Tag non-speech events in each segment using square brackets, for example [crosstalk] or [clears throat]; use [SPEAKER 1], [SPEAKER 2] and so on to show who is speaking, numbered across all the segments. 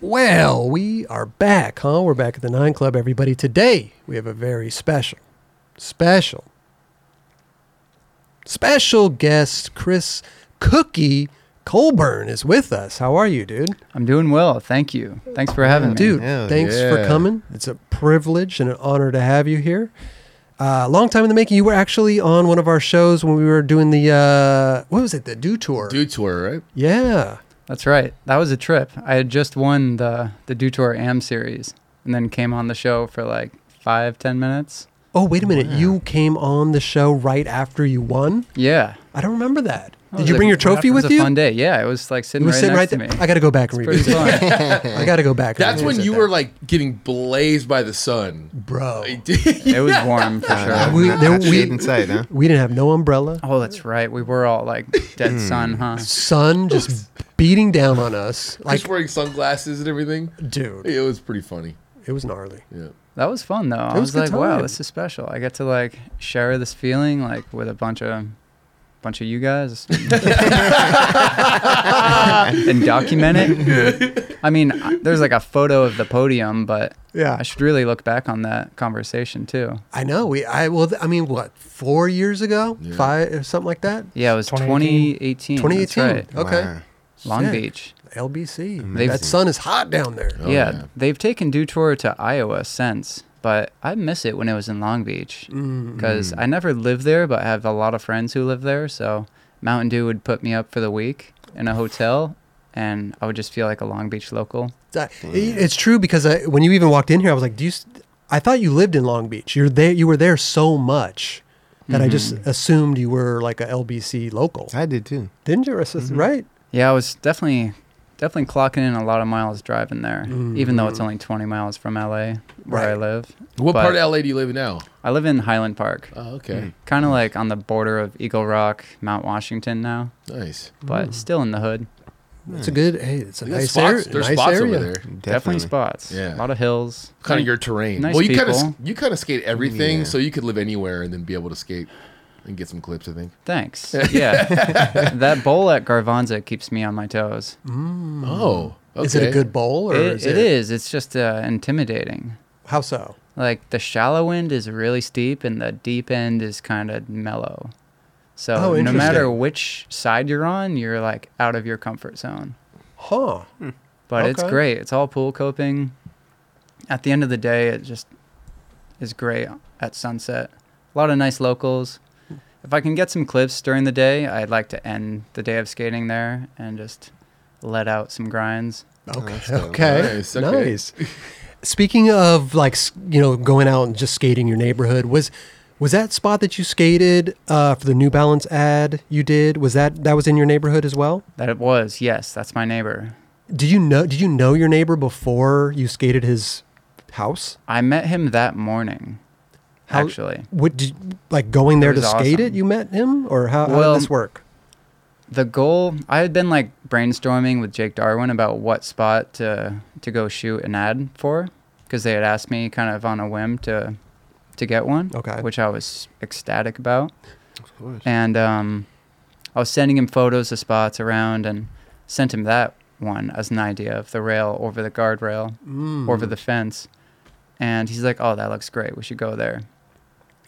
[SPEAKER 1] Well, we are back, huh? We're back at the Nine Club, everybody. Today, we have a very special, special, special guest, Chris Cookie Colburn, is with us. How are you, dude?
[SPEAKER 2] I'm doing well. Thank you. Thanks for having me.
[SPEAKER 1] Dude,
[SPEAKER 3] hell
[SPEAKER 1] thanks for
[SPEAKER 3] yeah.
[SPEAKER 1] coming. It's a privilege and an honor to have you here. Uh, long time in the making. You were actually on one of our shows when we were doing the uh, what was it? The Do Tour.
[SPEAKER 3] Dude tour, right?
[SPEAKER 1] Yeah.
[SPEAKER 2] That's right. That was a trip. I had just won the the Dutour Am series, and then came on the show for like five, ten minutes.
[SPEAKER 1] Oh, wait a minute. You came on the show right after you won.
[SPEAKER 2] Yeah.
[SPEAKER 1] I don't remember that.
[SPEAKER 2] That
[SPEAKER 1] Did
[SPEAKER 2] was
[SPEAKER 1] you
[SPEAKER 2] a-
[SPEAKER 1] bring your trophy
[SPEAKER 2] It was
[SPEAKER 1] with
[SPEAKER 2] a
[SPEAKER 1] you?
[SPEAKER 2] fun day. Yeah, it was like
[SPEAKER 1] It
[SPEAKER 2] sitting
[SPEAKER 1] was
[SPEAKER 2] right
[SPEAKER 1] sitting right
[SPEAKER 2] next
[SPEAKER 1] there.
[SPEAKER 2] to me.
[SPEAKER 1] I got to go back and [laughs]
[SPEAKER 2] Pretty
[SPEAKER 1] revisit. it.
[SPEAKER 2] fun.
[SPEAKER 1] I got to go back. and
[SPEAKER 3] That's when
[SPEAKER 1] revisit
[SPEAKER 3] you
[SPEAKER 1] that.
[SPEAKER 3] were like getting blazed by the [laughs] sun.
[SPEAKER 1] bro.
[SPEAKER 2] it was
[SPEAKER 1] [laughs]
[SPEAKER 2] warm for
[SPEAKER 1] Uh,
[SPEAKER 2] sure.
[SPEAKER 1] we- there-
[SPEAKER 4] Not
[SPEAKER 1] we-
[SPEAKER 4] shade inside, huh?
[SPEAKER 1] We didn't have no umbrella.
[SPEAKER 2] Oh, that's right. We were all like dead sun,
[SPEAKER 1] [clears throat]
[SPEAKER 2] huh?
[SPEAKER 1] Sun just beating down on us. Like,
[SPEAKER 3] Just wearing sunglasses and everything.
[SPEAKER 1] dude,
[SPEAKER 3] It was pretty funny.
[SPEAKER 1] it was gnarly.
[SPEAKER 3] Yeah.
[SPEAKER 2] That was fun though. I
[SPEAKER 1] was
[SPEAKER 2] was,
[SPEAKER 1] a
[SPEAKER 2] like,
[SPEAKER 1] good
[SPEAKER 2] wow,
[SPEAKER 1] time.
[SPEAKER 2] this is special. I get to like share this feeling like with a bunch of bunch of you
[SPEAKER 1] [laughs]
[SPEAKER 2] guys [laughs] and document it. I mean, I- there's like a photo of the podium, but
[SPEAKER 1] Yeah.
[SPEAKER 2] I should really look back on that conversation too.
[SPEAKER 1] I know. We, I, well, th- I mean, what, four years ago?
[SPEAKER 3] Yeah.
[SPEAKER 1] Five, or something like that?
[SPEAKER 2] Yeah, it was
[SPEAKER 1] 2018.
[SPEAKER 2] 2018. 2018. That's right.
[SPEAKER 1] [laughs] Okay.
[SPEAKER 4] Wow.
[SPEAKER 2] Long
[SPEAKER 1] Sick.
[SPEAKER 2] Beach.
[SPEAKER 1] LBC.
[SPEAKER 2] They've-
[SPEAKER 1] That sun is hot down there.
[SPEAKER 3] Oh,
[SPEAKER 2] yeah,
[SPEAKER 3] yeah.
[SPEAKER 2] they've taken Dutour to Iowa since, but I miss it when it was in Long Beach
[SPEAKER 1] Mm.
[SPEAKER 2] because I never lived there, but I have a lot of friends who live there. So Mountain Dew would put me up for the week in a hotel, and I would just feel like a Long Beach local.
[SPEAKER 1] That- it- It's true because I, when you even walked in here, I was like, "Do you?" s- I thought you lived in Long Beach. You're there. You were there so much that I just
[SPEAKER 3] Mm-hmm.
[SPEAKER 1] assumed you were like a LBC local.
[SPEAKER 4] I did too.
[SPEAKER 1] Didn't you? Assist-
[SPEAKER 3] mm-hmm.
[SPEAKER 1] Right?
[SPEAKER 2] Yeah, I was definitely definitely clocking in a lot of miles driving there, even though it's only 20 miles from LA where I
[SPEAKER 1] Right.
[SPEAKER 2] live.
[SPEAKER 3] What
[SPEAKER 2] But
[SPEAKER 3] part of LA do you live in now?
[SPEAKER 2] I live in Highland Park,
[SPEAKER 3] Oh, okay.
[SPEAKER 2] kind of like on the border of Eagle Rock, Mount Washington now,
[SPEAKER 3] Nice.
[SPEAKER 2] but still in the hood.
[SPEAKER 1] It's a good. Hey, it's a
[SPEAKER 3] They got
[SPEAKER 1] nice,
[SPEAKER 3] spots.
[SPEAKER 1] area.
[SPEAKER 3] There's
[SPEAKER 1] nice
[SPEAKER 3] spots
[SPEAKER 1] area.
[SPEAKER 3] over there.
[SPEAKER 2] Definitely,
[SPEAKER 4] Definitely.
[SPEAKER 2] spots.
[SPEAKER 3] Yeah.
[SPEAKER 2] A lot of hills.
[SPEAKER 3] Kind
[SPEAKER 2] Like,
[SPEAKER 3] of your terrain.
[SPEAKER 2] nice
[SPEAKER 3] well, you kind
[SPEAKER 2] people.
[SPEAKER 3] of you kind of skate everything,
[SPEAKER 4] Yeah.
[SPEAKER 3] so you could live anywhere and then be able to skate and get some clips. I think.
[SPEAKER 2] Thanks. Yeah. that bowl at Garvanza keeps me on my toes.
[SPEAKER 3] Oh, okay.
[SPEAKER 1] Is it a good bowl or
[SPEAKER 2] It-
[SPEAKER 1] is
[SPEAKER 2] it is. It's just uh, intimidating.
[SPEAKER 1] How so?
[SPEAKER 2] Like the shallow end is really steep and the deep end is kind of mellow.
[SPEAKER 1] Oh,
[SPEAKER 2] So no matter
[SPEAKER 1] interesting.
[SPEAKER 2] which side you're on, you're like out of your comfort zone.
[SPEAKER 1] Huh?
[SPEAKER 3] Oh,
[SPEAKER 2] But it's
[SPEAKER 1] Okay.
[SPEAKER 2] great. It's all pool coping. At the end of the day, it just is great at sunset. A lot of nice locals. If I can get some clips during the day, I'd like to end the day of skating there and just let out some grinds.
[SPEAKER 1] Okay.
[SPEAKER 4] that's dope.
[SPEAKER 1] okay.
[SPEAKER 3] Nice, okay.
[SPEAKER 1] Nice. Speaking of like s- you know going out and just skating your neighborhood was. Was that spot that you skated uh, for the New Balance ad you did? Was that that was in your neighborhood as well?
[SPEAKER 2] That it was, yes, that's my neighbor.
[SPEAKER 1] Did you know? Did you know your neighbor before you skated his house?
[SPEAKER 2] I met him that morning,
[SPEAKER 1] How-
[SPEAKER 2] actually.
[SPEAKER 1] What did like going there to
[SPEAKER 2] It was
[SPEAKER 1] skate it?
[SPEAKER 2] awesome.
[SPEAKER 1] You met him, or how, how
[SPEAKER 2] Well,
[SPEAKER 1] did this work?
[SPEAKER 2] the goal i had been like brainstorming with jake darwin about what spot to to go shoot an ad for because they had asked me kind of on a whim to to get one
[SPEAKER 1] Okay.
[SPEAKER 2] which i was ecstatic about
[SPEAKER 4] Of course.
[SPEAKER 2] and um i was sending him photos of spots around and sent him that one as an idea of the rail over the guardrail
[SPEAKER 1] Hmm. Mm-hmm.
[SPEAKER 2] over the fence and he's like oh that looks great we should go there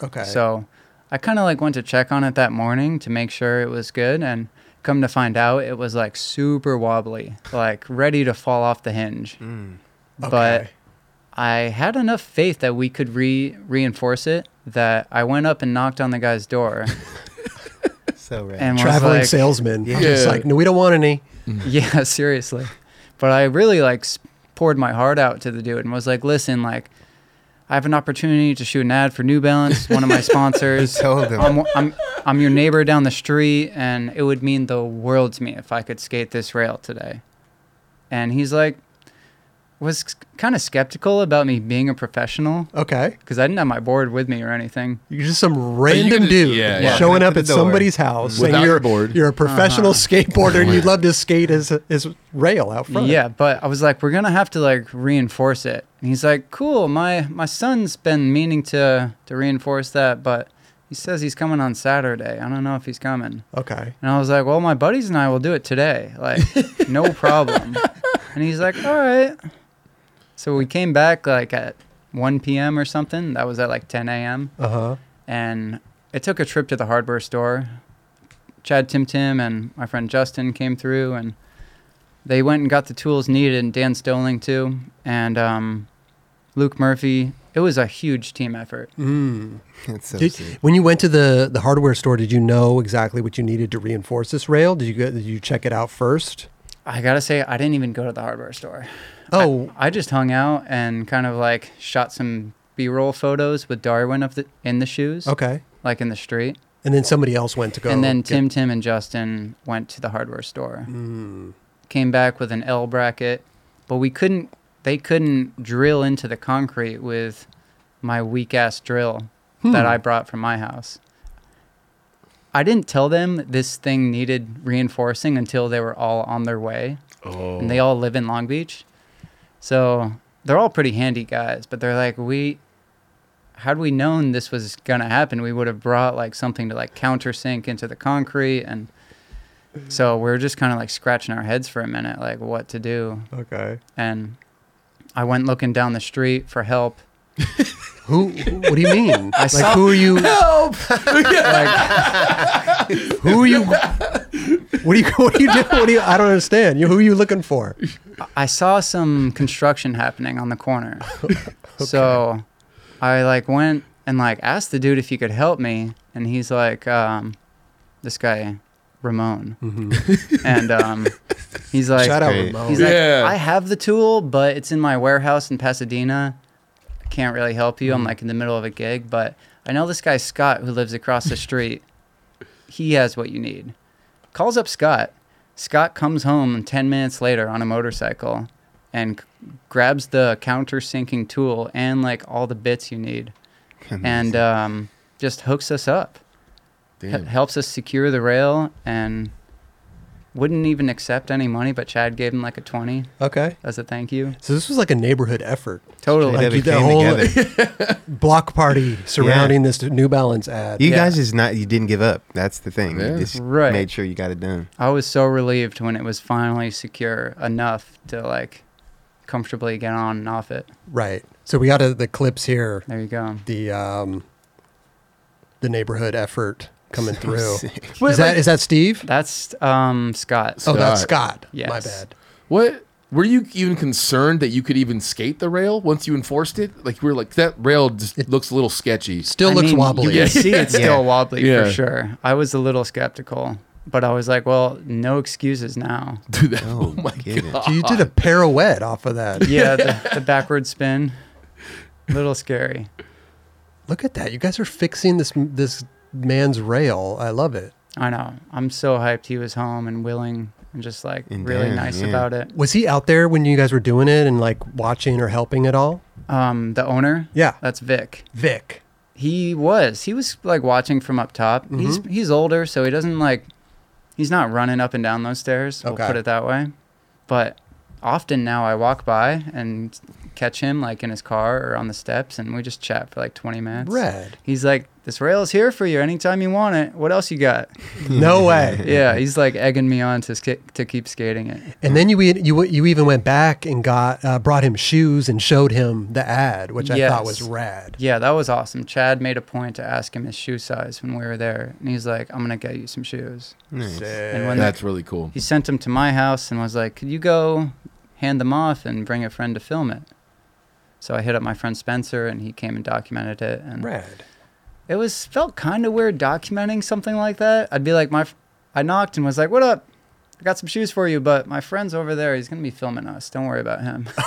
[SPEAKER 1] Okay.
[SPEAKER 2] so I kind of like went to check on it that morning to make sure it was good. And come to find out, it was like super wobbly, like ready to fall off the hinge. But
[SPEAKER 1] Hmm. Okay.
[SPEAKER 2] I had enough faith that we could re reinforce it that I went up and knocked on the guy's
[SPEAKER 1] [laughs]
[SPEAKER 2] door.
[SPEAKER 4] [laughs] So rad.
[SPEAKER 2] and was
[SPEAKER 1] traveling
[SPEAKER 2] like,
[SPEAKER 1] salesman, yeah. just
[SPEAKER 3] Yeah.
[SPEAKER 1] like no, we don't want any.
[SPEAKER 2] [laughs] Yeah, seriously. But I really like s- poured my heart out to the dude and was like, listen, like, I have an opportunity to shoot an ad for New Balance, one of
[SPEAKER 1] [laughs]
[SPEAKER 2] my sponsors.
[SPEAKER 4] [laughs] told him.
[SPEAKER 2] I'm, I'm, I'm your neighbor down the street, and it would mean the world to me if I could skate this rail today. And he's like, was kind of skeptical about me being a professional
[SPEAKER 1] Okay,
[SPEAKER 2] because I didn't have my board with me or anything.
[SPEAKER 1] you're just some random
[SPEAKER 3] just-
[SPEAKER 1] dude
[SPEAKER 3] yeah, yeah.
[SPEAKER 1] showing
[SPEAKER 4] Walking
[SPEAKER 1] up
[SPEAKER 4] to
[SPEAKER 1] at
[SPEAKER 4] the door.
[SPEAKER 1] somebody's house
[SPEAKER 3] Without
[SPEAKER 1] and
[SPEAKER 3] your
[SPEAKER 1] you're
[SPEAKER 3] board.
[SPEAKER 1] you're a professional
[SPEAKER 2] Uh-huh.
[SPEAKER 1] skateboarder
[SPEAKER 2] [laughs]
[SPEAKER 1] and you'd love to skate his his rail out front.
[SPEAKER 2] Yeah, but I was like, we're gonna have to like reinforce it. And he's like, cool. My my son's been meaning to to reinforce that, but he says he's coming on Saturday. I don't know if he's coming.
[SPEAKER 1] Okay.
[SPEAKER 2] And I was like, well, my buddies and I will do it today. Like, no problem. And he's like, all right. So we came back like at 1 p.m. or something. That was at like 10 a.m.
[SPEAKER 1] Uh huh.
[SPEAKER 2] And it took a trip to the hardware store. Chad Tim Tim and my friend Justin came through and they went and got the tools needed and Dan Stoling too. And um, Luke Murphy. It was a huge team effort.
[SPEAKER 1] Mm.
[SPEAKER 4] [laughs] It's so
[SPEAKER 1] Did-
[SPEAKER 4] sick.
[SPEAKER 1] when you went to the the hardware store, did you know exactly what you needed to reinforce this rail? Did you go, did you check it out first?
[SPEAKER 2] I gotta say, I didn't even go to the hardware store.
[SPEAKER 1] Oh,
[SPEAKER 2] I just hung out and kind of like shot some B-roll photos with Darwin of the in the shoes,
[SPEAKER 1] okay.
[SPEAKER 2] like in the street.
[SPEAKER 1] And then somebody else went to Oh. go.
[SPEAKER 2] and then
[SPEAKER 1] get-
[SPEAKER 2] Tim, Tim, and Justin went to the hardware store.
[SPEAKER 1] Mm.
[SPEAKER 2] Came back with an L bracket, but we couldn't. They couldn't drill into the concrete with my weak ass drill that
[SPEAKER 1] Hmm.
[SPEAKER 2] I brought from my house. I didn't tell them this thing needed reinforcing until they were all on their way
[SPEAKER 3] Oh,
[SPEAKER 2] and they all live in Long Beach. So they're all pretty handy guys, but they're like, we, had we known this was going to happen, we would have brought like something to like countersink into the concrete. And so we are just kind of like scratching our heads for a minute, like what to do.
[SPEAKER 1] Okay.
[SPEAKER 2] And I went looking down the street for help.
[SPEAKER 1] Who? who- What do you mean? like
[SPEAKER 2] saw-
[SPEAKER 1] who are
[SPEAKER 2] [laughs]
[SPEAKER 1] you?
[SPEAKER 3] help!
[SPEAKER 2] Like,
[SPEAKER 1] Who are you? What are you? What are you doing? What are you? I don't understand. You, who are you looking for?
[SPEAKER 2] I saw some construction happening on the corner. So I like went and like asked the dude if he could help me and he's like um this guy Ramon and um he's like
[SPEAKER 1] Shout out
[SPEAKER 4] Hey.
[SPEAKER 1] Ramon.
[SPEAKER 2] he's
[SPEAKER 3] Yeah.
[SPEAKER 2] like I have the tool but it's in my warehouse in Pasadena. I can't really help you. I'm like in the middle of a gig, but I know this guy Scott who lives across the street. he has what you need. Calls up Scott. Scott comes home 10 minutes later on a motorcycle and c- grabs the countersinking tool and like all the bits you need
[SPEAKER 4] [laughs]
[SPEAKER 2] and um, just hooks us up. H-
[SPEAKER 3] Damn.
[SPEAKER 2] helps us secure the rail and wouldn't even accept any money, but Chad gave him like a 20
[SPEAKER 1] okay.
[SPEAKER 2] as a thank you.
[SPEAKER 1] So this was like a neighborhood effort,
[SPEAKER 2] Totally.
[SPEAKER 1] Like,
[SPEAKER 4] They
[SPEAKER 1] you- the
[SPEAKER 4] came
[SPEAKER 1] whole-
[SPEAKER 4] together.
[SPEAKER 1] [laughs] block party surrounding this New Balance ad.
[SPEAKER 4] You
[SPEAKER 2] Yeah.
[SPEAKER 4] guys is not. You didn't give up. That's the thing.
[SPEAKER 3] Yeah.
[SPEAKER 4] You just
[SPEAKER 2] Right.
[SPEAKER 4] made sure you got it done.
[SPEAKER 2] I was so relieved when it was finally secure enough to like comfortably get on and off it.
[SPEAKER 1] Right. So we got uh, the clips here.
[SPEAKER 2] There you go.
[SPEAKER 1] The um, the neighborhood effort coming through.
[SPEAKER 4] sick.
[SPEAKER 1] Is that is that Steve?
[SPEAKER 2] That's um, Scott.
[SPEAKER 1] Oh, that's
[SPEAKER 3] Scott.
[SPEAKER 1] Scott.
[SPEAKER 2] Yes.
[SPEAKER 1] My bad.
[SPEAKER 3] What were you even concerned that you could even skate the rail once you enforced it? Like we were like that rail [laughs] just looks a little sketchy. [laughs]
[SPEAKER 1] Still
[SPEAKER 2] I
[SPEAKER 1] looks
[SPEAKER 2] mean,
[SPEAKER 1] wobbly.
[SPEAKER 2] You
[SPEAKER 1] [laughs]
[SPEAKER 2] can [laughs] see it's
[SPEAKER 4] Yeah.
[SPEAKER 2] still wobbly
[SPEAKER 3] Yeah.
[SPEAKER 2] for sure. I was a little skeptical, but I was like, well, no
[SPEAKER 1] [laughs]
[SPEAKER 2] excuses now.
[SPEAKER 3] Do that.
[SPEAKER 4] Oh,
[SPEAKER 3] Oh, my
[SPEAKER 4] get it.
[SPEAKER 3] god!
[SPEAKER 1] So you did a pirouette off of that.
[SPEAKER 2] Yeah, the, the backward spin, little scary.
[SPEAKER 1] Look at that. You guys are fixing this this man's rail. I love it.
[SPEAKER 2] I know. I'm so hyped he was home and willing and just like
[SPEAKER 4] And
[SPEAKER 2] really
[SPEAKER 4] Dan,
[SPEAKER 2] nice
[SPEAKER 4] yeah.
[SPEAKER 2] about it.
[SPEAKER 1] Was he out there when you guys were doing it and like watching or helping at all?
[SPEAKER 2] Um, the owner,
[SPEAKER 1] Yeah.
[SPEAKER 2] that's Vic.
[SPEAKER 1] Vic.
[SPEAKER 2] He was. He was like watching from up top.
[SPEAKER 1] Mm-hmm.
[SPEAKER 2] He's he's older, so he doesn't like he's not running up and down those stairs. We'll
[SPEAKER 1] Okay.
[SPEAKER 2] put it that way. But often now I walk by and catch him like in his car or on the steps and we just chat for like 20 minutes.
[SPEAKER 1] Red.
[SPEAKER 2] He's like, "This rail's here for you anytime you want it. What else you
[SPEAKER 1] [laughs]
[SPEAKER 2] got?"
[SPEAKER 1] No way.
[SPEAKER 2] yeah, he's like egging me on to sk- to keep skating it.
[SPEAKER 1] And then you e- you you even went back and got uh, brought him shoes and showed him the ad, which I thought
[SPEAKER 2] Yes.
[SPEAKER 1] was rad.
[SPEAKER 2] Yeah, that was awesome. Chad made a point to ask him his shoe size when we were there, and he's like, "I'm gonna get you some shoes."
[SPEAKER 4] Nice.
[SPEAKER 2] And when
[SPEAKER 3] That's really cool.
[SPEAKER 2] he sent them to my house and was like, "Could you go hand them off and bring a friend to film it?" So I hit up my friend Spencer, and he came and documented it. And
[SPEAKER 1] Rad.
[SPEAKER 2] it was felt kind of weird documenting something like that. I'd be like, my, f- I knocked and was like, "What up?" I got some shoes for you, but my friend's over there. He's gonna be filming us. Don't worry about him. [laughs]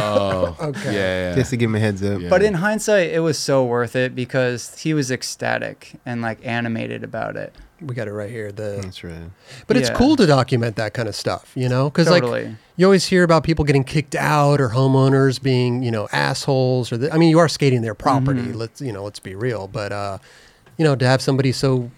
[SPEAKER 3] Oh,
[SPEAKER 1] Okay.
[SPEAKER 3] yeah. yeah.
[SPEAKER 4] Just to give him a heads up.
[SPEAKER 3] [laughs] Yeah.
[SPEAKER 2] But in hindsight, it was so worth it because he was ecstatic and like animated about it.
[SPEAKER 1] We got it right here. The
[SPEAKER 4] That's right.
[SPEAKER 1] but it's
[SPEAKER 2] Yeah.
[SPEAKER 1] cool to document that kind of stuff, you know, because like
[SPEAKER 2] Totally.
[SPEAKER 1] you always hear about people getting kicked out or homeowners being you know assholes or the, I mean you are skating their property.
[SPEAKER 2] Mm-hmm.
[SPEAKER 1] Let's you know let's be real, but uh, you know to have somebody so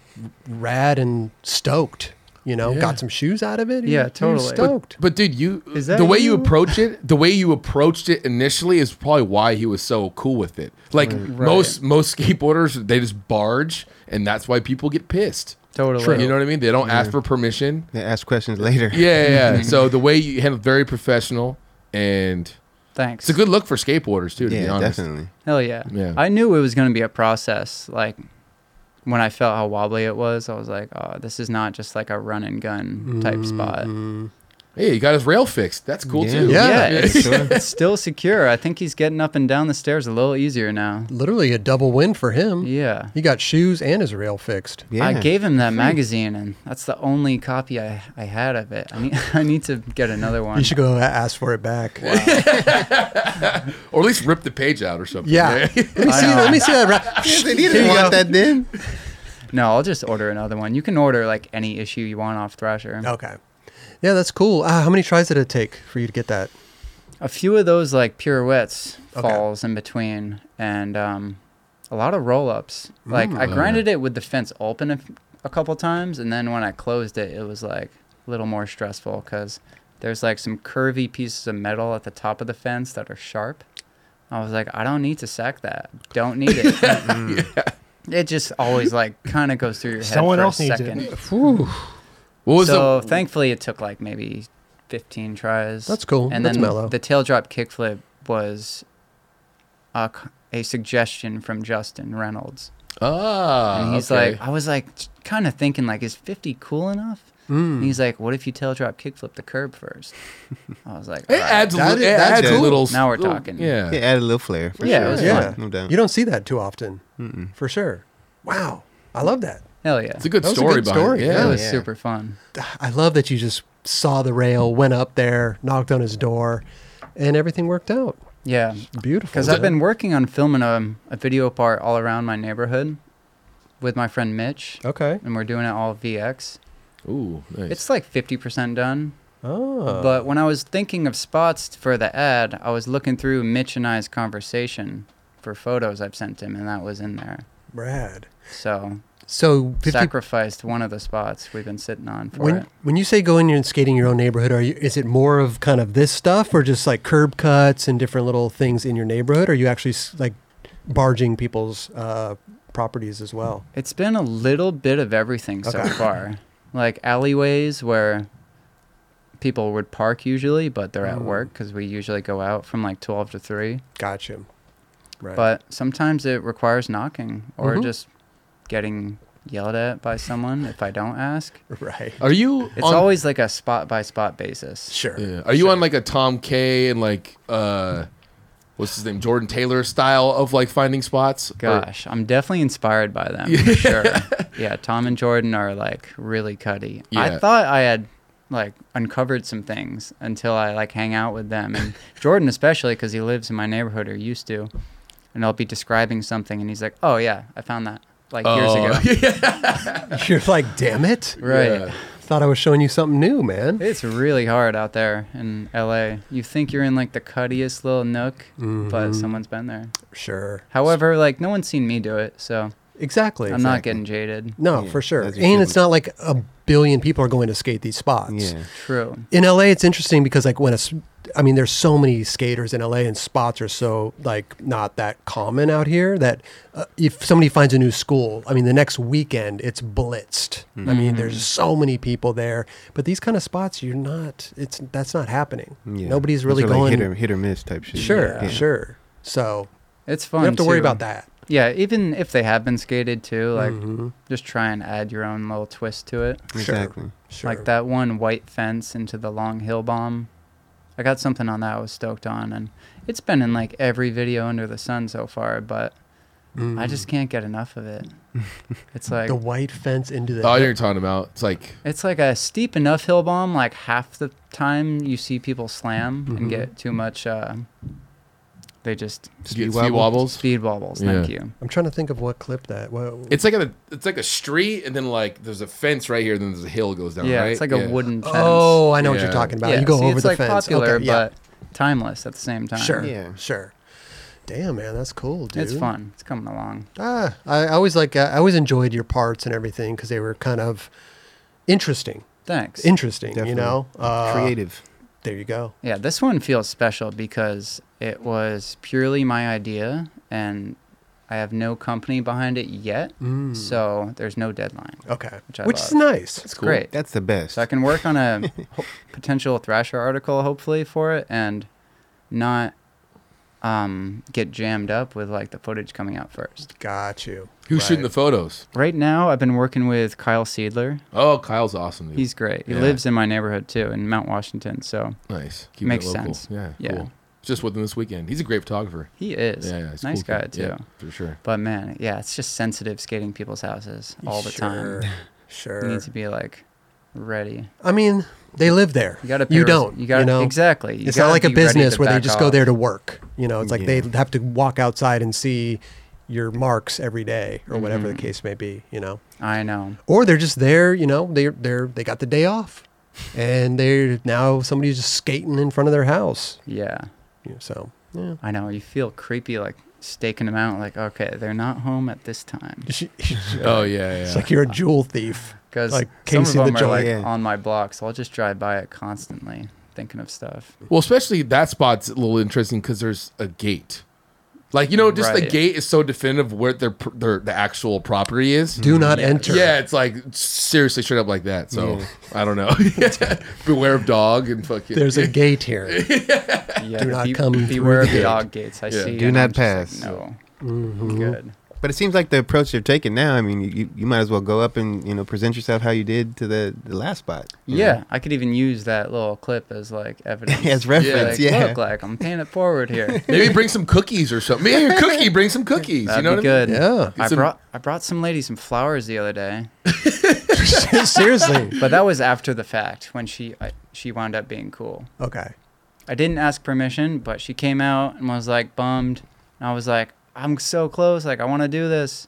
[SPEAKER 1] rad and stoked, you know,
[SPEAKER 3] Yeah.
[SPEAKER 1] got some shoes out of it.
[SPEAKER 2] Yeah,
[SPEAKER 1] you're
[SPEAKER 2] totally. But-
[SPEAKER 1] stoked.
[SPEAKER 3] But dude, you
[SPEAKER 2] Is that
[SPEAKER 3] the way
[SPEAKER 2] you?
[SPEAKER 3] you approach it, the way you approached it initially is probably why he was so cool with it. Like most most skateboarders, they just barge, and that's why people get pissed.
[SPEAKER 2] Totally.
[SPEAKER 3] You know what I mean? They don't ask for permission.
[SPEAKER 4] [laughs] They ask questions later.
[SPEAKER 3] Yeah, yeah. yeah. so the way you handled very professional, and
[SPEAKER 2] Thanks.
[SPEAKER 3] it's a good look for skateboarders too. To be
[SPEAKER 4] yeah,
[SPEAKER 3] honest,
[SPEAKER 4] definitely.
[SPEAKER 2] Hell yeah.
[SPEAKER 3] Yeah.
[SPEAKER 2] I knew it was going to be a process. Like when I felt how wobbly it was, I was like, oh, this is not just like a run and gun
[SPEAKER 1] Mm-hmm.
[SPEAKER 2] type spot.
[SPEAKER 3] hey, he got his rail fixed. That's cool
[SPEAKER 4] Yeah.
[SPEAKER 3] too. [laughs]
[SPEAKER 1] Yeah.
[SPEAKER 2] Yeah, it's,
[SPEAKER 4] sure.
[SPEAKER 2] it's still secure. I think he's getting up and down the stairs a little easier now.
[SPEAKER 1] Literally a double win for him.
[SPEAKER 2] Yeah.
[SPEAKER 1] He got shoes and his rail fixed.
[SPEAKER 4] Yeah.
[SPEAKER 2] I gave him that magazine, and that's the only copy I, I had of it. I need, [laughs] I need to get another one.
[SPEAKER 1] You should go a- ask for it back.
[SPEAKER 3] or at least rip the page out or something.
[SPEAKER 1] [laughs] [laughs] Yeah. let me see. Let me see that. Ra-
[SPEAKER 4] [laughs] they didn't
[SPEAKER 1] you
[SPEAKER 4] want
[SPEAKER 1] go.
[SPEAKER 4] that then.
[SPEAKER 2] No, I'll just order another one. You can order like any issue you want off Thrasher.
[SPEAKER 1] okay. Yeah, that's cool. Uh, how many tries did it take for you to get that?
[SPEAKER 2] A few of those like pirouettes
[SPEAKER 1] Okay.
[SPEAKER 2] falls in between, and um, a lot of roll ups. Like I grinded it with the fence open a, a couple times, and then when I closed it, it was like a little more stressful because there's like some curvy pieces of metal at the top of the fence that are sharp. I was like, I don't need to sack that. Don't need it. [laughs] It just always like kind of goes through your head.
[SPEAKER 5] Someone
[SPEAKER 2] for
[SPEAKER 5] else
[SPEAKER 2] a
[SPEAKER 5] needs
[SPEAKER 2] second.
[SPEAKER 5] it.
[SPEAKER 3] What was
[SPEAKER 2] so
[SPEAKER 3] the
[SPEAKER 2] thankfully, it took like maybe 15 tries.
[SPEAKER 1] That's cool.
[SPEAKER 2] And
[SPEAKER 1] That's
[SPEAKER 2] then
[SPEAKER 1] mellow.
[SPEAKER 2] the tail drop kickflip was a, c- a suggestion from Justin Reynolds,
[SPEAKER 3] ah?
[SPEAKER 2] and he's
[SPEAKER 3] okay.
[SPEAKER 2] like, I was like, kind of thinking like, is 50 cool enough?
[SPEAKER 3] Mm.
[SPEAKER 2] And he's like, what if you tail drop kickflip the curb first? I was like,
[SPEAKER 3] [laughs] it
[SPEAKER 2] "All right."
[SPEAKER 3] adds a
[SPEAKER 1] That
[SPEAKER 3] little.
[SPEAKER 1] is-
[SPEAKER 3] it
[SPEAKER 1] that's
[SPEAKER 3] adds
[SPEAKER 4] cool.
[SPEAKER 3] a little.
[SPEAKER 2] Now we're
[SPEAKER 3] little-
[SPEAKER 2] talking.
[SPEAKER 3] Yeah.
[SPEAKER 4] It added a little flair for
[SPEAKER 2] Yeah, it
[SPEAKER 4] sure.
[SPEAKER 2] was
[SPEAKER 1] Yeah.
[SPEAKER 4] No doubt.
[SPEAKER 1] You don't see that too often. For sure. Wow. I love that.
[SPEAKER 2] hell yeah,
[SPEAKER 3] It's a good
[SPEAKER 1] That was a
[SPEAKER 3] story
[SPEAKER 1] good
[SPEAKER 3] behind
[SPEAKER 1] story,
[SPEAKER 3] it.
[SPEAKER 2] that
[SPEAKER 3] Yeah.
[SPEAKER 2] was
[SPEAKER 4] yeah.
[SPEAKER 2] super fun.
[SPEAKER 1] I love that you just saw the rail, went up there, knocked on his door, and everything worked out.
[SPEAKER 2] Yeah,
[SPEAKER 1] Beautiful.
[SPEAKER 2] Because I've been working on filming a, a video part all around my neighborhood with my friend Mitch,
[SPEAKER 1] Okay.
[SPEAKER 2] and we're doing it all VX.
[SPEAKER 3] Ooh, Oh. nice.
[SPEAKER 2] It's like 50% done.
[SPEAKER 1] Oh.
[SPEAKER 2] But when I was thinking of spots for the ad, I was looking through Mitch and I's conversation for photos I've sent him, and that was in there.
[SPEAKER 1] Brad.
[SPEAKER 2] So
[SPEAKER 1] So 50,
[SPEAKER 2] sacrificed one of the spots we've been sitting on for
[SPEAKER 1] when
[SPEAKER 2] it.
[SPEAKER 1] when you say go in and skating your own neighborhood, are you is it more of kind of this stuff or just like curb cuts and different little things in your neighborhood? Or are you actually s- like barging people's uh, properties as well?
[SPEAKER 2] It's been a little bit of everything so
[SPEAKER 1] Okay.
[SPEAKER 2] far. Like alleyways where people would park usually, but they're at
[SPEAKER 1] Mm.
[SPEAKER 2] work because we usually go out from like 12 to 3.
[SPEAKER 1] Gotcha. Right.
[SPEAKER 2] But sometimes it requires knocking or
[SPEAKER 1] Mhm.
[SPEAKER 2] just getting yelled at by someone if I don't ask.
[SPEAKER 1] [laughs] right.
[SPEAKER 3] Are you?
[SPEAKER 2] It's
[SPEAKER 3] on-
[SPEAKER 2] always like a spot by spot basis.
[SPEAKER 1] Sure.
[SPEAKER 3] Yeah. Are you on like a Tom K and like uh, what's his name, Jordan Taylor style of like finding spots? Or-
[SPEAKER 2] Gosh, I'm definitely inspired by
[SPEAKER 3] [laughs]
[SPEAKER 2] them for sure. Yeah, Tom and Jordan are like really cutty.
[SPEAKER 3] Yeah.
[SPEAKER 2] I thought I had like uncovered some things until I like hang out with them
[SPEAKER 3] [laughs]
[SPEAKER 2] and Jordan especially because he lives in my neighborhood or used to, and I'll be describing something and he's like, "Oh yeah, I found that like
[SPEAKER 3] Oh, [laughs]
[SPEAKER 2] years ago." [laughs]
[SPEAKER 1] [laughs] You're like, damn it.
[SPEAKER 2] right.
[SPEAKER 3] Yeah.
[SPEAKER 1] Thought I was showing you something new, man.
[SPEAKER 2] It's really hard out there in LA. You think you're in like the cuttiest little nook,
[SPEAKER 3] Mm-hmm.
[SPEAKER 2] but someone's been there.
[SPEAKER 1] Mm-hmm. Sure.
[SPEAKER 2] However, like no one's seen me do it, so
[SPEAKER 1] Exactly.
[SPEAKER 2] I'm not getting jaded.
[SPEAKER 1] No,
[SPEAKER 4] Yeah,
[SPEAKER 1] for sure.
[SPEAKER 4] that's
[SPEAKER 1] And
[SPEAKER 4] your
[SPEAKER 1] it's not like a billion people are going to skate these spots.
[SPEAKER 4] Yeah. Mm-hmm.
[SPEAKER 2] True.
[SPEAKER 1] In LA, it's interesting because like when a, s- I mean, there's so many skaters in LA, and spots are so like not that common out here that uh, if somebody finds a new school, I mean, the next weekend it's blitzed. I mean, there's
[SPEAKER 4] Mm-hmm.
[SPEAKER 1] so many people there, but these kind of spots, you're not. It's that's not happening.
[SPEAKER 4] yeah.
[SPEAKER 1] Nobody's
[SPEAKER 4] Those
[SPEAKER 1] really
[SPEAKER 4] are like
[SPEAKER 1] going.
[SPEAKER 4] hit or, hit or miss type shit.
[SPEAKER 1] Sure,
[SPEAKER 4] Yeah.
[SPEAKER 1] sure. So
[SPEAKER 2] It's
[SPEAKER 1] you
[SPEAKER 2] fun.
[SPEAKER 1] don't have to worry
[SPEAKER 2] too.
[SPEAKER 1] about that.
[SPEAKER 2] Yeah, even if they have been skated too, like
[SPEAKER 1] Mhm.
[SPEAKER 2] just try and add your own little twist to it.
[SPEAKER 4] Exactly.
[SPEAKER 1] Sure.
[SPEAKER 2] Like that one white fence into the long hill bomb. I got something on that I was stoked on, and it's been in like every video under the sun so far, but I just can't get enough of
[SPEAKER 1] [laughs]
[SPEAKER 2] it. It's like
[SPEAKER 1] Mm. the white fence into the
[SPEAKER 3] Oh, I know what you're talking about. It's like
[SPEAKER 2] It's like a steep enough hill bomb. Like half the time you see people slam
[SPEAKER 1] Mhm.
[SPEAKER 2] and get too much. Uh, they just
[SPEAKER 3] speed,
[SPEAKER 4] wobble?
[SPEAKER 3] wobbles.
[SPEAKER 2] speed wobbles. Thank you.
[SPEAKER 1] I'm trying to think of what clip that. What,
[SPEAKER 3] It's like a it's like a street, and then like there's a fence right here, and then there's a hill goes down.
[SPEAKER 2] yeah,
[SPEAKER 3] right?
[SPEAKER 2] it's like a wooden fence.
[SPEAKER 1] oh, I know what
[SPEAKER 3] Yeah.
[SPEAKER 1] you're talking about.
[SPEAKER 2] yeah.
[SPEAKER 1] you go
[SPEAKER 2] see,
[SPEAKER 1] over
[SPEAKER 2] it's
[SPEAKER 1] the
[SPEAKER 2] like
[SPEAKER 1] fence.
[SPEAKER 2] popular,
[SPEAKER 1] Okay, yeah.
[SPEAKER 2] but timeless at the same time.
[SPEAKER 1] sure,
[SPEAKER 4] Yeah.
[SPEAKER 1] sure. Damn, man, that's cool, dude.
[SPEAKER 2] it's fun. It's coming along.
[SPEAKER 1] Ah, I, I always like. I always enjoyed your parts and everything because they were kind of interesting.
[SPEAKER 2] Thanks.
[SPEAKER 1] Interesting,
[SPEAKER 4] Definitely.
[SPEAKER 1] you know. Uh,
[SPEAKER 4] Creative.
[SPEAKER 1] There you go.
[SPEAKER 2] Yeah, this one feels special because it was purely my idea, and I have no company behind it yet.
[SPEAKER 1] Hmm.
[SPEAKER 2] So there's no deadline.
[SPEAKER 1] Mm. Okay,
[SPEAKER 2] Which
[SPEAKER 1] which,
[SPEAKER 2] I
[SPEAKER 1] is
[SPEAKER 2] love.
[SPEAKER 1] nice.
[SPEAKER 2] It's great.
[SPEAKER 4] That's the best.
[SPEAKER 2] So I can work on a ho- potential Thrasher article, hopefully, for it. And not um, get jammed up with like the footage coming out first.
[SPEAKER 1] Got you.
[SPEAKER 3] Who's shooting the
[SPEAKER 1] Right.
[SPEAKER 3] photos?
[SPEAKER 2] Right now, I've been working with Kyle Seedler.
[SPEAKER 3] Oh, Kyle's awesome. Dude.
[SPEAKER 2] He's great. He
[SPEAKER 3] Yeah.
[SPEAKER 2] lives in my neighborhood too, in Mount Washington. So
[SPEAKER 3] nice.
[SPEAKER 2] makes
[SPEAKER 3] local.
[SPEAKER 2] sense.
[SPEAKER 3] Yeah.
[SPEAKER 2] Yeah.
[SPEAKER 3] Cool. Just with him this weekend. He's a great photographer.
[SPEAKER 2] he is
[SPEAKER 3] Yeah, yeah he's a
[SPEAKER 2] nice
[SPEAKER 3] cool
[SPEAKER 2] guy
[SPEAKER 3] kid.
[SPEAKER 2] too.
[SPEAKER 3] Yeah,
[SPEAKER 2] [laughs]
[SPEAKER 3] for sure.
[SPEAKER 2] But man, yeah, it's just sensitive skating people's houses all the
[SPEAKER 1] Sure,
[SPEAKER 2] time.
[SPEAKER 1] Sure.
[SPEAKER 2] [laughs] You need to be like ready.
[SPEAKER 1] I mean, they live there.
[SPEAKER 2] You gotta. Pay
[SPEAKER 1] You
[SPEAKER 2] res-
[SPEAKER 1] don't.
[SPEAKER 2] You gotta.
[SPEAKER 1] know?
[SPEAKER 2] Exactly. You
[SPEAKER 1] it's not
[SPEAKER 2] gotta
[SPEAKER 1] like a
[SPEAKER 2] be ready to
[SPEAKER 1] business where they
[SPEAKER 2] back
[SPEAKER 1] just go
[SPEAKER 2] off.
[SPEAKER 1] there to work. You know, it's like
[SPEAKER 4] Yeah.
[SPEAKER 1] they have to walk outside and see your marks every day or whatever
[SPEAKER 2] Mm-hmm.
[SPEAKER 1] the case may be. You know,
[SPEAKER 2] I know.
[SPEAKER 1] or they're just there. You know, they are they're they got the day off, and they're now somebody's just skating in front of their house.
[SPEAKER 2] Yeah,
[SPEAKER 1] You know, so yeah.
[SPEAKER 2] I know. You feel creepy, like staking them out. Like, okay, they're not home at this time
[SPEAKER 3] Oh yeah, yeah.
[SPEAKER 1] It's like you're a jewel thief.
[SPEAKER 2] because
[SPEAKER 1] Like
[SPEAKER 2] some of
[SPEAKER 1] Casey
[SPEAKER 2] them
[SPEAKER 1] the
[SPEAKER 2] are like
[SPEAKER 4] Giant.
[SPEAKER 2] on my block, so I'll just drive by it constantly, thinking of stuff.
[SPEAKER 3] well, especially that spot's a little interesting because there's a gate. Like you know, just the
[SPEAKER 2] Right.
[SPEAKER 3] gate is so definitive of where their pr- their the actual property is.
[SPEAKER 1] Do not
[SPEAKER 2] Yeah.
[SPEAKER 1] enter.
[SPEAKER 3] Yeah, it's like seriously straight up like that. So
[SPEAKER 4] Yeah.
[SPEAKER 3] I don't know. [laughs] Beware of dog and fucking.
[SPEAKER 1] There's a gate here. [laughs]
[SPEAKER 2] Yeah,
[SPEAKER 1] Do not come through
[SPEAKER 2] Beware of
[SPEAKER 1] the
[SPEAKER 2] the
[SPEAKER 1] gate.
[SPEAKER 2] dog gates. I
[SPEAKER 3] Yeah.
[SPEAKER 2] see.
[SPEAKER 4] Do
[SPEAKER 2] and
[SPEAKER 4] not
[SPEAKER 2] I'm just
[SPEAKER 4] pass.
[SPEAKER 2] like, no.
[SPEAKER 1] Mm-hmm.
[SPEAKER 2] Good.
[SPEAKER 4] But it seems like the approach they're taking now. I mean, you- you, you might as well go up and you know present yourself how you did to the, the last spot. you know?
[SPEAKER 2] Yeah, I could even use that little clip as like
[SPEAKER 1] [laughs]
[SPEAKER 2] evidence.
[SPEAKER 4] as
[SPEAKER 2] Like,
[SPEAKER 4] reference. Yeah,
[SPEAKER 2] Look, like I'm paying it forward here.
[SPEAKER 3] [laughs] Maybe bring some cookies or something. Maybe a cookie. Bring some cookies.
[SPEAKER 2] That'd
[SPEAKER 3] you know
[SPEAKER 2] be
[SPEAKER 3] what
[SPEAKER 2] good.
[SPEAKER 1] Yeah.
[SPEAKER 2] I
[SPEAKER 3] Some-
[SPEAKER 2] brought I brought some lady some flowers the other day,
[SPEAKER 1] Seriously.
[SPEAKER 2] but that was after the fact when she I, she wound up being cool.
[SPEAKER 1] Okay.
[SPEAKER 2] I didn't ask permission, but she came out and was like bummed, and I was like, I'm so close, like I want to do this,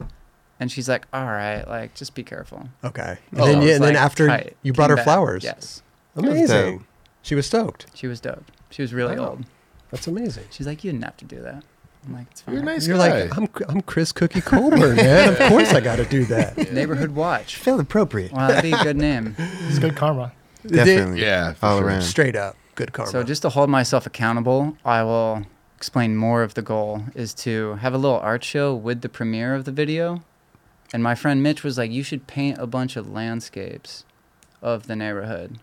[SPEAKER 2] and she's like, All right, like just be careful.
[SPEAKER 1] Okay. And
[SPEAKER 3] Oh,
[SPEAKER 1] then, yeah,
[SPEAKER 2] I was
[SPEAKER 1] and then
[SPEAKER 2] like,
[SPEAKER 1] after
[SPEAKER 2] tight.
[SPEAKER 1] you brought
[SPEAKER 2] Came
[SPEAKER 1] her
[SPEAKER 2] back.
[SPEAKER 1] flowers.
[SPEAKER 2] Yes,
[SPEAKER 4] was
[SPEAKER 1] Amazing.
[SPEAKER 4] dope.
[SPEAKER 1] She was stoked.
[SPEAKER 2] she was dope. She was really
[SPEAKER 1] Wow.
[SPEAKER 2] old.
[SPEAKER 1] That's amazing.
[SPEAKER 2] She's like, You didn't have to do that. I'm like, It's fine.
[SPEAKER 3] You're a nice
[SPEAKER 1] You're
[SPEAKER 3] guy.
[SPEAKER 1] like, I'm, I'm Chris Cookie Colburn, man. Of course I got to do that.
[SPEAKER 2] Neighborhood
[SPEAKER 1] [laughs]
[SPEAKER 2] watch.
[SPEAKER 4] felt appropriate.
[SPEAKER 2] Wow, that'd be a good name.
[SPEAKER 5] It's good karma.
[SPEAKER 4] Definitely.
[SPEAKER 3] yeah, for
[SPEAKER 4] all
[SPEAKER 3] sure.
[SPEAKER 4] around.
[SPEAKER 1] Straight up. Good karma.
[SPEAKER 2] So just to hold myself accountable, I will explain more of the goal is to have a little art show with the premiere of the video. And my friend Mitch was like, "You should paint a bunch of landscapes of the neighborhood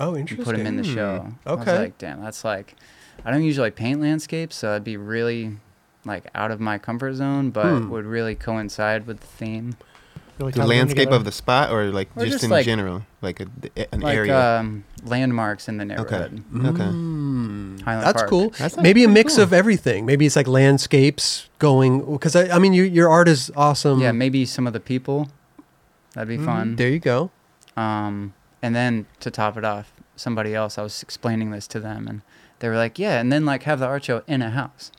[SPEAKER 1] oh,
[SPEAKER 2] and
[SPEAKER 1] interesting.
[SPEAKER 2] put them in the show." I was
[SPEAKER 1] Okay.
[SPEAKER 2] like, "Damn, that's like I don't usually paint landscapes, so I'd be really like out of my comfort zone, but
[SPEAKER 1] Hmm.
[SPEAKER 2] would really coincide with the theme."
[SPEAKER 5] Really
[SPEAKER 4] The
[SPEAKER 5] ties them
[SPEAKER 4] landscape
[SPEAKER 5] together.
[SPEAKER 4] of the spot, or like
[SPEAKER 2] Or
[SPEAKER 4] just,
[SPEAKER 2] just
[SPEAKER 4] in
[SPEAKER 2] like-
[SPEAKER 4] general, like a, an
[SPEAKER 2] Like
[SPEAKER 4] area.
[SPEAKER 2] um, landmarks in the neighborhood.
[SPEAKER 4] okay.
[SPEAKER 1] Mm,
[SPEAKER 2] Highland
[SPEAKER 1] that's
[SPEAKER 2] Park.
[SPEAKER 1] cool.
[SPEAKER 4] That's
[SPEAKER 1] Maybe a
[SPEAKER 4] actually
[SPEAKER 1] mix
[SPEAKER 4] cool.
[SPEAKER 1] of everything. Maybe it's like landscapes going because I, I mean you, your art is awesome.
[SPEAKER 2] Yeah, maybe some of the people. That'd
[SPEAKER 1] Mm,
[SPEAKER 2] be fun.
[SPEAKER 1] There you go.
[SPEAKER 2] Um, and then to top it off, somebody else, I was explaining this to them, and they were like, "Yeah," and then like have the art show in a
[SPEAKER 1] [laughs]
[SPEAKER 2] house.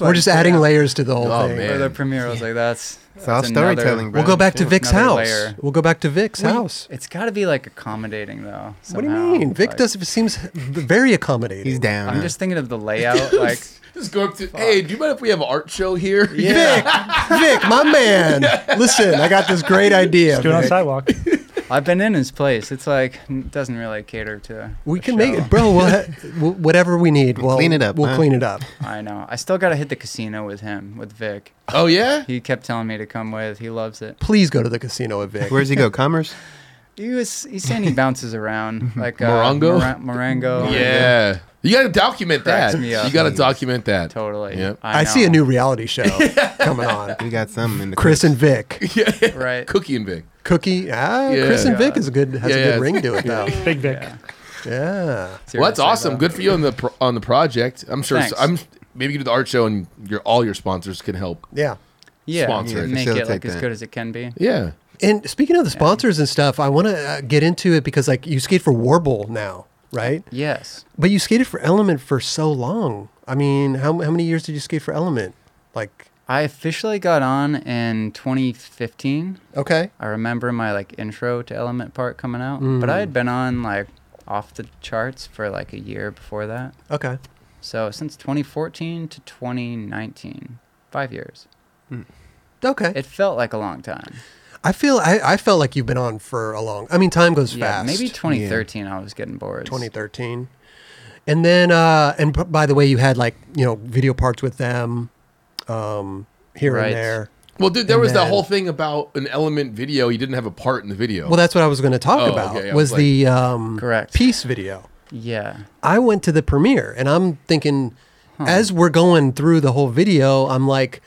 [SPEAKER 1] We're just adding layers to the whole
[SPEAKER 3] Oh,
[SPEAKER 1] thing.
[SPEAKER 3] man.
[SPEAKER 2] Or the premiere I was like, "That's
[SPEAKER 4] It's all
[SPEAKER 2] that's another-
[SPEAKER 4] storytelling, bro.
[SPEAKER 1] We'll go back to
[SPEAKER 4] Yeah.
[SPEAKER 1] Vic's
[SPEAKER 2] Another
[SPEAKER 1] house.
[SPEAKER 2] layer.
[SPEAKER 1] We'll go back to Vic's
[SPEAKER 2] Well, you-
[SPEAKER 1] house.
[SPEAKER 2] It's got to be like accommodating though.
[SPEAKER 1] What do you
[SPEAKER 2] somehow.
[SPEAKER 1] mean? Vic
[SPEAKER 2] Like,
[SPEAKER 1] does seems very accommodating.
[SPEAKER 4] He's down.
[SPEAKER 2] I'm
[SPEAKER 4] huh? [laughs]
[SPEAKER 2] just thinking
[SPEAKER 1] [laughs]
[SPEAKER 2] of the layout. like,
[SPEAKER 3] [laughs] Just go up to. Hey, do you mind if we have an art show here?
[SPEAKER 1] Vic, Vic, my man. Listen, I got this great idea.
[SPEAKER 5] Just do it on
[SPEAKER 1] Vic.
[SPEAKER 5] sidewalk.
[SPEAKER 2] I've been in his place. It's like n- doesn't really cater to.
[SPEAKER 1] We
[SPEAKER 2] a
[SPEAKER 1] can make
[SPEAKER 2] show.
[SPEAKER 1] it, bro. We'll ha- we'll- whatever we need. We'll
[SPEAKER 4] Clean it up,
[SPEAKER 1] We'll
[SPEAKER 4] huh?
[SPEAKER 1] clean it up.
[SPEAKER 2] I know. I still got to hit the casino with him, with Vic.
[SPEAKER 3] Oh yeah.
[SPEAKER 2] He kept telling me to come with. He loves it.
[SPEAKER 1] Please go to the casino with Vic.
[SPEAKER 4] Where does he go? Commerce.
[SPEAKER 2] He was. He's saying he bounces around like uh,
[SPEAKER 3] Morongo?
[SPEAKER 2] Mora- Morango.
[SPEAKER 3] Oh, Yeah. You got to document
[SPEAKER 2] Cracks
[SPEAKER 3] that.
[SPEAKER 2] me up.
[SPEAKER 3] You got to document that.
[SPEAKER 2] Totally.
[SPEAKER 3] Yep.
[SPEAKER 1] I, see a new reality show coming on.
[SPEAKER 4] We got some in the
[SPEAKER 1] Chris and Vic,
[SPEAKER 2] new right.
[SPEAKER 3] Cookie and Vic.
[SPEAKER 1] Cookie. Ah,
[SPEAKER 3] Yeah.
[SPEAKER 1] Chris and
[SPEAKER 2] Yeah.
[SPEAKER 1] Vic is a good has
[SPEAKER 3] Yeah,
[SPEAKER 1] a good
[SPEAKER 3] yeah.
[SPEAKER 1] ring to it though.
[SPEAKER 5] Big Vic.
[SPEAKER 2] Yeah.
[SPEAKER 1] Yeah.
[SPEAKER 2] Seriously,
[SPEAKER 3] Well, that's awesome.
[SPEAKER 2] though.
[SPEAKER 3] Good for you on the pro- on the project. I'm sure.
[SPEAKER 2] Thanks.
[SPEAKER 3] I'm maybe you do the art show and your all your sponsors can help.
[SPEAKER 1] Yeah.
[SPEAKER 2] Yeah.
[SPEAKER 3] sponsor.
[SPEAKER 4] Yeah,
[SPEAKER 2] Make it like
[SPEAKER 4] facilitate
[SPEAKER 2] as
[SPEAKER 4] that.
[SPEAKER 2] good as it can be.
[SPEAKER 3] Yeah.
[SPEAKER 1] And speaking of the sponsors and stuff, I want to uh, get into it because like you skate for Warble now, right?
[SPEAKER 2] Yes.
[SPEAKER 1] But you skated for Element for so long. I mean, how how many years did you skate for Element? Like,
[SPEAKER 2] I officially got on in 2015.
[SPEAKER 1] okay,
[SPEAKER 2] I remember my like intro to Element Park coming out, but I had been on like off the charts for like a year before that.
[SPEAKER 1] okay,
[SPEAKER 2] So since 2014 to 2019, five years.
[SPEAKER 1] okay.
[SPEAKER 2] It felt like a long time.
[SPEAKER 1] I feel I, I felt like you've been on for a long. I mean, time goes
[SPEAKER 2] Yeah.
[SPEAKER 1] fast.
[SPEAKER 2] Maybe 2013, I was getting bored.
[SPEAKER 1] 2013, and then uh, and p- by the way, you had like you know video parts with them, um, here
[SPEAKER 2] Right.
[SPEAKER 1] and there.
[SPEAKER 3] Well, dude, there
[SPEAKER 1] And
[SPEAKER 3] was that
[SPEAKER 1] then-
[SPEAKER 3] whole thing about an element video. You didn't have a part in the video.
[SPEAKER 1] Well, that's what I was going to talk
[SPEAKER 3] Oh,
[SPEAKER 1] about.
[SPEAKER 3] okay, I
[SPEAKER 1] was
[SPEAKER 3] was like-
[SPEAKER 1] the um,
[SPEAKER 2] Correct.
[SPEAKER 1] peace video?
[SPEAKER 2] Yeah.
[SPEAKER 1] I went to the premiere and I'm thinking, as we're going through the whole video, I'm like,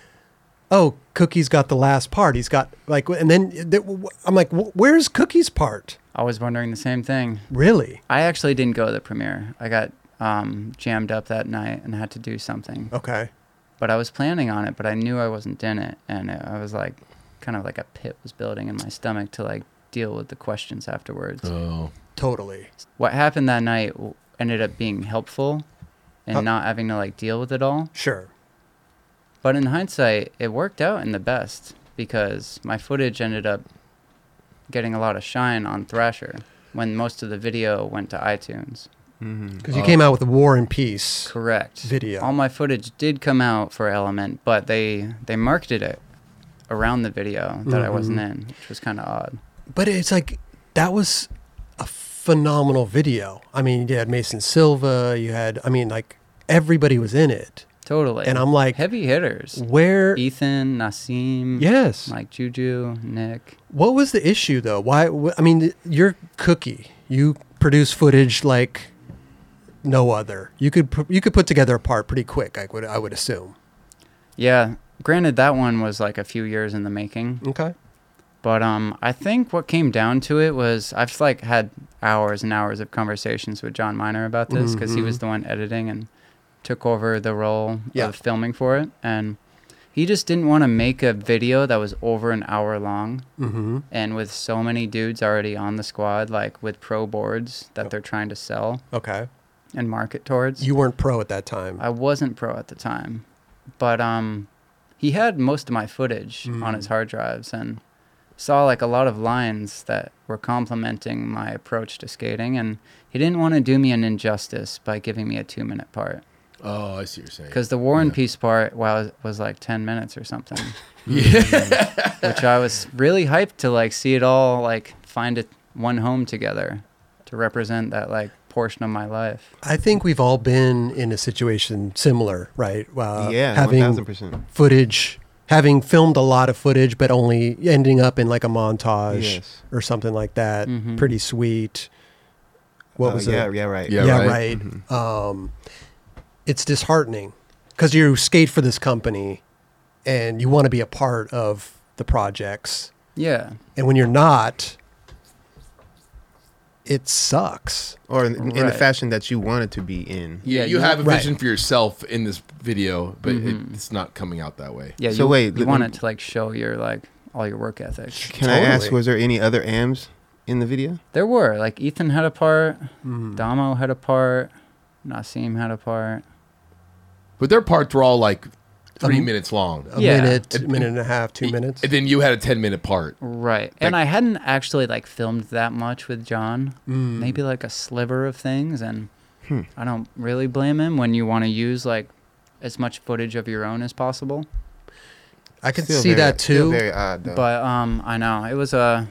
[SPEAKER 1] oh, Cookie's got the last part. He's got like, and then uh, th- I'm like, "Wh- where's Cookie's part?
[SPEAKER 2] I was wondering the same thing.
[SPEAKER 1] Really?
[SPEAKER 2] I actually didn't go to the premiere. I got um, jammed up that night and had to do something.
[SPEAKER 1] Okay.
[SPEAKER 2] But I was planning on it, but I knew I wasn't in it, and it, I was like, kind of like a pit was building in my stomach to like deal with the questions afterwards.
[SPEAKER 3] Oh,
[SPEAKER 1] Totally.
[SPEAKER 2] What happened that night w- ended up being helpful, and
[SPEAKER 1] Oh.
[SPEAKER 2] not having to like deal with it all.
[SPEAKER 1] Sure.
[SPEAKER 2] But in hindsight, it worked out in the best because my footage ended up getting a lot of shine on Thrasher when most of the video went to iTunes.
[SPEAKER 4] mm-hmm.
[SPEAKER 1] Because you came out with the War and Peace.
[SPEAKER 2] Correct.
[SPEAKER 1] Video.
[SPEAKER 2] All my footage did come out for Element, but they they marketed it around the video that I wasn't
[SPEAKER 1] Mm-hmm.
[SPEAKER 2] in, which was kind of odd.
[SPEAKER 1] But it's like, that was a phenomenal video. I mean, you had Mason Silva, you had, I mean, like, everybody was in it.
[SPEAKER 2] Totally.
[SPEAKER 1] And I'm like,
[SPEAKER 2] heavy hitters.
[SPEAKER 1] where?
[SPEAKER 2] Ethan, Nassim,
[SPEAKER 1] Yes.
[SPEAKER 2] like Juju, Nick.
[SPEAKER 1] What was the issue though? Why? wh- I mean, you're Cookie. You produce footage like no other. You could pr- you could put together a part pretty quick. I would I would assume.
[SPEAKER 2] Yeah, granted that one was like a few years in the making.
[SPEAKER 1] Okay.
[SPEAKER 2] But um, I think what came down to it was I've like had hours and hours of conversations with John Miner about this because he was the one editing and took over the role
[SPEAKER 1] Yeah.
[SPEAKER 2] of filming for it, and he just didn't want to make a video that was over an hour long
[SPEAKER 1] Mm-hmm.
[SPEAKER 2] and with so many dudes already on the squad, like with pro boards that they're trying to sell
[SPEAKER 1] Okay.
[SPEAKER 2] and market towards.
[SPEAKER 1] You weren't pro at that time.
[SPEAKER 2] I wasn't pro at the time, but um, he had most of my footage
[SPEAKER 4] Mm.
[SPEAKER 2] on his hard drives and saw like a lot of lines that were complimenting my approach to skating, and he didn't want to do me an injustice by giving me a two-minute part
[SPEAKER 3] oh, I see what you're saying.
[SPEAKER 2] because the War and
[SPEAKER 3] Yeah.
[SPEAKER 2] Peace part was, was like ten minutes or something,
[SPEAKER 3] [laughs] yeah,
[SPEAKER 2] which I was really hyped to like see it all like find it one home together to represent that like portion of my life.
[SPEAKER 1] I think we've all been in a situation similar, right? Uh,
[SPEAKER 4] yeah,
[SPEAKER 1] Having
[SPEAKER 4] 1000%.
[SPEAKER 1] footage, having filmed a lot of footage, but only ending up in like a montage
[SPEAKER 4] Yes.
[SPEAKER 1] or something like that.
[SPEAKER 2] Mhm.
[SPEAKER 1] Pretty sweet. What
[SPEAKER 4] Oh,
[SPEAKER 1] was
[SPEAKER 4] yeah,
[SPEAKER 1] it?
[SPEAKER 4] Yeah, right. Mm-hmm.
[SPEAKER 3] Yeah,
[SPEAKER 1] yeah,
[SPEAKER 3] right.
[SPEAKER 1] right. Um, it's disheartening because you skate for this company and you want to be a part of the projects,
[SPEAKER 2] Yeah,
[SPEAKER 1] and when you're not, it sucks.
[SPEAKER 4] Or in, in the
[SPEAKER 2] Right.
[SPEAKER 4] fashion that you wanted to be in.
[SPEAKER 3] yeah. You
[SPEAKER 2] you-
[SPEAKER 3] have a
[SPEAKER 1] right.
[SPEAKER 3] vision for yourself in this video, but it, it's not coming out that way.
[SPEAKER 2] yeah.
[SPEAKER 4] So
[SPEAKER 2] you,
[SPEAKER 4] wait,
[SPEAKER 2] you
[SPEAKER 4] let
[SPEAKER 2] want
[SPEAKER 4] me-
[SPEAKER 2] it to like show your like all your work ethic.
[SPEAKER 4] Can I ask,
[SPEAKER 1] Totally.
[SPEAKER 4] was there any other AMs in the video?
[SPEAKER 2] There were like Ethan had a part, Damo had a part, Nassim had a part.
[SPEAKER 3] But their parts were all like three
[SPEAKER 1] Um,
[SPEAKER 3] minutes long,
[SPEAKER 1] A
[SPEAKER 2] Yeah.
[SPEAKER 1] minute,
[SPEAKER 3] It-
[SPEAKER 1] minute and a half, two minutes.
[SPEAKER 3] and then you had a ten minute part.
[SPEAKER 2] Right. And I hadn't actually like filmed that much with John. Maybe like a sliver of things and I don't really blame him when you want to use like as much footage of your own as possible.
[SPEAKER 1] I could
[SPEAKER 4] Still
[SPEAKER 1] see
[SPEAKER 4] very-
[SPEAKER 1] that
[SPEAKER 4] Still
[SPEAKER 1] too.
[SPEAKER 4] very odd though.
[SPEAKER 2] But um I know it was a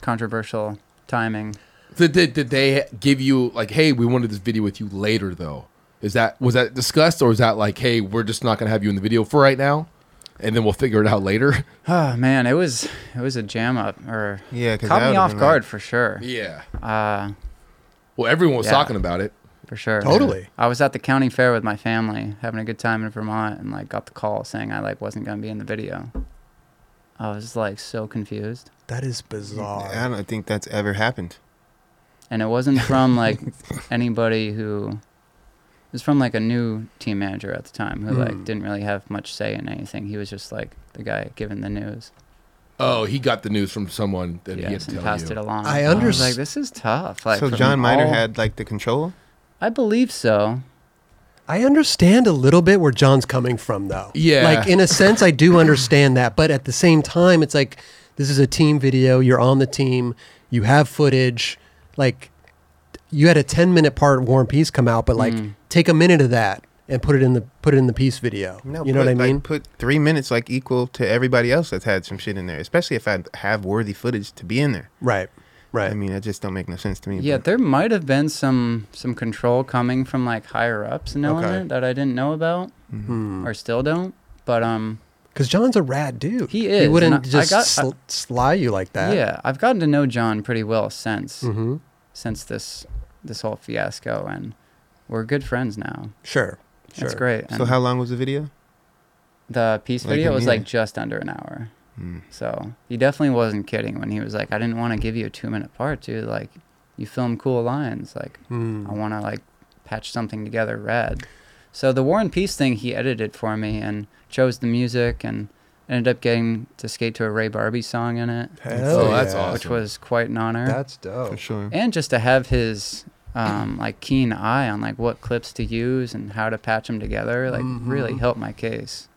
[SPEAKER 2] controversial timing. [sighs]
[SPEAKER 3] Did, did, did they give you like, hey, we wanted this video with you later though? Is that was that discussed or was that like, hey, we're just not gonna have you in the video for right now, and then we'll figure it out later? [laughs]
[SPEAKER 2] Oh man, it was it was a jam up or
[SPEAKER 4] yeah, because
[SPEAKER 2] caught me off guard for sure.
[SPEAKER 3] Yeah.
[SPEAKER 2] Uh
[SPEAKER 3] Well, everyone was
[SPEAKER 2] Yeah.
[SPEAKER 3] talking about it.
[SPEAKER 2] for sure.
[SPEAKER 1] Totally.
[SPEAKER 2] I was at the county fair with my family, having a good time in Vermont, and like got the call saying I like wasn't gonna be in the video. I was like so confused,
[SPEAKER 1] That is bizarre.
[SPEAKER 4] I don't think that's ever happened.
[SPEAKER 2] and it wasn't from
[SPEAKER 1] [laughs]
[SPEAKER 2] like anybody who. It was from like a new team manager at the time who
[SPEAKER 1] Hmm.
[SPEAKER 2] like didn't really have much say in anything. He was just like the guy giving the news.
[SPEAKER 3] Oh, he got the news from someone that he had
[SPEAKER 2] Yes,
[SPEAKER 3] to
[SPEAKER 2] and
[SPEAKER 3] tell
[SPEAKER 2] passed
[SPEAKER 3] you.
[SPEAKER 2] it along.
[SPEAKER 1] I
[SPEAKER 2] And was
[SPEAKER 1] underst-
[SPEAKER 2] like this is tough. Like
[SPEAKER 4] so
[SPEAKER 2] from
[SPEAKER 4] John Miner
[SPEAKER 2] all-
[SPEAKER 4] had like the control.
[SPEAKER 2] I believe so.
[SPEAKER 1] I understand a little bit where John's coming from, though.
[SPEAKER 3] Yeah.
[SPEAKER 1] Like, in a sense, I do understand that. But at the same time, it's like, this is a team video. You're on the team. You have footage. Like, you had a 10 minute part of War and Peace come out, but like,
[SPEAKER 2] Mm. Hmm.
[SPEAKER 1] take a minute of that and put it in the put it in the peace video. you know
[SPEAKER 4] put,
[SPEAKER 1] what I mean?
[SPEAKER 4] Like, put three minutes like equal to everybody else that's had some shit in there, especially if I have worthy footage to be in there.
[SPEAKER 1] right. Right.
[SPEAKER 4] I mean, that just don't make no sense to me.
[SPEAKER 2] Yeah,
[SPEAKER 4] but-
[SPEAKER 2] there might have been some some control coming from like higher ups in Element that I didn't know about
[SPEAKER 4] Mm.
[SPEAKER 2] or still don't. But um,
[SPEAKER 1] Because Hmm. John's a rad dude.
[SPEAKER 2] He is,
[SPEAKER 1] He
[SPEAKER 2] and
[SPEAKER 1] wouldn't
[SPEAKER 2] I- I
[SPEAKER 1] just
[SPEAKER 2] got-
[SPEAKER 1] sl- sly you like that.
[SPEAKER 4] Mm.
[SPEAKER 2] yeah, I've gotten to know John pretty well since
[SPEAKER 1] hmm
[SPEAKER 2] since this this whole fiasco, and we're good friends now.
[SPEAKER 1] Sure. Sure.
[SPEAKER 2] That's great.
[SPEAKER 4] So
[SPEAKER 2] And
[SPEAKER 4] how long was the video?
[SPEAKER 2] the peace
[SPEAKER 4] Like
[SPEAKER 2] video
[SPEAKER 4] a
[SPEAKER 2] was like
[SPEAKER 4] minute.
[SPEAKER 2] just under an hour.
[SPEAKER 4] Hmm.
[SPEAKER 2] So he definitely wasn't kidding when he was like, I didn't want to give you a two minute part, dude. Like, you film cool lines. Like,
[SPEAKER 1] Hmm.
[SPEAKER 2] I want to like patch something together red. So the War and Peace thing he edited for me and chose the music and ended up getting to skate to a Ray Barbie song in it,
[SPEAKER 1] Hell
[SPEAKER 3] oh, that's
[SPEAKER 1] yeah.
[SPEAKER 3] awesome.
[SPEAKER 2] which was quite an honor.
[SPEAKER 1] That's dope.
[SPEAKER 4] For sure.
[SPEAKER 2] and just to have his um, like keen eye on like what clips to use and how to patch them together, like
[SPEAKER 3] Mm-hmm.
[SPEAKER 2] really helped my case.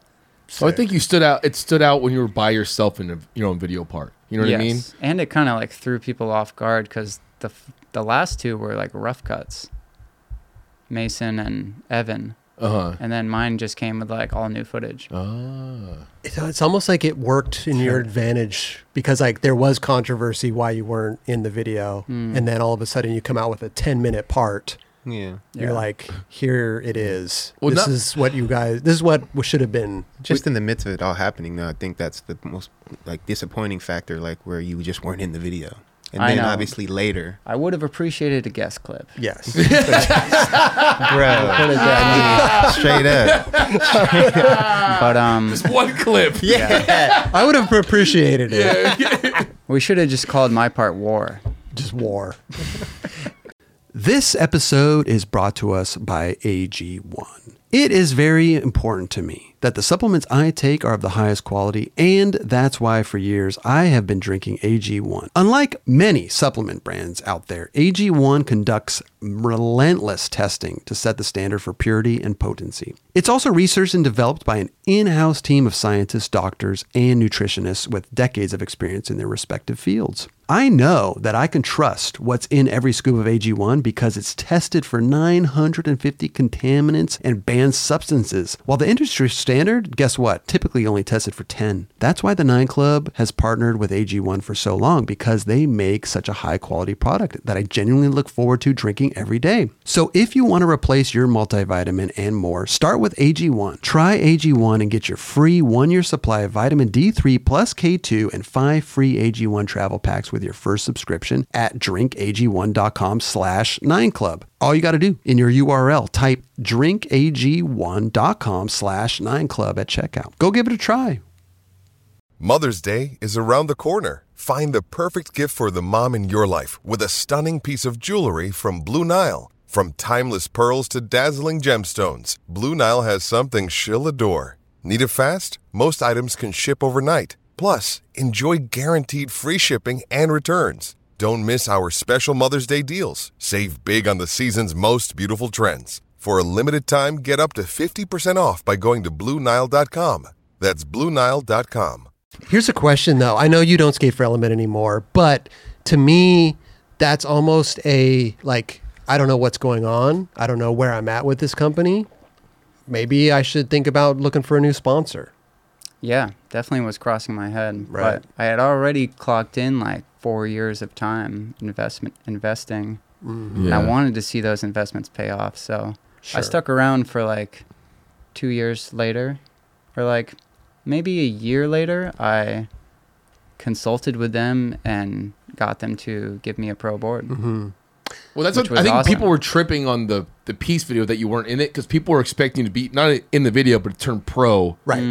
[SPEAKER 3] So I think you stood out. It stood out when you were by yourself in a, your own video part. You know what I mean?
[SPEAKER 2] Yes. And it kind of like threw people off guard because the f- the last two were like rough cuts, Mason and Evan,
[SPEAKER 3] Uh huh.
[SPEAKER 2] and then mine just came with like all new footage. Mm-hmm.
[SPEAKER 3] Ah.
[SPEAKER 1] It's, it's almost like it worked in your advantage because like there was controversy why you weren't in the video, and then all of a sudden you come out with a ten minute part.
[SPEAKER 4] Yeah.
[SPEAKER 1] You're
[SPEAKER 2] Yeah.
[SPEAKER 1] like, here it is.
[SPEAKER 3] Well,
[SPEAKER 1] this
[SPEAKER 3] not-
[SPEAKER 1] is what you guys. This is what should have been.
[SPEAKER 4] Just in the midst of it all happening, though, I think that's the most like disappointing factor, like where you just weren't in the video, and
[SPEAKER 2] I
[SPEAKER 4] then
[SPEAKER 2] know.
[SPEAKER 4] obviously later,
[SPEAKER 2] I would have appreciated a guest clip.
[SPEAKER 1] Yes.
[SPEAKER 4] bro, straight up. [laughs]
[SPEAKER 2] But um,
[SPEAKER 3] One clip. Yeah.
[SPEAKER 1] I would have appreciated it.
[SPEAKER 2] we should have just called my part war.
[SPEAKER 1] Just war. This episode is brought to us by AG1. It is very important to me that the supplements I take are of the highest quality, and that's why for years I have been drinking AG1. Unlike many supplement brands out there, AG1 conducts relentless testing to set the standard for purity and potency. It's also researched and developed by an in house team of scientists, doctors, and nutritionists with decades of experience in their respective fields. I know that I can trust what's in every scoop of AG1 because it's tested for 950 contaminants and banned substances. While the industry standard, guess what, typically only tested for 10. That's why the 9 Club has partnered with AG1 for so long because they make such a high quality product that I genuinely look forward to drinking every day. So if you want to replace your multivitamin and more, start with AG1. Try AG1 and get your free one year supply of vitamin D3 plus K2 and five free AG1 travel packs with your first subscription at drinkag1.com slash 9club. All you got to do in your URL, type drinkag1.com slash 9club at checkout. Go give it a try.
[SPEAKER 5] Mother's Day is around the corner. Find the perfect gift for the mom in your life with a stunning piece of jewelry from Blue Nile. From timeless pearls to dazzling gemstones, Blue Nile has something she'll adore. Need it fast? Most items can ship overnight. Plus, enjoy guaranteed free shipping and returns. Don't miss our special Mother's Day deals. Save big on the season's most beautiful trends. For a limited time, get up to 50% off by going to BlueNile.com. That's BlueNile.com.
[SPEAKER 1] Here's a question though. I know you don't skate for Element anymore, but to me, that's almost a like I don't know what's going on. I don't know where I'm at with this company. Maybe I should think about looking for a new sponsor.
[SPEAKER 2] Yeah, definitely was crossing my head.
[SPEAKER 1] Right.
[SPEAKER 2] But I had already clocked in like four years of time investment investing. And I wanted to see those investments pay off. So I
[SPEAKER 1] Sure.
[SPEAKER 2] stuck around for like two years later, or like maybe a year later, I consulted with them and got them to give me a pro board.
[SPEAKER 1] Mm-hmm.
[SPEAKER 3] Well, that's
[SPEAKER 2] Which
[SPEAKER 3] what I
[SPEAKER 2] was
[SPEAKER 3] think
[SPEAKER 2] awesome.
[SPEAKER 3] people were tripping on the the piece video that you weren't in it because people were expecting you to be not in the video but to turn pro
[SPEAKER 1] Right.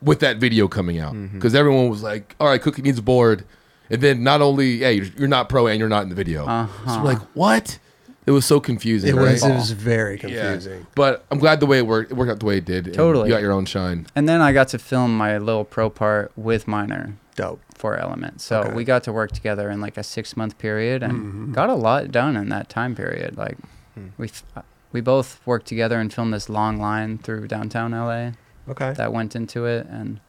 [SPEAKER 3] with that video coming out
[SPEAKER 1] Mm-hmm.
[SPEAKER 3] because everyone was like, "All right, Cookie needs a board," and then not only yeah, you're, you're not pro and you're not in the video. So we're like what? It was so confusing.
[SPEAKER 1] Uh-huh. It
[SPEAKER 3] right?
[SPEAKER 1] was it was very
[SPEAKER 3] Yeah.
[SPEAKER 1] confusing.
[SPEAKER 3] But I'm glad the way it worked. It worked out the way it did. and
[SPEAKER 2] Totally.
[SPEAKER 3] you got your own shine.
[SPEAKER 2] And then I got to film my little pro part with minor.
[SPEAKER 1] Dope.
[SPEAKER 2] for Element. So
[SPEAKER 1] Okay. Mm-hmm,
[SPEAKER 2] we got to work together in like a six month period and got a lot done in that time period. Like
[SPEAKER 1] Hmm.
[SPEAKER 2] we f- uh, we both worked together and filmed this long line through downtown LA
[SPEAKER 1] Okay.
[SPEAKER 2] that went into it and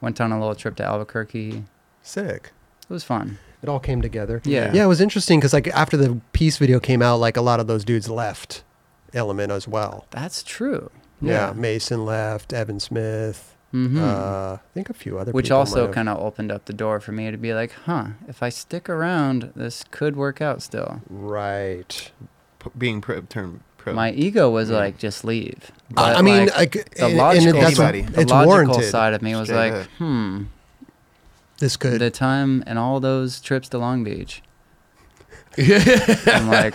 [SPEAKER 2] went on a little trip to Albuquerque.
[SPEAKER 1] Sick.
[SPEAKER 2] It was fun.
[SPEAKER 1] It all came together.
[SPEAKER 2] Yeah.
[SPEAKER 1] Yeah, it was interesting because like after the piece video came out, like a lot of those dudes left Element as well.
[SPEAKER 2] That's true.
[SPEAKER 1] Yeah. Mason left, Evan Smith,
[SPEAKER 2] Mhm.
[SPEAKER 1] uh, I think a few other
[SPEAKER 2] Which
[SPEAKER 1] people
[SPEAKER 2] also
[SPEAKER 1] might have-
[SPEAKER 2] kind of opened up the door for me to be like, huh, if I stick around, this could work out still.
[SPEAKER 1] right.
[SPEAKER 4] P- Being pro, term pro.
[SPEAKER 2] My ego was like, just leave.
[SPEAKER 1] I-
[SPEAKER 2] But,
[SPEAKER 1] I mean,
[SPEAKER 2] like,
[SPEAKER 1] like,
[SPEAKER 2] the
[SPEAKER 1] and- and
[SPEAKER 2] logical,
[SPEAKER 1] that's
[SPEAKER 4] what-
[SPEAKER 2] the
[SPEAKER 1] it's
[SPEAKER 2] logical
[SPEAKER 1] warranted.
[SPEAKER 2] side of me was
[SPEAKER 4] Straight
[SPEAKER 2] like,
[SPEAKER 4] up.
[SPEAKER 2] hmm,
[SPEAKER 1] This could [laughs]
[SPEAKER 2] the time and all those trips to Long Beach. I'm like,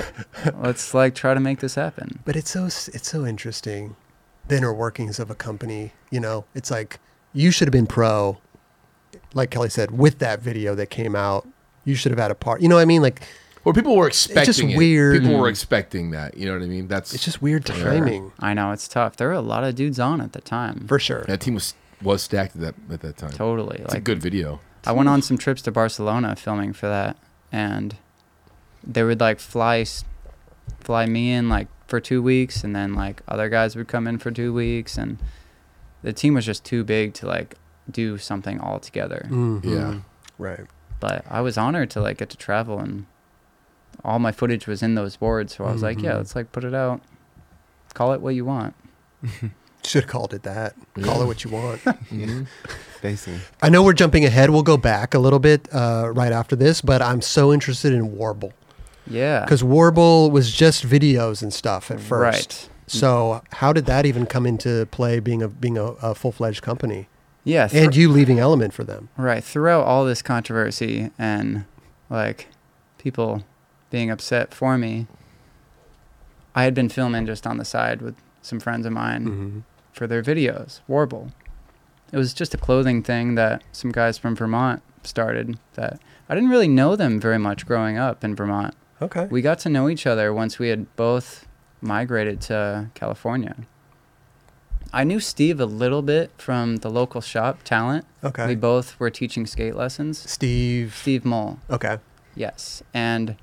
[SPEAKER 2] let's like try to make this happen.
[SPEAKER 1] But it's so it's so interesting, the inner workings of a company. You know, it's like you should have been pro, like Kelly said, with that video that came out. You should have had a part. You know what I mean? Like
[SPEAKER 3] Or people were expecting it.
[SPEAKER 1] weird.
[SPEAKER 3] People were expecting that. You know what I mean? That's
[SPEAKER 1] it's just weird timing
[SPEAKER 2] I know it's tough. There were a lot of dudes on at the time.
[SPEAKER 1] for sure.
[SPEAKER 3] that team was was stacked at that at that time.
[SPEAKER 2] totally.
[SPEAKER 3] It's a
[SPEAKER 2] like
[SPEAKER 3] good video.
[SPEAKER 2] I went on some trips to Barcelona filming for that, and they would like fly, s- fly me in like for two weeks, and then like other guys would come in for two weeks, and the team was just too big to like do something all together.
[SPEAKER 3] Yeah.
[SPEAKER 1] Mm-hmm. Right.
[SPEAKER 2] But I was honored to like get to travel, and all my footage was in those boards, so I was
[SPEAKER 1] Mm-hmm.
[SPEAKER 2] like, yeah, let's like put it out, call it what you want.
[SPEAKER 1] Should have called it that. Call it what you want. Mm-hmm.
[SPEAKER 4] Basically.
[SPEAKER 1] I know we're jumping ahead. We'll go back a little bit uh, right after this, but I'm so interested in Warble
[SPEAKER 2] Yeah,
[SPEAKER 1] because Warble was just videos and stuff at first.
[SPEAKER 2] Right.
[SPEAKER 1] So how did that even come into play? Being a being a, a full fledged company
[SPEAKER 2] yeah, thr-
[SPEAKER 1] and you leaving Element for them.
[SPEAKER 2] Right. Throughout all this controversy and like people being upset for me, I had been filming just on the side with some friends of mine
[SPEAKER 1] Mm.
[SPEAKER 2] for their videos, Warble. It was just a clothing thing that some guys from Vermont started that I didn't really know them very much growing up in Vermont.
[SPEAKER 1] Okay.
[SPEAKER 2] We got to know each other once we had both migrated to California. I knew Steve a little bit from the local shop, Talent.
[SPEAKER 1] Okay.
[SPEAKER 2] We both were teaching skate lessons.
[SPEAKER 1] Steve.
[SPEAKER 2] Steve Mole,
[SPEAKER 1] Okay.
[SPEAKER 2] yes. And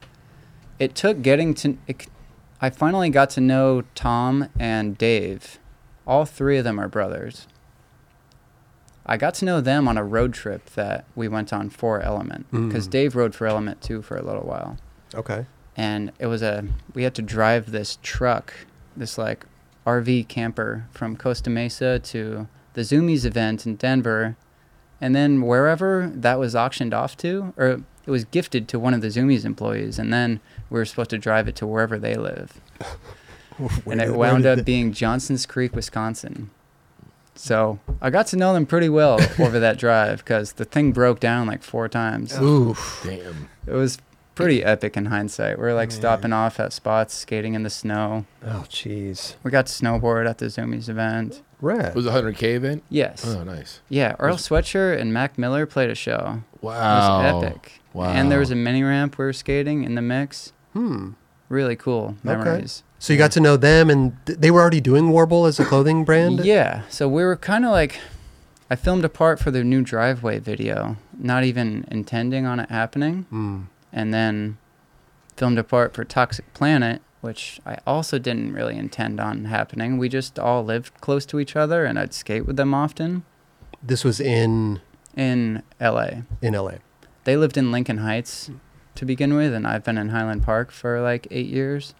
[SPEAKER 2] it took getting to. It, I finally got to know Tom and Dave. All three of them are brothers. I got to know them on a road trip that we went on for Element because Dave rode for Element too for a little while
[SPEAKER 1] Okay.
[SPEAKER 2] and it was a we had to drive this truck this like rv camper from costa mesa to the zoomies event in denver and then wherever that was auctioned off to or it was gifted to one of the zoomies employees and then we were supposed to drive it to wherever they live and it wound up being johnson's creek wisconsin so i got to know them pretty well over that drive because the thing broke down like four times
[SPEAKER 1] Oof.
[SPEAKER 3] [laughs] Damn.
[SPEAKER 2] it was pretty epic in hindsight. We were like stopping off at spots, skating in the snow.
[SPEAKER 1] Oh, jeez.
[SPEAKER 2] We got to snowboard at the Zoomies event.
[SPEAKER 1] Red.
[SPEAKER 3] It was a 100K event?
[SPEAKER 2] Yes.
[SPEAKER 3] Oh, nice.
[SPEAKER 2] Yeah, Earl Sweatshirt and Mac Miller played a show.
[SPEAKER 3] Wow.
[SPEAKER 2] It was epic.
[SPEAKER 3] Oh, Wow.
[SPEAKER 2] And there was a mini ramp we were skating in the mix.
[SPEAKER 1] Hmm.
[SPEAKER 2] Really cool memories.
[SPEAKER 1] So you got to know them, and th- they were already doing Warble as a clothing brand.
[SPEAKER 2] Yeah. So we were kind of like, I filmed a part for their new driveway video, not even intending on it happening.
[SPEAKER 1] Mm.
[SPEAKER 2] and then filmed a part for Toxic Planet, which I also didn't really intend on happening. We just all lived close to each other, and I'd skate with them often
[SPEAKER 1] This was in
[SPEAKER 2] in LA.
[SPEAKER 1] in LA.
[SPEAKER 2] They lived in Lincoln Heights to begin with, and I've been in Highland Park for like eight years.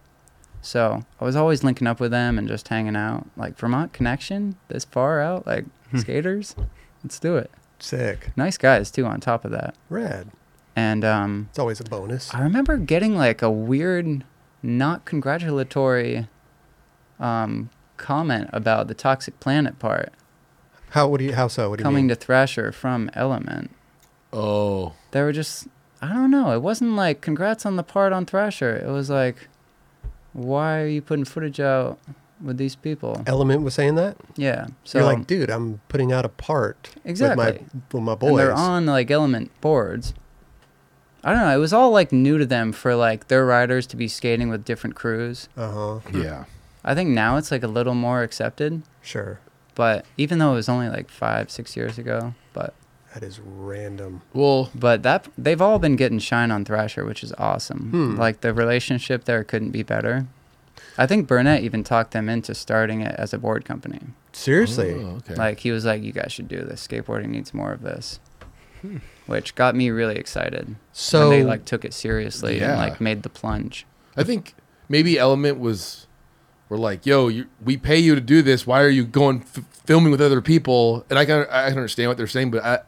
[SPEAKER 2] So I was always linking up with them and just hanging out. Like Vermont Connection, this far out, like skaters, let's do it.
[SPEAKER 1] Sick.
[SPEAKER 2] Nice guys, too, on top of that.
[SPEAKER 1] Red.
[SPEAKER 2] And um,
[SPEAKER 1] It's always a bonus.
[SPEAKER 2] I remember getting like a weird, not congratulatory um, comment about the Toxic Planet part
[SPEAKER 1] How? What do you? How so? What do you
[SPEAKER 2] coming
[SPEAKER 1] mean?
[SPEAKER 2] to Thrasher from Element.
[SPEAKER 3] Oh.
[SPEAKER 2] They were just, I don't know, it wasn't like congrats on the part on Thrasher. It was like, why are you putting footage out with these people?
[SPEAKER 1] Element was saying that.
[SPEAKER 2] Yeah. So
[SPEAKER 1] You're like, dude, I'm putting out a part
[SPEAKER 2] Exactly.
[SPEAKER 1] with my with my boys.
[SPEAKER 2] and they're on like Element boards. I don't know. It was all like new to them for like their riders to be skating with different crews.
[SPEAKER 1] Uh huh.
[SPEAKER 3] Yeah.
[SPEAKER 2] I think now it's like a little more accepted,
[SPEAKER 1] Sure.
[SPEAKER 2] but even though it was only like five, six years ago, but
[SPEAKER 1] That is random.
[SPEAKER 3] Well,
[SPEAKER 2] but that they've all been getting shine on Thrasher, which is awesome. Like the relationship there couldn't be better. I think Burnett even talked them into starting it as a board company.
[SPEAKER 1] Seriously.
[SPEAKER 3] Oh, okay.
[SPEAKER 2] Like he was like, "You guys should do this. Skateboarding needs more of this," which got me really excited.
[SPEAKER 1] So-
[SPEAKER 2] when they like took it seriously
[SPEAKER 3] Yeah.
[SPEAKER 2] and like made the plunge.
[SPEAKER 3] I think maybe Element was, we're like, yo, you, we pay you to do this. Why are you going f- filming with other people? And I can I can understand what they're saying, but I,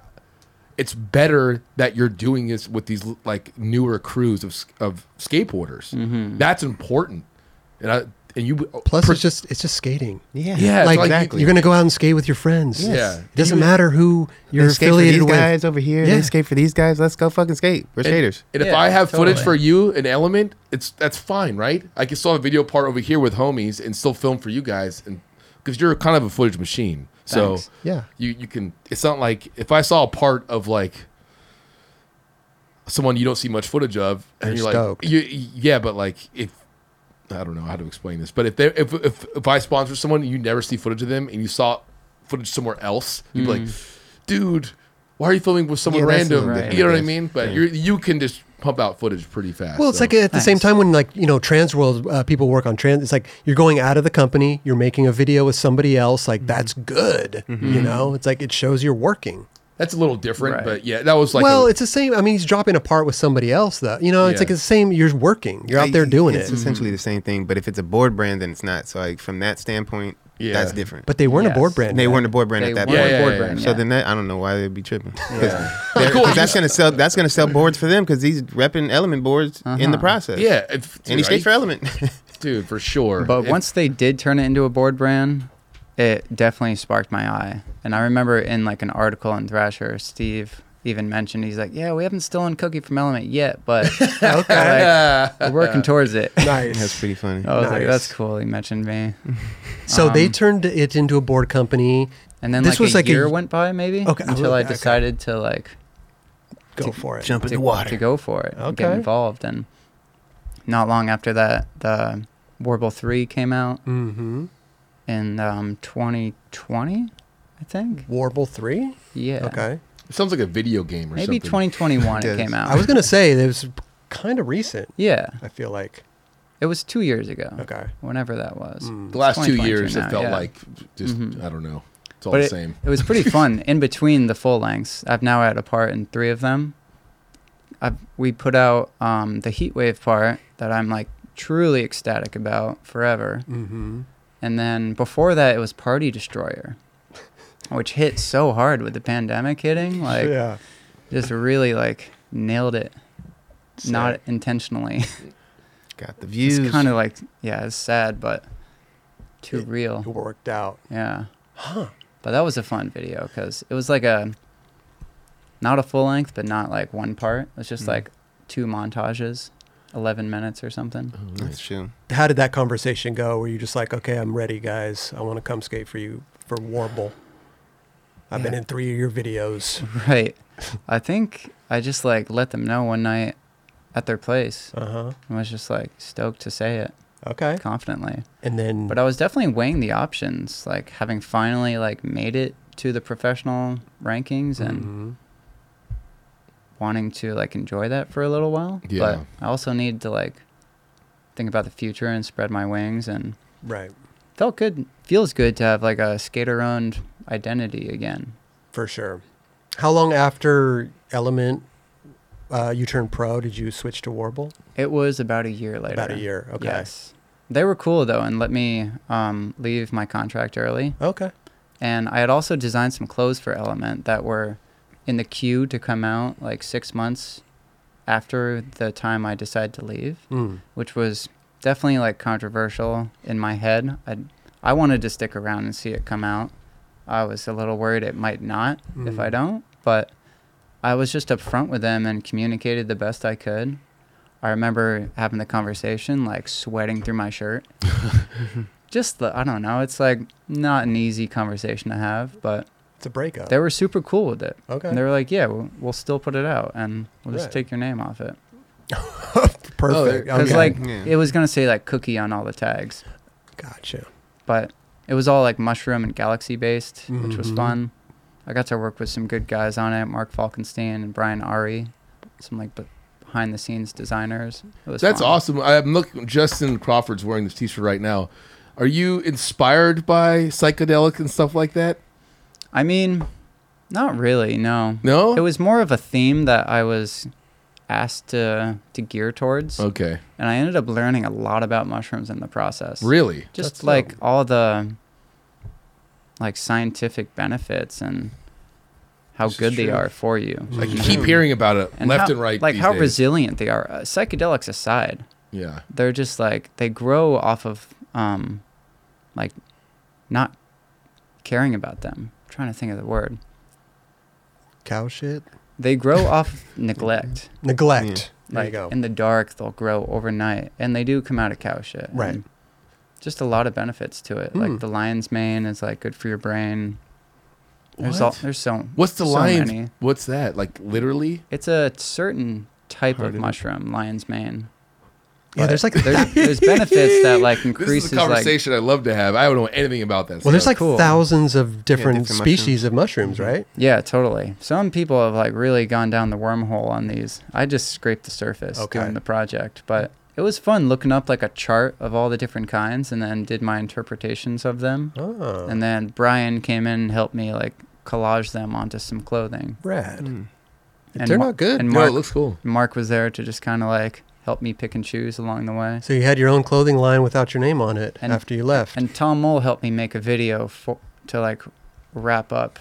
[SPEAKER 3] it's better that you're doing this with these like newer crews of s- of skateboarders. That's important, and I, and you
[SPEAKER 1] Plus,
[SPEAKER 3] per-
[SPEAKER 1] it's just it's just skating.
[SPEAKER 4] Yeah.
[SPEAKER 3] Yeah, it's
[SPEAKER 1] like
[SPEAKER 4] exactly.
[SPEAKER 1] you're gonna go out and skate with your friends.
[SPEAKER 3] Yes. Yeah.
[SPEAKER 1] It doesn't
[SPEAKER 3] You-
[SPEAKER 1] matter who you're
[SPEAKER 4] they skate for
[SPEAKER 1] affiliated
[SPEAKER 4] these
[SPEAKER 1] with.
[SPEAKER 4] guys over here.
[SPEAKER 1] Yeah.
[SPEAKER 4] They skate for these guys. Let's go fucking skate. We're
[SPEAKER 3] And-
[SPEAKER 4] skaters.
[SPEAKER 3] And, if
[SPEAKER 2] Yeah,
[SPEAKER 3] I have footage
[SPEAKER 2] totally.
[SPEAKER 3] for you, an element, it's that's fine, right? I can still have a video part over here with homies and still film for you guys, and because you're kind of a footage machine,
[SPEAKER 2] Thanks.
[SPEAKER 3] so
[SPEAKER 1] Yeah.
[SPEAKER 3] you you can. It's not like if I saw a part of like someone you don't see much footage of, and
[SPEAKER 1] You're
[SPEAKER 3] you're,
[SPEAKER 1] stoked.
[SPEAKER 3] like, you, yeah, but like if. I don't know how to explain this, but if they if if, if I sponsor someone and you never see footage of them and you saw footage somewhere else, you'd be like,
[SPEAKER 2] Mm.
[SPEAKER 3] "Dude, why are you filming with someone
[SPEAKER 4] Yeah, that's
[SPEAKER 3] random?"
[SPEAKER 4] not right.
[SPEAKER 3] You know what I
[SPEAKER 4] Yes.
[SPEAKER 3] mean? But you you can just pump out footage pretty fast.
[SPEAKER 1] Well, it's
[SPEAKER 3] so.
[SPEAKER 1] like at the same
[SPEAKER 2] Thanks.
[SPEAKER 1] time when like you know trans world uh, people work on trans. It's like you're going out of the company, you're making a video with somebody else. Like that's good. You know, it's like it shows you're working.
[SPEAKER 3] that's a little different,
[SPEAKER 2] Right.
[SPEAKER 3] but yeah, that was like
[SPEAKER 1] well,
[SPEAKER 3] a-
[SPEAKER 1] it's the same. I mean, he's dropping a part with somebody else. That you know, it's
[SPEAKER 3] Yeah.
[SPEAKER 1] like the same. You're working. You're out there doing
[SPEAKER 4] it's
[SPEAKER 1] it.
[SPEAKER 4] essentially the same thing, but if it's a board brand, then it's not. So like from that standpoint,
[SPEAKER 3] Yeah.
[SPEAKER 4] that's different.
[SPEAKER 1] But they weren't
[SPEAKER 2] Yes.
[SPEAKER 1] a board brand.
[SPEAKER 4] they
[SPEAKER 1] yet.
[SPEAKER 4] weren't a board brand
[SPEAKER 2] They
[SPEAKER 4] at that
[SPEAKER 2] were
[SPEAKER 4] point.
[SPEAKER 3] Yeah, yeah,
[SPEAKER 2] board
[SPEAKER 3] yeah.
[SPEAKER 2] brand.
[SPEAKER 4] So then that I don't know why they'd be tripping. 'Cause
[SPEAKER 3] yeah.
[SPEAKER 4] they're-
[SPEAKER 3] Cool.
[SPEAKER 4] 'cause that's gonna sell. That's gonna sell boards for them because he's repping Element boards in the process.
[SPEAKER 3] yeah, if,
[SPEAKER 4] and he
[SPEAKER 3] dude,
[SPEAKER 4] skates for
[SPEAKER 3] I-
[SPEAKER 4] Element. [laughs]
[SPEAKER 3] dude for sure.
[SPEAKER 2] But
[SPEAKER 3] If-
[SPEAKER 2] once they did turn it into a board brand, it definitely sparked my eye. And I remember in like an article in Thrasher, Steve even mentioned he's like, "Yeah, we haven't stolen Cookie from Element yet, but
[SPEAKER 1] [laughs]
[SPEAKER 2] like,
[SPEAKER 3] [laughs] yeah, [laughs]
[SPEAKER 2] we're working towards it."
[SPEAKER 4] that's pretty funny.
[SPEAKER 2] I was like,
[SPEAKER 1] Nice.
[SPEAKER 2] "That's cool." He mentioned me,
[SPEAKER 1] So they
[SPEAKER 2] Um,
[SPEAKER 1] turned it into a board company.
[SPEAKER 2] and then
[SPEAKER 1] This
[SPEAKER 2] like
[SPEAKER 1] was
[SPEAKER 2] a
[SPEAKER 1] like a-
[SPEAKER 2] year went by maybe
[SPEAKER 1] Okay,
[SPEAKER 2] until I
[SPEAKER 1] okay.
[SPEAKER 2] decided to like
[SPEAKER 1] Go for it.
[SPEAKER 4] Jump
[SPEAKER 2] to, to go for it, and get
[SPEAKER 1] Okay.
[SPEAKER 2] involved, and not long after that, the Warble Three came out
[SPEAKER 1] Mm-hmm.
[SPEAKER 2] in um, 2020, I think.
[SPEAKER 1] Warble three.
[SPEAKER 2] Yeah.
[SPEAKER 1] Okay.
[SPEAKER 3] it sounds like a video game or
[SPEAKER 2] Maybe
[SPEAKER 1] [laughs]
[SPEAKER 3] something.
[SPEAKER 2] 2021
[SPEAKER 4] It
[SPEAKER 2] it came
[SPEAKER 4] does.
[SPEAKER 2] out.
[SPEAKER 1] I was gonna say it was kind of recent.
[SPEAKER 2] yeah,
[SPEAKER 1] I feel like.
[SPEAKER 2] it was two years ago.
[SPEAKER 1] Okay. Mm.
[SPEAKER 2] Whenever that was.
[SPEAKER 3] the last two
[SPEAKER 2] 2022
[SPEAKER 3] years.
[SPEAKER 2] now,
[SPEAKER 3] it felt
[SPEAKER 2] yeah. Mm-hmm.
[SPEAKER 3] like just I don't know. It's all
[SPEAKER 2] But
[SPEAKER 3] the
[SPEAKER 2] it-
[SPEAKER 3] same.
[SPEAKER 2] It
[SPEAKER 1] [laughs]
[SPEAKER 2] was pretty fun. In between the full lengths, I've now had a part in three of them. I've, we put out um, the heat wave part that I'm like truly ecstatic about forever.
[SPEAKER 1] Mm-hmm.
[SPEAKER 2] And then before that, it was Party Destroyer, which hit so hard with the pandemic
[SPEAKER 1] [laughs]
[SPEAKER 2] hitting. Like,
[SPEAKER 1] yeah.
[SPEAKER 2] just really like nailed it. Not
[SPEAKER 1] Sick.
[SPEAKER 2] intentionally. [laughs]
[SPEAKER 4] Got the views.
[SPEAKER 2] It's kind of like, yeah, it's sad, but too
[SPEAKER 1] It-
[SPEAKER 2] real.
[SPEAKER 1] It worked out.
[SPEAKER 2] Yeah. But that was a fun video because it was like a, not a full length, but not like one part. It was just like two montages, 11 minutes or
[SPEAKER 3] [laughs]
[SPEAKER 2] something.
[SPEAKER 4] That's true.
[SPEAKER 1] How did that conversation go? Were you just like, okay, I'm ready, guys. I want to come skate for you for Warble. I've been in three of your videos.
[SPEAKER 2] Right. I think I just like let them know one night at their place
[SPEAKER 1] Uh huh.
[SPEAKER 2] and was just like stoked to say it
[SPEAKER 1] Okay.
[SPEAKER 2] confidently.
[SPEAKER 1] And then,
[SPEAKER 2] But I was definitely weighing the options, like having finally like made it to the professional rankings and
[SPEAKER 1] Mhm.
[SPEAKER 2] wanting to like enjoy that for a little while.
[SPEAKER 3] Yeah.
[SPEAKER 2] But I also need to like think about the future and spread my wings and
[SPEAKER 1] right,
[SPEAKER 2] felt good feels good to have like a skater owned identity again.
[SPEAKER 1] for sure. How long after Element uh, you turned pro did you switch to Warble?
[SPEAKER 2] It was about a year later.
[SPEAKER 1] About a year. Okay.
[SPEAKER 2] Yes. They were cool though and let me um, leave my contract early.
[SPEAKER 1] Okay.
[SPEAKER 2] And I had also designed some clothes for Element that were in the queue to come out like six months after the time I decided to leave,
[SPEAKER 1] Mm.
[SPEAKER 2] which was definitely like controversial in my head. I I wanted to stick around and see it come out. I was a little worried it might not if I
[SPEAKER 1] Mm.
[SPEAKER 2] don't, but I was just upfront with them and communicated the best I could. I remember having the conversation, like sweating through
[SPEAKER 1] [laughs]
[SPEAKER 2] my shirt. just the, I don't know. It's like not an easy conversation to have, but
[SPEAKER 1] It's a breakup.
[SPEAKER 2] they were super cool with it.
[SPEAKER 1] okay.
[SPEAKER 2] And they were like, "Yeah, we'll, we'll still put it out, and we'll just
[SPEAKER 1] Right.
[SPEAKER 2] take your name off it."
[SPEAKER 1] [laughs] Perfect.
[SPEAKER 3] Oh,
[SPEAKER 2] Because
[SPEAKER 1] okay.
[SPEAKER 2] like
[SPEAKER 4] Yeah.
[SPEAKER 2] it was gonna say like cookie on all the tags,
[SPEAKER 1] gotcha.
[SPEAKER 2] but it was all like mushroom and galaxy based, which was
[SPEAKER 3] Mm-hmm.
[SPEAKER 1] Mhm.
[SPEAKER 2] fun. I got to work with some good guys on it, Mark Falkenstein and Brian Ari, some like b- behind the scenes designers. It was
[SPEAKER 3] That's
[SPEAKER 2] fun.
[SPEAKER 3] awesome. I'm looking. Justin Crawford's wearing this T-shirt right now. Are you inspired by psychedelic and stuff like that?
[SPEAKER 2] I mean, not really. No,
[SPEAKER 3] No.
[SPEAKER 2] it was more of a theme that I was asked to to gear towards,
[SPEAKER 3] okay.
[SPEAKER 2] and I ended up learning a lot about mushrooms in the process.
[SPEAKER 3] Really.
[SPEAKER 2] just
[SPEAKER 1] That's
[SPEAKER 2] like
[SPEAKER 1] dope.
[SPEAKER 2] all the like scientific benefits and how
[SPEAKER 3] This is
[SPEAKER 2] good they
[SPEAKER 3] true.
[SPEAKER 2] are for you
[SPEAKER 3] Like you keep hearing about it left
[SPEAKER 2] Mm-hmm. how-
[SPEAKER 3] and right.
[SPEAKER 2] like
[SPEAKER 3] these
[SPEAKER 2] how
[SPEAKER 3] days.
[SPEAKER 2] resilient they are uh, psychedelics aside
[SPEAKER 3] Yeah.
[SPEAKER 2] they're just like they grow off of um, like not caring about them. I'm trying to think of the word.
[SPEAKER 1] Cow shit.
[SPEAKER 2] They grow off
[SPEAKER 3] [laughs]
[SPEAKER 2] neglect.
[SPEAKER 1] Neglect. There you
[SPEAKER 2] like
[SPEAKER 1] go.
[SPEAKER 2] in the dark, they'll grow overnight, and they do come out of cow shit.
[SPEAKER 1] Right.
[SPEAKER 2] And Just a lot of benefits to
[SPEAKER 1] Mm.
[SPEAKER 2] it.
[SPEAKER 3] Hmm.
[SPEAKER 2] Like the lion's mane is like good for your brain. There's all
[SPEAKER 3] What?
[SPEAKER 2] there's so
[SPEAKER 3] What's the
[SPEAKER 2] so
[SPEAKER 3] lion's?
[SPEAKER 2] many.
[SPEAKER 3] What's that? Like literally?
[SPEAKER 2] It's a certain type
[SPEAKER 4] Heard
[SPEAKER 2] of
[SPEAKER 4] it.
[SPEAKER 2] mushroom, lion's mane.
[SPEAKER 1] yeah, there's like
[SPEAKER 2] There's, there's benefits that like
[SPEAKER 3] [laughs] This is
[SPEAKER 2] increases
[SPEAKER 3] a
[SPEAKER 2] like
[SPEAKER 3] conversation I love to have. I don't know anything about
[SPEAKER 1] [laughs]
[SPEAKER 3] that.
[SPEAKER 1] well, there's
[SPEAKER 3] stuff.
[SPEAKER 1] like
[SPEAKER 2] cool. Mm-hmm.
[SPEAKER 1] thousands of different,
[SPEAKER 4] different
[SPEAKER 1] species of mushrooms, right?
[SPEAKER 2] yeah, totally. Some people have like really gone down the wormhole on these. I just scraped the surface
[SPEAKER 1] Okay.
[SPEAKER 2] doing the project, but it was fun looking up like a chart of all the different kinds and then did my interpretations of them.
[SPEAKER 1] Oh,
[SPEAKER 2] And then Brian came in and helped me like collage them onto some clothing.
[SPEAKER 1] rad.
[SPEAKER 2] Mm-hmm. And
[SPEAKER 1] They're
[SPEAKER 2] Mar-
[SPEAKER 1] not good.
[SPEAKER 2] and
[SPEAKER 3] no,
[SPEAKER 2] Mark-
[SPEAKER 3] it looks cool.
[SPEAKER 2] Mark was there to just kind of like help me pick and choose along the way.
[SPEAKER 1] So you had your own clothing line without your name on it
[SPEAKER 2] And-
[SPEAKER 1] after you left.
[SPEAKER 2] And Tom Mole helped me make a video for to like wrap up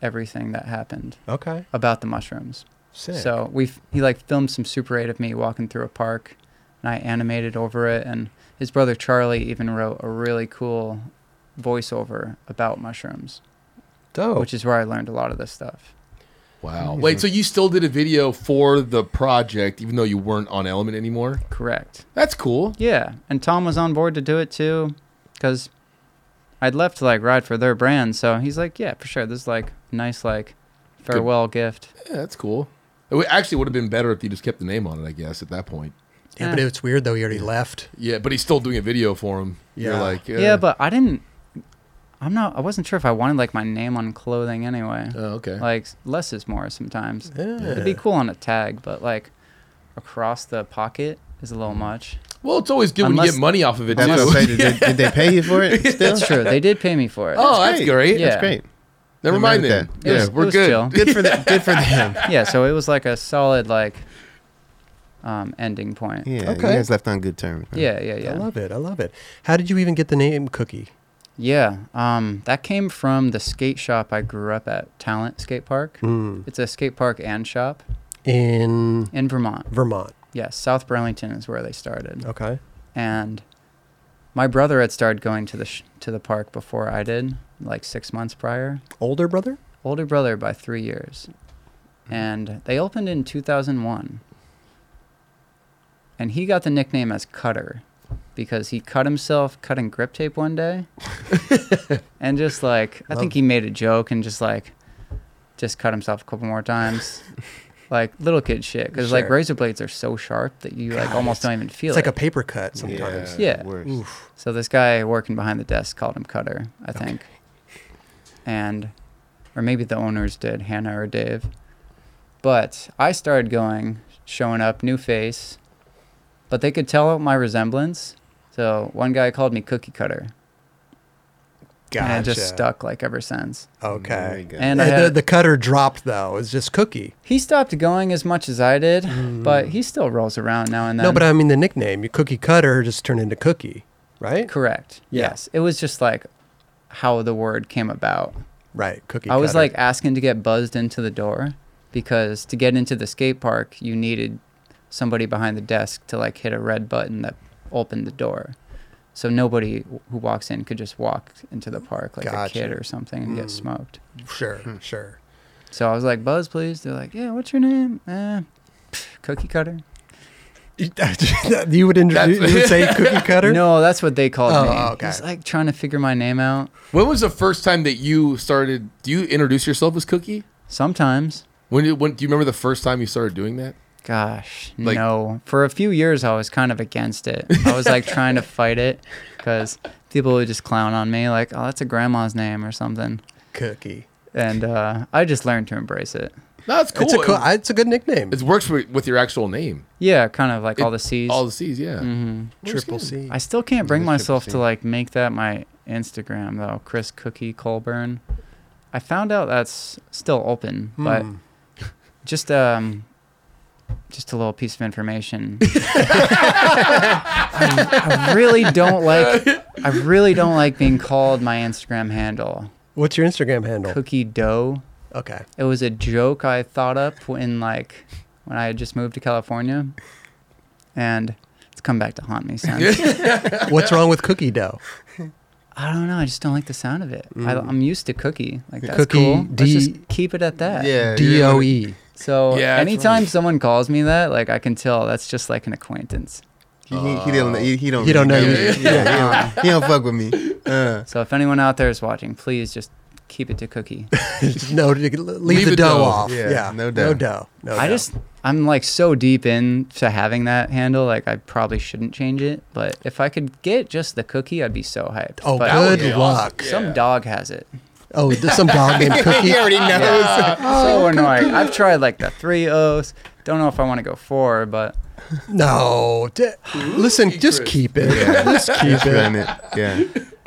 [SPEAKER 2] everything that happened
[SPEAKER 1] okay,
[SPEAKER 2] about the mushrooms.
[SPEAKER 1] sick.
[SPEAKER 2] So we f- he like filmed some Super 8 of me walking through a park, and I animated over it. And his brother Charlie even wrote a really cool voiceover about mushrooms,
[SPEAKER 1] dope.
[SPEAKER 2] which is where I learned a lot of this stuff.
[SPEAKER 3] Wow. Wait, so you still did a video for the project, even though you weren't on Element anymore?
[SPEAKER 2] Correct.
[SPEAKER 3] That's cool.
[SPEAKER 2] Yeah, and Tom was on board to do it too, because I'd left to like ride for their brand. So he's like, yeah, for sure. This is like a nice like farewell gift.
[SPEAKER 3] Yeah, that's cool. It would- actually would have been better if you just kept the name on it, I guess, at that point.
[SPEAKER 1] yeah, but
[SPEAKER 2] eh.
[SPEAKER 1] it's weird though. He already left.
[SPEAKER 3] Yeah, but he's still doing a video for him. You're
[SPEAKER 1] Yeah.
[SPEAKER 3] like, uh,
[SPEAKER 2] Yeah. but I didn't. I'm not. I wasn't sure if I wanted like my name on clothing anyway.
[SPEAKER 3] oh, okay.
[SPEAKER 2] Like less is more sometimes.
[SPEAKER 1] Yeah.
[SPEAKER 2] It'd be cool on a tag, but like across the pocket is a little much.
[SPEAKER 3] well, it's always good when you
[SPEAKER 2] Unless-
[SPEAKER 3] get money off of it,
[SPEAKER 4] That's what I'm
[SPEAKER 3] too.
[SPEAKER 4] saying. Did, they, did they pay you for it? Still?
[SPEAKER 2] That's true. They did pay me for it.
[SPEAKER 3] [laughs] oh, that's
[SPEAKER 4] great.
[SPEAKER 3] great.
[SPEAKER 2] Yeah.
[SPEAKER 4] That's great.
[SPEAKER 3] Never
[SPEAKER 4] I'm
[SPEAKER 3] mind
[SPEAKER 4] right
[SPEAKER 3] then.
[SPEAKER 4] with
[SPEAKER 2] that. It
[SPEAKER 3] Yeah,
[SPEAKER 2] was- it
[SPEAKER 3] we're
[SPEAKER 2] was
[SPEAKER 3] good.
[SPEAKER 2] chill.
[SPEAKER 4] Good for the, good for them.
[SPEAKER 2] Yeah, so it was like a solid like um, ending point.
[SPEAKER 4] [laughs] Yeah,
[SPEAKER 1] Okay.
[SPEAKER 4] you guys left on good terms. man.
[SPEAKER 2] yeah, yeah. yeah.
[SPEAKER 1] I love it. I love it. How did you even get the name Cookie?
[SPEAKER 2] Yeah, um, that came from the skate shop I grew up at, Talent Skate Park.
[SPEAKER 1] Mm.
[SPEAKER 2] It's a skate park and shop
[SPEAKER 1] In
[SPEAKER 2] in Vermont.
[SPEAKER 1] Vermont.
[SPEAKER 2] Yes, South Burlington is where they started.
[SPEAKER 1] Okay.
[SPEAKER 2] And my brother had started going to the sh- to the park before I did, like six months prior.
[SPEAKER 1] Older brother?
[SPEAKER 2] Older brother by three years,
[SPEAKER 1] Mm-hmm.
[SPEAKER 2] and they opened in 2001. And he got the nickname as Cutter because he cut himself cutting grip tape
[SPEAKER 1] [laughs]
[SPEAKER 2] one day. and just like, I think he made a joke and just like, just cut himself a couple
[SPEAKER 1] [laughs]
[SPEAKER 2] more times. like little kid shit. Because like
[SPEAKER 1] Sure.
[SPEAKER 2] razor blades are so sharp that you like
[SPEAKER 1] God,
[SPEAKER 2] almost
[SPEAKER 1] it's-
[SPEAKER 2] don't even feel
[SPEAKER 1] It's like
[SPEAKER 2] it.
[SPEAKER 1] a paper cut sometimes.
[SPEAKER 2] Yeah.
[SPEAKER 4] worse.
[SPEAKER 1] Oof.
[SPEAKER 2] So this guy working behind the desk called him Cutter, I think. And or maybe the owners did, Hannah or Dave. But I started going, showing up, new face. But they could tell my resemblance. So one guy called me Cookie Cutter.
[SPEAKER 1] Gotcha.
[SPEAKER 2] And it just stuck like ever since.
[SPEAKER 4] There you
[SPEAKER 1] Okay.
[SPEAKER 4] go.
[SPEAKER 2] And I
[SPEAKER 1] Uh, the,
[SPEAKER 2] had,
[SPEAKER 1] the cutter dropped though. It's just Cookie.
[SPEAKER 2] he stopped going as much as I did, but he still rolls around now and then.
[SPEAKER 1] Hmm. No, but I mean the nickname. Your Cookie Cutter just turned into Cookie, right?
[SPEAKER 2] correct.
[SPEAKER 1] Yeah.
[SPEAKER 2] Yes. It was just like how the word came about.
[SPEAKER 1] Right. Cookie.
[SPEAKER 2] I was
[SPEAKER 1] Cutter.
[SPEAKER 2] like asking to get buzzed into the door because to get into the skate park, you needed somebody behind the desk to like hit a red button that opened the door. So nobody w- who walks in could just walk into the park like
[SPEAKER 1] Gotcha. Hmm.
[SPEAKER 2] a kid or something and get smoked.
[SPEAKER 1] sure, sure. [laughs]
[SPEAKER 2] So I was like, "Buzz, please." They're like, "Yeah, what's your name?" Eh, pff, cookie cutter.
[SPEAKER 1] you would introduce. You would [laughs] say Cookie Cutter.
[SPEAKER 2] No, that's what they called
[SPEAKER 1] Oh,
[SPEAKER 2] me.
[SPEAKER 1] okay.
[SPEAKER 2] It's like trying to figure my name out.
[SPEAKER 3] When was the first time that you started? Do you introduce yourself as Cookie?
[SPEAKER 2] Sometimes,
[SPEAKER 3] When, did- when do you remember the first time you started doing that?
[SPEAKER 2] Gosh,
[SPEAKER 3] Like-
[SPEAKER 2] no. For a few years, I was kind of against it. I was like
[SPEAKER 3] [laughs]
[SPEAKER 2] trying to fight it because people would just clown on me, like, oh, that's a grandma's name or something.
[SPEAKER 1] Cookie.
[SPEAKER 2] And uh, I just learned to embrace it.
[SPEAKER 3] No, it's cool.
[SPEAKER 1] It's a cool. I- It's a good nickname.
[SPEAKER 3] It works with, with your actual name.
[SPEAKER 2] Yeah, kind of like all
[SPEAKER 3] It-
[SPEAKER 2] the C's. Mm-hmm.
[SPEAKER 3] All the C's, yeah.
[SPEAKER 2] Mm.
[SPEAKER 1] Triple C.
[SPEAKER 2] I still can't bring
[SPEAKER 4] Yeah, that's
[SPEAKER 2] myself to
[SPEAKER 4] interesting.
[SPEAKER 2] like make that my Instagram though. Chris Cookie Colburn. I found out that's still open, but
[SPEAKER 1] Hmm.
[SPEAKER 2] just um, just a little piece of
[SPEAKER 3] [laughs]
[SPEAKER 2] information. I, I really don't like. I really don't like being called my Instagram handle
[SPEAKER 1] What's your Instagram handle?
[SPEAKER 2] Cookie Dough.
[SPEAKER 1] Okay.
[SPEAKER 2] It was a joke I thought up when like when I had just moved to California, and It's come back to haunt me since.
[SPEAKER 3] [laughs]
[SPEAKER 1] What's wrong with cookie dough?
[SPEAKER 2] I don't know. I just don't like the sound of it. I, I'm used to cookie. Like that's
[SPEAKER 1] Mm. Cookie,
[SPEAKER 2] cool. Let's
[SPEAKER 1] D-
[SPEAKER 2] just keep it at that.
[SPEAKER 4] Yeah.
[SPEAKER 1] D O E.
[SPEAKER 2] So
[SPEAKER 3] Yeah, that's
[SPEAKER 2] anytime someone calls me that, like I can tell that's just like an acquaintance.
[SPEAKER 4] He, he, he don't. He, he don't.
[SPEAKER 1] He don't know you.
[SPEAKER 4] Yeah, he,
[SPEAKER 2] [laughs]
[SPEAKER 4] don't, he don't fuck with me. Uh,
[SPEAKER 2] So if anyone out there is watching, please just keep it
[SPEAKER 1] [laughs]
[SPEAKER 2] to cookie.
[SPEAKER 1] No, d- leave, leave the, dough, off. Yeah,
[SPEAKER 4] no
[SPEAKER 1] No
[SPEAKER 4] dough.
[SPEAKER 1] dough. No
[SPEAKER 2] I
[SPEAKER 1] dough.
[SPEAKER 2] just I'm like so deep into having that handle, like I probably shouldn't change it. But if I could get just the cookie, I'd be so hyped.
[SPEAKER 1] Oh,
[SPEAKER 2] but
[SPEAKER 1] good
[SPEAKER 3] be awesome.
[SPEAKER 1] luck.
[SPEAKER 3] Yeah.
[SPEAKER 2] Some dog has
[SPEAKER 1] [laughs]
[SPEAKER 2] it.
[SPEAKER 1] Oh, there's some dog
[SPEAKER 2] [laughs]
[SPEAKER 1] named Cookie.
[SPEAKER 4] he already knows.
[SPEAKER 1] Ah. Oh,
[SPEAKER 2] so annoying. I've tried like the three O's. Don't know if I want to go four, but
[SPEAKER 1] No, d- listen, just
[SPEAKER 3] Chris.
[SPEAKER 1] keep it. Just keep
[SPEAKER 4] Run
[SPEAKER 1] it.
[SPEAKER 4] it.
[SPEAKER 2] [laughs]
[SPEAKER 4] Yeah.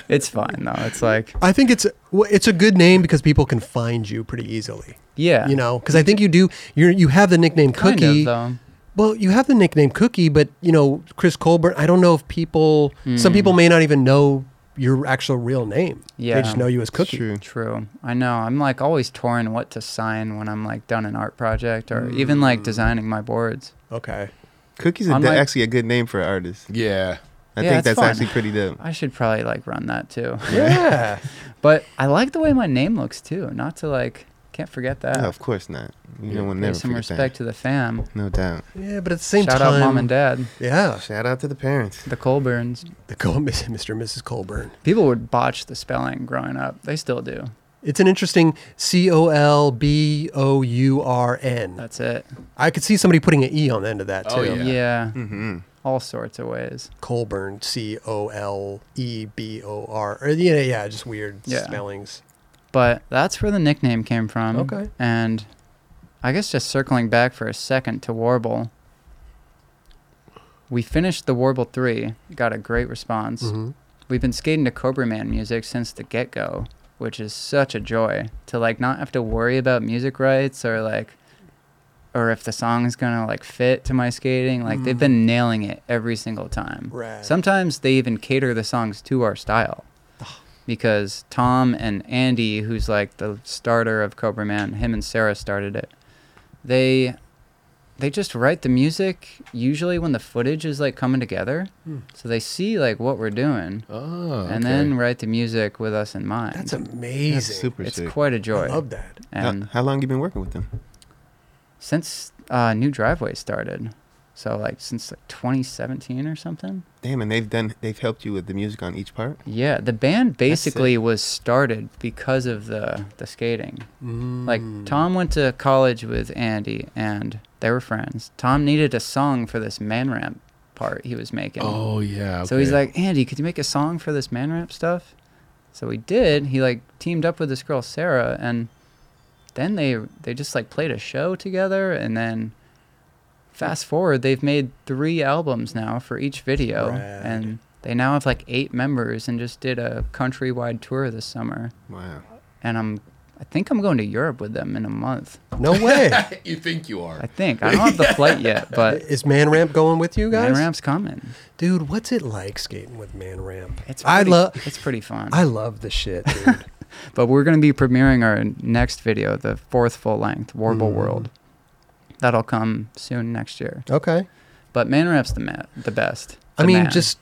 [SPEAKER 2] it's fine though. It's like
[SPEAKER 1] I think it's well, it's a good name because people can find you pretty easily.
[SPEAKER 2] yeah,
[SPEAKER 1] You know, because I think you do. You you have the nickname
[SPEAKER 2] kind
[SPEAKER 1] Cookie.
[SPEAKER 2] of though.
[SPEAKER 1] Well, you have the nickname Cookie, but you know Chris Colbert. I don't know if people. Some
[SPEAKER 2] Hmm.
[SPEAKER 1] people may not even know your actual real name.
[SPEAKER 2] Yeah.
[SPEAKER 1] they just know you as Cookie.
[SPEAKER 4] True.
[SPEAKER 2] True. I know. I'm like always torn what to sign when I'm like done an art project or even
[SPEAKER 1] Mm.
[SPEAKER 2] like designing my boards.
[SPEAKER 1] Okay.
[SPEAKER 4] Cookie's a
[SPEAKER 2] I'm
[SPEAKER 4] d-
[SPEAKER 2] like-
[SPEAKER 4] actually a good name for an artist.
[SPEAKER 3] Yeah.
[SPEAKER 4] I
[SPEAKER 2] Yeah,
[SPEAKER 4] think
[SPEAKER 2] it's
[SPEAKER 4] that's
[SPEAKER 2] fun.
[SPEAKER 4] actually pretty dope.
[SPEAKER 2] I should probably like run that too.
[SPEAKER 1] Yeah.
[SPEAKER 2] But I like the way my name looks too. Not to like, can't forget that.
[SPEAKER 4] No, Oh, of course not. You don't want to
[SPEAKER 2] Pay
[SPEAKER 4] never
[SPEAKER 2] some
[SPEAKER 4] forget
[SPEAKER 2] respect to the fam.
[SPEAKER 4] That. No doubt.
[SPEAKER 1] yeah, but at the same
[SPEAKER 2] Shout
[SPEAKER 1] time,
[SPEAKER 2] out mom and dad,
[SPEAKER 1] yeah,
[SPEAKER 4] Oh, Shout out to the parents.
[SPEAKER 2] the Colburns.
[SPEAKER 1] the Col- [laughs] Mr. and Mrs. Colburn.
[SPEAKER 2] People would botch the spelling growing up. They still do.
[SPEAKER 1] It's an interesting C O L B O U R N.
[SPEAKER 2] That's it.
[SPEAKER 1] I could see somebody putting an E on the end of that too.
[SPEAKER 3] Oh,
[SPEAKER 2] Yeah.
[SPEAKER 3] Yeah.
[SPEAKER 4] Mm-hmm.
[SPEAKER 2] All sorts of ways.
[SPEAKER 1] Colburn, C O L E B O R. Or, Yeah, yeah, just weird
[SPEAKER 2] Yeah.
[SPEAKER 1] spellings.
[SPEAKER 2] But that's where the nickname came from.
[SPEAKER 1] Okay.
[SPEAKER 2] And I guess just circling back for a second to Warble. We finished the Warble 3, got a great response.
[SPEAKER 1] Mhm.
[SPEAKER 2] We've been skating to Cobra Man music since the get go, which is such a joy to like not have to worry about music rights or like, or if the song's gonna like fit to my skating. Like they've been nailing it every single time.
[SPEAKER 1] Rad.
[SPEAKER 2] Sometimes they even cater the songs to our style because Tom and Andy, who's like the starter of Cobra Man, him and Sarah started it. They they just write the music usually when the footage is like coming together. So they see like what we're doing
[SPEAKER 3] Oh.
[SPEAKER 2] and then write the music with us in mind.
[SPEAKER 1] That's amazing.
[SPEAKER 4] That's super
[SPEAKER 2] it's
[SPEAKER 4] sick.
[SPEAKER 2] quite a joy.
[SPEAKER 1] I love that.
[SPEAKER 4] How,
[SPEAKER 2] And
[SPEAKER 4] how long you been working with them?
[SPEAKER 2] since uh, New Driveway started, so like since like 2017 or something.
[SPEAKER 4] Damn, and they've done. They've helped you with the music on each part.
[SPEAKER 2] Yeah, the band basically was started because of the the skating. Like
[SPEAKER 1] Hmm. Mm.
[SPEAKER 2] Tom went to college with Andy and they were friends. Tom needed a song for this man ramp part he was making.
[SPEAKER 3] Oh yeah.
[SPEAKER 2] So he's
[SPEAKER 3] okay.
[SPEAKER 2] like, "Andy, could you make a song for this man ramp stuff?" So he did. He like teamed up with this girl Sarah and then they they just like played a show together and then fast forward they've made 3 albums now for each video
[SPEAKER 1] Rad.
[SPEAKER 2] and they now have like 8 members and just did a countrywide tour this summer
[SPEAKER 4] Wow.
[SPEAKER 2] and I'm I think I'm going to Europe with them in a month. [laughs]
[SPEAKER 1] No way.
[SPEAKER 3] you think you are.
[SPEAKER 2] I think. I
[SPEAKER 1] [laughs]
[SPEAKER 2] don't have the flight yet, but
[SPEAKER 1] Is Man Ramp going with you guys?
[SPEAKER 2] Man Ramp's coming.
[SPEAKER 1] Dude, what's it like skating with Man Ramp?
[SPEAKER 2] It's pretty,
[SPEAKER 1] I love
[SPEAKER 2] it's pretty fun.
[SPEAKER 1] I love the shit,
[SPEAKER 2] [laughs]
[SPEAKER 1] dude.
[SPEAKER 2] But we're going to be premiering our next video, the fourth full length,
[SPEAKER 1] Mm.
[SPEAKER 2] Warble World. That'll come soon next year.
[SPEAKER 1] okay.
[SPEAKER 2] But Man Ramp's the ma- the best.
[SPEAKER 1] I
[SPEAKER 2] The
[SPEAKER 1] mean,
[SPEAKER 2] man.
[SPEAKER 1] just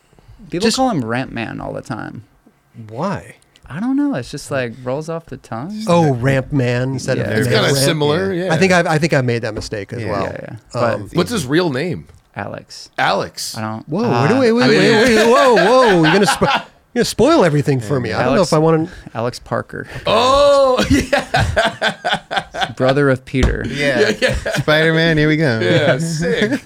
[SPEAKER 2] people
[SPEAKER 1] just-
[SPEAKER 2] call him Ramp Man all the time.
[SPEAKER 1] why?
[SPEAKER 2] I don't know. It's just like rolls off the tongue.
[SPEAKER 1] Oh, Ramp Man instead
[SPEAKER 2] Yeah.
[SPEAKER 1] of
[SPEAKER 3] It's
[SPEAKER 1] Man
[SPEAKER 3] kind of
[SPEAKER 1] Ramp.
[SPEAKER 3] similar. Yeah.
[SPEAKER 1] I think I've, I think I made that mistake as
[SPEAKER 4] Yeah.
[SPEAKER 1] well.
[SPEAKER 2] yeah, yeah. But
[SPEAKER 1] Um,
[SPEAKER 3] What's his real name?
[SPEAKER 2] Alex,
[SPEAKER 3] Alex.
[SPEAKER 2] I don't.
[SPEAKER 1] Whoa!
[SPEAKER 2] uh,
[SPEAKER 1] wait, wait, wait, wait, wait, whoa,
[SPEAKER 2] [laughs]
[SPEAKER 1] whoa! You're gonna spo- you're gonna spoil everything for me. I don't know
[SPEAKER 2] Alex-
[SPEAKER 1] if I want to.
[SPEAKER 2] Alex Parker,
[SPEAKER 3] Oh yeah.
[SPEAKER 2] brother of Peter.
[SPEAKER 1] [laughs]
[SPEAKER 4] [laughs] Yeah. Spider Man. Here we go.
[SPEAKER 3] [laughs] yeah sick.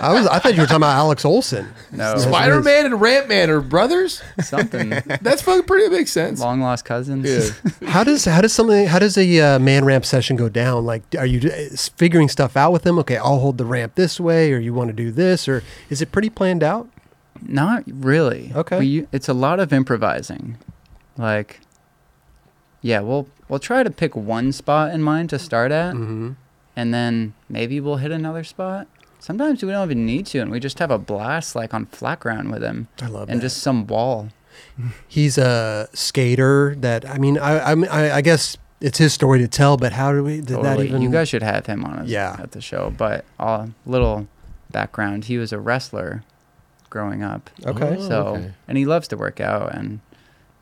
[SPEAKER 1] I was. I thought you were talking about Alex Olson.
[SPEAKER 2] No,
[SPEAKER 3] Spider Man and Ramp Man are brothers.
[SPEAKER 1] [laughs]
[SPEAKER 2] something.
[SPEAKER 3] That's fucking pretty. Makes sense.
[SPEAKER 2] Long lost cousins.
[SPEAKER 3] Yeah.
[SPEAKER 1] How does how does something how does a uh, man ramp session go down? Like, are you uh, figuring stuff out with them? Okay, I'll hold the ramp this way, or you want to do this, or is it pretty planned out?
[SPEAKER 2] Not really.
[SPEAKER 1] Okay.
[SPEAKER 2] We, it's a lot of improvising. Like, yeah, we'll we'll try to pick one spot in mind to start at,
[SPEAKER 1] Mm-hmm.
[SPEAKER 2] and then maybe we'll hit another spot. Sometimes we don't even need to, and we just have a blast like on flat ground with him,
[SPEAKER 1] I love
[SPEAKER 2] and
[SPEAKER 1] that.
[SPEAKER 2] just some wall.
[SPEAKER 1] He's a skater. That I mean, I I'm- I, I guess it's his story to tell. But how do we did that
[SPEAKER 2] Totally.
[SPEAKER 1] even?
[SPEAKER 2] you guys should have him on us
[SPEAKER 1] Yeah.
[SPEAKER 2] uh, at the show. But a little background: he was a wrestler growing up.
[SPEAKER 1] Okay.
[SPEAKER 3] Oh,
[SPEAKER 2] so
[SPEAKER 3] okay.
[SPEAKER 2] and he loves to work out and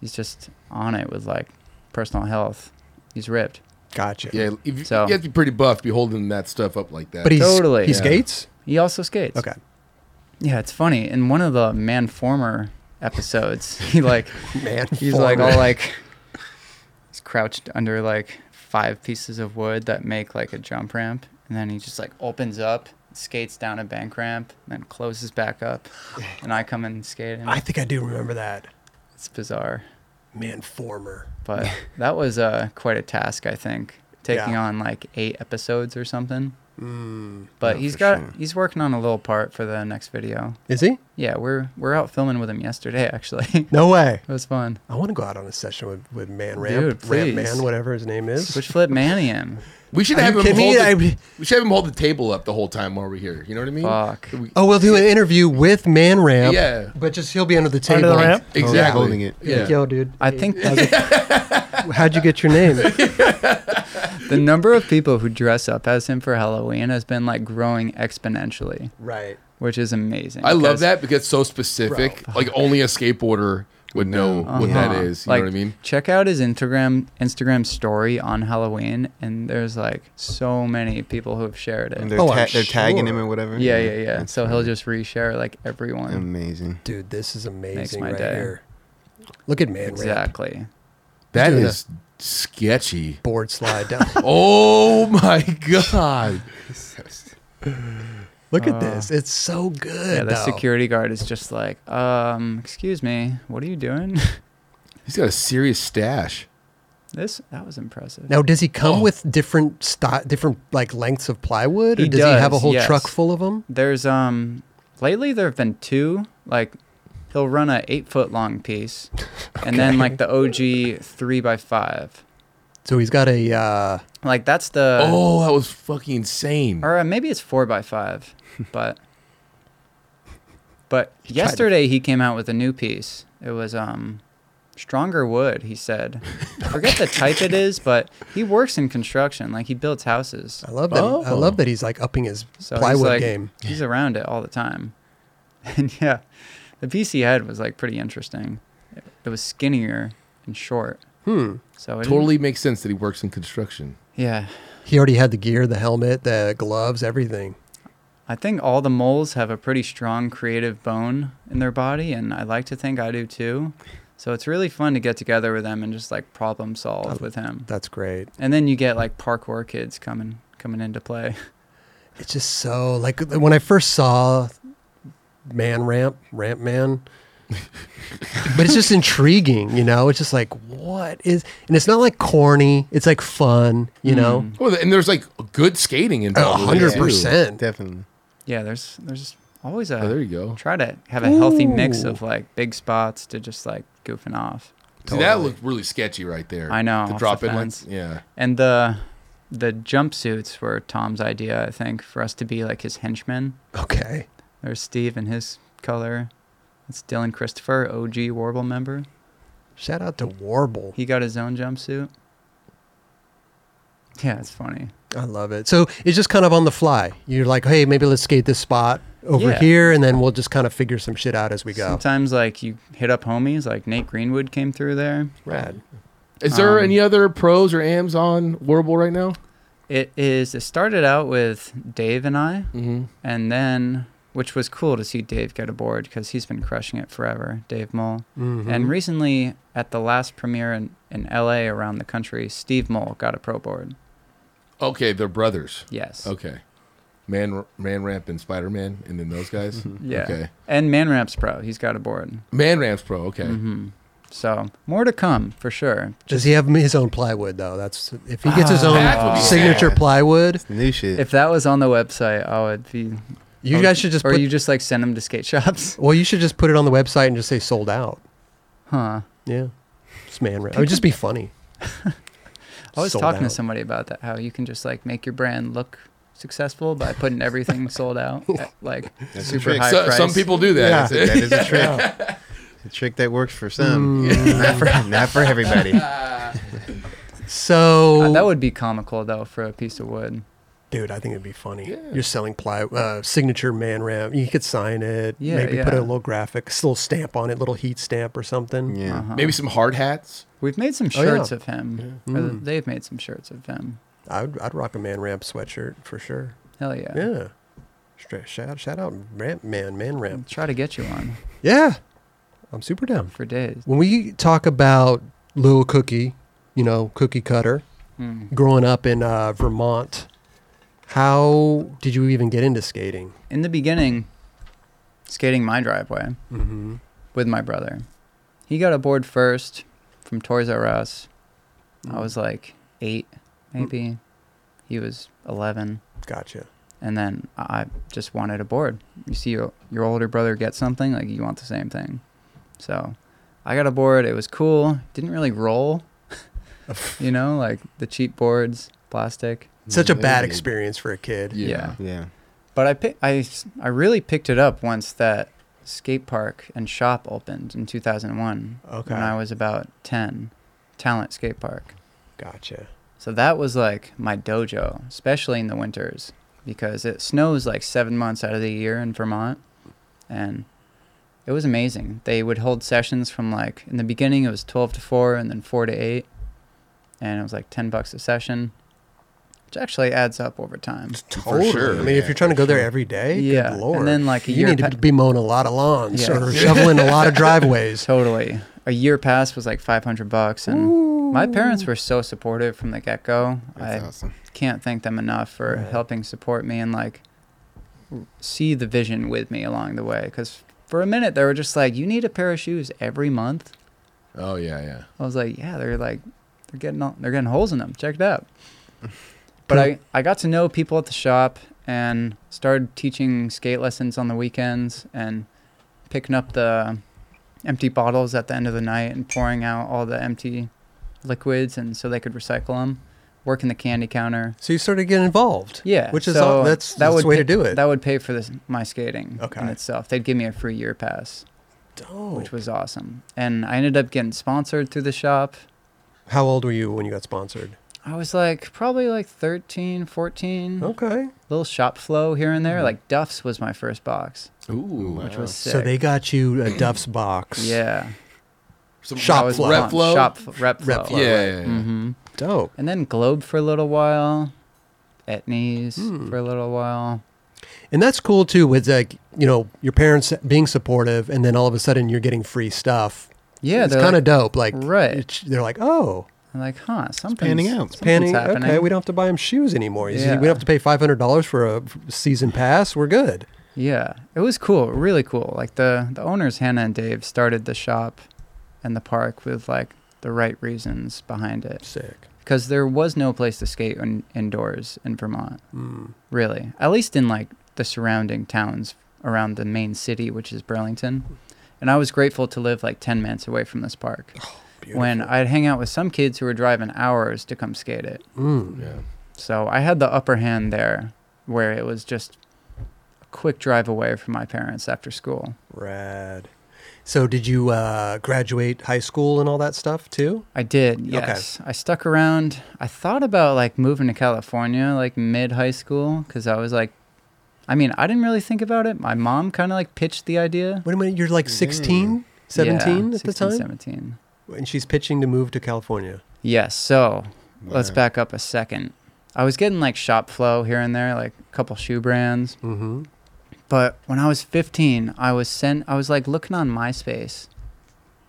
[SPEAKER 2] he's just on it with like personal health. He's ripped.
[SPEAKER 1] Gotcha.
[SPEAKER 3] Yeah, if you,
[SPEAKER 2] So-
[SPEAKER 3] you have to be pretty buff to be holding that stuff up like that.
[SPEAKER 1] But he's,
[SPEAKER 2] Totally,
[SPEAKER 1] he
[SPEAKER 2] yeah.
[SPEAKER 1] skates?
[SPEAKER 2] He also skates.
[SPEAKER 1] Okay.
[SPEAKER 2] Yeah, it's funny. In one of the Manformer episodes, [laughs] he like
[SPEAKER 1] Man.
[SPEAKER 2] he's like all like he's crouched under like five pieces of wood that make like a jump ramp, and then he just like opens up, skates down a bank ramp, and then closes back up, and I come and skate, and
[SPEAKER 1] I think I do remember that.
[SPEAKER 2] it's bizarre.
[SPEAKER 1] Man former.
[SPEAKER 2] But [laughs] that was uh, quite a task, I think, taking
[SPEAKER 1] Yeah.
[SPEAKER 2] on like eight episodes or something.
[SPEAKER 1] Mm.
[SPEAKER 2] But
[SPEAKER 4] Oh,
[SPEAKER 2] he's
[SPEAKER 4] for
[SPEAKER 2] got
[SPEAKER 4] sure.
[SPEAKER 2] he's working on a little part for the next video.
[SPEAKER 1] Is he?
[SPEAKER 2] Yeah, we're we're out filming with him yesterday. [laughs] Actually, it
[SPEAKER 1] No way.
[SPEAKER 2] was fun.
[SPEAKER 1] I want to go out on a session with, with Man
[SPEAKER 2] Dude,
[SPEAKER 1] Ramp, Ramp
[SPEAKER 2] please.
[SPEAKER 1] Man, whatever his name is.
[SPEAKER 2] Switch flip Manium.
[SPEAKER 3] we should
[SPEAKER 1] Are
[SPEAKER 3] have
[SPEAKER 1] you
[SPEAKER 3] him
[SPEAKER 1] kidding
[SPEAKER 3] hold
[SPEAKER 1] me?
[SPEAKER 3] the,
[SPEAKER 1] I-
[SPEAKER 3] we should have him hold the table up the whole time while we're here. You know what I mean?
[SPEAKER 2] Fuck.
[SPEAKER 3] We-
[SPEAKER 1] oh, we'll do an interview with Man Ramp.
[SPEAKER 3] Yeah.
[SPEAKER 1] But just he'll be under the table.
[SPEAKER 6] Under the ramp?
[SPEAKER 3] Exactly.
[SPEAKER 4] holding it.
[SPEAKER 3] Yeah.
[SPEAKER 1] Yo, dude.
[SPEAKER 2] I think
[SPEAKER 1] how's it- [laughs] how'd you get your
[SPEAKER 3] [laughs]
[SPEAKER 1] name?
[SPEAKER 2] the number of people who dress up as him for Halloween has been like growing exponentially,
[SPEAKER 1] right.
[SPEAKER 2] which is amazing.
[SPEAKER 3] I love
[SPEAKER 2] because-
[SPEAKER 3] that because it's so specific. Like only a skateboarder would know what that
[SPEAKER 2] Uh-huh.
[SPEAKER 3] is. You
[SPEAKER 2] like,
[SPEAKER 3] know what I mean?
[SPEAKER 2] Check out his Instagram Instagram story on Halloween, and there's like so many people who have shared
[SPEAKER 4] And
[SPEAKER 2] it.
[SPEAKER 4] they're,
[SPEAKER 1] Oh,
[SPEAKER 4] ta-
[SPEAKER 1] I'm
[SPEAKER 4] they're tagging him
[SPEAKER 1] sure.
[SPEAKER 4] or whatever.
[SPEAKER 2] Yeah, yeah, yeah.
[SPEAKER 4] That's
[SPEAKER 2] So he'll just reshare like everyone.
[SPEAKER 4] amazing.
[SPEAKER 1] Dude, this is amazing
[SPEAKER 2] my
[SPEAKER 1] right
[SPEAKER 2] day.
[SPEAKER 1] here. Look at Man Ramp.
[SPEAKER 2] exactly.
[SPEAKER 3] That
[SPEAKER 1] Doing
[SPEAKER 3] is sketchy.
[SPEAKER 1] Board slide down.
[SPEAKER 3] [laughs]
[SPEAKER 1] [laughs]
[SPEAKER 3] Oh my god.
[SPEAKER 1] Look at this. It's so good.
[SPEAKER 2] Uh, Yeah, the
[SPEAKER 1] though.
[SPEAKER 2] security guard is just like, um, excuse me, what are you doing? [laughs]
[SPEAKER 3] He's got a serious stash.
[SPEAKER 2] this that was impressive.
[SPEAKER 1] Now, does he
[SPEAKER 2] Oh.
[SPEAKER 1] come with different sti- different like lengths of plywood, or
[SPEAKER 2] He
[SPEAKER 1] does, he have a
[SPEAKER 2] does,
[SPEAKER 1] whole
[SPEAKER 2] yes.
[SPEAKER 1] truck full of them?
[SPEAKER 2] There's um lately there have been two like he'll run a eight foot long piece, and
[SPEAKER 3] [laughs]
[SPEAKER 2] then like the OG three by five.
[SPEAKER 1] So he's got a uh,
[SPEAKER 2] Like that's the
[SPEAKER 3] oh, that was fucking insane.
[SPEAKER 2] or uh, maybe it's four by five, but but yesterday he came out with a new piece. It was um stronger wood. He said, I forget the type it is, but he works in construction. Like he builds houses,
[SPEAKER 1] I love that. I
[SPEAKER 3] Oh.
[SPEAKER 1] love that he's like upping his
[SPEAKER 2] so he's
[SPEAKER 1] plywood
[SPEAKER 2] like
[SPEAKER 1] game.
[SPEAKER 2] he's around it all the time. [laughs] And yeah, the piece he had was like pretty interesting. It, it was skinnier and short,
[SPEAKER 1] Hmm.
[SPEAKER 2] so it didn't-
[SPEAKER 3] Totally makes sense that he works in construction.
[SPEAKER 2] yeah.
[SPEAKER 1] He already had the gear, the helmet, the gloves, everything.
[SPEAKER 2] I think all the moles have a pretty strong creative bone in their body, and I like to think I do too. So it's really fun to get together with them and just like problem solve with him.
[SPEAKER 1] That's great.
[SPEAKER 2] And then you get like parkour kids coming coming into play.
[SPEAKER 1] It's just so like when I first saw Man Ramp, Ramp Man. but it's just intriguing, you know. It's just like what is, and it's not like corny. It's like fun, you
[SPEAKER 2] [laughs]
[SPEAKER 1] know.
[SPEAKER 2] Mm.
[SPEAKER 3] Well, Oh, and there's like good skating
[SPEAKER 1] A
[SPEAKER 3] involved. with it,
[SPEAKER 1] hundred
[SPEAKER 3] too.
[SPEAKER 1] percent.
[SPEAKER 4] Definitely.
[SPEAKER 2] Yeah, there's there's always a
[SPEAKER 3] Oh, there you go.
[SPEAKER 2] try to have a healthy mix
[SPEAKER 1] Ooh.
[SPEAKER 2] of like big spots to just like goofing off.
[SPEAKER 3] See, that looked really sketchy right there.
[SPEAKER 2] I know, off
[SPEAKER 3] The
[SPEAKER 2] the
[SPEAKER 3] drop in like,
[SPEAKER 2] fence.
[SPEAKER 3] yeah.
[SPEAKER 2] And the the jumpsuits were Tom's idea, I think, for us to be like his henchmen.
[SPEAKER 1] Okay.
[SPEAKER 2] There's Steve in his color. That's Dylan Christopher, OG Warble member.
[SPEAKER 1] Shout out to Warble.
[SPEAKER 2] He got his own jumpsuit. Yeah, it's funny.
[SPEAKER 1] I love it. So it's just kind of on the fly. You're like, hey, maybe let's skate this spot over
[SPEAKER 2] Yeah.
[SPEAKER 1] here, and then we'll just kind of figure some shit out as we go.
[SPEAKER 2] Sometimes like you hit up homies, like Nate Greenwood came through there.
[SPEAKER 1] Rad.
[SPEAKER 3] Is there
[SPEAKER 2] Um,
[SPEAKER 3] any other pros or AMs on Warble right now?
[SPEAKER 2] It is it started out with Dave and I,
[SPEAKER 3] Mm-hmm.
[SPEAKER 2] and then which was cool to see Dave get aboard because he's been crushing it forever, Dave Mole.
[SPEAKER 1] Mhm.
[SPEAKER 2] And recently, at the last premiere in, in LA around the country, Steve Mole got a pro board.
[SPEAKER 3] Okay, they're brothers.
[SPEAKER 2] Yes.
[SPEAKER 1] Oh.
[SPEAKER 3] Okay. Man, Man Ramp and Spider Man, and then those guys.
[SPEAKER 2] [laughs] Yeah.
[SPEAKER 3] Okay.
[SPEAKER 2] And Man Ramps Pro, he's got a board.
[SPEAKER 3] Man Ramp's pro. Okay.
[SPEAKER 2] hmm So more to come for sure.
[SPEAKER 1] Does he have his own plywood though? That's if he gets his
[SPEAKER 2] Ah.
[SPEAKER 3] That would
[SPEAKER 1] own
[SPEAKER 3] be
[SPEAKER 1] signature
[SPEAKER 4] sad.
[SPEAKER 1] plywood.
[SPEAKER 4] New shit.
[SPEAKER 2] If that was on the website, I would be.
[SPEAKER 1] You
[SPEAKER 2] or-
[SPEAKER 1] guys should just
[SPEAKER 2] or
[SPEAKER 1] put.
[SPEAKER 2] you just like send them to skate shops, [laughs]
[SPEAKER 1] well, you should just put it on the website and just say sold out.
[SPEAKER 2] huh?
[SPEAKER 1] Yeah, just man. It would just be funny.
[SPEAKER 2] [laughs] I was
[SPEAKER 1] Sold
[SPEAKER 2] talking to
[SPEAKER 1] out.
[SPEAKER 2] somebody about that. How you can just like make your brand look successful by
[SPEAKER 1] [laughs]
[SPEAKER 2] putting everything sold out at like
[SPEAKER 4] That's a
[SPEAKER 2] super
[SPEAKER 4] trick. [laughs]
[SPEAKER 2] high
[SPEAKER 3] So-
[SPEAKER 2] price.
[SPEAKER 3] some people do that.
[SPEAKER 1] Yeah. Mm.
[SPEAKER 3] That's it.
[SPEAKER 2] [laughs]
[SPEAKER 4] that is a trick. A trick that works for some, [laughs] not, for, not for everybody.
[SPEAKER 1] So
[SPEAKER 2] Uh, that would be comical though for a piece of wood.
[SPEAKER 1] dude, I think it'd be funny. You're selling ply uh, signature man ram. You could sign it.
[SPEAKER 2] Yeah,
[SPEAKER 1] maybe put
[SPEAKER 2] yeah.
[SPEAKER 1] a little graphic, s- little stamp on it, little heat stamp or something.
[SPEAKER 4] Yeah.
[SPEAKER 3] Maybe some hard hats.
[SPEAKER 2] Uh-huh. We've made some
[SPEAKER 1] Oh, yeah. Mm.
[SPEAKER 2] shirts of him. Or They've made some shirts of him.
[SPEAKER 1] I'd I'd rock a man ramp sweatshirt for sure.
[SPEAKER 2] Hell yeah.
[SPEAKER 1] Yeah. Straight shout shout out ramp man man
[SPEAKER 2] I'll
[SPEAKER 1] ramp.
[SPEAKER 2] try to get you on
[SPEAKER 1] Yeah, I'm super down.
[SPEAKER 2] for days.
[SPEAKER 1] When we talk about Lil Cookie, you know, cookie cutter,
[SPEAKER 2] Hmm.
[SPEAKER 1] growing up in uh, Vermont, how did you even get into skating?
[SPEAKER 2] In the beginning, skating my driveway
[SPEAKER 1] Mm-hmm.
[SPEAKER 2] with my brother, he got a board first from Toys R Us. I was like eight, maybe. He was 11.
[SPEAKER 1] Gotcha.
[SPEAKER 2] And then I I just wanted a board. You see your, your older brother get something, like you want the same thing. So I got a board. It was cool. Didn't really roll, [laughs] you know, like the cheap boards, plastic.
[SPEAKER 1] Such a bad
[SPEAKER 3] Yeah.
[SPEAKER 1] experience for a kid.
[SPEAKER 3] Yeah.
[SPEAKER 2] yeah.
[SPEAKER 4] Yeah.
[SPEAKER 2] But I, pick, I, s- I really picked it up once that skate park and shop opened in 2001
[SPEAKER 1] Okay.
[SPEAKER 2] when I was about 10, Talent Skate Park.
[SPEAKER 1] Gotcha.
[SPEAKER 2] So that was like my dojo, especially in the winters because it snows like seven months out of the year in Vermont. And it was amazing. They would hold sessions from like, in the beginning, it was 12 to 4 and then 4 to 8. And it was like 10 bucks a session, which actually adds up over time.
[SPEAKER 1] Totally.
[SPEAKER 3] sure.
[SPEAKER 1] I mean, if
[SPEAKER 3] Yeah,
[SPEAKER 1] you're trying to go there every day,
[SPEAKER 2] Yeah.
[SPEAKER 1] good
[SPEAKER 2] And
[SPEAKER 1] lord.
[SPEAKER 2] then, like, a
[SPEAKER 1] you
[SPEAKER 2] year
[SPEAKER 1] need to
[SPEAKER 2] pa-
[SPEAKER 1] be mowing a lot of lawns
[SPEAKER 2] Yeah. [laughs]
[SPEAKER 1] or shoveling a lot of driveways.
[SPEAKER 2] Totally. A year pass was like 500 bucks and my parents were so supportive from the get-go.
[SPEAKER 4] That's
[SPEAKER 2] I
[SPEAKER 4] awesome.
[SPEAKER 2] can't thank them enough for helping support me and like see the vision with me along the way cuz for a minute they were just like you need a pair of shoes every month.
[SPEAKER 3] Oh yeah, yeah.
[SPEAKER 2] I was like, yeah, they're like they're getting all, they're getting holes in them. Check it out. But I I got to know people at the shop and started teaching skate lessons on the weekends and picking up the empty bottles at the end of the night and pouring out all the empty liquids and so they could recycle them. Working the candy counter.
[SPEAKER 1] So you started getting involved.
[SPEAKER 2] Yeah,
[SPEAKER 1] Which is
[SPEAKER 2] so
[SPEAKER 1] all, that's, that's
[SPEAKER 2] would
[SPEAKER 1] the way
[SPEAKER 2] pay-
[SPEAKER 1] to do it.
[SPEAKER 2] That would pay for this my skating in
[SPEAKER 1] Okay. Oh,
[SPEAKER 2] itself. They'd give me a free year pass,
[SPEAKER 1] Dope.
[SPEAKER 2] which was awesome. And I ended up getting sponsored through the shop.
[SPEAKER 1] How old were you when you got sponsored?
[SPEAKER 2] I was like probably like 13, 14.
[SPEAKER 1] Okay.
[SPEAKER 2] Little shop flow here and there. Like Duff's was my first box,
[SPEAKER 3] Ooh,
[SPEAKER 2] which was sick.
[SPEAKER 1] Mm-hmm. So they got you a Duff's box.
[SPEAKER 2] yeah.
[SPEAKER 3] some
[SPEAKER 1] Shop
[SPEAKER 2] That was
[SPEAKER 1] flow.
[SPEAKER 2] fun.
[SPEAKER 3] Rep flow?
[SPEAKER 2] Shop f- rep flow.
[SPEAKER 1] Rep
[SPEAKER 3] Yeah,
[SPEAKER 1] flow.
[SPEAKER 3] yeah, yeah.
[SPEAKER 2] hmm
[SPEAKER 1] Dope.
[SPEAKER 2] And then Globe for a little while, Etnies
[SPEAKER 1] Hmm.
[SPEAKER 2] for a little while.
[SPEAKER 1] And that's cool too with like, you know, your parents being supportive and then all of a sudden you're getting free stuff.
[SPEAKER 2] Yeah,
[SPEAKER 1] It's
[SPEAKER 2] they're
[SPEAKER 1] kind of
[SPEAKER 2] like-
[SPEAKER 1] dope. Like,
[SPEAKER 2] Right.
[SPEAKER 1] it's- they're like, oh,
[SPEAKER 2] I'm like, huh, something's
[SPEAKER 4] panning out. It's
[SPEAKER 2] something's
[SPEAKER 1] panning.
[SPEAKER 2] happening.
[SPEAKER 1] Okay, we don't have to buy him shoes anymore. He's-
[SPEAKER 2] Yeah.
[SPEAKER 1] We don't have to pay $500 for a season pass. We're good.
[SPEAKER 2] Yeah, it was cool, really cool. Like the the owners Hannah and Dave started the shop and the park with like the right reasons behind it
[SPEAKER 1] Sick.
[SPEAKER 2] because there was no place to skate in, indoors in Vermont.
[SPEAKER 1] Mm.
[SPEAKER 2] Really. At least in like the surrounding towns around the main city, which is Burlington. And I was grateful to live like 10 minutes away from this park. when I'd hang out with some kids who were driving hours to come skate it.
[SPEAKER 1] Mm.
[SPEAKER 3] Yeah.
[SPEAKER 2] So I had the upper hand there where it was just a quick drive away from my parents after school.
[SPEAKER 1] Rad. So did you uh, graduate high school and all that stuff too?
[SPEAKER 2] I did, yes. I stuck around. I thought about like moving to California like mid high school because I was like, I mean, I didn't really think about it. My mom kind of like pitched the idea.
[SPEAKER 1] Wait a minute, you're like 16, 17
[SPEAKER 2] Mm. Yeah,
[SPEAKER 1] at the
[SPEAKER 2] 16,
[SPEAKER 1] time?
[SPEAKER 2] 17.
[SPEAKER 1] And she's pitching to move to California.
[SPEAKER 2] Yes. So let's
[SPEAKER 4] Wow.
[SPEAKER 2] back up a second. I was getting like shop flow here and there, like a couple shoe brands.
[SPEAKER 1] Mm-hmm.
[SPEAKER 2] But when I was 15, I was sent, I was like looking on MySpace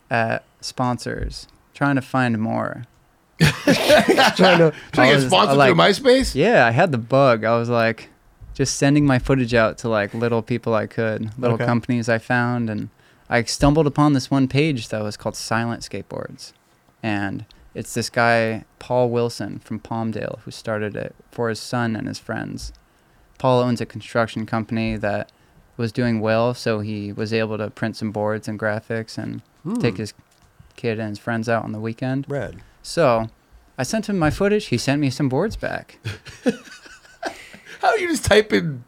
[SPEAKER 2] at sponsors, trying to
[SPEAKER 1] [laughs]
[SPEAKER 2] find more. [laughs]
[SPEAKER 1] Trying to
[SPEAKER 2] I
[SPEAKER 3] Trying to
[SPEAKER 2] was-
[SPEAKER 3] get
[SPEAKER 2] I
[SPEAKER 3] sponsored
[SPEAKER 2] like-
[SPEAKER 3] through MySpace?
[SPEAKER 2] Yeah, I had the bug. I was like just sending my footage out to like little people I could, little
[SPEAKER 1] Okay.
[SPEAKER 2] companies I found and I stumbled upon this one page that was called Silent Skateboards. And it's this guy Paul Wilson from Palmdale who started it for his son and his friends. Paul owns a construction company that was doing well, so he was able to print some boards and graphics and take his kid and his friends out on the weekend.
[SPEAKER 1] Red.
[SPEAKER 2] So I sent him my footage. He sent me some boards back.
[SPEAKER 3] How do you just type in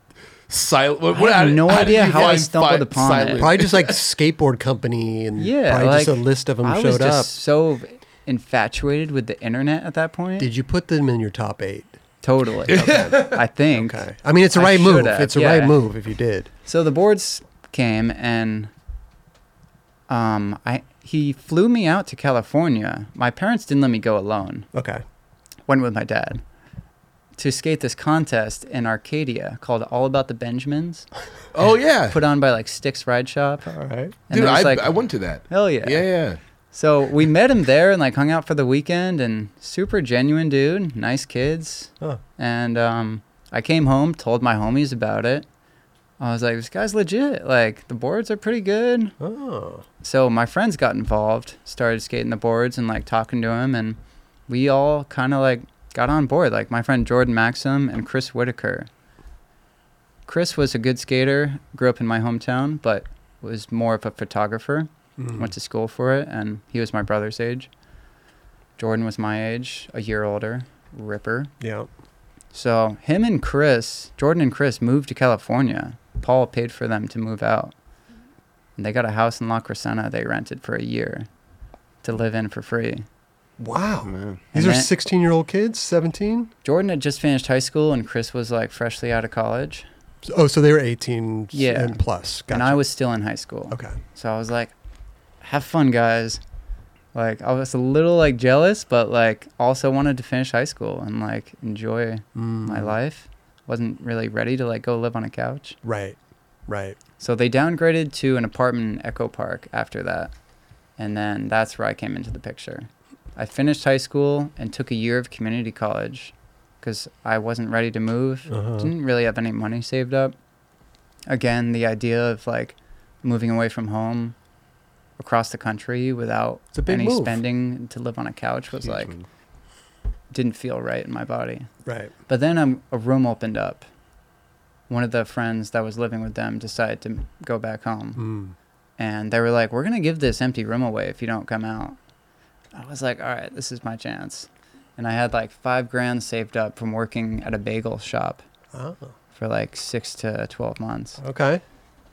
[SPEAKER 3] silent? What, what-
[SPEAKER 2] have
[SPEAKER 3] did-
[SPEAKER 2] no
[SPEAKER 3] did
[SPEAKER 2] idea
[SPEAKER 3] you
[SPEAKER 2] how I
[SPEAKER 3] find
[SPEAKER 2] stumbled
[SPEAKER 3] fi-
[SPEAKER 2] upon it.
[SPEAKER 1] Probably just like skateboard company and
[SPEAKER 2] Yeah,
[SPEAKER 1] probably just a
[SPEAKER 2] like,
[SPEAKER 1] list of them
[SPEAKER 2] I
[SPEAKER 1] showed
[SPEAKER 2] was just
[SPEAKER 1] up.
[SPEAKER 2] so infatuated with the internet at that point.
[SPEAKER 1] Did you put them in your top eight?
[SPEAKER 2] Totally. I think.
[SPEAKER 1] [laughs] Okay. I mean, it's the
[SPEAKER 2] I
[SPEAKER 1] right
[SPEAKER 2] should
[SPEAKER 1] move.
[SPEAKER 2] have,
[SPEAKER 1] It's the
[SPEAKER 2] yeah.
[SPEAKER 1] right move if you did.
[SPEAKER 2] So the boards came and um I he flew me out to California. My parents didn't let me go alone.
[SPEAKER 1] Okay.
[SPEAKER 2] Went with my dad to skate this contest in Arcadia called All About the
[SPEAKER 1] [laughs]
[SPEAKER 2] Benjamins,
[SPEAKER 3] Oh yeah,
[SPEAKER 2] put on by like Sticks Ride Shop.
[SPEAKER 1] All right.
[SPEAKER 2] And
[SPEAKER 3] dude,
[SPEAKER 2] it was
[SPEAKER 3] I,
[SPEAKER 2] like,
[SPEAKER 3] I went to that.
[SPEAKER 2] hell yeah.
[SPEAKER 3] Yeah, yeah.
[SPEAKER 2] So we met him there and like hung out for the weekend and super genuine dude, nice kids.
[SPEAKER 1] Huh.
[SPEAKER 2] And um, I came home, told my homies about it. I was like, this guy's legit. Like the boards are pretty good.
[SPEAKER 1] Oh.
[SPEAKER 2] So my friends got involved, started skating the boards and like talking to him, and we all kind of like got on board. Like my friend Jordan Maxim and Chris Whitaker. Chris was a good skater, grew up in my hometown, but was more of a photographer
[SPEAKER 1] Mm-hmm. Hmm.
[SPEAKER 2] went to school for it and he was my brother's age jordan was my age a year older ripper
[SPEAKER 1] Yeah.
[SPEAKER 2] so him and chris jordan and chris moved to california paul paid for them to move out and they got a house in la crescenta they rented for a year to live in for free
[SPEAKER 1] Wow. [laughs]
[SPEAKER 4] Man.
[SPEAKER 1] These
[SPEAKER 2] And
[SPEAKER 1] are
[SPEAKER 2] that-
[SPEAKER 1] 16 year old kids, 17?
[SPEAKER 2] jordan had just finished high school and chris was like freshly out of college
[SPEAKER 1] So- Oh, so they were 18
[SPEAKER 2] Yeah.
[SPEAKER 1] and plus. Gotcha.
[SPEAKER 2] and i was still in high school
[SPEAKER 1] Okay.
[SPEAKER 2] So I was like, have fun, guys. Like, I was a little like jealous, but like also wanted to finish high school and like enjoy
[SPEAKER 1] Hmm.
[SPEAKER 2] my life. Wasn't really ready to like go live on a couch.
[SPEAKER 1] Right. Right.
[SPEAKER 2] So they downgraded to an apartment in Echo Park after that. And then that's where I came into the picture. I finished high school and took a year of community college because I wasn't ready to move.
[SPEAKER 1] Uh-huh.
[SPEAKER 2] Didn't really have any money saved up. Again, the idea of like moving away from home across the country without
[SPEAKER 1] It's a big
[SPEAKER 2] any
[SPEAKER 1] move.
[SPEAKER 2] spending to live on a couch was
[SPEAKER 4] Huge
[SPEAKER 2] like,
[SPEAKER 4] move.
[SPEAKER 2] didn't feel right in my body.
[SPEAKER 1] Right.
[SPEAKER 2] But then um, a room opened up. One of the friends that was living with them decided to go back home
[SPEAKER 1] Mm.
[SPEAKER 2] and they were like, "We're gonna give this empty room away if you don't come out." I was like, "All right, this is my chance," and I had like five grand saved up from working at a bagel shop
[SPEAKER 1] Oh,
[SPEAKER 2] for like six to twelve months,
[SPEAKER 1] okay.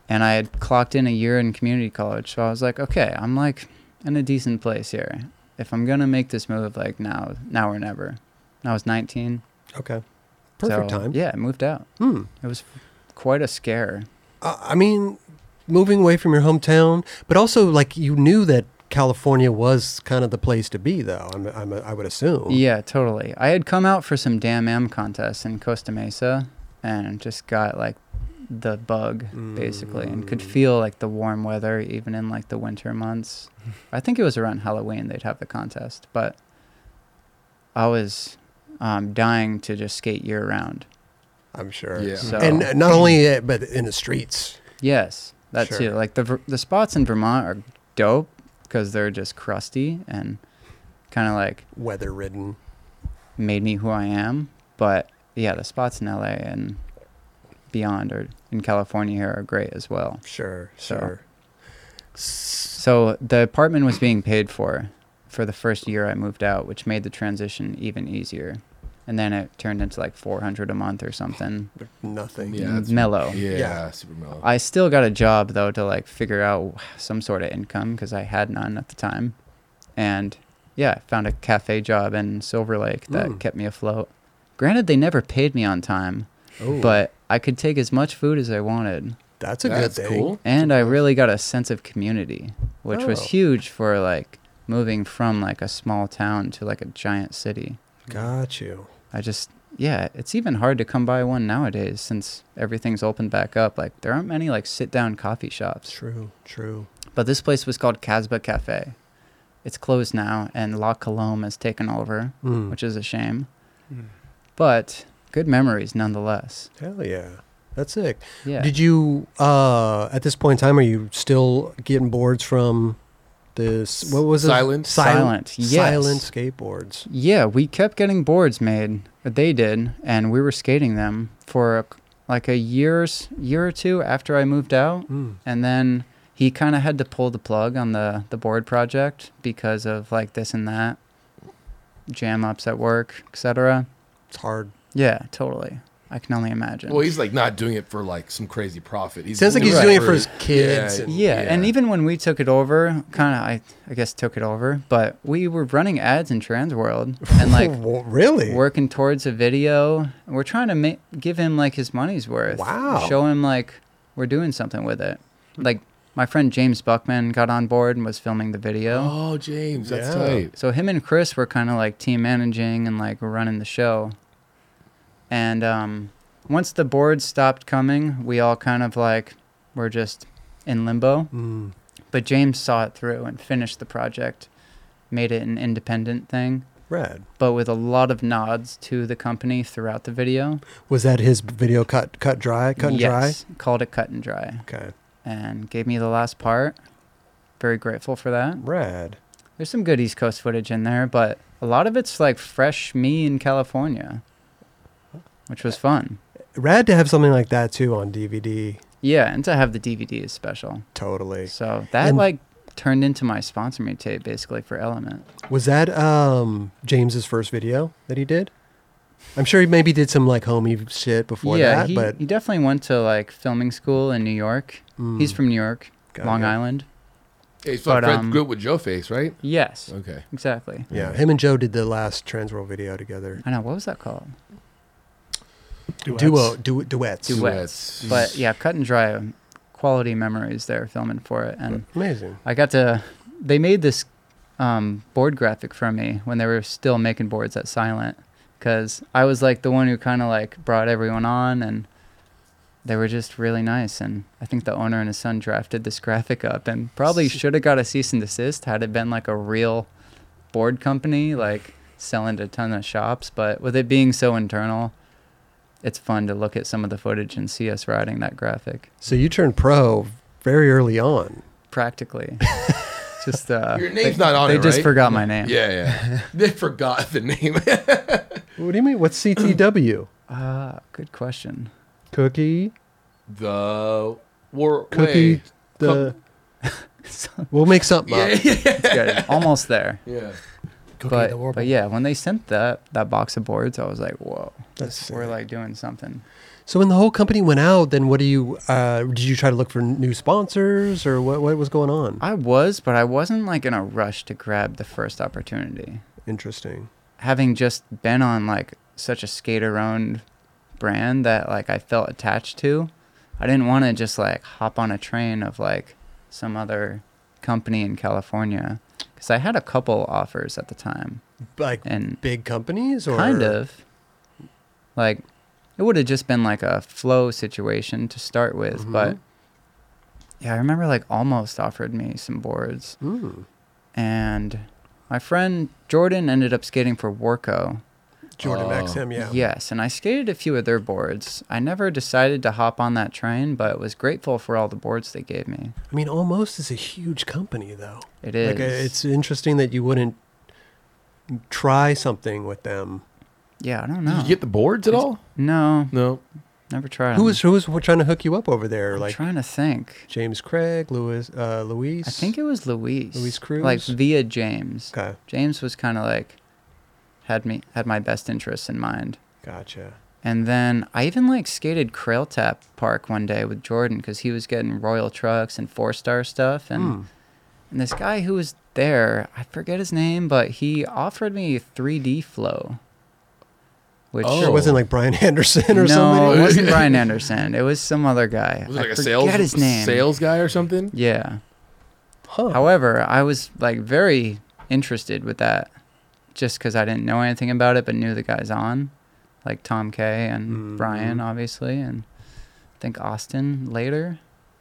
[SPEAKER 2] and I had clocked in a year in community college, so I was like, "Okay, I'm like in a decent place here. If I'm gonna make this move, like now, now or never." And I was 19.
[SPEAKER 1] Okay. Perfect
[SPEAKER 2] so,
[SPEAKER 1] time.
[SPEAKER 2] Yeah, I moved out.
[SPEAKER 1] Hmm.
[SPEAKER 2] It was quite a scare.
[SPEAKER 1] Uh, I mean, moving away from your hometown, but also like you knew that California was kind of the place to be, though. I'm, I'm, I would assume.
[SPEAKER 2] Yeah, totally. I had come out for some Damn Am contests in Costa Mesa and just got like the bug
[SPEAKER 1] Mm.
[SPEAKER 2] basically and could feel like the warm weather even in like the
[SPEAKER 1] [laughs]
[SPEAKER 2] winter months. I think it was around Halloween they'd have the contest, but I was um, dying to just skate year round.
[SPEAKER 1] I'm sure.
[SPEAKER 3] Yeah.
[SPEAKER 2] So
[SPEAKER 1] And uh, not only it, but in the streets.
[SPEAKER 2] yes, that
[SPEAKER 1] Sure.
[SPEAKER 2] too. Like the Ver- the spots in Vermont are dope because they're just crusty and kind of like
[SPEAKER 1] weather ridden.
[SPEAKER 2] made me who I am. But yeah, the spots in LA and beyond or in California here are great as well.
[SPEAKER 1] Sure,
[SPEAKER 2] So-
[SPEAKER 1] sure. S-
[SPEAKER 2] So the apartment was being paid for for the first year I moved out, which made the transition even easier. And then it turned into like 400 a month or something.
[SPEAKER 1] Nothing.
[SPEAKER 3] Yeah, that's-
[SPEAKER 2] mellow.
[SPEAKER 3] Yeah,
[SPEAKER 1] Yeah.
[SPEAKER 3] super mellow.
[SPEAKER 2] I still got a job though to like figure out some sort of income because I had none at the time. And yeah, I found a cafe job in Silver Lake that
[SPEAKER 1] Mm.
[SPEAKER 2] kept me afloat. Granted, they never paid me on time,
[SPEAKER 1] Ooh.
[SPEAKER 2] but I could take as much food as I wanted.
[SPEAKER 1] That's a
[SPEAKER 3] That's
[SPEAKER 1] good thing.
[SPEAKER 3] cool.
[SPEAKER 2] And I really got a sense of community, which was
[SPEAKER 1] Oh.
[SPEAKER 2] huge for like moving from like a small town to like a giant city.
[SPEAKER 1] Got you.
[SPEAKER 2] I just, yeah, it's even hard to come by one nowadays since everything's opened back up. Like, there aren't many like sit down coffee shops.
[SPEAKER 1] True, true.
[SPEAKER 2] But this place was called Casbah Cafe. It's closed now, and La Colombe has taken over,
[SPEAKER 1] Mm.
[SPEAKER 2] which is a shame.
[SPEAKER 1] Hmm.
[SPEAKER 2] But good memories nonetheless.
[SPEAKER 1] Hell yeah. That's sick.
[SPEAKER 2] Yeah.
[SPEAKER 1] Did you, uh, at this point in time, are you still getting boards from this? What was it?
[SPEAKER 3] Silent?
[SPEAKER 1] Silent.
[SPEAKER 2] Silent, yes.
[SPEAKER 1] Silent skateboards.
[SPEAKER 2] yeah, we kept getting boards made. or They did, and we were skating them for like a year's year or two after I moved out,
[SPEAKER 1] Mm.
[SPEAKER 2] and then he kind of had to pull the plug on the the board project because of like this and that, jam ups at work, etc.
[SPEAKER 1] It's hard.
[SPEAKER 2] Yeah, totally. I can only imagine.
[SPEAKER 3] Well, he's like not doing it for like some crazy profit. He's
[SPEAKER 1] Sounds like he's doing it for his kids
[SPEAKER 3] Yeah,
[SPEAKER 1] and-
[SPEAKER 2] yeah, and even when we took it over, kind of, I, I guess took it over, but we were running ads in Trans World and like
[SPEAKER 1] [laughs] Well, really?
[SPEAKER 2] working towards a video. We're trying to ma- give him like his money's worth.
[SPEAKER 1] Wow.
[SPEAKER 2] Show him like we're doing something with it. Like my friend James Buckman got on board and was filming the video.
[SPEAKER 3] Oh, James, that's
[SPEAKER 1] Yeah.
[SPEAKER 3] tight.
[SPEAKER 2] So him and Chris were kind of like team managing and like running the show. And um, once the boards stopped coming, we all kind of like were just in limbo.
[SPEAKER 1] Mm.
[SPEAKER 2] But James saw it through and finished the project, made it an independent thing,
[SPEAKER 1] Rad.
[SPEAKER 2] but with a lot of nods to the company throughout the video.
[SPEAKER 1] Was that his video cut cut dry? Cut and
[SPEAKER 2] dry? Called it cut and dry
[SPEAKER 1] dry? Okay.
[SPEAKER 2] and gave me the last part. Very grateful for that.
[SPEAKER 1] Rad.
[SPEAKER 2] There's some good East Coast footage in there, but a lot of it's like fresh me in California, which was fun.
[SPEAKER 1] Rad to have something like that too on DVD.
[SPEAKER 2] Yeah, and to have the DVD is special.
[SPEAKER 1] Totally.
[SPEAKER 2] So that
[SPEAKER 1] And-
[SPEAKER 2] like turned into my sponsor me tape basically for Element.
[SPEAKER 1] Was that um, James's first video that he did? I'm sure he maybe did some like homie shit before
[SPEAKER 2] yeah,
[SPEAKER 1] that,
[SPEAKER 2] he,
[SPEAKER 1] but
[SPEAKER 2] he definitely went to like filming school in New York. He's from New York,
[SPEAKER 1] Hmm. Got
[SPEAKER 2] Long
[SPEAKER 1] it.
[SPEAKER 2] Island.
[SPEAKER 3] Hey, it's
[SPEAKER 2] But,
[SPEAKER 3] like Fred
[SPEAKER 2] um,
[SPEAKER 3] Good with Joe Face, right?
[SPEAKER 2] Yes,
[SPEAKER 3] Okay.
[SPEAKER 2] exactly.
[SPEAKER 1] yeah, him and Joe did the last Transworld video together.
[SPEAKER 2] I know. What was that called?
[SPEAKER 1] Duo, du- duets.
[SPEAKER 2] Duet. Duets. But yeah, cut and dry, um, quality memories there filming for it,
[SPEAKER 1] Mm.
[SPEAKER 2] and
[SPEAKER 1] Amazing.
[SPEAKER 2] I got to. They made this um, board graphic for me when they were still making boards at Silent, because I was like the one who kind of like brought everyone on, and they were just really nice. And I think the owner and his son drafted this graphic up, and probably should have got a cease and desist had it been like a real board company, like selling to a ton of shops. But with it being so internal, it's fun to look at some of the footage and see us riding that graphic
[SPEAKER 1] So you turned pro very early on. [laughs]
[SPEAKER 2] practically. just uh,
[SPEAKER 3] Your name's not on
[SPEAKER 2] they
[SPEAKER 3] it,
[SPEAKER 2] just
[SPEAKER 3] right?
[SPEAKER 2] forgot my name.
[SPEAKER 1] [laughs]
[SPEAKER 3] Yeah, yeah. they forgot the name. [laughs]
[SPEAKER 1] What do you mean? What's CTW?
[SPEAKER 2] Ah, good
[SPEAKER 3] [laughs]
[SPEAKER 2] question.
[SPEAKER 1] Cookie,
[SPEAKER 3] the war
[SPEAKER 1] cookie,
[SPEAKER 3] way.
[SPEAKER 1] the. [laughs] we'll make something
[SPEAKER 3] Yeah,
[SPEAKER 1] up.
[SPEAKER 3] yeah,
[SPEAKER 2] It's good. Almost there.
[SPEAKER 3] yeah.
[SPEAKER 1] Cookie
[SPEAKER 2] but,
[SPEAKER 1] the Warble.
[SPEAKER 2] but yeah, when they sent that that box of boards, I was like, whoa,
[SPEAKER 1] That's
[SPEAKER 2] this, we're
[SPEAKER 1] sick.
[SPEAKER 2] like doing something.
[SPEAKER 1] So when the whole company went out, then what do you? Uh, did you try to look for new sponsors or what? What was going on?
[SPEAKER 2] I was, but I wasn't like in a rush to grab the first opportunity.
[SPEAKER 1] Interesting.
[SPEAKER 2] Having just been on like such a skater owned brand that like I felt attached to, I didn't want to just like hop on a train of like some other company in California because I had a couple offers at the time
[SPEAKER 1] Like
[SPEAKER 2] and
[SPEAKER 1] big companies or
[SPEAKER 2] kind of like it would have just been like a flow situation to start with but yeah i remember like almost offered me some boards
[SPEAKER 1] Mm.
[SPEAKER 2] and my friend jordan ended up skating for warco
[SPEAKER 1] Jordan
[SPEAKER 3] Oh.
[SPEAKER 1] XM, yeah.
[SPEAKER 2] yes and i skated a few of their boards i never decided to hop on that train but was grateful for all the boards they gave me
[SPEAKER 1] I mean, almost is a huge company though.
[SPEAKER 2] it is
[SPEAKER 1] Like uh, it's interesting that you wouldn't try something with them.
[SPEAKER 2] yeah i don't
[SPEAKER 3] Did
[SPEAKER 2] know
[SPEAKER 3] you get the boards at all?
[SPEAKER 2] no
[SPEAKER 3] No.
[SPEAKER 2] never tried
[SPEAKER 1] Who
[SPEAKER 2] them.
[SPEAKER 1] was who was trying to hook you up over there?
[SPEAKER 2] I'm
[SPEAKER 1] like
[SPEAKER 2] trying to think
[SPEAKER 1] James Craig, Louis, uh, Luis.
[SPEAKER 2] i think it was luis
[SPEAKER 1] Luis
[SPEAKER 2] like
[SPEAKER 1] Cruz?
[SPEAKER 2] via james
[SPEAKER 1] Okay,
[SPEAKER 2] James was kind of like had me had my best interests in mind.
[SPEAKER 1] gotcha.
[SPEAKER 2] And then I even like skated Crail Tap Park one day with Jordan because he was getting Royal Trucks and four star stuff. And
[SPEAKER 1] Hmm.
[SPEAKER 2] and this guy who was there, I forget his name, but he offered me 3D flow, which
[SPEAKER 3] Oh.
[SPEAKER 1] Sure, it wasn't like Brian [laughs] Anderson or
[SPEAKER 2] no,
[SPEAKER 1] somebody.
[SPEAKER 2] it
[SPEAKER 1] [laughs]
[SPEAKER 2] wasn't Brian Anderson. It was some other guy.
[SPEAKER 3] Was it
[SPEAKER 2] I
[SPEAKER 3] like a
[SPEAKER 2] forget
[SPEAKER 3] sales
[SPEAKER 2] his name.
[SPEAKER 3] sales guy or something?
[SPEAKER 2] Yeah.
[SPEAKER 1] Huh.
[SPEAKER 2] However, I was like very interested with that just because I didn't know anything about it, but knew the guys on, like Tom Kay and Brian, obviously, and I think Austin later.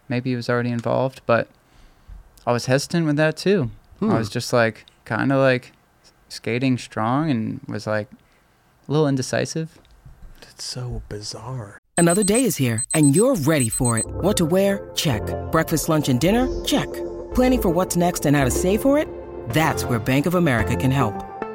[SPEAKER 2] Maybe he was already involved, but I was hesitant with that too. I was just like kind of like skating strong and was like a little indecisive.
[SPEAKER 1] It's so bizarre.
[SPEAKER 6] Another day is here, and you're ready for it. What to wear? Check. Breakfast, lunch, and dinner? Check. Planning for what's next and how to save for it? That's where Bank of America can help.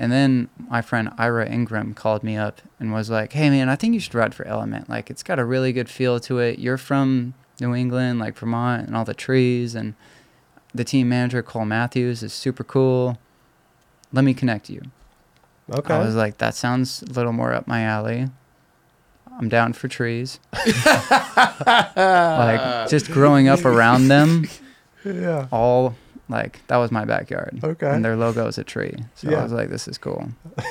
[SPEAKER 2] And then my friend Ira Ingram called me up and was like, "Hey man, I think you should ride for Element. Like it's got a really good feel to it. You're from New England, like Vermont and all the trees and the team manager Cole Matthews is super cool. Let me connect you."
[SPEAKER 4] Okay.
[SPEAKER 2] I was like, "That sounds a little more up my alley." I'm down for
[SPEAKER 4] [laughs]
[SPEAKER 2] trees. like just growing up around them.
[SPEAKER 4] yeah.
[SPEAKER 2] all like that was my backyard.
[SPEAKER 4] Okay.
[SPEAKER 2] And their logo is a tree. So
[SPEAKER 4] Yeah.
[SPEAKER 2] I was like, this is cool.
[SPEAKER 4] [laughs]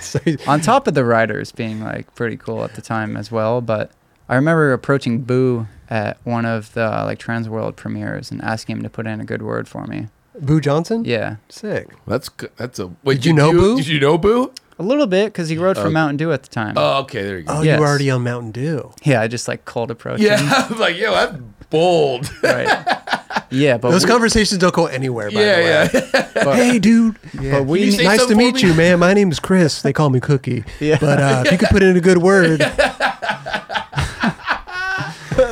[SPEAKER 4] So,
[SPEAKER 2] On top of the riders being like pretty cool at the time as well, but I remember approaching Boo at one of the like Trans World premieres and asking him to put in a good word for me.
[SPEAKER 1] Boo Johnson?
[SPEAKER 2] Yeah.
[SPEAKER 1] Sick.
[SPEAKER 3] That's g- that's a. Wait,
[SPEAKER 1] Did you know Boo?
[SPEAKER 3] Did you know Boo?
[SPEAKER 2] A little bit because he rode for
[SPEAKER 3] Oh.
[SPEAKER 2] Mountain Dew at the time.
[SPEAKER 3] Oh, okay, there you go.
[SPEAKER 1] Oh,
[SPEAKER 2] Yes.
[SPEAKER 1] you were already on Mountain Dew.
[SPEAKER 2] yeah, I just like cold approached
[SPEAKER 3] [laughs] yeah,
[SPEAKER 2] him.
[SPEAKER 3] I'm like yo, that's bold.
[SPEAKER 2] Right.
[SPEAKER 3] [laughs]
[SPEAKER 2] Yeah, but
[SPEAKER 1] Those
[SPEAKER 2] we,
[SPEAKER 1] conversations don't go anywhere, by the way.
[SPEAKER 3] yeah, yeah.
[SPEAKER 1] [laughs] Hey, dude.
[SPEAKER 2] but we
[SPEAKER 3] you say
[SPEAKER 1] nice to
[SPEAKER 3] something for
[SPEAKER 1] meet
[SPEAKER 3] me?
[SPEAKER 1] you, man. My name's Chris. They call me Cookie. But uh, if you could put in a good word, [laughs] I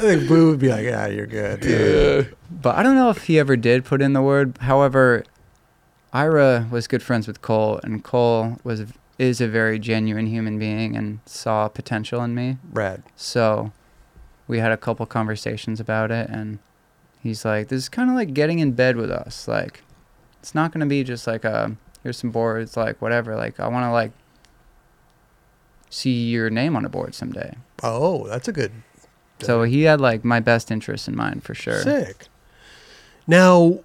[SPEAKER 1] think Boo would be like, "Yeah, you're good."
[SPEAKER 2] But I don't know if he ever did put in the word. However, Ira was good friends with Cole, and Cole was is a very genuine human being and saw potential in me.
[SPEAKER 1] Brad.
[SPEAKER 2] So we had a couple conversations about it, and he's like, "This is kind of like getting in bed with us. Like, it's not gonna be just like a here's some boards, like whatever. Like, I want to like see your name on a board someday."
[SPEAKER 1] Oh, that's a good
[SPEAKER 2] So he had like my best interest in mind for sure.
[SPEAKER 1] sick. Now,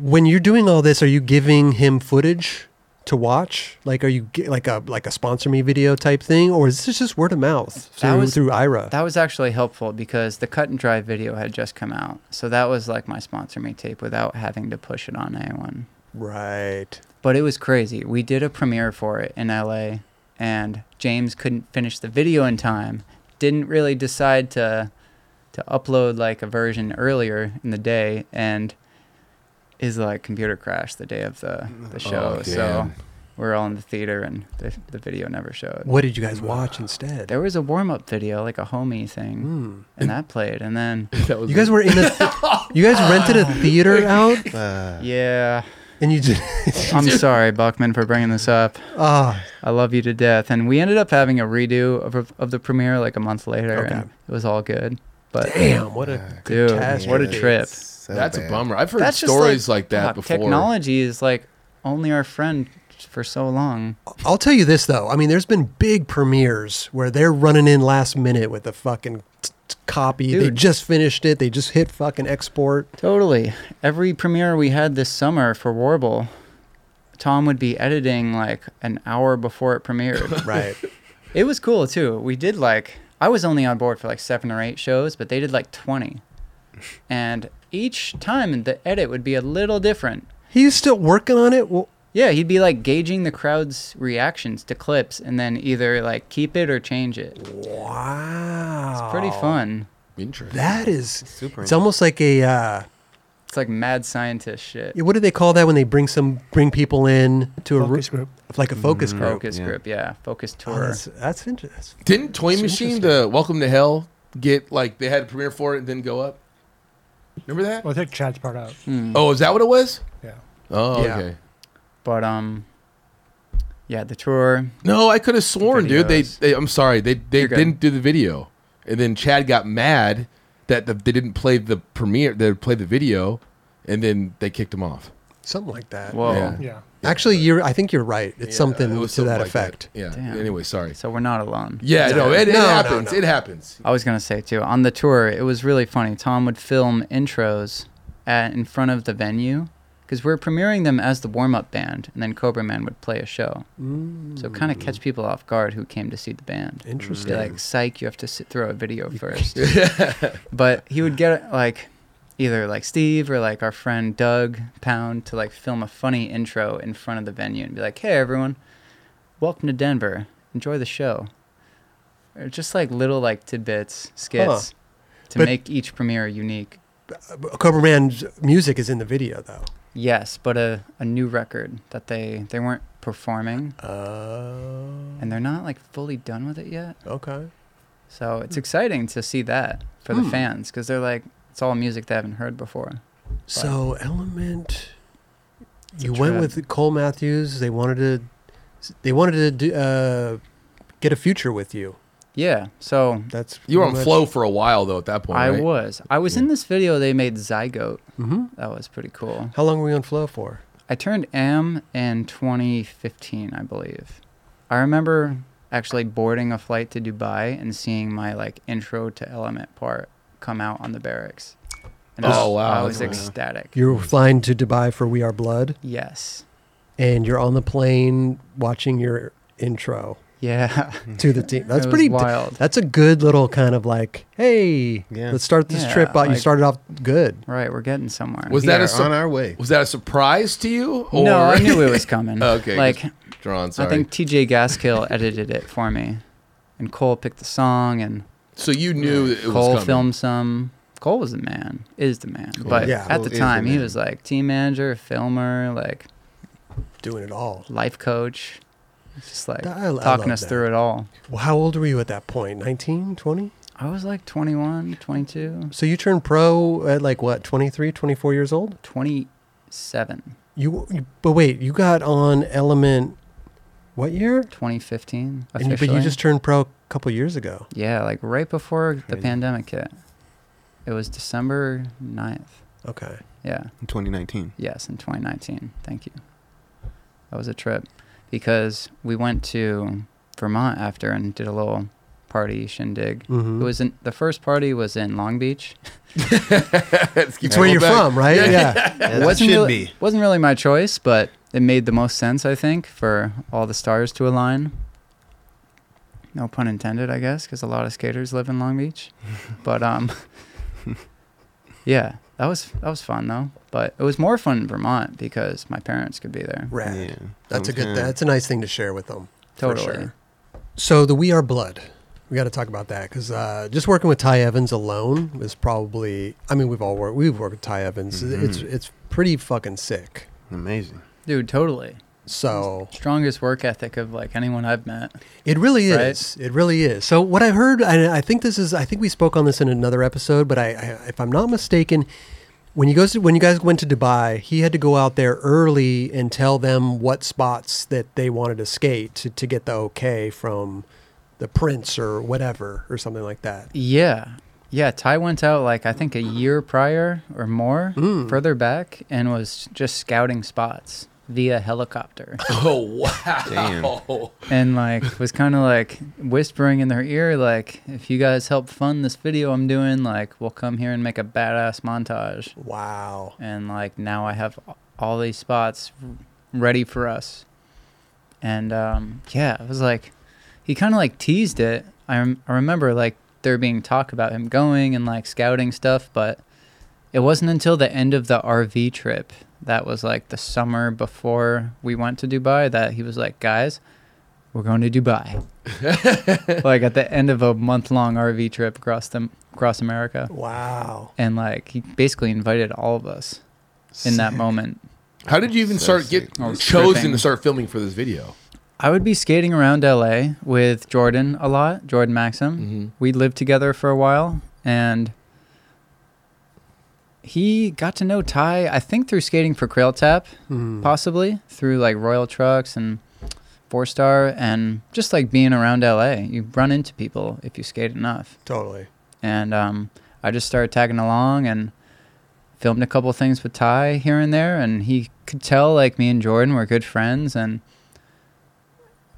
[SPEAKER 1] when you're doing all this, are you giving him footage to watch? Like, are you ge- like a like a sponsor me video type thing, or is this just word of mouth
[SPEAKER 2] That
[SPEAKER 1] through,
[SPEAKER 2] was-
[SPEAKER 1] through Ira?
[SPEAKER 2] That was actually helpful because the cut and dry video had just come out. So that was like my sponsor me tape without having to push it on anyone.
[SPEAKER 1] right.
[SPEAKER 2] But it was crazy. We did a premiere for it in LA and James couldn't finish the video in time. Didn't really decide to to upload like a version earlier in the day and his like computer crashed the day of the, the show. so
[SPEAKER 3] damn.
[SPEAKER 2] we're all in the theater and the, the video never showed
[SPEAKER 1] What did you guys watch instead?
[SPEAKER 2] there was a warm up video, like a homie
[SPEAKER 1] Hmm.
[SPEAKER 2] thing, and that played. And then,
[SPEAKER 3] [laughs] That was
[SPEAKER 1] You guys were in a.
[SPEAKER 2] [laughs]
[SPEAKER 1] you guys rented a theater out,
[SPEAKER 2] yeah,
[SPEAKER 1] and you did.
[SPEAKER 2] I'm sorry, Buckman, for bringing this up.
[SPEAKER 1] [laughs] Ah,
[SPEAKER 2] I love you to death. And we ended up having a redo of, of the premiere like a month later,
[SPEAKER 1] Okay.
[SPEAKER 2] and it was all good. But
[SPEAKER 1] damn! What a
[SPEAKER 2] dude, what a
[SPEAKER 1] catastrophe.
[SPEAKER 2] trip!
[SPEAKER 4] so
[SPEAKER 3] That's a
[SPEAKER 4] bad.
[SPEAKER 3] bummer. I've heard
[SPEAKER 2] That's just
[SPEAKER 3] stories like, that
[SPEAKER 2] fuck,
[SPEAKER 3] before.
[SPEAKER 2] Technology is like only our friend for so long.
[SPEAKER 1] I'll tell you this though. I mean, there's been big premieres where they're running in last minute with a fucking t- t- copy. They
[SPEAKER 2] Dude.
[SPEAKER 1] just finished it. They just hit fucking export.
[SPEAKER 2] Totally. Every premiere we had this summer for Warble, Tom would be editing like an hour before
[SPEAKER 1] [laughs]
[SPEAKER 2] it premiered.
[SPEAKER 1] Right.
[SPEAKER 2] It was cool too. We did like I was only on board for like seven or eight shows, but they did like twenty, and each time the edit would be a little different.
[SPEAKER 1] He's still working on it. Well,
[SPEAKER 2] Yeah, he'd be like gauging the crowd's reactions to clips, and then either like keep it or change it. It's
[SPEAKER 1] wow.
[SPEAKER 2] pretty fun.
[SPEAKER 3] Interesting.
[SPEAKER 1] That is
[SPEAKER 4] Super
[SPEAKER 1] It's almost like a. Uh,
[SPEAKER 2] It's like mad scientist shit.
[SPEAKER 1] yeah, what do they call that when they bring some bring people in to a focus group? Like a focus group.
[SPEAKER 2] Mm-hmm. Focus
[SPEAKER 4] Yeah.
[SPEAKER 2] group, yeah, focus
[SPEAKER 1] Oh,
[SPEAKER 2] tour.
[SPEAKER 1] that's that's interesting.
[SPEAKER 3] Didn't Toy
[SPEAKER 1] It's
[SPEAKER 3] Machine
[SPEAKER 1] interesting.
[SPEAKER 3] the Welcome to Hell get like they had a premiere for it and then go up? Remember that?
[SPEAKER 7] Well, take Chad's part out.
[SPEAKER 3] Oh, is that what it was?
[SPEAKER 7] Yeah.
[SPEAKER 3] Oh,
[SPEAKER 1] Yeah.
[SPEAKER 3] okay.
[SPEAKER 2] but um, yeah, the tour.
[SPEAKER 3] No, I could have sworn, dude. They,
[SPEAKER 2] Videos.
[SPEAKER 3] they, I'm sorry, they they
[SPEAKER 2] You're good.
[SPEAKER 3] didn't do the video, and then Chad got mad that the, they didn't play the premiere. They played the video, and then they kicked him off.
[SPEAKER 1] Something like that.
[SPEAKER 2] Whoa.
[SPEAKER 3] Yeah.
[SPEAKER 7] Yeah.
[SPEAKER 1] Actually, you're. I think you're right. It's something
[SPEAKER 3] Uh, it
[SPEAKER 1] to
[SPEAKER 3] was something
[SPEAKER 1] that
[SPEAKER 3] like
[SPEAKER 1] effect.
[SPEAKER 3] Yeah.
[SPEAKER 2] Damn.
[SPEAKER 3] Anyway, sorry.
[SPEAKER 2] So we're not alone.
[SPEAKER 3] Yeah, no, it, it
[SPEAKER 1] No, no,
[SPEAKER 3] happens.
[SPEAKER 1] no.
[SPEAKER 3] It happens.
[SPEAKER 2] I was gonna say too on the tour, it was really funny. Tom would film intros at, in front of the venue, because we're premiering them as the warm-up band, and then Cobra Man would play a show. So kind
[SPEAKER 3] Mm.
[SPEAKER 2] of catch people off guard who came to see the band.
[SPEAKER 1] Mm. Interesting.
[SPEAKER 2] Be like, psych, you have to sit, throw a video first. but he would get like either like Steve or like our friend Doug Pound to like film a funny intro in front of the venue and be like, hey everyone, welcome to Denver, enjoy the show. Or just like little like tidbits, skits to
[SPEAKER 1] But-
[SPEAKER 2] make each premiere unique.
[SPEAKER 1] Cobra Man's music is in the video though.
[SPEAKER 2] Yes, but a, a new record that they, they weren't performing
[SPEAKER 1] Uh,
[SPEAKER 2] and they're not like fully done with it yet.
[SPEAKER 1] okay.
[SPEAKER 2] So it's exciting to see that for the fans fans because they're like, it's all music they haven't heard before.
[SPEAKER 1] So Element,
[SPEAKER 2] a
[SPEAKER 1] you went
[SPEAKER 2] trend.
[SPEAKER 1] with Cole Matthews. They wanted to, they wanted to do, uh, get a future with you.
[SPEAKER 2] Yeah. So
[SPEAKER 1] That's
[SPEAKER 3] You were on
[SPEAKER 1] pretty much-
[SPEAKER 3] flow for a while though. At that point,
[SPEAKER 2] I
[SPEAKER 3] right?
[SPEAKER 2] was. I was in this video they made Zygote.
[SPEAKER 1] Mhm.
[SPEAKER 2] That was pretty cool.
[SPEAKER 1] How long were you on flow for?
[SPEAKER 2] I turned AM in 2015, I believe. I remember actually boarding a flight to Dubai and seeing my like intro to Element part come out on the barracks. And
[SPEAKER 3] Oh,
[SPEAKER 2] I-
[SPEAKER 3] wow,
[SPEAKER 2] I was
[SPEAKER 3] that's
[SPEAKER 4] cool.
[SPEAKER 2] ecstatic.
[SPEAKER 1] You're
[SPEAKER 3] Mm.
[SPEAKER 1] flying to Dubai for We Are Blood,
[SPEAKER 2] Yes.
[SPEAKER 1] and you're on the plane watching your intro
[SPEAKER 2] Yeah. [laughs]
[SPEAKER 1] to the team. That's
[SPEAKER 2] It was
[SPEAKER 1] pretty
[SPEAKER 2] wild.
[SPEAKER 1] That's a good little kind of like, hey,
[SPEAKER 4] Yeah.
[SPEAKER 1] let's start this
[SPEAKER 2] Yeah,
[SPEAKER 1] trip out. you
[SPEAKER 2] like-
[SPEAKER 1] started off good.
[SPEAKER 2] right, we're getting somewhere.
[SPEAKER 3] Was
[SPEAKER 4] We
[SPEAKER 3] that
[SPEAKER 4] are
[SPEAKER 3] a sur-
[SPEAKER 4] on our way?
[SPEAKER 3] Was that a surprise to you? Or
[SPEAKER 2] No, I knew it was coming.
[SPEAKER 3] [laughs] Okay,
[SPEAKER 2] Like
[SPEAKER 3] Drawn. Sorry.
[SPEAKER 2] I think TJ
[SPEAKER 4] [laughs]
[SPEAKER 2] Gaskill edited it for me. And Cole picked the song and
[SPEAKER 3] so you knew that it was
[SPEAKER 2] Cole
[SPEAKER 3] coming. [laughs]
[SPEAKER 2] filmed some. Cole was the man, is the man. But
[SPEAKER 1] Yeah.
[SPEAKER 2] at
[SPEAKER 4] Cole
[SPEAKER 2] the
[SPEAKER 4] is the
[SPEAKER 2] time, he
[SPEAKER 4] man.
[SPEAKER 2] was like team manager, filmer, like
[SPEAKER 1] Doing it all.
[SPEAKER 2] life coach, just like
[SPEAKER 1] I- I love
[SPEAKER 2] talking us
[SPEAKER 1] that.
[SPEAKER 2] through it all.
[SPEAKER 1] Well, how old were you at that point? 19, 20?
[SPEAKER 2] I was like 21, 22,
[SPEAKER 1] So you turned pro at like what, 23, 24 years old?
[SPEAKER 2] 27,
[SPEAKER 1] You, you but wait, you got on Element what year?
[SPEAKER 2] 2015.
[SPEAKER 1] And, you-
[SPEAKER 2] Officially.
[SPEAKER 1] but you just turned pro a couple years ago.
[SPEAKER 2] yeah, like right before the pandemic hit. It was December 9th.
[SPEAKER 1] Okay.
[SPEAKER 2] Yeah.
[SPEAKER 4] In 2019.
[SPEAKER 2] Yes, in 2019. Thank you. That was a trip because we went to Vermont after and did a little party shindig.
[SPEAKER 1] Mhm.
[SPEAKER 2] It was in, the first party was in Long Beach.
[SPEAKER 3] Let's keep
[SPEAKER 1] It's where
[SPEAKER 3] going
[SPEAKER 1] you're
[SPEAKER 3] back.
[SPEAKER 1] from, right? Yeah.
[SPEAKER 4] As
[SPEAKER 2] It
[SPEAKER 4] it should
[SPEAKER 2] really,
[SPEAKER 4] be.
[SPEAKER 2] Wasn't really my choice, but it made the most sense, I think, for all the stars to align. No pun intended, I guess, because a lot of skaters live in Long
[SPEAKER 1] [laughs]
[SPEAKER 2] Beach. but um, yeah, that was that was fun though. But it was more fun in Vermont because my parents could be there.
[SPEAKER 1] Rad.
[SPEAKER 4] Yeah.
[SPEAKER 1] That's a good
[SPEAKER 4] Yeah.
[SPEAKER 1] that's a nice thing to share with them. for
[SPEAKER 2] Totally.
[SPEAKER 1] sure. So the We Are Blood. We got to talk about that because uh, just working with Ty Evans alone is probably. I mean, we've all worked. We've worked with Ty Evans. It's it's pretty fucking sick.
[SPEAKER 4] Amazing.
[SPEAKER 2] Dude, totally.
[SPEAKER 1] So
[SPEAKER 2] Strongest work ethic of like anyone I've met.
[SPEAKER 1] It really
[SPEAKER 2] Right?
[SPEAKER 1] is. It really is. So what I heard, and I think this is, I think we spoke on this in another episode, but I, I if I'm not mistaken, when you goes to, when you guys went to Dubai, he had to go out there early and tell them what spots that they wanted to skate to, to get the okay from the prince or whatever or something like that.
[SPEAKER 2] Yeah. Yeah, Ty went out like I think a year prior or more, further back, and was just scouting spots via helicopter.
[SPEAKER 3] Oh wow!
[SPEAKER 2] and like was kind of like whispering in their ear, like, if you guys help fund this video I'm doing, like, we'll come here and make a badass montage.
[SPEAKER 1] Wow.
[SPEAKER 2] And like now I have all these spots ready for us. And um, yeah, it was like he kind of like teased it. I, rem- I remember like there being talk about him going and like scouting stuff, but it wasn't until the end of the RV trip that was like the summer before we went to Dubai that he was like, guys, we're going to Dubai. like at the end of a month long RV trip across them across America,
[SPEAKER 1] Wow.
[SPEAKER 2] and like he basically invited all of us in that moment.
[SPEAKER 3] How did you even
[SPEAKER 4] So
[SPEAKER 3] start get
[SPEAKER 4] sick.
[SPEAKER 2] Oh,
[SPEAKER 3] chosen
[SPEAKER 2] stripping.
[SPEAKER 3] to start filming for this video?
[SPEAKER 2] I would be skating around LA with Jordan a lot, Jordan Maxim.
[SPEAKER 3] Mm. Mm-hmm.
[SPEAKER 2] We lived together for a while and he got to know Ty, I think through skating for Krail Tap,
[SPEAKER 1] Hmm. Mm.
[SPEAKER 2] possibly through like Royal Trucks and Four Star and just like being around LA. You run into people if you skate enough.
[SPEAKER 1] Totally.
[SPEAKER 2] and um, I just started tagging along and filmed a couple things with Ty here and there, and he could tell like me and Jordan were good friends and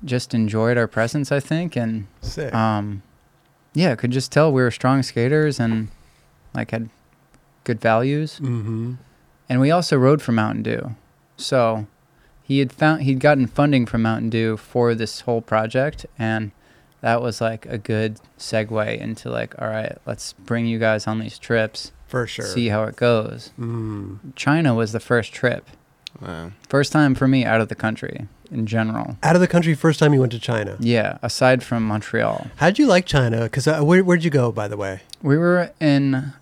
[SPEAKER 2] just enjoyed our presence, I think, and
[SPEAKER 1] Sick.
[SPEAKER 2] um, yeah, could just tell we were strong skaters and like had good values,
[SPEAKER 1] mm-hmm.
[SPEAKER 2] and we also rode for Mountain Dew. So he had found he'd gotten funding from Mountain Dew for this whole project, and that was like a good segue into like, all right, let's bring you guys on these trips,
[SPEAKER 1] for sure.
[SPEAKER 2] see how it goes.
[SPEAKER 1] Mm.
[SPEAKER 2] China was the first trip,
[SPEAKER 4] Wow.
[SPEAKER 2] first time for me out of the country in general.
[SPEAKER 1] Out of the country, first time you went to China.
[SPEAKER 2] Yeah, aside from Montreal,
[SPEAKER 1] How'd you like China? Because uh, where, where'd you go, by the way?
[SPEAKER 2] we were in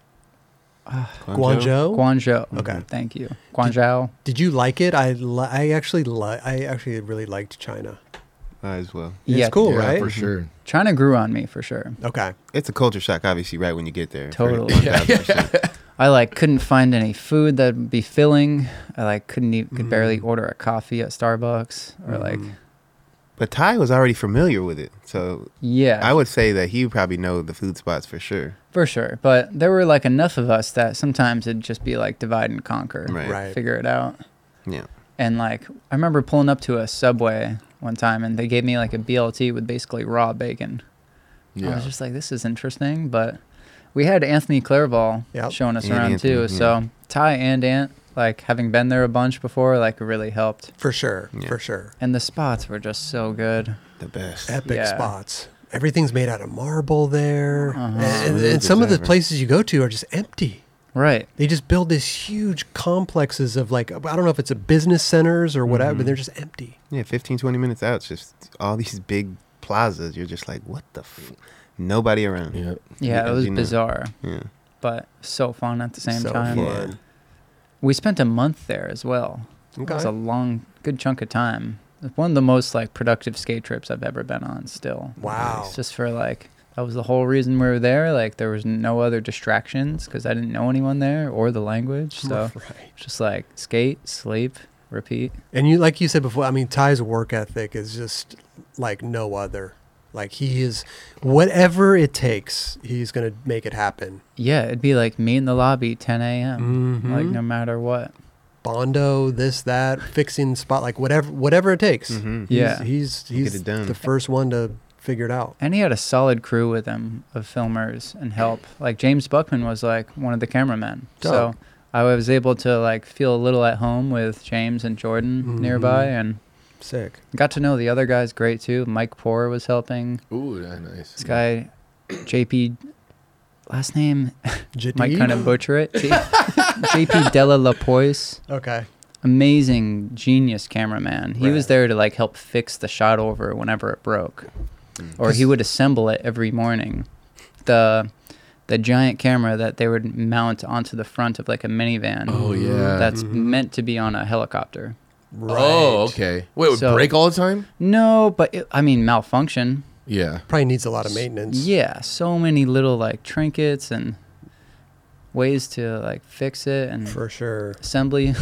[SPEAKER 1] Guangzhou.
[SPEAKER 2] Guangzhou.
[SPEAKER 1] Oh. Okay.
[SPEAKER 2] thank you, Guangzhou.
[SPEAKER 1] Did you like it? I li- I actually li- I actually really liked China.
[SPEAKER 4] Might as well.
[SPEAKER 1] It's
[SPEAKER 2] yeah,
[SPEAKER 1] cool,
[SPEAKER 3] yeah,
[SPEAKER 1] right?
[SPEAKER 3] for sure.
[SPEAKER 2] China grew on me for sure.
[SPEAKER 1] Okay.
[SPEAKER 4] It's a culture shock, obviously, right when you get there.
[SPEAKER 2] Totally. [laughs]
[SPEAKER 4] For 1000%.
[SPEAKER 2] I like couldn't find any food that'd be filling. I like couldn't even could barely
[SPEAKER 1] Mm.
[SPEAKER 2] order a coffee at Starbucks or like
[SPEAKER 1] Mm-hmm.
[SPEAKER 4] But Ty was already familiar with it, so
[SPEAKER 2] yeah,
[SPEAKER 4] I would say that he would probably know the food spots for sure.
[SPEAKER 2] for sure. But there were like enough of us that sometimes it'd just be like divide and conquer,
[SPEAKER 4] Right.
[SPEAKER 1] Right.
[SPEAKER 2] figure it out.
[SPEAKER 4] Yeah.
[SPEAKER 2] And like I remember pulling up to a Subway one time and they gave me like a BLT with basically raw bacon. I
[SPEAKER 3] Yeah.
[SPEAKER 2] was just like, this is interesting, but we had Anthony Clairval
[SPEAKER 1] Yep.
[SPEAKER 2] showing us
[SPEAKER 4] And
[SPEAKER 2] around
[SPEAKER 4] Anthony,
[SPEAKER 2] too.
[SPEAKER 4] yeah.
[SPEAKER 2] So Ty and Ant, like having been there a bunch before, like really helped.
[SPEAKER 1] For sure.
[SPEAKER 4] Yeah.
[SPEAKER 1] For sure.
[SPEAKER 2] And the spots were just so good.
[SPEAKER 4] The best.
[SPEAKER 1] Epic
[SPEAKER 2] Yeah.
[SPEAKER 1] spots. Everything's made out of marble there,
[SPEAKER 2] Uh-huh.
[SPEAKER 1] and, and,
[SPEAKER 4] Smooth
[SPEAKER 1] and some
[SPEAKER 4] as
[SPEAKER 1] of the
[SPEAKER 4] ever.
[SPEAKER 1] places you go to are just empty.
[SPEAKER 2] Right.
[SPEAKER 1] They just build these huge complexes of like I don't know if it's a business centers or whatever,
[SPEAKER 2] Mm-hmm.
[SPEAKER 1] but they're just empty.
[SPEAKER 4] Yeah, 15, 20 minutes out, it's just all these big plazas. You're just like, what the f-? Nobody around.
[SPEAKER 3] Yeah.
[SPEAKER 2] Yeah,
[SPEAKER 4] Yeah,
[SPEAKER 2] it was
[SPEAKER 4] you know.
[SPEAKER 2] bizarre,
[SPEAKER 4] Yeah.
[SPEAKER 2] but so fun at the same
[SPEAKER 1] so
[SPEAKER 2] time.
[SPEAKER 1] Fun.
[SPEAKER 2] We spent a month there as well. It was
[SPEAKER 1] Okay.
[SPEAKER 2] a long, good chunk of time. It's One of the most like productive skate trips I've ever been on. Still,
[SPEAKER 1] Wow.
[SPEAKER 2] It's just for like that was the whole reason we were there. Like there was no other distractions because I didn't know anyone there or the language. So
[SPEAKER 1] [laughs] Right.
[SPEAKER 2] just like skate, sleep, repeat.
[SPEAKER 1] And you, like you said before, I mean, Ty's work ethic is just like no other. Like he is, whatever it takes, he's gonna make it happen.
[SPEAKER 2] Yeah, it'd be like meet in the lobby 10 a.m.
[SPEAKER 1] Mm-hmm.
[SPEAKER 2] Like no matter what.
[SPEAKER 1] Bondo, this, that, fixing spot, like whatever, whatever it takes. He's-
[SPEAKER 4] Mhm.
[SPEAKER 2] Yeah.
[SPEAKER 1] he's
[SPEAKER 4] Get
[SPEAKER 1] he's,
[SPEAKER 4] it done.
[SPEAKER 1] the first one to figure it out.
[SPEAKER 2] And he had a solid crew with him of filmers and help. Like James Buckman was like one of the cameramen. So
[SPEAKER 1] Dope.
[SPEAKER 2] I was able to like feel a little at home with James and Jordan nearby and
[SPEAKER 1] Sick.
[SPEAKER 2] got to know the other guys great too. Mike Poor was helping.
[SPEAKER 3] Ooh, yeah, nice.
[SPEAKER 2] This guy JP last name
[SPEAKER 1] Jadid?
[SPEAKER 2] might kind of butcher it. J- JP Della Lapoise.
[SPEAKER 1] okay.
[SPEAKER 2] Amazing genius cameraman. He was
[SPEAKER 1] Right.
[SPEAKER 2] there to like help fix the shot over whenever it broke.
[SPEAKER 1] Hmm.
[SPEAKER 2] Or he would assemble it every morning. The the giant camera that they would mount onto the front of like a minivan.
[SPEAKER 3] Oh, yeah.
[SPEAKER 2] Mm, That's
[SPEAKER 1] Mm-hmm.
[SPEAKER 2] meant to be on a helicopter.
[SPEAKER 1] Right.
[SPEAKER 3] Oh, okay. Wait, it would
[SPEAKER 2] So-
[SPEAKER 3] break all the time?
[SPEAKER 2] No, but it, I mean malfunction.
[SPEAKER 3] Yeah.
[SPEAKER 1] Probably needs a lot of maintenance.
[SPEAKER 2] Yeah, so many little like trinkets and ways to like fix it and
[SPEAKER 1] for sure. [laughs]
[SPEAKER 2] assembly,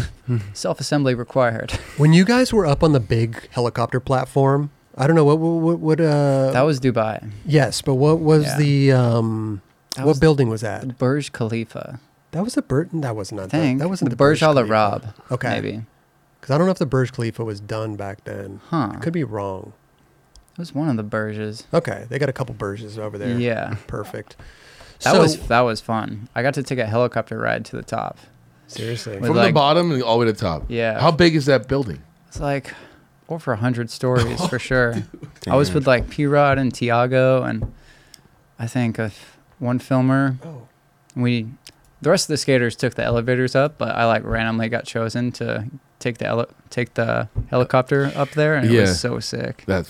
[SPEAKER 2] self assembly required.
[SPEAKER 1] When you guys were up on the big helicopter platform, I don't know what what what, what uh
[SPEAKER 2] that was Dubai,
[SPEAKER 1] yes, but what was
[SPEAKER 2] Yeah.
[SPEAKER 1] the um
[SPEAKER 2] That
[SPEAKER 1] what
[SPEAKER 2] was-
[SPEAKER 1] building was that?
[SPEAKER 2] Burj Khalifa.
[SPEAKER 1] That was the Burton. That was not.
[SPEAKER 2] I think
[SPEAKER 1] that wasn't
[SPEAKER 2] the Burj Al Arab.
[SPEAKER 1] Khalifa. Okay.
[SPEAKER 2] maybe.
[SPEAKER 1] Because I don't know if the Burj Khalifa was done back then.
[SPEAKER 2] Huh.
[SPEAKER 1] I could be wrong.
[SPEAKER 2] It was one of the Burjes.
[SPEAKER 1] Okay, they got a couple Burges over there.
[SPEAKER 2] Yeah,
[SPEAKER 1] Perfect.
[SPEAKER 2] that
[SPEAKER 1] so,
[SPEAKER 2] was that was fun. I got to take a helicopter ride to the top.
[SPEAKER 1] seriously.
[SPEAKER 2] With-
[SPEAKER 3] From
[SPEAKER 2] like-
[SPEAKER 3] the bottom and all the way to the top.
[SPEAKER 2] Yeah.
[SPEAKER 3] How big is that building?
[SPEAKER 2] It's like over a hundred stories
[SPEAKER 1] [laughs]
[SPEAKER 2] for sure. I was with like P Rod and Tiago and I think of one filmer.
[SPEAKER 1] oh,
[SPEAKER 2] we the rest of the skaters took the elevators up, but I like randomly got chosen to take the ele- take the helicopter up there, and it
[SPEAKER 3] Yeah.
[SPEAKER 2] was so sick.
[SPEAKER 3] That's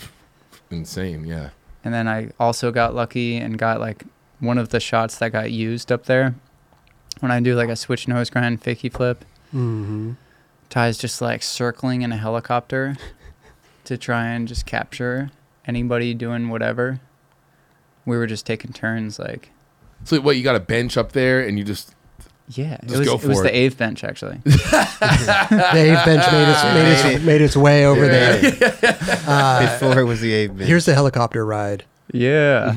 [SPEAKER 3] insane. Yeah.
[SPEAKER 2] And then I also got lucky and got like one of the shots that got used up there when I do like a switch nose grind fakie flip.
[SPEAKER 1] mm-hmm.
[SPEAKER 2] Ty's just like circling in a
[SPEAKER 1] [laughs]
[SPEAKER 2] helicopter to try and just capture anybody doing whatever. We were just taking turns, like
[SPEAKER 3] So, what, you got a bench up there and you just.
[SPEAKER 2] yeah.
[SPEAKER 3] Just
[SPEAKER 2] it was
[SPEAKER 3] go
[SPEAKER 2] it was
[SPEAKER 3] for
[SPEAKER 2] the
[SPEAKER 3] it.
[SPEAKER 2] Ave bench actually.
[SPEAKER 3] [laughs]
[SPEAKER 1] Dave Bench made
[SPEAKER 2] [laughs]
[SPEAKER 1] its made
[SPEAKER 4] Made
[SPEAKER 1] its,
[SPEAKER 4] it.
[SPEAKER 1] made its way over there. Uh,
[SPEAKER 2] uh,
[SPEAKER 4] Before it was the eight bit.
[SPEAKER 1] Here's the helicopter ride.
[SPEAKER 3] [laughs]
[SPEAKER 2] yeah.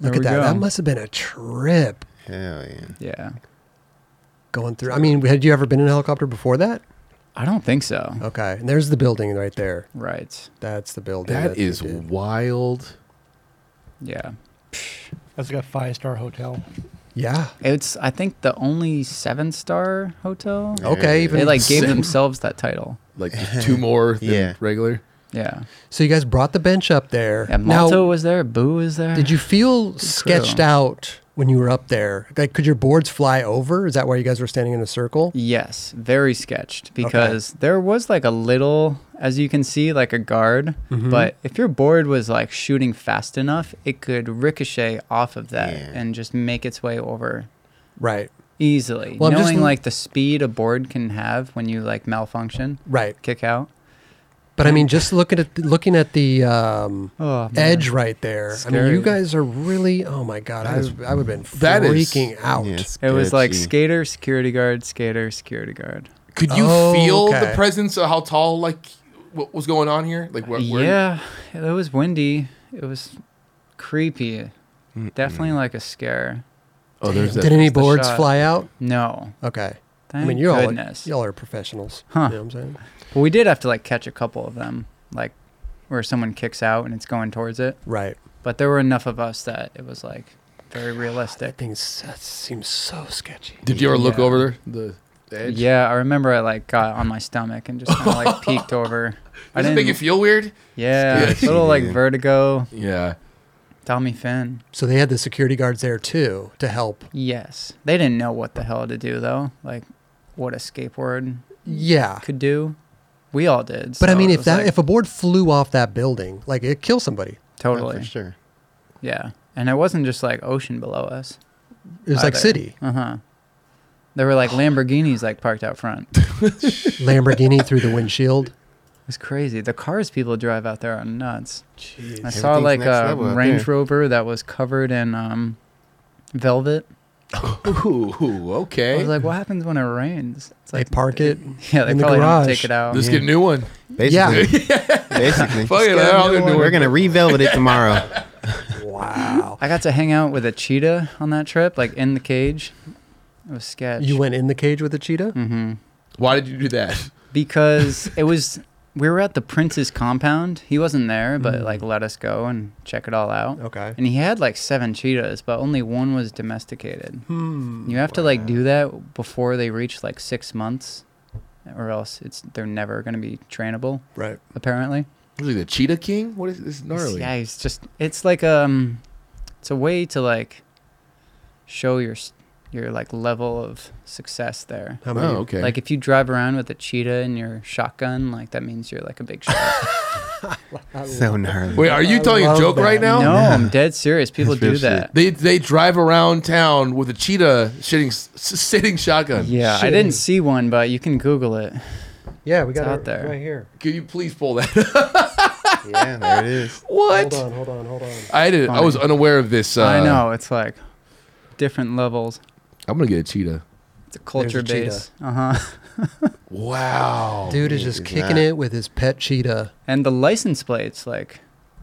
[SPEAKER 1] Look
[SPEAKER 2] There
[SPEAKER 1] at
[SPEAKER 2] we
[SPEAKER 1] that.
[SPEAKER 2] go.
[SPEAKER 1] That must have been a trip
[SPEAKER 4] Hell yeah.
[SPEAKER 2] Yeah.
[SPEAKER 1] going through. I mean, had you ever been in a helicopter before that?
[SPEAKER 2] I don't think so.
[SPEAKER 1] Okay, and there's the building right there.
[SPEAKER 2] Right.
[SPEAKER 1] That's the building.
[SPEAKER 3] That
[SPEAKER 1] you
[SPEAKER 3] is
[SPEAKER 1] did.
[SPEAKER 3] wild.
[SPEAKER 2] Yeah.
[SPEAKER 7] That's like a five star hotel.
[SPEAKER 1] Yeah.
[SPEAKER 2] It's I think the only seven star hotel.
[SPEAKER 3] Oh.
[SPEAKER 1] Okay. Even
[SPEAKER 2] They like gave
[SPEAKER 3] Sick.
[SPEAKER 2] themselves that title.
[SPEAKER 3] Like just two more than
[SPEAKER 4] Yeah.
[SPEAKER 3] regular.
[SPEAKER 2] Yeah.
[SPEAKER 1] so you guys brought the bench up there.
[SPEAKER 2] Yeah.
[SPEAKER 1] Now-
[SPEAKER 2] Malto was there. Boo was there.
[SPEAKER 1] Did you feel sketched out when you were up there? Like, could your boards fly over? Is that why you guys were standing in a circle?
[SPEAKER 2] Yes, very sketched because there was like a little, as you can see, like a guard.
[SPEAKER 1] Mm-hmm.
[SPEAKER 2] But if your board was like shooting fast enough, it could ricochet off of that
[SPEAKER 4] Yeah.
[SPEAKER 2] and just make its way over
[SPEAKER 1] Right,
[SPEAKER 2] easily.
[SPEAKER 1] Well, I'm just
[SPEAKER 2] Knowing
[SPEAKER 1] l-
[SPEAKER 2] like the speed a board can have when you like malfunction,
[SPEAKER 1] right.
[SPEAKER 2] kick out.
[SPEAKER 1] But I mean, just looking at looking at the um,
[SPEAKER 2] Oh, man.
[SPEAKER 1] edge right there. I mean,
[SPEAKER 2] Scary.
[SPEAKER 1] you guys are really. Oh my god, I, I would have been
[SPEAKER 3] that is-
[SPEAKER 1] freaking out.
[SPEAKER 4] Yeah,
[SPEAKER 2] It was like
[SPEAKER 4] sketchy.
[SPEAKER 2] skater, security guard, skater, security guard.
[SPEAKER 3] Could you
[SPEAKER 1] Oh,
[SPEAKER 3] feel
[SPEAKER 1] okay.
[SPEAKER 3] the presence of how tall like what was going on here? Like where, where
[SPEAKER 2] yeah, it was windy. It was creepy. Definitely like a scare.
[SPEAKER 3] Oh, there's
[SPEAKER 1] Did any
[SPEAKER 2] the
[SPEAKER 1] boards
[SPEAKER 2] shot.
[SPEAKER 1] fly out?
[SPEAKER 2] No.
[SPEAKER 1] Okay.
[SPEAKER 2] Thank
[SPEAKER 1] I mean, you're
[SPEAKER 2] goodness.
[SPEAKER 1] all y'all are professionals. You know
[SPEAKER 2] Huh.
[SPEAKER 1] what I'm saying?
[SPEAKER 2] But we did have to like catch a couple of them, like where someone kicks out and it's going towards it.
[SPEAKER 1] Right.
[SPEAKER 2] But there were enough of us that it was like very
[SPEAKER 1] That
[SPEAKER 2] realistic.
[SPEAKER 1] thing s- that seems so sketchy.
[SPEAKER 3] Did you ever look
[SPEAKER 2] Yeah.
[SPEAKER 3] over the, the edge?
[SPEAKER 2] Yeah, I remember I like got on my stomach and just kind of
[SPEAKER 3] [laughs]
[SPEAKER 2] like peeked over. I
[SPEAKER 3] Does it make you feel weird?
[SPEAKER 2] Yeah,
[SPEAKER 3] Sketchy,
[SPEAKER 2] little like
[SPEAKER 4] yeah.
[SPEAKER 2] vertigo.
[SPEAKER 3] Yeah.
[SPEAKER 2] Tommy Finn.
[SPEAKER 1] So they had the security guards there too to help.
[SPEAKER 2] Yes, they didn't know what the hell to do though. Like, what a skateboard
[SPEAKER 1] Yeah.
[SPEAKER 2] could do. We all did.
[SPEAKER 1] But I
[SPEAKER 2] so
[SPEAKER 1] mean,
[SPEAKER 2] it
[SPEAKER 1] if
[SPEAKER 2] was,
[SPEAKER 1] that
[SPEAKER 2] like,
[SPEAKER 1] if a board flew off that building, like it kill somebody.
[SPEAKER 4] Oh,
[SPEAKER 2] totally, [laughs]
[SPEAKER 4] for sure.
[SPEAKER 2] yeah. And it wasn't just like ocean below us.
[SPEAKER 1] It was like
[SPEAKER 2] either.
[SPEAKER 1] city
[SPEAKER 2] Uh-huh. There
[SPEAKER 1] [sighs]
[SPEAKER 2] were like Lamborghinis like parked out front.
[SPEAKER 1] Lamborghini through the windshield.
[SPEAKER 2] It's crazy. The cars people drive out there are nuts. I
[SPEAKER 1] Jeez.
[SPEAKER 2] saw
[SPEAKER 4] Everything's
[SPEAKER 2] like
[SPEAKER 4] next
[SPEAKER 2] a
[SPEAKER 4] level out
[SPEAKER 2] Range
[SPEAKER 4] there.
[SPEAKER 2] Rover that was covered in um, velvet.
[SPEAKER 3] Ooh,
[SPEAKER 2] I
[SPEAKER 3] okay.
[SPEAKER 2] was like, what happens when it rains? It's
[SPEAKER 1] They
[SPEAKER 2] like
[SPEAKER 1] park it.
[SPEAKER 2] [laughs] Yeah, they
[SPEAKER 1] in the
[SPEAKER 2] probably don't
[SPEAKER 1] garage.
[SPEAKER 2] take it out.
[SPEAKER 3] Let's get a new one.
[SPEAKER 2] [laughs]
[SPEAKER 4] Basically. basically.
[SPEAKER 3] Fuck it, I'll get a new
[SPEAKER 4] We're
[SPEAKER 3] one.
[SPEAKER 4] gonna revelvet it tomorrow.
[SPEAKER 1] Wow.
[SPEAKER 2] I got to hang out with a cheetah on that trip, like in the cage. It was sketch.
[SPEAKER 1] You went in the cage with a cheetah.
[SPEAKER 2] Mm-hmm.
[SPEAKER 3] Why did you do that? [laughs]
[SPEAKER 2] because it was we were at the prince's compound. He wasn't there, but
[SPEAKER 3] Mm.
[SPEAKER 2] like let us go and check it all out.
[SPEAKER 1] Okay.
[SPEAKER 2] And he had like seven cheetahs, but only one was domesticated. Hmm. You have to like do that before they reach like six months, or else it's they're never gonna be trainable.
[SPEAKER 1] Right.
[SPEAKER 2] Apparently,
[SPEAKER 3] Was he the Cheetah King? What is this is gnarly?
[SPEAKER 2] yeah, it's just it's like um, it's a way to like show your s- your like level of success there.
[SPEAKER 1] How many?
[SPEAKER 3] Oh, okay.
[SPEAKER 2] Like if you drive around with a cheetah in your shotgun, like that means you're like a big shot.
[SPEAKER 4] so gnarly.
[SPEAKER 3] Wait, are you
[SPEAKER 1] I
[SPEAKER 3] telling a
[SPEAKER 1] love
[SPEAKER 3] joke
[SPEAKER 1] that.
[SPEAKER 3] right now?
[SPEAKER 2] Oh, no, I'm dead serious. People
[SPEAKER 4] That's real
[SPEAKER 2] do that.
[SPEAKER 3] They they drive around town with a cheetah [laughs] sitting s- sitting shotgun.
[SPEAKER 2] Yeah, I
[SPEAKER 1] Shit.
[SPEAKER 2] didn't see one, but you can Google it.
[SPEAKER 1] Yeah, we got
[SPEAKER 2] It's
[SPEAKER 1] it
[SPEAKER 2] out there.
[SPEAKER 1] right here.
[SPEAKER 3] Can you please pull that? up?
[SPEAKER 4] Yeah, there it is.
[SPEAKER 1] Hold
[SPEAKER 3] what?
[SPEAKER 1] on, hold on, hold on.
[SPEAKER 2] Oh,
[SPEAKER 3] I did. I was unaware of this. Uh,
[SPEAKER 2] I know it's like different levels.
[SPEAKER 3] I'm gonna get a cheetah.
[SPEAKER 2] It's a culture
[SPEAKER 1] a cheetah.
[SPEAKER 2] base. Uh huh.
[SPEAKER 3] Wow.
[SPEAKER 1] Dude is just kicking it with his pet cheetah.
[SPEAKER 2] And the license plates, like,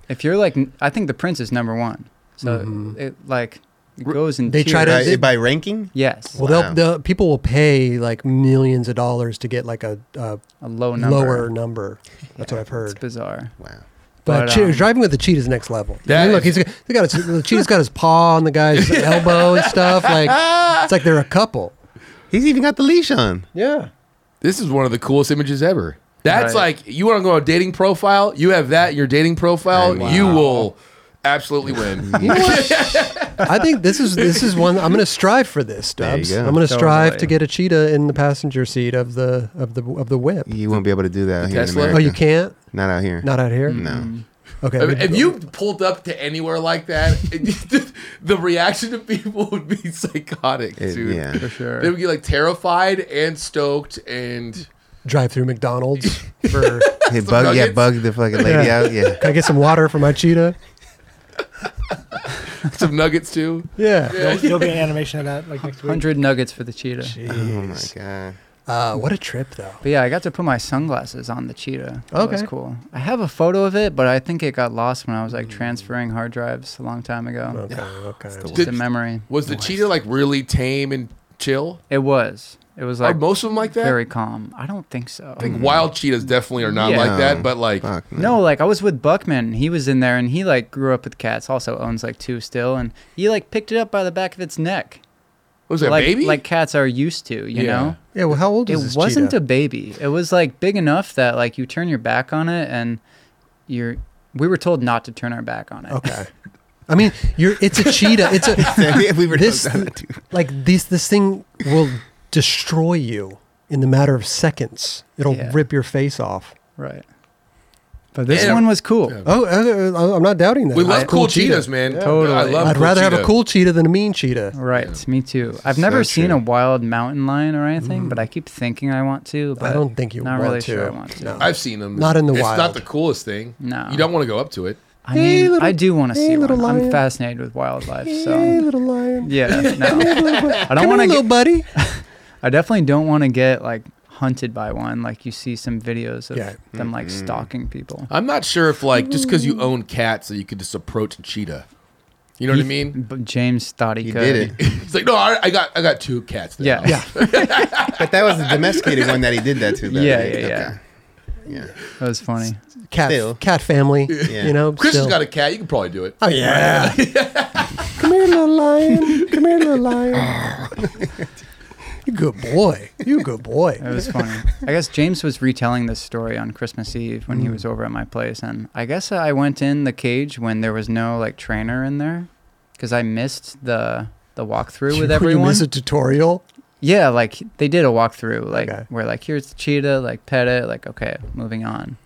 [SPEAKER 2] if you're like, n- I think the prince is number one. So it like it goes in.
[SPEAKER 1] Mm-hmm. They try
[SPEAKER 2] tiers.
[SPEAKER 1] to-
[SPEAKER 4] By, by ranking?
[SPEAKER 2] yes,
[SPEAKER 1] Well, they'll,
[SPEAKER 4] Wow.
[SPEAKER 1] they'll people will pay like millions of dollars to get like a, a
[SPEAKER 2] a low number.
[SPEAKER 1] lower number. That's what I've
[SPEAKER 2] It's
[SPEAKER 1] heard.
[SPEAKER 2] bizarre.
[SPEAKER 4] Wow.
[SPEAKER 1] But,
[SPEAKER 2] But,
[SPEAKER 1] che-
[SPEAKER 2] um,
[SPEAKER 1] driving with the cheetah's next level.
[SPEAKER 3] That
[SPEAKER 1] I mean, look,
[SPEAKER 3] is-
[SPEAKER 1] he's got, he got his, the cheetah's got his paw on the guy's elbow and stuff. Like it's like they're a couple.
[SPEAKER 4] He's even got the leash on.
[SPEAKER 1] Yeah.
[SPEAKER 3] This is one of the coolest images ever. That's
[SPEAKER 2] Right.
[SPEAKER 3] like you want to go on a dating profile. You have that in your dating profile.
[SPEAKER 4] Wow.
[SPEAKER 3] You will absolutely
[SPEAKER 2] [laughs]
[SPEAKER 3] win.
[SPEAKER 1] I think this is this is one I'm going to strive for this,
[SPEAKER 4] There you
[SPEAKER 1] Dubs.
[SPEAKER 4] go.
[SPEAKER 1] I'm going to strive
[SPEAKER 2] Totally.
[SPEAKER 1] to get a cheetah in the passenger seat of the of the of the whip.
[SPEAKER 4] You won't be able to do that out here
[SPEAKER 3] Tesla?
[SPEAKER 4] in
[SPEAKER 1] Oh,
[SPEAKER 4] America.
[SPEAKER 1] you can't?
[SPEAKER 4] Not out here.
[SPEAKER 1] Not out here?
[SPEAKER 4] No.
[SPEAKER 2] Mm-hmm.
[SPEAKER 1] Okay.
[SPEAKER 3] If- If you pulled up to anywhere like that, [laughs] it- the reaction of people would be psychotic,
[SPEAKER 4] It-
[SPEAKER 2] [laughs]
[SPEAKER 3] dude.
[SPEAKER 4] yeah.
[SPEAKER 2] For sure.
[SPEAKER 3] They would get like terrified and stoked,
[SPEAKER 2] [laughs]
[SPEAKER 3] and
[SPEAKER 1] drive through McDonald's for
[SPEAKER 4] Hey, bug, yeah,
[SPEAKER 3] nuggets.
[SPEAKER 4] bug the fucking lady
[SPEAKER 1] Yeah. [laughs]
[SPEAKER 4] out. Yeah.
[SPEAKER 1] Can I get some water for my cheetah?
[SPEAKER 3] some nuggets too.
[SPEAKER 1] Yeah.
[SPEAKER 7] There'll be an animation of that like next week.
[SPEAKER 2] Hundred nuggets for the cheetah.
[SPEAKER 4] Oh my god.
[SPEAKER 1] Uh, what a trip though.
[SPEAKER 2] But yeah, I got to put my sunglasses on the cheetah. That was
[SPEAKER 1] Okay.
[SPEAKER 2] cool. I have a photo of it, but I think it got lost when I was
[SPEAKER 3] Mm.
[SPEAKER 2] like transferring hard drives a long time ago.
[SPEAKER 1] Okay, okay.
[SPEAKER 2] It's a
[SPEAKER 3] Did-
[SPEAKER 2] memory.
[SPEAKER 3] Was the cheetah like really tame and chill?
[SPEAKER 2] It was. It was like
[SPEAKER 3] are most of them like that?
[SPEAKER 2] very calm. I don't think so.
[SPEAKER 3] I think wild cheetahs definitely are not
[SPEAKER 2] Yeah.
[SPEAKER 3] like that, but like
[SPEAKER 4] Fuck. man. [laughs]
[SPEAKER 2] no, like I was with Buckman. He was in there, and he like grew up with cats. Also owns like two still, and he like picked it up by the back of its neck.
[SPEAKER 3] was it,
[SPEAKER 2] like
[SPEAKER 3] baby?
[SPEAKER 2] like cats are used to, you
[SPEAKER 3] Yeah.
[SPEAKER 2] know.
[SPEAKER 1] Yeah, well, how old is
[SPEAKER 2] It
[SPEAKER 1] this
[SPEAKER 2] wasn't
[SPEAKER 1] cheetah?
[SPEAKER 2] a baby. It was like big enough that like you turn your back on it and you're. We were told not to turn our back on it.
[SPEAKER 1] Okay. I mean, you're it's a cheetah. It's a
[SPEAKER 4] [laughs] we were
[SPEAKER 1] this
[SPEAKER 4] told not to.
[SPEAKER 1] like this this thing will destroy you in the matter of seconds. It'll
[SPEAKER 2] Yeah.
[SPEAKER 1] rip your face off.
[SPEAKER 2] Right. But this
[SPEAKER 3] Yeah.
[SPEAKER 2] one was cool.
[SPEAKER 1] Oh, I, I'm not doubting that.
[SPEAKER 3] we
[SPEAKER 1] It's
[SPEAKER 3] love
[SPEAKER 1] a
[SPEAKER 3] cool cheetahs, man.
[SPEAKER 2] Totally.
[SPEAKER 3] I love
[SPEAKER 1] I'd
[SPEAKER 3] cool
[SPEAKER 1] rather have a
[SPEAKER 3] cheetah.
[SPEAKER 1] cool cheetah than a mean cheetah.
[SPEAKER 2] Right, me too. I've never seen a wild mountain lion or anything, but I keep thinking I want to. But
[SPEAKER 1] Mm-hmm. I don't think you
[SPEAKER 2] not
[SPEAKER 1] want
[SPEAKER 2] really
[SPEAKER 1] to.
[SPEAKER 2] sure I want to.
[SPEAKER 1] No.
[SPEAKER 3] I've seen them.
[SPEAKER 1] Not in the
[SPEAKER 3] it's
[SPEAKER 1] wild.
[SPEAKER 3] not the coolest thing.
[SPEAKER 2] No.
[SPEAKER 3] You don't want to go up to it.
[SPEAKER 2] I mean,
[SPEAKER 1] Hey, little-
[SPEAKER 2] I do want to
[SPEAKER 1] hey,
[SPEAKER 2] see
[SPEAKER 1] little
[SPEAKER 2] one. I'm
[SPEAKER 1] lion.
[SPEAKER 2] fascinated with wildlife,
[SPEAKER 1] Hey,
[SPEAKER 2] so
[SPEAKER 1] little lion. [laughs]
[SPEAKER 2] yeah. No, I
[SPEAKER 1] I
[SPEAKER 2] don't want to
[SPEAKER 1] little
[SPEAKER 2] get.
[SPEAKER 1] buddy.
[SPEAKER 2] I definitely don't want to get like hunted by one. Like you see some videos of
[SPEAKER 1] Yeah. Mm-hmm.
[SPEAKER 2] them like stalking people.
[SPEAKER 3] I'm not sure if like just because
[SPEAKER 2] Mm.
[SPEAKER 3] you own cats that you could just approach a cheetah. You know what I
[SPEAKER 2] [laughs]
[SPEAKER 3] mean? [laughs]
[SPEAKER 2] But James thought he,
[SPEAKER 4] You
[SPEAKER 2] could.
[SPEAKER 4] did it.
[SPEAKER 3] It's like no, I, I got I got two cats. Now.
[SPEAKER 2] Yeah.
[SPEAKER 1] Yeah.
[SPEAKER 4] But that was the domesticated one that he did that to. though.
[SPEAKER 2] Yeah,
[SPEAKER 4] Okay.
[SPEAKER 2] yeah, yeah.
[SPEAKER 4] Yeah.
[SPEAKER 2] [laughs] That was funny.
[SPEAKER 1] Cat
[SPEAKER 4] Still.
[SPEAKER 1] cat family. You know.
[SPEAKER 3] Chris
[SPEAKER 1] still.
[SPEAKER 3] has got a cat. You can probably do it.
[SPEAKER 1] Oh yeah. Come here, little lion. Come here, little lion. you good boy. You good
[SPEAKER 2] It
[SPEAKER 1] boy.
[SPEAKER 2] was funny. [laughs] I guess James was retelling this story on Christmas Eve when he was over at my place, and I guess I went in the cage when there was no like trainer in there because I missed the the walkthrough
[SPEAKER 1] [laughs]
[SPEAKER 2] with
[SPEAKER 1] You- You
[SPEAKER 2] everyone.
[SPEAKER 1] miss a tutorial.
[SPEAKER 2] Yeah, like they did a walkthrough, like
[SPEAKER 1] Okay.
[SPEAKER 2] where like here's the cheetah, like pet it, like okay, moving on.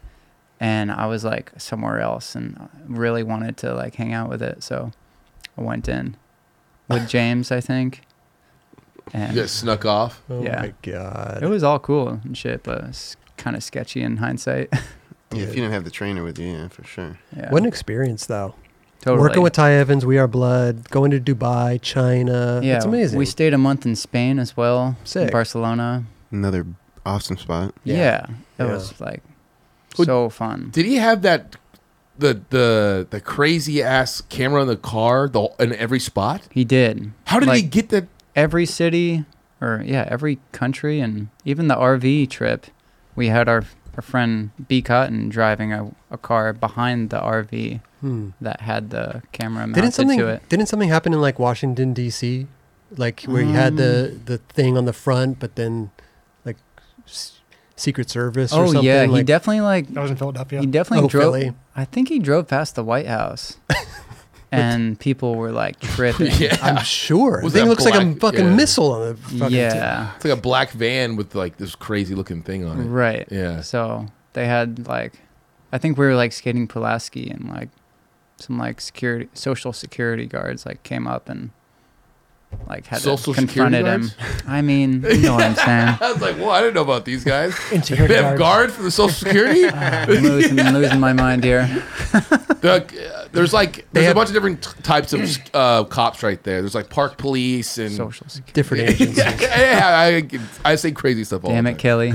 [SPEAKER 2] And I was like somewhere else, and I really wanted to like hang out with it, so I went in with James, I think. And
[SPEAKER 3] You just snuck off.
[SPEAKER 1] Oh
[SPEAKER 2] Yeah.
[SPEAKER 1] my god.
[SPEAKER 2] it was all cool and shit, but it's kind of sketchy in hindsight. [laughs]
[SPEAKER 4] If you didn't have the trainer with you, yeah, for sure.
[SPEAKER 2] yeah,
[SPEAKER 1] What an experience though.
[SPEAKER 2] totally.
[SPEAKER 1] Working with Ty Evans, We Are Blood, going to Dubai, China.
[SPEAKER 2] yeah,
[SPEAKER 1] uh, it's amazing.
[SPEAKER 2] We stayed a month in Spain as well, in
[SPEAKER 1] Sick.
[SPEAKER 2] Barcelona.
[SPEAKER 4] Another awesome spot.
[SPEAKER 2] Yeah,
[SPEAKER 1] Yeah.
[SPEAKER 2] it was like
[SPEAKER 3] Who-
[SPEAKER 2] so fun.
[SPEAKER 3] Did he have that the the the crazy ass camera in the car the, in every spot?
[SPEAKER 2] He did.
[SPEAKER 3] How did
[SPEAKER 2] Like,
[SPEAKER 3] he get that?
[SPEAKER 2] every city or yeah every country and even the rv trip we had our, our friend b cotton driving a, a car behind the rv
[SPEAKER 1] Hmm.
[SPEAKER 2] that had the camera mounted
[SPEAKER 1] Didn't something
[SPEAKER 2] to it
[SPEAKER 1] didn't something happen in like Washington D.C. like where you had the
[SPEAKER 2] Mm.
[SPEAKER 1] the thing on the front, but then like s- Secret Service or
[SPEAKER 2] oh
[SPEAKER 1] something.
[SPEAKER 2] yeah he
[SPEAKER 1] like,
[SPEAKER 2] definitely like
[SPEAKER 7] That was in Philadelphia.
[SPEAKER 2] he definitely
[SPEAKER 1] Oh,
[SPEAKER 2] drove [laughs]
[SPEAKER 1] Philly.
[SPEAKER 2] i think he drove past the white
[SPEAKER 3] [laughs]
[SPEAKER 2] house and people were like tripping
[SPEAKER 3] Yeah,
[SPEAKER 1] I'm sure. The
[SPEAKER 3] Was
[SPEAKER 1] thing
[SPEAKER 3] that
[SPEAKER 1] looks like a
[SPEAKER 3] black?
[SPEAKER 1] fucking
[SPEAKER 3] Yeah.
[SPEAKER 1] missile on the fucking t-
[SPEAKER 2] yeah
[SPEAKER 3] it's like a black van with like this crazy looking thing on it.
[SPEAKER 2] Right.
[SPEAKER 3] Yeah.
[SPEAKER 2] So they had like, I think we were like skating Pulaski and like some like security, social security guards like came up and like had
[SPEAKER 3] Social security
[SPEAKER 2] confronted him. I mean, you know what I'm saying.
[SPEAKER 3] [laughs] I was like, well, I didn't know about these guys.
[SPEAKER 1] [laughs]
[SPEAKER 7] Insecurity
[SPEAKER 3] they have
[SPEAKER 7] guards.
[SPEAKER 3] guard for the Social Security. the,
[SPEAKER 2] I'm losing, I'm losing my mind
[SPEAKER 3] [laughs]
[SPEAKER 2] here.
[SPEAKER 3] uh, there's like there's
[SPEAKER 1] have-
[SPEAKER 3] a bunch of different t- types of uh, cops right there. There's like park police and
[SPEAKER 2] Social security.
[SPEAKER 1] different agencies.
[SPEAKER 3] [laughs] yeah, I, I, I say crazy stuff all
[SPEAKER 2] Damn
[SPEAKER 3] the
[SPEAKER 2] it,
[SPEAKER 3] time. [laughs]
[SPEAKER 2] Kelly.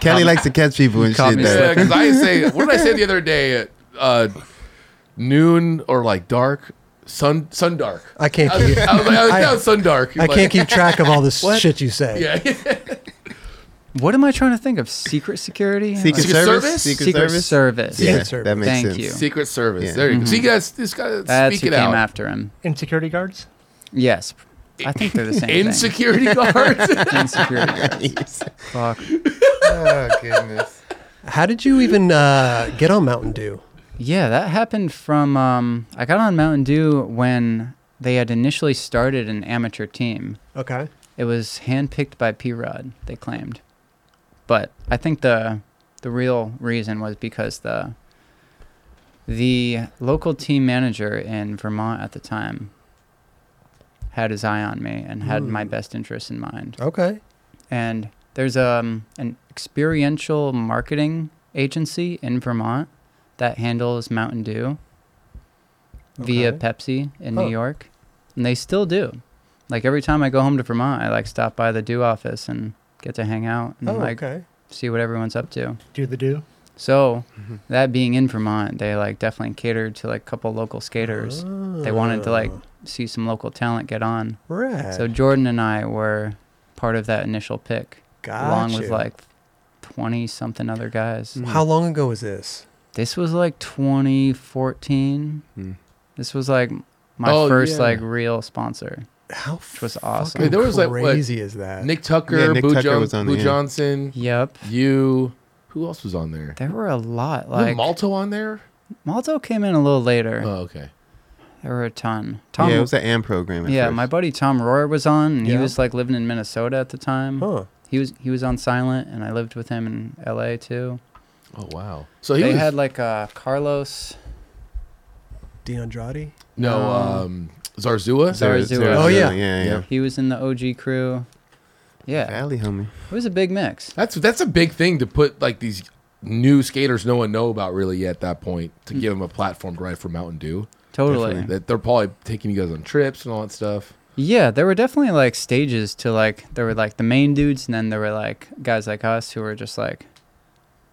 [SPEAKER 4] Kelly likes to catch people and
[SPEAKER 2] caught
[SPEAKER 4] shit.
[SPEAKER 2] me
[SPEAKER 4] though.
[SPEAKER 3] Yeah, because I say what did I say the other day? Uh, noon or like dark, sun sun dark.
[SPEAKER 1] I can't
[SPEAKER 3] I
[SPEAKER 1] keep
[SPEAKER 3] was, I was like, I was
[SPEAKER 1] I-
[SPEAKER 3] down sun dark.
[SPEAKER 1] I
[SPEAKER 3] Like,
[SPEAKER 1] can't keep track of
[SPEAKER 3] [laughs]
[SPEAKER 1] all this shit you say.
[SPEAKER 3] Yeah, [laughs]
[SPEAKER 2] What am I trying to think of? Secret security?
[SPEAKER 4] Secret,
[SPEAKER 2] Like,
[SPEAKER 3] Secret
[SPEAKER 4] Service?
[SPEAKER 3] Service?
[SPEAKER 4] Secret,
[SPEAKER 2] Secret
[SPEAKER 4] Service?
[SPEAKER 2] Service.
[SPEAKER 4] Yeah,
[SPEAKER 1] Secret Service.
[SPEAKER 4] that makes
[SPEAKER 2] Thank
[SPEAKER 4] sense.
[SPEAKER 2] you.
[SPEAKER 3] Secret Service.
[SPEAKER 4] Yeah.
[SPEAKER 3] There you go. So you guys just gotta
[SPEAKER 2] That's
[SPEAKER 3] speak
[SPEAKER 2] who
[SPEAKER 3] it
[SPEAKER 2] came
[SPEAKER 3] out.
[SPEAKER 2] after him.
[SPEAKER 7] Insecurity guards.
[SPEAKER 2] Yes. I think they're the same thing.
[SPEAKER 3] Insecurity guards.
[SPEAKER 2] [laughs] Insecurity guards. Fuck.
[SPEAKER 4] Oh, goodness.
[SPEAKER 1] How did you even uh, get on Mountain Dew?
[SPEAKER 2] Yeah, that happened from um, I got on Mountain Dew when they had initially started an amateur team.
[SPEAKER 1] Okay.
[SPEAKER 2] It was handpicked by P Rod, they claimed, but I think the the real reason was because the the local team manager in Vermont at the time had his eye on me and had my best interests in mind
[SPEAKER 1] Okay.
[SPEAKER 2] and there's um, an experiential marketing agency in Vermont that handles Mountain Dew via
[SPEAKER 1] Okay. Oh.
[SPEAKER 2] Pepsi in
[SPEAKER 1] Huh.
[SPEAKER 2] New York, and they still do. Like every time I go home to Vermont, I like stop by the Dew office and get to hang out and
[SPEAKER 1] Oh,
[SPEAKER 2] like
[SPEAKER 1] okay.
[SPEAKER 2] see what everyone's up to.
[SPEAKER 7] Do the do.
[SPEAKER 2] So that being in Vermont, they like definitely catered to like a couple local
[SPEAKER 1] Uh-huh.
[SPEAKER 2] skaters. They wanted to like see some local talent get on.
[SPEAKER 1] Right.
[SPEAKER 2] So Jordan and I were part of that initial pick
[SPEAKER 1] Got
[SPEAKER 2] along with
[SPEAKER 1] you.
[SPEAKER 2] like hmm. 20 something other guys.
[SPEAKER 1] How long ago was this?
[SPEAKER 2] This was like 2014. This was like my
[SPEAKER 3] Oh,
[SPEAKER 2] first
[SPEAKER 3] yeah.
[SPEAKER 2] like real sponsor.
[SPEAKER 1] How
[SPEAKER 2] which was awesome.
[SPEAKER 3] Hey, there was, like, what,
[SPEAKER 1] crazy is that?
[SPEAKER 3] Nick Tucker,
[SPEAKER 4] Yeah, Nick
[SPEAKER 3] Boo,
[SPEAKER 4] Tucker
[SPEAKER 3] Jon-
[SPEAKER 4] was on
[SPEAKER 3] Boo
[SPEAKER 4] there, yeah.
[SPEAKER 3] Johnson,
[SPEAKER 2] Yep,
[SPEAKER 3] you. Who else was on there?
[SPEAKER 2] there were a lot.
[SPEAKER 3] Was
[SPEAKER 2] Like
[SPEAKER 3] Malto on there?
[SPEAKER 2] Malto came in a little later.
[SPEAKER 3] Oh, okay.
[SPEAKER 2] there were a ton. Tom,
[SPEAKER 4] yeah, it was the AM program. at
[SPEAKER 2] yeah,
[SPEAKER 4] first.
[SPEAKER 2] my buddy Tom Rohr was on, and he
[SPEAKER 1] Yeah.
[SPEAKER 2] was like living in Minnesota at the time.
[SPEAKER 1] Huh.
[SPEAKER 2] He was he was on Silent, and I lived with him in L.A. too.
[SPEAKER 3] Oh wow. So he
[SPEAKER 2] they
[SPEAKER 3] was,
[SPEAKER 2] had like uh, Carlos.
[SPEAKER 1] DeAndrade?
[SPEAKER 3] no um,
[SPEAKER 2] um,
[SPEAKER 3] Zarzua.
[SPEAKER 4] There was-
[SPEAKER 2] Zarzua.
[SPEAKER 4] there was-
[SPEAKER 1] Oh, yeah.
[SPEAKER 4] yeah, yeah.
[SPEAKER 2] He was in the OG crew. Yeah,
[SPEAKER 4] Valley homie.
[SPEAKER 2] it was a big mix.
[SPEAKER 3] That's that's a big thing to put like these new skaters no one know about really yet at that point to give them a platform to ride for Mountain Dew.
[SPEAKER 2] Hmm. Totally.
[SPEAKER 3] That they're probably taking you guys on trips and all that stuff.
[SPEAKER 2] Yeah, there were definitely like stages to like there were like the main dudes, and then there were like guys like us who were just like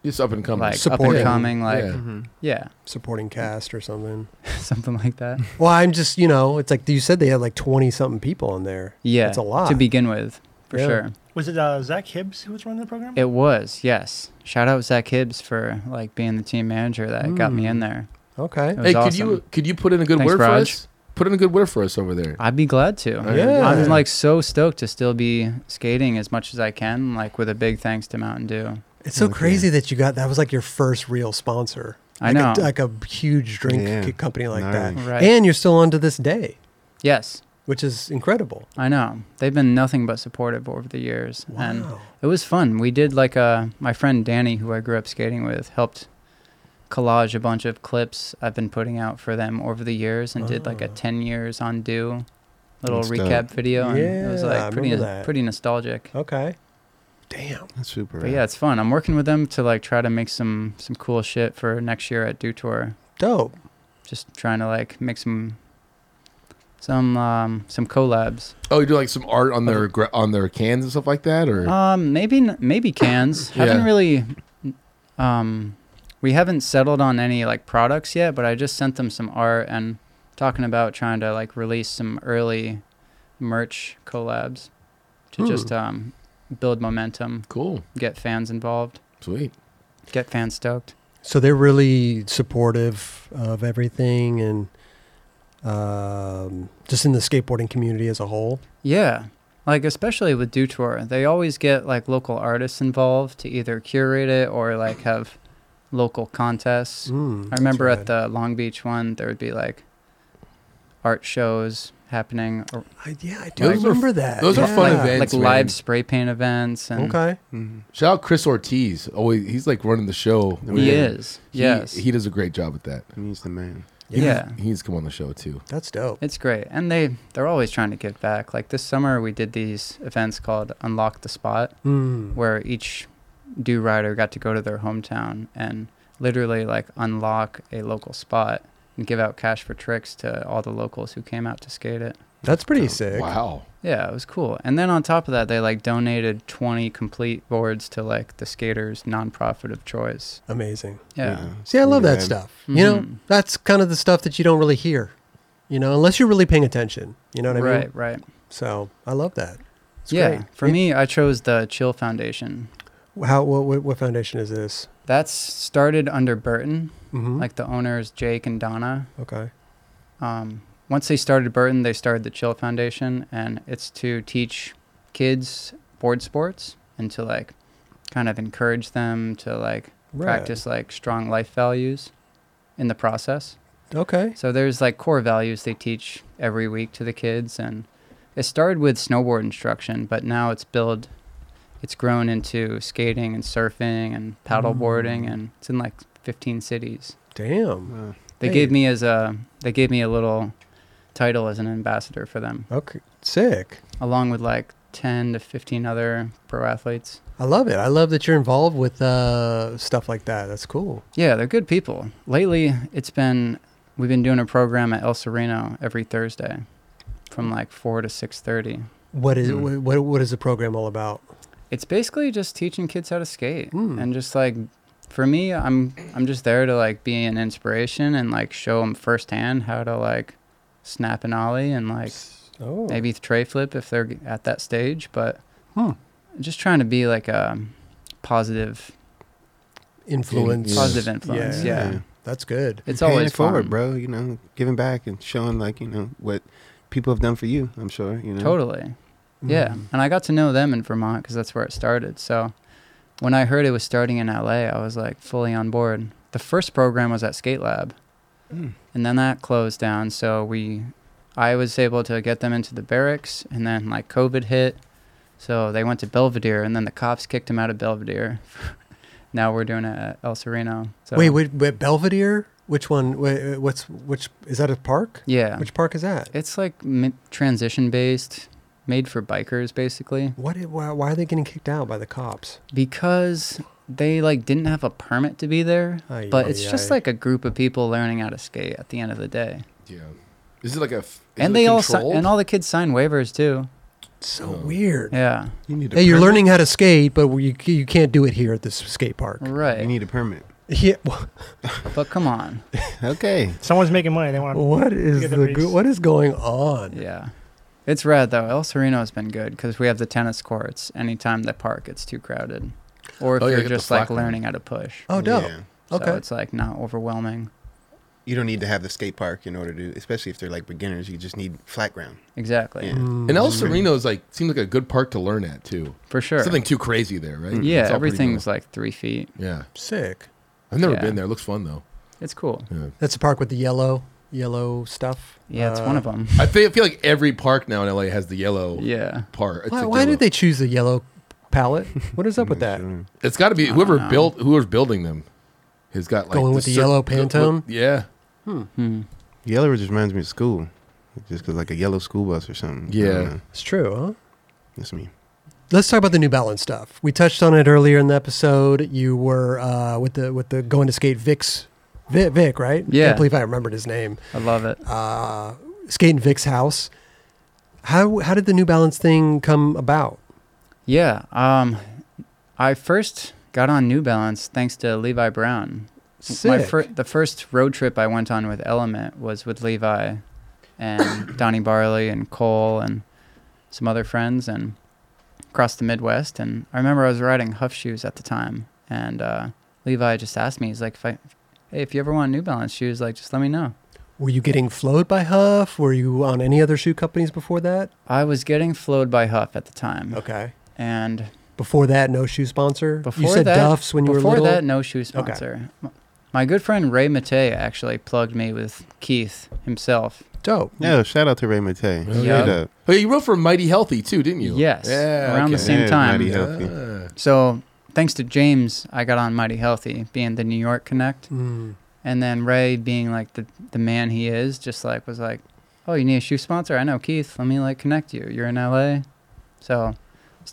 [SPEAKER 3] Just up and coming.
[SPEAKER 2] like up
[SPEAKER 1] Supporting.
[SPEAKER 2] and coming, like
[SPEAKER 3] Yeah.
[SPEAKER 2] yeah, [laughs]
[SPEAKER 3] Mm.
[SPEAKER 1] Supporting cast or something.
[SPEAKER 2] something like that.
[SPEAKER 1] Well, I'm just, you know, it's like you said they had like 20 something people on there.
[SPEAKER 2] Yeah,
[SPEAKER 1] It's a lot.
[SPEAKER 2] to begin with, for
[SPEAKER 1] Yeah.
[SPEAKER 2] sure.
[SPEAKER 7] Was it uh, Zach Hibbs who was running the program?
[SPEAKER 2] It was yes. Shout out Zach Hibbs for like being the team manager that got me in there.
[SPEAKER 1] Okay.
[SPEAKER 2] It was
[SPEAKER 3] Hey, could
[SPEAKER 2] awesome.
[SPEAKER 3] you could you put in a good
[SPEAKER 2] Thanks,
[SPEAKER 3] word
[SPEAKER 2] Raj.
[SPEAKER 3] for us? Put in a good word for us over there.
[SPEAKER 2] I'd be glad to.
[SPEAKER 1] Yeah.
[SPEAKER 2] I'm like so stoked to still be skating as much as I can, like with a big thanks to Mountain Dew.
[SPEAKER 1] It's so crazy that you got that was like your first real sponsor.
[SPEAKER 2] I
[SPEAKER 1] Like a-
[SPEAKER 2] know.
[SPEAKER 1] like a huge drink
[SPEAKER 4] Yeah.
[SPEAKER 1] c- company like that.
[SPEAKER 4] Gnarly.
[SPEAKER 2] Right.
[SPEAKER 1] And you're still on to this day,
[SPEAKER 2] Yes,
[SPEAKER 1] which is incredible.
[SPEAKER 2] I know. They've been nothing but supportive over the years. And
[SPEAKER 1] Wow.
[SPEAKER 2] it was fun. We did like a, my friend Danny, who I grew up skating with, helped collage a bunch of clips I've been putting out for them over the years and did
[SPEAKER 1] Oh.
[SPEAKER 2] like a 10 years on due little
[SPEAKER 4] That's dope.
[SPEAKER 2] recap video. And it was
[SPEAKER 1] Yeah, I
[SPEAKER 2] like pretty,
[SPEAKER 1] remember that.
[SPEAKER 2] pretty nostalgic.
[SPEAKER 1] Okay. Damn.
[SPEAKER 4] That's super.
[SPEAKER 2] But yeah, it's fun. I'm working with them to like try to make some, some cool shit for next year at Dew Tour.
[SPEAKER 1] Dope.
[SPEAKER 2] Just trying to like make some, some, um, some collabs.
[SPEAKER 3] Oh, you do like some art on their gra- on their cans and stuff like that, or
[SPEAKER 2] Um, maybe n- maybe
[SPEAKER 3] [coughs]
[SPEAKER 2] cans. Haven't
[SPEAKER 3] Yeah.
[SPEAKER 2] really. Um, we haven't settled on any like products yet, but I just sent them some art and talking about trying to like release some early merch collabs to just um build momentum,
[SPEAKER 3] cool,
[SPEAKER 2] get fans involved,
[SPEAKER 3] sweet.
[SPEAKER 2] get fans stoked.
[SPEAKER 1] So they're really supportive of everything and um, just in the skateboarding community as a whole.
[SPEAKER 2] Yeah. Like especially with Dew Tour, they always get like local artists involved to either curate it or like have local contests.
[SPEAKER 1] Mm,
[SPEAKER 2] I
[SPEAKER 1] that's
[SPEAKER 2] remember at
[SPEAKER 1] rad.
[SPEAKER 2] the Long Beach one, there would be like art shows happening, or,
[SPEAKER 1] I, yeah, I do
[SPEAKER 3] Those are-
[SPEAKER 1] remember that.
[SPEAKER 3] those are
[SPEAKER 1] yeah.
[SPEAKER 2] like,
[SPEAKER 3] fun events,
[SPEAKER 2] like
[SPEAKER 3] man.
[SPEAKER 2] live spray paint events, and
[SPEAKER 1] Okay.
[SPEAKER 4] Mm-hmm.
[SPEAKER 3] Shout out Chris Ortiz. Oh, he- he's like running the show.
[SPEAKER 2] he
[SPEAKER 3] man.
[SPEAKER 2] is,
[SPEAKER 3] He-
[SPEAKER 2] yes,
[SPEAKER 3] he does a great job with that.
[SPEAKER 4] He's the man.
[SPEAKER 2] yeah.
[SPEAKER 3] He needs to come on the show too.
[SPEAKER 1] That's dope.
[SPEAKER 2] It's great, and they they're always trying to give back. Like this summer, we did these events called Unlock the Spot,
[SPEAKER 1] Mm.
[SPEAKER 2] where each do rider got to go to their hometown and literally like unlock a local spot and give out cash for tricks to all the locals who came out to skate it.
[SPEAKER 1] That's pretty sick.
[SPEAKER 3] Wow.
[SPEAKER 2] Yeah, it was cool. And then on top of that, they like donated 20 complete boards to like the skaters' nonprofit of choice.
[SPEAKER 1] Amazing.
[SPEAKER 2] Yeah.
[SPEAKER 1] See, I love that
[SPEAKER 4] Yeah.
[SPEAKER 1] stuff. You know,
[SPEAKER 2] Mhm.
[SPEAKER 1] that's kind of the stuff that you don't really hear, you know, unless you're really paying attention. You know what I
[SPEAKER 2] right,
[SPEAKER 1] mean?
[SPEAKER 2] right.
[SPEAKER 1] So I love that. It's
[SPEAKER 2] yeah.
[SPEAKER 1] great.
[SPEAKER 2] For me, I chose the Chill Foundation.
[SPEAKER 1] How, what, what, what foundation is this?
[SPEAKER 2] That's started under Burton,
[SPEAKER 1] Mm-hmm.
[SPEAKER 2] like the owners, Jake and Donna.
[SPEAKER 1] okay.
[SPEAKER 2] Um, once they started Burton, they started the Chill Foundation, and it's to teach kids board sports and to like kind of encourage them to like
[SPEAKER 1] Right.
[SPEAKER 2] practice like strong life values in the process.
[SPEAKER 1] Okay.
[SPEAKER 2] So there's like core values they teach every week to the kids, and it started with snowboard instruction, but now it's built, it's grown into skating and surfing and paddleboarding, and it's in like 15 cities.
[SPEAKER 1] Damn.
[SPEAKER 4] Wow.
[SPEAKER 2] They
[SPEAKER 1] Hey.
[SPEAKER 2] gave me as a they gave me a little title as an ambassador for them,
[SPEAKER 1] Okay. Sick.
[SPEAKER 2] along with like 10 to 15 other pro athletes.
[SPEAKER 1] I love it. I love that you're involved with uh, stuff like that. That's cool.
[SPEAKER 2] Yeah, they're good people. Lately, it's been we've been doing a program at El Sereno every Thursday, from like four to 6:30.
[SPEAKER 1] What is
[SPEAKER 2] Hmm.
[SPEAKER 1] wh- what, what is the program all about?
[SPEAKER 2] it's basically just teaching kids how to skate
[SPEAKER 4] Hmm.
[SPEAKER 1] Mm.
[SPEAKER 2] and just like for me i'm i'm just there to like be an inspiration and like show them firsthand how to like snap an ollie and like
[SPEAKER 1] Oh,
[SPEAKER 2] maybe tray flip if they're at that stage but just trying to be like a positive
[SPEAKER 1] influence.
[SPEAKER 2] positive influence yeah,
[SPEAKER 1] That's good.
[SPEAKER 2] it's
[SPEAKER 4] Paying
[SPEAKER 2] always
[SPEAKER 4] it forward,
[SPEAKER 2] fun.
[SPEAKER 4] bro. You know, giving back and showing like you know what people have done for you. I'm sure. You know. Mm-hmm.
[SPEAKER 2] Totally.
[SPEAKER 1] Hmm.
[SPEAKER 2] Yeah. And I got to know them in Vermont because that's where it started. So when I heard it was starting in LA, I was like fully on board. The first program was at Skate Lab.
[SPEAKER 4] Mm.
[SPEAKER 2] And then that closed down. So we, I was able to get them into the barracks and then like COVID hit. So they went to Belvedere and then the cops kicked them out of Belvedere. [laughs] now we're doing it at El Sereno. So,
[SPEAKER 1] Wait, wait, wait, Belvedere? Which one? Wait, what's which? Is that a park?
[SPEAKER 2] Yeah.
[SPEAKER 1] Which park is that?
[SPEAKER 2] It's like mi- transition based, made for bikers basically.
[SPEAKER 1] What? i- Why, why are they getting kicked out by the cops?
[SPEAKER 2] because they like didn't have a permit to be there
[SPEAKER 1] Ay,
[SPEAKER 2] but
[SPEAKER 1] ay,
[SPEAKER 2] it's just
[SPEAKER 1] ay.
[SPEAKER 2] like a group of people learning how to skate at the end of the day
[SPEAKER 3] Yeah. Is it like a? f- Is
[SPEAKER 2] and
[SPEAKER 3] it
[SPEAKER 2] they all si-
[SPEAKER 3] controlled?
[SPEAKER 2] and all the kids sign waivers too
[SPEAKER 1] It's so weird.
[SPEAKER 2] yeah
[SPEAKER 4] You need. A
[SPEAKER 1] Hey, you're
[SPEAKER 4] permit.
[SPEAKER 1] learning how to skate, but you you can't do it here at this skate park.
[SPEAKER 4] You
[SPEAKER 2] right
[SPEAKER 4] need a permit.
[SPEAKER 1] [laughs] Yeah, wha-
[SPEAKER 2] but come on
[SPEAKER 4] Okay.
[SPEAKER 7] Someone's making money. They want.
[SPEAKER 1] what is
[SPEAKER 7] Get the
[SPEAKER 1] the go-
[SPEAKER 7] breeze.
[SPEAKER 1] what is going on?
[SPEAKER 2] yeah it's rad though el sereno has been good because we have the tennis courts anytime the park gets too crowded or if
[SPEAKER 3] Oh, yeah,
[SPEAKER 2] you're
[SPEAKER 3] get the
[SPEAKER 2] just like
[SPEAKER 3] flack one.
[SPEAKER 2] learning how to push
[SPEAKER 1] Oh, dope.
[SPEAKER 4] Yeah.
[SPEAKER 2] so
[SPEAKER 1] Okay.
[SPEAKER 2] it's like not overwhelming
[SPEAKER 4] You don't need to have the skate park in order to, especially if they're like beginners. You just need flat ground.
[SPEAKER 2] exactly
[SPEAKER 4] Yeah.
[SPEAKER 1] Mm.
[SPEAKER 3] And El Sereno is like seems like a good park to learn at too.
[SPEAKER 2] for sure
[SPEAKER 3] Something too crazy there, right?
[SPEAKER 2] yeah
[SPEAKER 3] It's all pretty
[SPEAKER 2] everything's
[SPEAKER 3] cool.
[SPEAKER 2] like three feet
[SPEAKER 3] yeah.
[SPEAKER 1] Sick.
[SPEAKER 3] I've never
[SPEAKER 2] Yeah.
[SPEAKER 3] been there. It looks fun though.
[SPEAKER 2] it's cool
[SPEAKER 1] That's the park with the yellow yellow stuff. Uh,
[SPEAKER 2] yeah it's one
[SPEAKER 3] Uh,
[SPEAKER 2] of them
[SPEAKER 3] I feel, I feel like every park now in LA has the yellow
[SPEAKER 2] yeah
[SPEAKER 3] part. It's
[SPEAKER 1] Why,
[SPEAKER 3] like
[SPEAKER 1] why
[SPEAKER 3] yellow.
[SPEAKER 1] did they choose the yellow palette?
[SPEAKER 3] [laughs]
[SPEAKER 1] What is up with that?
[SPEAKER 3] It's got to be whoever built whoever's building them has got like
[SPEAKER 1] Going with the yellow Pantone?
[SPEAKER 3] yeah,
[SPEAKER 2] Hmm.
[SPEAKER 4] Yellow just reminds me of school, just cause like a yellow school bus or something. I don't
[SPEAKER 3] Yeah.
[SPEAKER 4] know.
[SPEAKER 1] It's true, huh?
[SPEAKER 4] that's me.
[SPEAKER 1] Let's talk about the New Balance stuff. We touched on it earlier in the episode. You were uh, with the with the going to skate Vic's Vic, Vic right?
[SPEAKER 2] Yeah.
[SPEAKER 1] I can't believe I remembered his name.
[SPEAKER 2] i love it
[SPEAKER 1] Uh, skating Vic's house. How how did the New Balance thing come about?
[SPEAKER 2] Yeah. Um, I first got on New Balance thanks to Levi Brown. My
[SPEAKER 1] Sick.
[SPEAKER 2] fir- the first road trip I went on with Element was with Levi
[SPEAKER 1] [coughs]
[SPEAKER 2] and Donnie Barley and Cole and some other friends and across the Midwest. And I remember I was riding Huff shoes at the time, and uh, Levi just asked me, he's like, if I, "Hey, if you ever want New Balance shoes, like, just let me know."
[SPEAKER 1] Were you getting flowed by Huff? Were you on any other shoe companies before that?
[SPEAKER 2] I was getting flowed by Huff at the time,
[SPEAKER 1] Okay.
[SPEAKER 2] and
[SPEAKER 1] Before that, no shoe sponsor.
[SPEAKER 2] Before
[SPEAKER 1] you said
[SPEAKER 2] that,
[SPEAKER 1] Duff's when you were
[SPEAKER 2] before
[SPEAKER 1] little.
[SPEAKER 2] that, no shoe sponsor. M My good friend Ray Matei actually plugged me with Keith himself.
[SPEAKER 1] Dope.
[SPEAKER 4] Yeah, shout out to Ray Matei.
[SPEAKER 2] yeah.
[SPEAKER 4] Straight up.
[SPEAKER 3] Oh, yeah, you wrote for Mighty Healthy too, didn't you?
[SPEAKER 2] Yes,
[SPEAKER 3] Yeah.
[SPEAKER 2] around the
[SPEAKER 3] okay.
[SPEAKER 2] same
[SPEAKER 4] Yeah,
[SPEAKER 2] time.
[SPEAKER 4] mighty healthy.
[SPEAKER 3] Ah.
[SPEAKER 2] So thanks to James, I got on Mighty Healthy, being the New York Connect,
[SPEAKER 1] Mm.
[SPEAKER 2] and then Ray, being like the the man he is, just like was like, "Oh, you need a shoe sponsor? I know Keith. Let me like connect you. You're in LA." So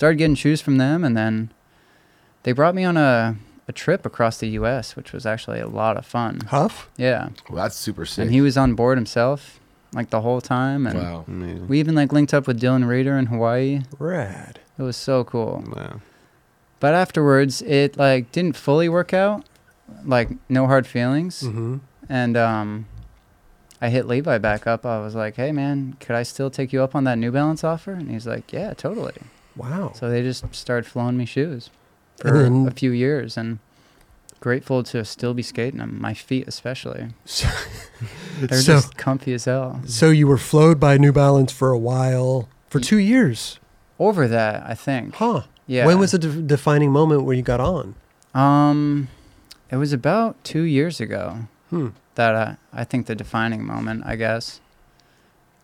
[SPEAKER 2] started getting shoes from them, and then they brought me on a a trip across the U.S., which was actually a lot of
[SPEAKER 3] [laughs]
[SPEAKER 2] fun.
[SPEAKER 1] Huff?
[SPEAKER 2] Yeah.
[SPEAKER 3] Well, that's super sick.
[SPEAKER 2] and he was on board himself like the whole time and
[SPEAKER 3] wow.
[SPEAKER 4] Amazing.
[SPEAKER 2] we even like linked up with dylan reeder in hawaii
[SPEAKER 1] Rad.
[SPEAKER 2] it was so cool
[SPEAKER 4] Wow.
[SPEAKER 2] but afterwards it like didn't fully work out like no hard feelings
[SPEAKER 1] Mm-hmm.
[SPEAKER 2] and um i hit levi back up i was like hey man could i still take you up on that new balance offer and he's like yeah totally
[SPEAKER 1] Wow.
[SPEAKER 2] so er, they just started flowing me shoes
[SPEAKER 1] And
[SPEAKER 2] for
[SPEAKER 1] then-
[SPEAKER 2] a few years and grateful to still be skating them my feet especially
[SPEAKER 1] [laughs] So-
[SPEAKER 2] [laughs] they're
[SPEAKER 1] So-
[SPEAKER 2] just comfy as hell
[SPEAKER 1] So you were flowed by New Balance for a while, for two years,
[SPEAKER 2] over that i think
[SPEAKER 1] huh?
[SPEAKER 2] Yeah.
[SPEAKER 1] When was the de- defining moment where you got on?
[SPEAKER 2] Um, it was about two years ago
[SPEAKER 1] Hmm.
[SPEAKER 2] that I, I think the defining moment, I guess.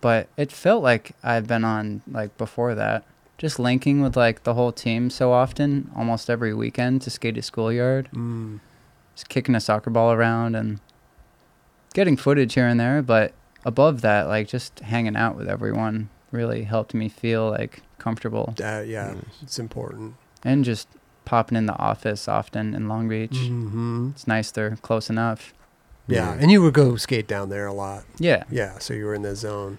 [SPEAKER 2] But it felt like I've been on like before that, just linking with like the whole team so often, almost every weekend to skate a schoolyard,
[SPEAKER 1] Mm.
[SPEAKER 2] just kicking a soccer ball around and getting footage here and there. But above that, like just hanging out with everyone really helped me feel like comfortable
[SPEAKER 1] Uh, yeah, it's important.
[SPEAKER 2] and just popping in the office often in Long Beach
[SPEAKER 1] hmm
[SPEAKER 2] it's nice they're close enough.
[SPEAKER 1] Yeah, and you would go skate down there a lot.
[SPEAKER 2] Yeah.
[SPEAKER 1] Yeah, so you were in the zone.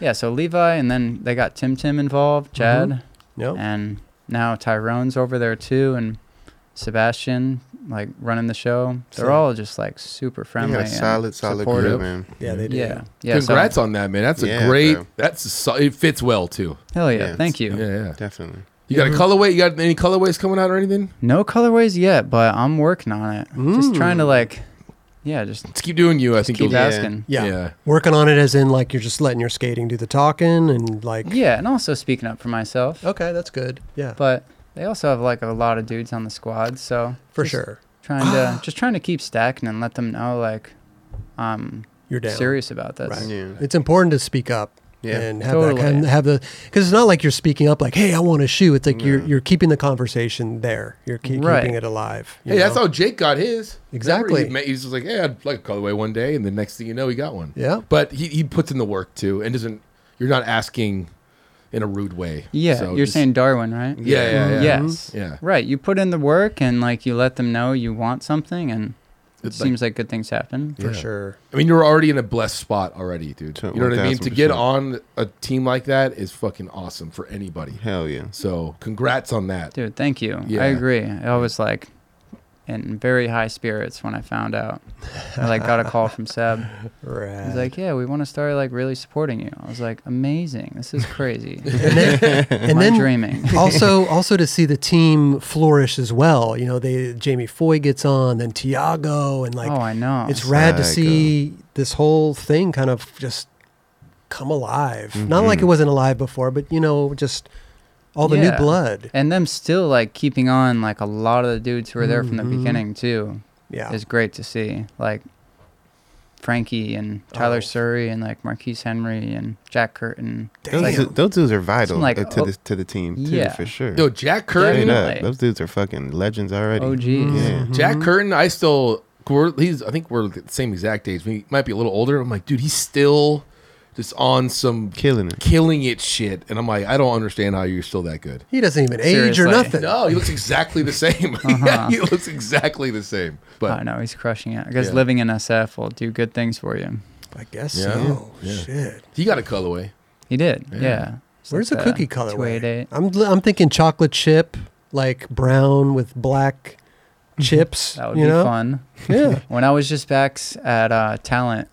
[SPEAKER 2] Yeah, so Levi, and then they got Tim Tim involved, Chad,
[SPEAKER 1] Yep.
[SPEAKER 2] and now Tyrone's over there too, and Sebastian like running the show. They're
[SPEAKER 1] So-
[SPEAKER 2] all just like super friendly.
[SPEAKER 4] Yeah,
[SPEAKER 2] and
[SPEAKER 4] solid, solid
[SPEAKER 2] supportive.
[SPEAKER 4] group, man.
[SPEAKER 7] Yeah, they do.
[SPEAKER 2] Yeah, yeah. so-
[SPEAKER 3] Congrats on that, man. That's a
[SPEAKER 4] Yeah,
[SPEAKER 3] great.
[SPEAKER 4] bro.
[SPEAKER 3] That's a, so- it fits well too.
[SPEAKER 2] Hell
[SPEAKER 4] Yeah,
[SPEAKER 2] yeah!
[SPEAKER 4] it's-
[SPEAKER 2] Thank you.
[SPEAKER 3] Yeah, yeah.
[SPEAKER 4] Definitely.
[SPEAKER 3] You
[SPEAKER 1] Mm-hmm.
[SPEAKER 3] got a colorway? You got any colorways coming out or anything?
[SPEAKER 2] No colorways yet, but I'm working on it. Just trying to like, yeah, just
[SPEAKER 3] Let's keep doing you. I think
[SPEAKER 2] keep
[SPEAKER 3] you'll-
[SPEAKER 4] Yeah.
[SPEAKER 2] asking.
[SPEAKER 1] yeah.
[SPEAKER 3] yeah.
[SPEAKER 1] Working on it as in like you're just letting your skating do the talking and like.
[SPEAKER 2] Yeah, and also speaking up for myself.
[SPEAKER 1] Okay, that's good. Yeah,
[SPEAKER 2] But they also have like a lot of dudes on the squad, so
[SPEAKER 1] for
[SPEAKER 2] just
[SPEAKER 1] sure.
[SPEAKER 2] Trying to just trying to keep stacking and let them know like I'm
[SPEAKER 1] You're down.
[SPEAKER 2] serious about this.
[SPEAKER 1] Right.
[SPEAKER 4] Yeah.
[SPEAKER 1] It's important to speak up.
[SPEAKER 4] Yeah.
[SPEAKER 1] and have
[SPEAKER 2] Totally.
[SPEAKER 1] that kind have the because it's not like you're speaking up like hey I want a shoe it's like you're you're keeping the conversation there you're keep,
[SPEAKER 2] Right.
[SPEAKER 1] keeping it alive you
[SPEAKER 3] Hey, that's
[SPEAKER 1] know?
[SPEAKER 3] how Jake got his. Remember,
[SPEAKER 1] Exactly.
[SPEAKER 3] he ma- He's just like, yeah, I'd like a colorway one day, and the next thing you know, he got one.
[SPEAKER 1] Yeah.
[SPEAKER 3] But he, he puts in the work too, and doesn't. You're not asking in a rude way.
[SPEAKER 2] Yeah,
[SPEAKER 3] So
[SPEAKER 2] you're
[SPEAKER 3] just-
[SPEAKER 2] saying Darwin, right? Mm-hmm.
[SPEAKER 3] Yeah, yeah, yeah.
[SPEAKER 2] Yes.
[SPEAKER 3] Yeah.
[SPEAKER 2] Right. You put in the work and like you let them know you want something and it
[SPEAKER 3] It's like-
[SPEAKER 2] seems like, good things happen.
[SPEAKER 1] for sure
[SPEAKER 3] I mean, you're already in a blessed spot already, dude.
[SPEAKER 4] To-
[SPEAKER 3] You know what I mean? To get
[SPEAKER 4] 1000%.
[SPEAKER 3] on a team like that is fucking awesome for anybody.
[SPEAKER 4] Hell yeah.
[SPEAKER 3] So, congrats on that.
[SPEAKER 2] Dude, thank you.
[SPEAKER 3] Yeah.
[SPEAKER 2] I agree. I was like in very high spirits when I found out. I like got a call from
[SPEAKER 3] [laughs]
[SPEAKER 2] Seb.
[SPEAKER 1] right
[SPEAKER 2] He's like, Yeah, we want to start like really supporting you. I was like, Amazing. This is crazy.
[SPEAKER 3] [laughs]
[SPEAKER 1] and then,
[SPEAKER 2] Am
[SPEAKER 1] and
[SPEAKER 2] I
[SPEAKER 1] then
[SPEAKER 2] [laughs] dreaming?
[SPEAKER 1] also also to see the team flourish as well you know they Jamie Foy gets on then Tiago and like
[SPEAKER 2] oh, I know.
[SPEAKER 1] it's rad to
[SPEAKER 4] Psycho.
[SPEAKER 1] see this whole thing kind of just come alive not like it wasn't alive before but you know just all the new
[SPEAKER 2] Yeah.
[SPEAKER 1] blood
[SPEAKER 2] and them still like keeping on like a lot of the dudes who were there from
[SPEAKER 3] Mm-hmm.
[SPEAKER 2] the beginning too
[SPEAKER 1] yeah
[SPEAKER 2] is great to see like frankie and tyler
[SPEAKER 1] Oh.
[SPEAKER 2] surrey and like marquise henry and jack curtin
[SPEAKER 1] Damn.
[SPEAKER 4] Those, those dudes are vital
[SPEAKER 2] Some, like,
[SPEAKER 4] uh, to
[SPEAKER 2] oh-
[SPEAKER 4] the to the team too,
[SPEAKER 2] Yeah.
[SPEAKER 4] for sure.
[SPEAKER 3] Yo, Jack
[SPEAKER 4] Straight
[SPEAKER 3] Curtin.
[SPEAKER 2] Yeah.
[SPEAKER 4] up,
[SPEAKER 2] Definitely.
[SPEAKER 4] those dudes are fucking legends already.
[SPEAKER 2] og's
[SPEAKER 4] Yeah.
[SPEAKER 3] Jack
[SPEAKER 1] Mm-hmm.
[SPEAKER 3] Curtin, I still we're, he's I think we're the same exact age. We might be a little older. I'm like, dude, he's still just on some
[SPEAKER 4] Killing it.
[SPEAKER 3] killing it shit. And I'm like, I don't understand how you're still that good.
[SPEAKER 1] he doesn't even age or
[SPEAKER 2] Seriously.
[SPEAKER 1] nothing
[SPEAKER 3] No, he looks exactly the same. [laughs] yeah, he looks exactly the same. But
[SPEAKER 2] i know he's crushing it i guess
[SPEAKER 3] Yeah.
[SPEAKER 2] living in sf will do good things for you
[SPEAKER 1] I guess
[SPEAKER 3] Yeah.
[SPEAKER 1] so.
[SPEAKER 3] Yeah.
[SPEAKER 1] Shit.
[SPEAKER 3] he got a colorway.
[SPEAKER 2] he did yeah, It's
[SPEAKER 1] Where's the
[SPEAKER 2] like
[SPEAKER 1] cookie colorway?
[SPEAKER 2] 288.
[SPEAKER 1] I'm I'm thinking chocolate chip, like brown with black chips.
[SPEAKER 2] Mm-hmm. that would
[SPEAKER 1] you
[SPEAKER 2] be
[SPEAKER 1] know?
[SPEAKER 2] fun
[SPEAKER 1] [laughs] Yeah.
[SPEAKER 2] when i was just back s- at uh talent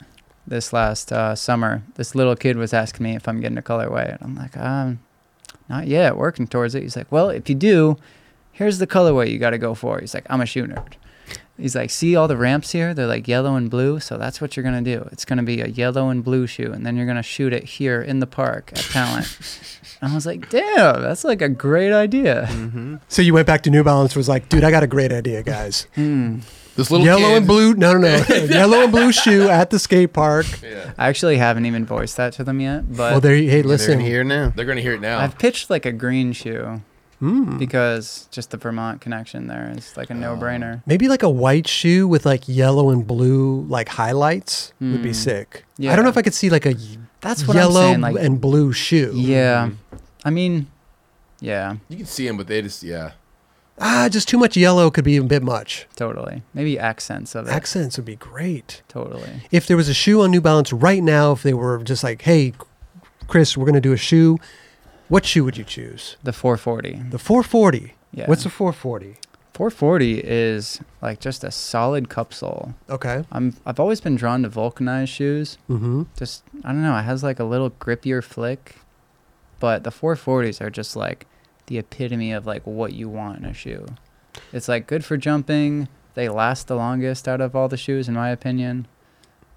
[SPEAKER 2] this last uh, summer this little kid was asking me if i'm getting a colorway and i'm like um not yet working towards it he's like well if you do here's the colorway you got to go for he's like i'm a shoe nerd he's like see all the ramps here they're like yellow and blue so that's what you're going to do it's going to be a yellow and blue shoe and then you're going to shoot it here in the park at talent and i was like damn that's like a great idea
[SPEAKER 4] Mm-hmm.
[SPEAKER 1] So you went back to New Balance was like, dude, I got a great idea,
[SPEAKER 2] [laughs]
[SPEAKER 1] guys.
[SPEAKER 3] This little
[SPEAKER 1] Yellow
[SPEAKER 3] kid-
[SPEAKER 1] and blue. No, no, no. [laughs] Yellow and blue shoe at the skate park.
[SPEAKER 2] i actually haven't even voiced that to them yet but
[SPEAKER 1] Well, there. you- Hey,
[SPEAKER 4] Listen
[SPEAKER 1] listen.
[SPEAKER 4] here now.
[SPEAKER 3] They're gonna hear it now.
[SPEAKER 2] I've pitched like a green shoe Hmm. because just the Vermont connection there is like a no-brainer.
[SPEAKER 1] Maybe like a white shoe with like yellow and blue like highlights would be sick. I don't
[SPEAKER 2] Hmm. Yeah.
[SPEAKER 1] know if I could see like a
[SPEAKER 2] That's what
[SPEAKER 1] yellow
[SPEAKER 2] I'm saying. Like, Hmm.
[SPEAKER 1] and blue shoe.
[SPEAKER 2] yeah, I mean, yeah,
[SPEAKER 3] you can see him, but they just yeah.
[SPEAKER 1] Ah, just too much yellow could be a bit much.
[SPEAKER 2] totally. Maybe accents of it.
[SPEAKER 1] Accents would be great.
[SPEAKER 2] totally.
[SPEAKER 1] if there was a shoe on New Balance right now, if they were just like, hey, Chris, we're going to do a shoe, what shoe would you choose?
[SPEAKER 2] The 440.
[SPEAKER 1] The 440.
[SPEAKER 2] Yeah.
[SPEAKER 1] What's the 440?
[SPEAKER 2] 440 is like just a solid cup sole.
[SPEAKER 1] Okay.
[SPEAKER 2] I'm I've always been drawn to vulcanized shoes.
[SPEAKER 1] Mm-hmm.
[SPEAKER 2] Just I don't know. It has like a little grippier flick, but the 440s are just like the epitome of like what you want in a shoe. It's like good for jumping. They last the longest out of all the shoes, in my opinion,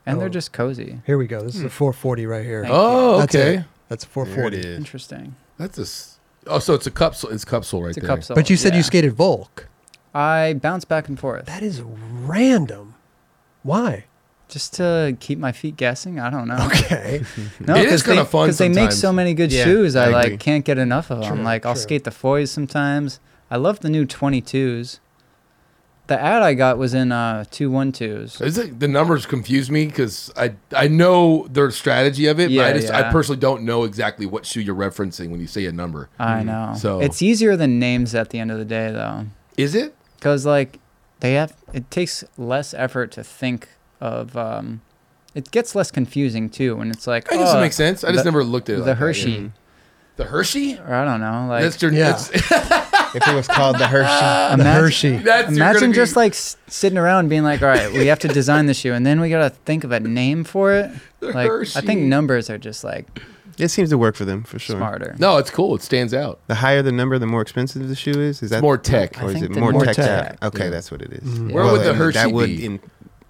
[SPEAKER 2] and
[SPEAKER 1] Oh.
[SPEAKER 2] they're just cozy.
[SPEAKER 1] Here we go. This is the 440 right here.
[SPEAKER 2] Hmm. Thank
[SPEAKER 3] Oh,
[SPEAKER 1] That's
[SPEAKER 3] okay.
[SPEAKER 1] it. That's a 440.
[SPEAKER 2] Interesting.
[SPEAKER 3] That's a. s- Oh, so it's a cup. So it's cup sole right
[SPEAKER 2] It's a
[SPEAKER 3] there.
[SPEAKER 2] cup sole.
[SPEAKER 1] But you said
[SPEAKER 2] yeah.
[SPEAKER 1] you skated Volk.
[SPEAKER 2] I bounce back and forth
[SPEAKER 1] That is random.
[SPEAKER 2] [laughs]
[SPEAKER 1] Why?
[SPEAKER 2] just to keep my feet guessing. I don't
[SPEAKER 1] [laughs]
[SPEAKER 2] know.
[SPEAKER 1] Okay.
[SPEAKER 2] No,
[SPEAKER 3] It
[SPEAKER 2] 'cause
[SPEAKER 3] is
[SPEAKER 2] they-
[SPEAKER 3] kinda fun
[SPEAKER 2] they make so
[SPEAKER 3] sometimes.
[SPEAKER 2] many good
[SPEAKER 4] Yeah,
[SPEAKER 2] shoes. I,
[SPEAKER 4] I agree.
[SPEAKER 2] like can't get enough of them.
[SPEAKER 1] True,
[SPEAKER 2] like I'll
[SPEAKER 1] true.
[SPEAKER 2] skate the foils sometimes. I love the new 22s. The ad I got was in uh, two one twos.
[SPEAKER 3] Is it, the numbers confuse me because I I know their strategy of it, but I
[SPEAKER 2] Yeah,
[SPEAKER 3] just I
[SPEAKER 2] yeah.
[SPEAKER 3] personally don't know exactly what shoe you're referencing when you say a number.
[SPEAKER 2] I know.
[SPEAKER 3] Mm, So-
[SPEAKER 2] it's easier than names at the end of the day, though,
[SPEAKER 3] Is it?
[SPEAKER 2] because like they have it takes less effort to think of um, It gets less confusing too when it's like
[SPEAKER 3] I guess
[SPEAKER 2] oh,
[SPEAKER 3] it makes sense. I just
[SPEAKER 2] the-
[SPEAKER 3] never looked at it.
[SPEAKER 2] the
[SPEAKER 3] like that, yeah.
[SPEAKER 2] Hershey
[SPEAKER 3] The Hershey.
[SPEAKER 2] or I don't know like
[SPEAKER 3] That's your.
[SPEAKER 1] Yeah.
[SPEAKER 3] That's,
[SPEAKER 4] If it was called the Hershey,
[SPEAKER 2] imagine,
[SPEAKER 1] Hershey.
[SPEAKER 3] that's you're
[SPEAKER 2] imagine
[SPEAKER 3] gonna be-
[SPEAKER 2] just like s- sitting around being like all right we have to design the shoe and then we gotta think of a name for it. Like I
[SPEAKER 3] Hershey.
[SPEAKER 2] think numbers are just like
[SPEAKER 4] [laughs] it seems to work for them for sure.
[SPEAKER 2] smarter.
[SPEAKER 3] [laughs] No, it's cool. It stands out.
[SPEAKER 4] The higher the number, the more expensive the shoe is. Is that
[SPEAKER 3] more tech.
[SPEAKER 4] or
[SPEAKER 2] I
[SPEAKER 4] is
[SPEAKER 2] think
[SPEAKER 4] it
[SPEAKER 2] the
[SPEAKER 4] more,
[SPEAKER 2] more
[SPEAKER 4] tech?
[SPEAKER 2] tech.
[SPEAKER 4] Okay,
[SPEAKER 3] Yeah.
[SPEAKER 4] that's what it is.
[SPEAKER 3] Where would the
[SPEAKER 4] and
[SPEAKER 3] Hershey
[SPEAKER 4] that would
[SPEAKER 3] be?
[SPEAKER 4] in-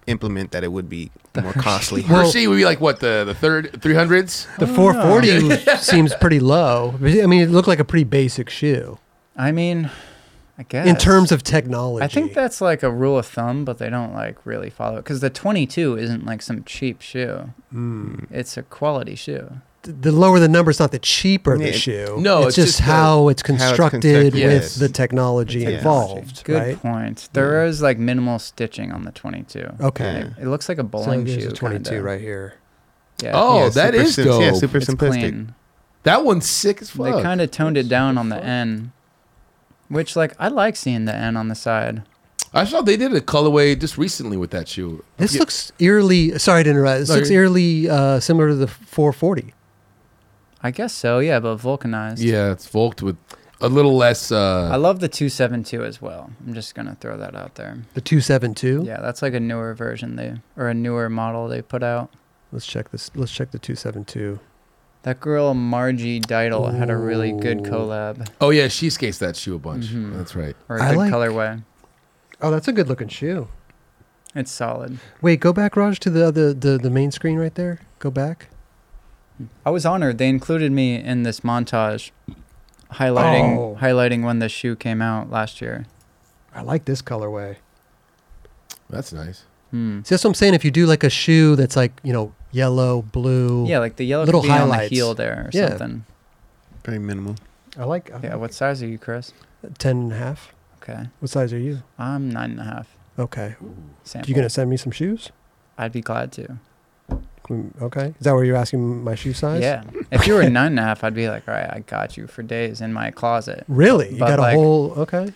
[SPEAKER 4] implement that? It would be more costly.
[SPEAKER 3] Hershey would be like what the the third three hundreds.
[SPEAKER 1] The 440
[SPEAKER 2] [laughs]
[SPEAKER 1] seems pretty low. I mean, it looked like a pretty basic shoe
[SPEAKER 2] I mean, I guess
[SPEAKER 1] in terms of technology.
[SPEAKER 2] I think that's like a rule of thumb, but they don't like really follow it because the 22 isn't like some cheap shoe.
[SPEAKER 1] Hmm.
[SPEAKER 2] It's a quality shoe.
[SPEAKER 1] the lower the number, it's not the cheaper the
[SPEAKER 4] Yeah.
[SPEAKER 1] shoe.
[SPEAKER 3] No,
[SPEAKER 1] it's,
[SPEAKER 3] it's
[SPEAKER 1] just,
[SPEAKER 3] just the-
[SPEAKER 1] how it's constructed
[SPEAKER 4] constructed,
[SPEAKER 1] with
[SPEAKER 3] yes.
[SPEAKER 1] the technology
[SPEAKER 4] The
[SPEAKER 2] Technology.
[SPEAKER 1] involved.
[SPEAKER 2] Good
[SPEAKER 1] right?
[SPEAKER 2] point. There is like minimal stitching on the 22.
[SPEAKER 1] Okay.
[SPEAKER 4] Yeah.
[SPEAKER 2] It looks like a
[SPEAKER 1] So
[SPEAKER 2] bowling
[SPEAKER 1] there's
[SPEAKER 2] shoe.
[SPEAKER 1] a 22
[SPEAKER 2] kinda.
[SPEAKER 1] right here.
[SPEAKER 2] Yeah.
[SPEAKER 3] Oh,
[SPEAKER 4] Yeah,
[SPEAKER 3] that
[SPEAKER 4] super
[SPEAKER 3] is
[SPEAKER 4] sim- Yeah,
[SPEAKER 3] dope.
[SPEAKER 4] super
[SPEAKER 2] it's
[SPEAKER 4] simplistic.
[SPEAKER 2] clean.
[SPEAKER 3] That one's sick as fuck.
[SPEAKER 2] They kind of toned it down on the N, which like I like seeing the N on the side.
[SPEAKER 3] I saw they did a colorway just recently with that shoe.
[SPEAKER 1] This
[SPEAKER 3] Yeah.
[SPEAKER 1] looks eerily, sorry to interrupt, this
[SPEAKER 3] No,
[SPEAKER 1] looks
[SPEAKER 3] you're-
[SPEAKER 1] eerily uh, similar to the 440.
[SPEAKER 2] I guess so. Yeah, but vulcanized.
[SPEAKER 3] Yeah, it's volked with a little less.
[SPEAKER 2] I
[SPEAKER 3] uh
[SPEAKER 2] love the 272 as well. I'm just gonna throw that out there.
[SPEAKER 1] The 272.
[SPEAKER 2] Yeah, that's like a newer version they or a newer model they put out.
[SPEAKER 1] Let's check this. Let's check the 272.
[SPEAKER 2] That girl Margie Deidel had a really good
[SPEAKER 1] Ooh.
[SPEAKER 2] collab
[SPEAKER 3] Oh yeah, she skates that shoe a bunch.
[SPEAKER 2] Mhm.
[SPEAKER 3] That's right.
[SPEAKER 2] or a
[SPEAKER 1] I
[SPEAKER 2] good
[SPEAKER 1] like-
[SPEAKER 2] colorway.
[SPEAKER 1] Oh, that's a good looking shoe.
[SPEAKER 2] It's solid.
[SPEAKER 1] Wait, go back, Raj, to the, the, the, the main screen right there. Go back.
[SPEAKER 2] I was honored they included me in this montage highlighting
[SPEAKER 1] Oh.
[SPEAKER 2] highlighting when the shoe came out last year.
[SPEAKER 1] I like this colorway.
[SPEAKER 3] That's nice.
[SPEAKER 2] Hmm.
[SPEAKER 1] See, that's what I'm saying. If you do like a shoe that's like, you know, yellow, blue.
[SPEAKER 2] Yeah, like the yellow
[SPEAKER 1] Little
[SPEAKER 2] could be on the
[SPEAKER 1] highlights.
[SPEAKER 2] heel there or
[SPEAKER 1] Yeah.
[SPEAKER 2] something.
[SPEAKER 4] Very minimal.
[SPEAKER 1] I like I
[SPEAKER 2] Yeah,
[SPEAKER 1] like
[SPEAKER 2] what size are you, Chris?
[SPEAKER 1] 10 and a half.
[SPEAKER 2] Okay.
[SPEAKER 1] What size are you?
[SPEAKER 2] I'm nine and a half.
[SPEAKER 1] Okay.
[SPEAKER 2] Sample.
[SPEAKER 1] You going to send me some shoes?
[SPEAKER 2] I'd be glad to.
[SPEAKER 1] Can we- Okay. Is that where you're asking my shoe size?
[SPEAKER 2] Yeah. If you were nine and a half, I'd be like, all right, I got you for days in my closet.
[SPEAKER 1] Really? You
[SPEAKER 2] But,
[SPEAKER 1] got a
[SPEAKER 2] like-
[SPEAKER 1] whole. Okay.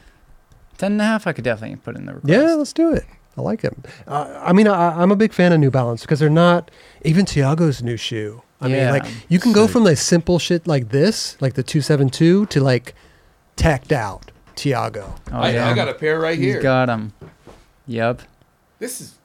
[SPEAKER 2] Ten and a half, I could definitely put in the request.
[SPEAKER 1] Yeah, let's do it. I like them. Uh, I mean, I, I'm a big fan of New Balance because they're not even Tiago's new shoe. I
[SPEAKER 2] Yeah.
[SPEAKER 1] mean, like you can go from like simple shit like this, like the 272, to like tacked out Tiago.
[SPEAKER 2] Oh,
[SPEAKER 3] I,
[SPEAKER 2] yeah.
[SPEAKER 3] I got a pair right here.
[SPEAKER 2] He's got him. Yep.
[SPEAKER 3] this is,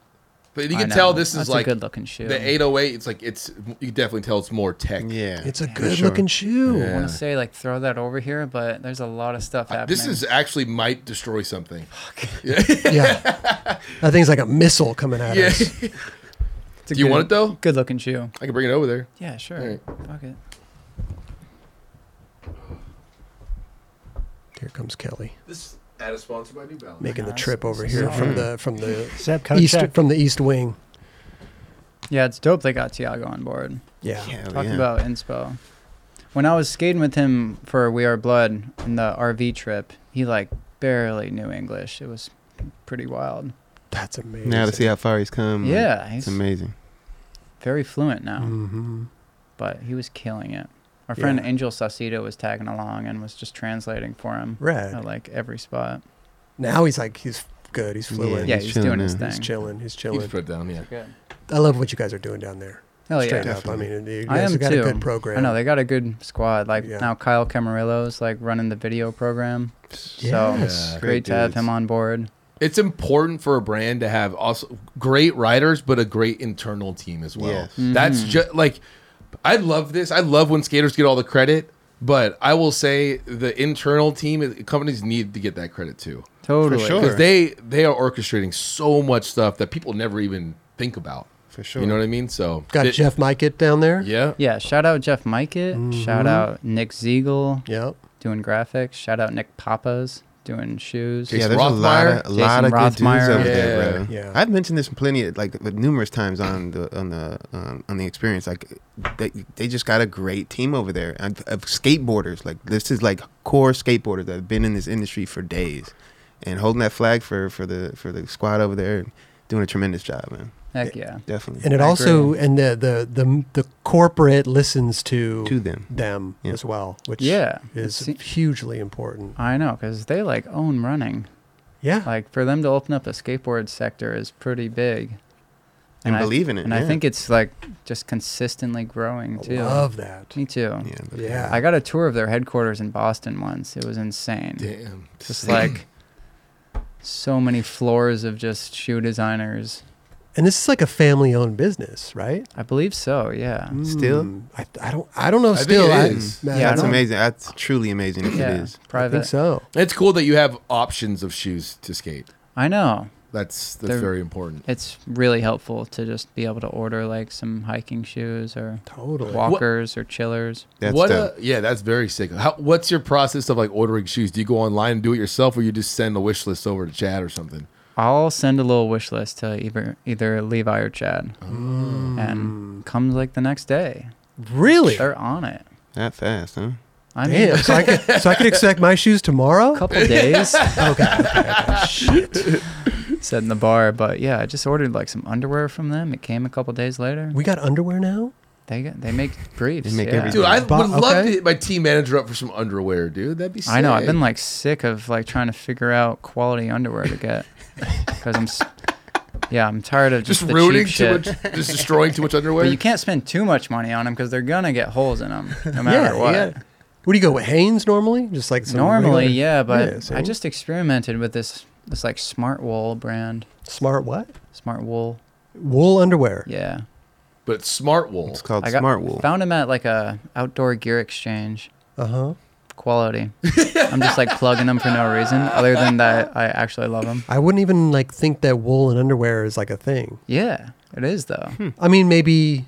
[SPEAKER 3] but you
[SPEAKER 2] I
[SPEAKER 3] can
[SPEAKER 2] know.
[SPEAKER 3] tell this is
[SPEAKER 2] That's
[SPEAKER 3] like
[SPEAKER 2] a good looking shoe.
[SPEAKER 3] the 808. It's like it's. You can definitely tell it's more tech.
[SPEAKER 4] Yeah,
[SPEAKER 1] It's a
[SPEAKER 4] for
[SPEAKER 1] good
[SPEAKER 4] sure.
[SPEAKER 1] looking shoe.
[SPEAKER 2] I
[SPEAKER 3] Yeah.
[SPEAKER 2] want to say like throw that over here, but there's a lot of stuff happening.
[SPEAKER 3] Uh, This is actually might destroy something. [laughs]
[SPEAKER 2] [laughs]
[SPEAKER 1] Yeah. that thing's like a missile coming at
[SPEAKER 3] Yeah.
[SPEAKER 1] us.
[SPEAKER 2] It's a
[SPEAKER 3] [laughs] Do you
[SPEAKER 2] good-
[SPEAKER 3] want it though?
[SPEAKER 2] Good looking shoe.
[SPEAKER 3] I can bring it over there.
[SPEAKER 2] Yeah, sure. Fuck it.
[SPEAKER 1] Here comes Kelly
[SPEAKER 3] This ad is sponsored by New Balance.
[SPEAKER 1] making the
[SPEAKER 2] Nice.
[SPEAKER 1] trip over here from the from the
[SPEAKER 7] Seb, cut a
[SPEAKER 1] east
[SPEAKER 7] check.
[SPEAKER 1] from the east wing.
[SPEAKER 2] Yeah, it's dope. They got Tiago on board.
[SPEAKER 1] Oh, Yeah.
[SPEAKER 4] Hell
[SPEAKER 2] Talk
[SPEAKER 4] yeah.
[SPEAKER 2] about inspo. When I was skating with him for We Are Blood in the RV trip, he like barely knew English. It was pretty wild.
[SPEAKER 1] That's amazing.
[SPEAKER 4] now to see how far he's
[SPEAKER 1] Mm-hmm.
[SPEAKER 4] come. like,
[SPEAKER 2] yeah,
[SPEAKER 4] it's
[SPEAKER 2] he's
[SPEAKER 4] amazing.
[SPEAKER 2] very fluent now.
[SPEAKER 1] hmm
[SPEAKER 2] but he was killing it. Our friend
[SPEAKER 1] Yeah.
[SPEAKER 2] Angel Saucedo was tagging along and was just translating for him
[SPEAKER 1] Right.
[SPEAKER 2] at like every spot.
[SPEAKER 1] Now he's like he's good. He's fluent.
[SPEAKER 2] Yeah,
[SPEAKER 4] he's
[SPEAKER 2] he's
[SPEAKER 4] chilling
[SPEAKER 2] doing his
[SPEAKER 4] now.
[SPEAKER 2] thing.
[SPEAKER 1] He's chilling. He's
[SPEAKER 3] You can
[SPEAKER 1] chilling.
[SPEAKER 3] put it down. Yeah.
[SPEAKER 2] Good.
[SPEAKER 1] I love what you guys are doing down there.
[SPEAKER 2] Hell
[SPEAKER 1] Straight
[SPEAKER 2] yeah.
[SPEAKER 1] up. I mean, you
[SPEAKER 2] I
[SPEAKER 1] guys
[SPEAKER 2] am
[SPEAKER 1] have got
[SPEAKER 2] too.
[SPEAKER 1] a good program.
[SPEAKER 2] I know they got a good squad. Like
[SPEAKER 1] Yeah.
[SPEAKER 2] now Kyle Camarillo's like running the video program. So
[SPEAKER 1] Yes.
[SPEAKER 2] great,
[SPEAKER 1] Yeah,
[SPEAKER 4] great
[SPEAKER 2] to have
[SPEAKER 4] dudes.
[SPEAKER 2] him on board.
[SPEAKER 3] It's important for a brand to have also great writers, but a great internal team as well.
[SPEAKER 4] Yes.
[SPEAKER 2] Mm-hmm.
[SPEAKER 3] That's just like I love this. I love when skaters get all the credit, but I will say the internal team companies need to get that credit too.
[SPEAKER 2] Totally.
[SPEAKER 4] sure.
[SPEAKER 3] because they they are orchestrating so much stuff that people never even think about.
[SPEAKER 4] For sure.
[SPEAKER 3] you know what I mean. So
[SPEAKER 1] Got
[SPEAKER 3] it-
[SPEAKER 1] Jeff Mikett down there.
[SPEAKER 3] Yeah,
[SPEAKER 2] Yeah, shout out Jeff Mikett.
[SPEAKER 1] Mm-hmm.
[SPEAKER 2] Shout out Nick Siegel
[SPEAKER 1] Yep.
[SPEAKER 2] doing graphics. Shout out Nick Papas doing shoes.
[SPEAKER 3] Jason
[SPEAKER 4] yeah, there's a lot
[SPEAKER 3] Rothmeyer,
[SPEAKER 4] of a lot of
[SPEAKER 2] Jason
[SPEAKER 4] good dudes
[SPEAKER 2] Rothmeyer.
[SPEAKER 4] over there,
[SPEAKER 3] Yeah.
[SPEAKER 4] bro.
[SPEAKER 1] Yeah.
[SPEAKER 4] I've mentioned this plenty, of, like but numerous times on the on the um, on the experience. Like they, they just got a great team over there of, of skateboarders. Like this is like core skateboarders that have been in this industry for days, and holding that flag for for the for the squad over there, doing a tremendous job, man.
[SPEAKER 2] Heck yeah.
[SPEAKER 4] Definitely.
[SPEAKER 1] And it
[SPEAKER 2] I
[SPEAKER 1] also and the, the the the corporate listens to
[SPEAKER 4] to them.
[SPEAKER 1] them
[SPEAKER 4] Yeah.
[SPEAKER 1] as well, which
[SPEAKER 2] Yeah,
[SPEAKER 1] is
[SPEAKER 2] it se-
[SPEAKER 1] hugely important.
[SPEAKER 2] I know, because they like own running.
[SPEAKER 1] Yeah.
[SPEAKER 2] Like for them to open up a skateboard sector is pretty big.
[SPEAKER 4] And
[SPEAKER 2] I-
[SPEAKER 4] believe in it,
[SPEAKER 2] And I
[SPEAKER 4] yeah.
[SPEAKER 2] think it's like just consistently growing too.
[SPEAKER 1] Love that.
[SPEAKER 2] Me too.
[SPEAKER 4] Yeah, but-
[SPEAKER 1] Yeah.
[SPEAKER 2] I got a tour of their headquarters in Boston once. It was insane.
[SPEAKER 3] Damn.
[SPEAKER 2] Just like so many floors of just shoe designers.
[SPEAKER 1] and this is like a family-owned business, right?
[SPEAKER 2] I believe so. Yeah.
[SPEAKER 4] Still?
[SPEAKER 2] Mm-hmm.
[SPEAKER 1] Mm, I, I don't. I don't know.
[SPEAKER 3] I think
[SPEAKER 1] still,
[SPEAKER 3] it
[SPEAKER 1] I-
[SPEAKER 3] is.
[SPEAKER 1] man,
[SPEAKER 2] Yeah,
[SPEAKER 1] I
[SPEAKER 4] That's
[SPEAKER 1] don't-
[SPEAKER 4] amazing. That's truly amazing if it
[SPEAKER 2] yeah.
[SPEAKER 4] is.
[SPEAKER 1] I
[SPEAKER 2] Private.
[SPEAKER 1] think so.
[SPEAKER 3] It's cool that you have options of shoes to skate.
[SPEAKER 2] I know.
[SPEAKER 3] That's that's
[SPEAKER 2] They're-
[SPEAKER 3] very important.
[SPEAKER 2] It's really helpful to just be able to order like some hiking shoes or
[SPEAKER 1] Totally.
[SPEAKER 2] walkers or chillers.
[SPEAKER 4] That's
[SPEAKER 3] what?
[SPEAKER 4] dope.
[SPEAKER 3] A, yeah, that's very sick. How, what's your process of like ordering shoes? Do you go online and do it yourself, or you just send a wish list over to Chad or something?
[SPEAKER 2] I'll send a little wish list to either either Levi or Chad, and comes like the next day.
[SPEAKER 1] Mm. Really?
[SPEAKER 2] They're on it.
[SPEAKER 4] that fast, huh?
[SPEAKER 2] I mean,
[SPEAKER 1] Damn. So I could, so I could expect my shoes tomorrow.
[SPEAKER 2] a couple days.
[SPEAKER 1] [laughs] Okay.
[SPEAKER 2] [laughs] Said in the bar, but yeah, I just ordered like some underwear from them. It came a couple days later.
[SPEAKER 1] We got underwear now.
[SPEAKER 2] They get, they make briefs.
[SPEAKER 4] They make
[SPEAKER 2] yeah.
[SPEAKER 4] everything.
[SPEAKER 3] Dude, I
[SPEAKER 1] Bo-
[SPEAKER 3] would love to
[SPEAKER 1] okay.
[SPEAKER 3] hit my team manager up for some underwear, dude. That'd be. Sick.
[SPEAKER 2] I know. I've been like sick of like trying to figure out quality underwear to
[SPEAKER 3] [laughs]
[SPEAKER 2] get because I'm, s- yeah, I'm tired of just,
[SPEAKER 3] just
[SPEAKER 2] the
[SPEAKER 3] ruining
[SPEAKER 2] cheap
[SPEAKER 3] too
[SPEAKER 2] shit.
[SPEAKER 3] much, just
[SPEAKER 2] [laughs]
[SPEAKER 3] destroying too much underwear.
[SPEAKER 2] But you can't spend too much money on them because they're gonna get holes in them
[SPEAKER 3] [laughs]
[SPEAKER 2] no matter
[SPEAKER 1] you
[SPEAKER 2] what.
[SPEAKER 1] got- What do you go with Hanes normally? Just like some
[SPEAKER 2] Normally,
[SPEAKER 1] regular-
[SPEAKER 2] yeah, but
[SPEAKER 1] so
[SPEAKER 2] I just experimented with this this like smart wool brand,
[SPEAKER 1] smart what
[SPEAKER 2] smart wool.
[SPEAKER 1] wool underwear.
[SPEAKER 2] Yeah,
[SPEAKER 3] but it's smart wool.
[SPEAKER 4] It's called
[SPEAKER 2] I got
[SPEAKER 4] Smart Wool.
[SPEAKER 2] found them at like a outdoor gear exchange.
[SPEAKER 1] Uh huh.
[SPEAKER 2] Quality.
[SPEAKER 3] [laughs]
[SPEAKER 2] I'm just like plugging them for no reason other than that I actually love them.
[SPEAKER 1] I wouldn't even like think that wool and underwear is like a thing.
[SPEAKER 2] Yeah, it is though.
[SPEAKER 1] I mean, maybe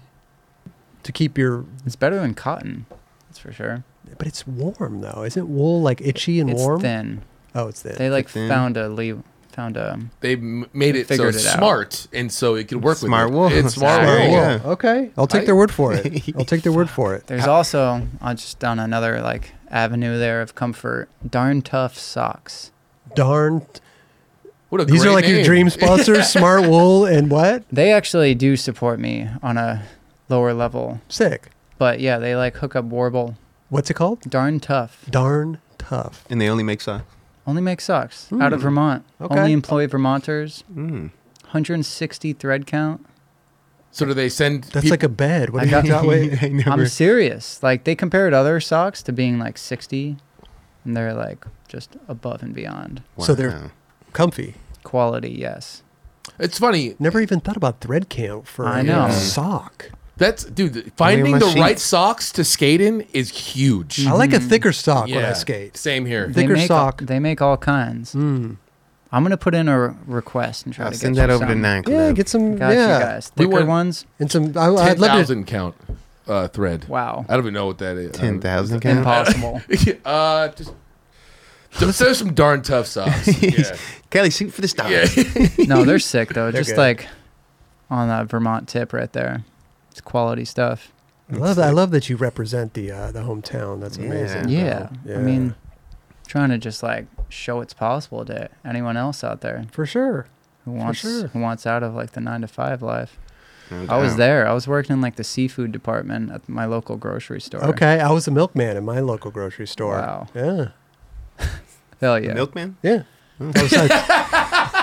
[SPEAKER 1] to keep your,
[SPEAKER 2] It's better than cotton. That's for sure.
[SPEAKER 1] but it's warm though. Isn't wool like itchy and
[SPEAKER 2] it's
[SPEAKER 1] warm?
[SPEAKER 2] thin.
[SPEAKER 1] Oh, it's thin.
[SPEAKER 2] They like
[SPEAKER 4] thin.
[SPEAKER 2] found a le found a
[SPEAKER 3] They m- made it so
[SPEAKER 2] Figured it out.
[SPEAKER 3] smart, and so it could work
[SPEAKER 4] Smart
[SPEAKER 3] with it.
[SPEAKER 4] wool.
[SPEAKER 2] [laughs]
[SPEAKER 3] It's smart
[SPEAKER 4] Smart
[SPEAKER 3] wool.
[SPEAKER 4] wool.
[SPEAKER 1] Well,
[SPEAKER 4] Yeah.
[SPEAKER 1] Okay, I'll take
[SPEAKER 3] I-
[SPEAKER 1] their word for it. I'll take their word for it.
[SPEAKER 2] There's also I just on another like avenue there of comfort. Darn tough socks.
[SPEAKER 1] Darn,
[SPEAKER 3] What a
[SPEAKER 1] these are
[SPEAKER 3] great
[SPEAKER 1] like your
[SPEAKER 3] name. [laughs]
[SPEAKER 1] dream sponsors: Smart Wool and what?
[SPEAKER 2] They actually do support me on a lower level,
[SPEAKER 1] Sick.
[SPEAKER 2] but yeah, they like hook up Warble.
[SPEAKER 1] What's it called?
[SPEAKER 2] Darn tough.
[SPEAKER 1] Darn tough.
[SPEAKER 4] And they only make socks.
[SPEAKER 2] Only make socks out of Vermont.
[SPEAKER 1] Okay.
[SPEAKER 2] Only employ Vermonters.
[SPEAKER 4] Mm.
[SPEAKER 2] 160 thread count.
[SPEAKER 3] So do they send?
[SPEAKER 1] That's
[SPEAKER 3] peop-
[SPEAKER 1] like a bed. What
[SPEAKER 2] I
[SPEAKER 1] do you
[SPEAKER 2] got-
[SPEAKER 1] got?
[SPEAKER 2] [laughs]
[SPEAKER 4] [laughs]
[SPEAKER 1] Wait,
[SPEAKER 4] I never-
[SPEAKER 2] I'm serious. Like they compared other socks to being like 60, and they're like just above and beyond
[SPEAKER 1] So they're-
[SPEAKER 4] Wow.
[SPEAKER 1] comfy.
[SPEAKER 2] quality. Yes.
[SPEAKER 3] It's funny.
[SPEAKER 1] Never even thought about thread count for
[SPEAKER 2] I know.
[SPEAKER 1] a sock.
[SPEAKER 3] That's dude. Finding
[SPEAKER 4] my
[SPEAKER 3] the right
[SPEAKER 4] sheets.
[SPEAKER 3] socks to skate in is huge.
[SPEAKER 1] I like a
[SPEAKER 2] Mm-hmm.
[SPEAKER 1] thicker sock when
[SPEAKER 3] Yeah.
[SPEAKER 1] I skate.
[SPEAKER 3] Same here.
[SPEAKER 1] They- Thicker
[SPEAKER 2] make,
[SPEAKER 1] sock.
[SPEAKER 2] They make all kinds.
[SPEAKER 1] Mm.
[SPEAKER 2] I'm gonna put in a re- request and try
[SPEAKER 4] I'll
[SPEAKER 2] to
[SPEAKER 4] send
[SPEAKER 2] get
[SPEAKER 4] that
[SPEAKER 2] you
[SPEAKER 4] over to
[SPEAKER 2] some.
[SPEAKER 4] Nine Club.
[SPEAKER 1] Yeah, get some.
[SPEAKER 2] Got
[SPEAKER 1] yeah,
[SPEAKER 2] you guys.
[SPEAKER 3] We
[SPEAKER 2] Thicker
[SPEAKER 3] want-
[SPEAKER 2] ones.
[SPEAKER 1] and some. I,
[SPEAKER 3] Ten
[SPEAKER 1] I'd love to.
[SPEAKER 3] thousand count uh, thread.
[SPEAKER 2] Wow.
[SPEAKER 3] I don't even know what that is.
[SPEAKER 4] Ten
[SPEAKER 3] [laughs]
[SPEAKER 4] thousand count.
[SPEAKER 2] Impossible.
[SPEAKER 4] [laughs]
[SPEAKER 3] uh, just just there's some darn tough socks. Yeah.
[SPEAKER 4] Kelly, shoot for the stars.
[SPEAKER 3] yeah.
[SPEAKER 2] no, they're sick though. Just
[SPEAKER 1] good.
[SPEAKER 2] like on that Vermont tip right there. It's quality stuff.
[SPEAKER 1] I love. I love that you represent the uh, the hometown. That's
[SPEAKER 4] Yeah.
[SPEAKER 1] amazing.
[SPEAKER 2] Yeah.
[SPEAKER 1] Yeah.
[SPEAKER 2] I mean, trying to just like show it's possible to anyone else out there
[SPEAKER 1] for sure.
[SPEAKER 2] who wants
[SPEAKER 1] sure.
[SPEAKER 2] who wants out of like the nine to five life.
[SPEAKER 4] No
[SPEAKER 2] [laughs] I was
[SPEAKER 4] doubt.
[SPEAKER 2] there. I was working in like the seafood department at my local grocery store.
[SPEAKER 1] Okay, I was a milkman in my local grocery store.
[SPEAKER 2] Wow.
[SPEAKER 1] Yeah.
[SPEAKER 2] Hell yeah.
[SPEAKER 4] Milkman?
[SPEAKER 1] Yeah. I was like,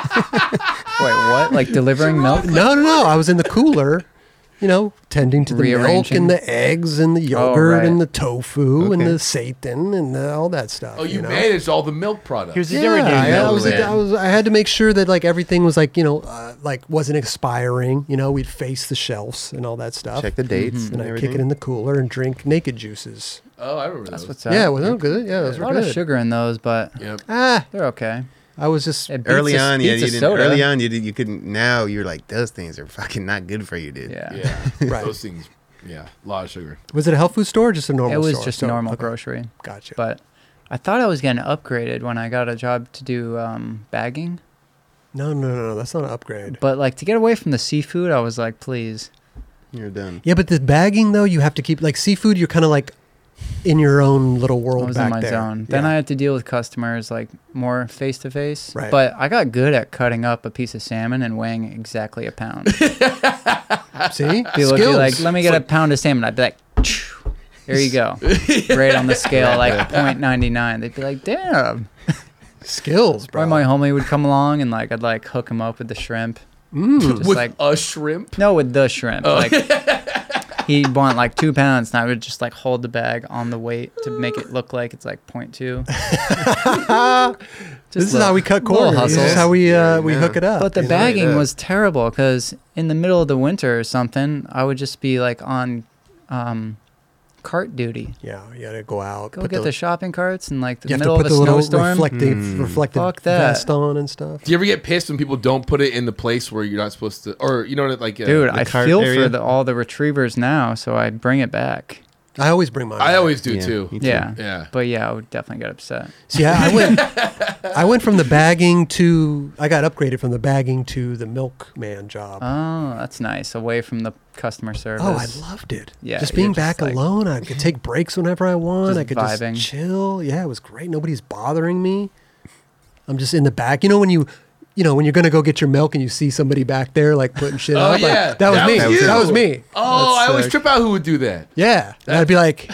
[SPEAKER 2] Wait, what? Like delivering milk?
[SPEAKER 1] no, no, no. I was in the cooler, you know, tending to the milk
[SPEAKER 2] Rearranging. Oh,
[SPEAKER 1] and the eggs and the yogurt
[SPEAKER 2] right.
[SPEAKER 1] and the tofu and
[SPEAKER 4] Okay.
[SPEAKER 1] the seitan and the, all that stuff.
[SPEAKER 3] [laughs] Oh, you,
[SPEAKER 1] know?
[SPEAKER 3] managed all the milk products.
[SPEAKER 7] Here's the
[SPEAKER 1] Yeah,
[SPEAKER 7] different
[SPEAKER 1] I, I
[SPEAKER 7] thing.
[SPEAKER 1] was,
[SPEAKER 4] man.
[SPEAKER 1] I was. I had to make sure that like everything was like you know, uh, like wasn't expiring. You know, we'd face the shelves and all that stuff,
[SPEAKER 4] Check the dates
[SPEAKER 1] and
[SPEAKER 4] and
[SPEAKER 1] I'd
[SPEAKER 4] everything.
[SPEAKER 1] kick it in the cooler and drink naked juices.
[SPEAKER 3] oh, I remember
[SPEAKER 2] That's
[SPEAKER 3] those.
[SPEAKER 2] what's up.
[SPEAKER 1] yeah, well, no, good. Yeah,
[SPEAKER 2] There's
[SPEAKER 1] those
[SPEAKER 2] a
[SPEAKER 1] were
[SPEAKER 2] lot
[SPEAKER 1] good.
[SPEAKER 2] of sugar in those, but
[SPEAKER 3] Yep.
[SPEAKER 1] Ah,
[SPEAKER 2] they're okay.
[SPEAKER 1] I was just.
[SPEAKER 2] It beats
[SPEAKER 4] Early
[SPEAKER 2] a s-
[SPEAKER 4] on, yeah,
[SPEAKER 2] beats
[SPEAKER 4] you
[SPEAKER 2] a
[SPEAKER 4] didn't.
[SPEAKER 2] soda.
[SPEAKER 4] Early on, you, did, you couldn't. Now you're like, those things are fucking not good for you, dude. [laughs]
[SPEAKER 2] Yeah.
[SPEAKER 3] Yeah.
[SPEAKER 1] Right.
[SPEAKER 3] Those things. Yeah. A lot of sugar.
[SPEAKER 1] Was it a health food store? or Just a normal.
[SPEAKER 2] It was
[SPEAKER 1] store?
[SPEAKER 2] just
[SPEAKER 1] So-
[SPEAKER 2] normal
[SPEAKER 1] okay,
[SPEAKER 2] grocery.
[SPEAKER 1] Gotcha.
[SPEAKER 2] But I thought I was getting upgraded when I got a job to do um, bagging.
[SPEAKER 1] no, no, no, no. That's not an upgrade.
[SPEAKER 2] But like to get away from the seafood, I was like, please.
[SPEAKER 4] You're done.
[SPEAKER 1] Yeah, but the bagging though, you have to keep like seafood. You're kind of like in your own little world
[SPEAKER 2] I was
[SPEAKER 1] back
[SPEAKER 2] in my
[SPEAKER 1] there.
[SPEAKER 2] zone. Then
[SPEAKER 1] Yeah.
[SPEAKER 2] I had to deal with customers like more face to face.
[SPEAKER 1] Right.
[SPEAKER 2] But I got good at cutting up a piece of salmon and weighing exactly a pound.
[SPEAKER 1] [laughs] see
[SPEAKER 2] [laughs] People would be
[SPEAKER 1] skills.
[SPEAKER 2] like, let me get a pound of salmon. I'd be like, "Phew, here
[SPEAKER 1] [laughs]
[SPEAKER 2] you go. right on the scale, like 0.99. They'd be like, damn.
[SPEAKER 1] skills, bro. [laughs]
[SPEAKER 2] Or my homie would come along and like I'd like hook him up with the shrimp.
[SPEAKER 1] Hmm. Mm.
[SPEAKER 2] [laughs] Just
[SPEAKER 3] with
[SPEAKER 2] like
[SPEAKER 3] a shrimp.
[SPEAKER 2] no, with the shrimp.
[SPEAKER 1] Oh. [laughs]
[SPEAKER 2] Like he'd want like two pounds, and I would just like hold the bag on the weight to make it look like it's like point two.
[SPEAKER 1] This is how we cut
[SPEAKER 2] little
[SPEAKER 1] corners. This is
[SPEAKER 2] hustles.
[SPEAKER 1] how we uh, we
[SPEAKER 4] Yeah.
[SPEAKER 1] hook it up.
[SPEAKER 2] But the
[SPEAKER 1] you know?
[SPEAKER 2] bagging
[SPEAKER 4] yeah.
[SPEAKER 2] was terrible because in the middle of the winter or something, I would just be like on um, cart duty.
[SPEAKER 1] yeah, you gotta go out.
[SPEAKER 2] Go get the, shopping carts in like the
[SPEAKER 1] you have to
[SPEAKER 2] middle
[SPEAKER 1] put
[SPEAKER 2] of a
[SPEAKER 1] the little
[SPEAKER 2] snowstorm.
[SPEAKER 1] reflective reflective
[SPEAKER 2] Fuck that.
[SPEAKER 1] vest on and stuff.
[SPEAKER 3] Do you ever get pissed when people don't put it in the place where you're not supposed to, or you know, like uh,
[SPEAKER 2] Dude,
[SPEAKER 4] the
[SPEAKER 2] I
[SPEAKER 4] cart
[SPEAKER 2] feel for
[SPEAKER 4] area?
[SPEAKER 2] the, all the retrievers now, so I bring it back.
[SPEAKER 1] I always bring mine.
[SPEAKER 3] I
[SPEAKER 1] back.
[SPEAKER 3] always do
[SPEAKER 4] Yeah.
[SPEAKER 3] too.
[SPEAKER 4] Me too.
[SPEAKER 2] Yeah.
[SPEAKER 3] Yeah.
[SPEAKER 2] But yeah, I would definitely get upset.
[SPEAKER 1] See, I I went, I went from the bagging to, I got upgraded from the bagging to the milkman job.
[SPEAKER 2] Oh, that's nice. Away from the customer service.
[SPEAKER 1] oh, I loved it.
[SPEAKER 2] Yeah,
[SPEAKER 1] just
[SPEAKER 2] you're
[SPEAKER 1] being
[SPEAKER 2] just
[SPEAKER 1] back
[SPEAKER 2] like-
[SPEAKER 1] alone, I could take breaks whenever I want.
[SPEAKER 2] Just
[SPEAKER 1] I could
[SPEAKER 2] vibing.
[SPEAKER 1] just chill. Yeah, it was great. Nobody's bothering me. I'm just in the back. You know when you, you know when you're gonna go get your milk and you see somebody back there like putting shit
[SPEAKER 3] Oh,
[SPEAKER 1] up. like,
[SPEAKER 3] yeah.
[SPEAKER 1] that was
[SPEAKER 3] That
[SPEAKER 1] me.
[SPEAKER 3] was you.
[SPEAKER 1] that was me.
[SPEAKER 3] Oh, I
[SPEAKER 2] That's
[SPEAKER 3] always
[SPEAKER 2] sick.
[SPEAKER 3] trip out who would
[SPEAKER 2] [laughs]
[SPEAKER 3] do that.
[SPEAKER 1] Yeah, and I'd be like,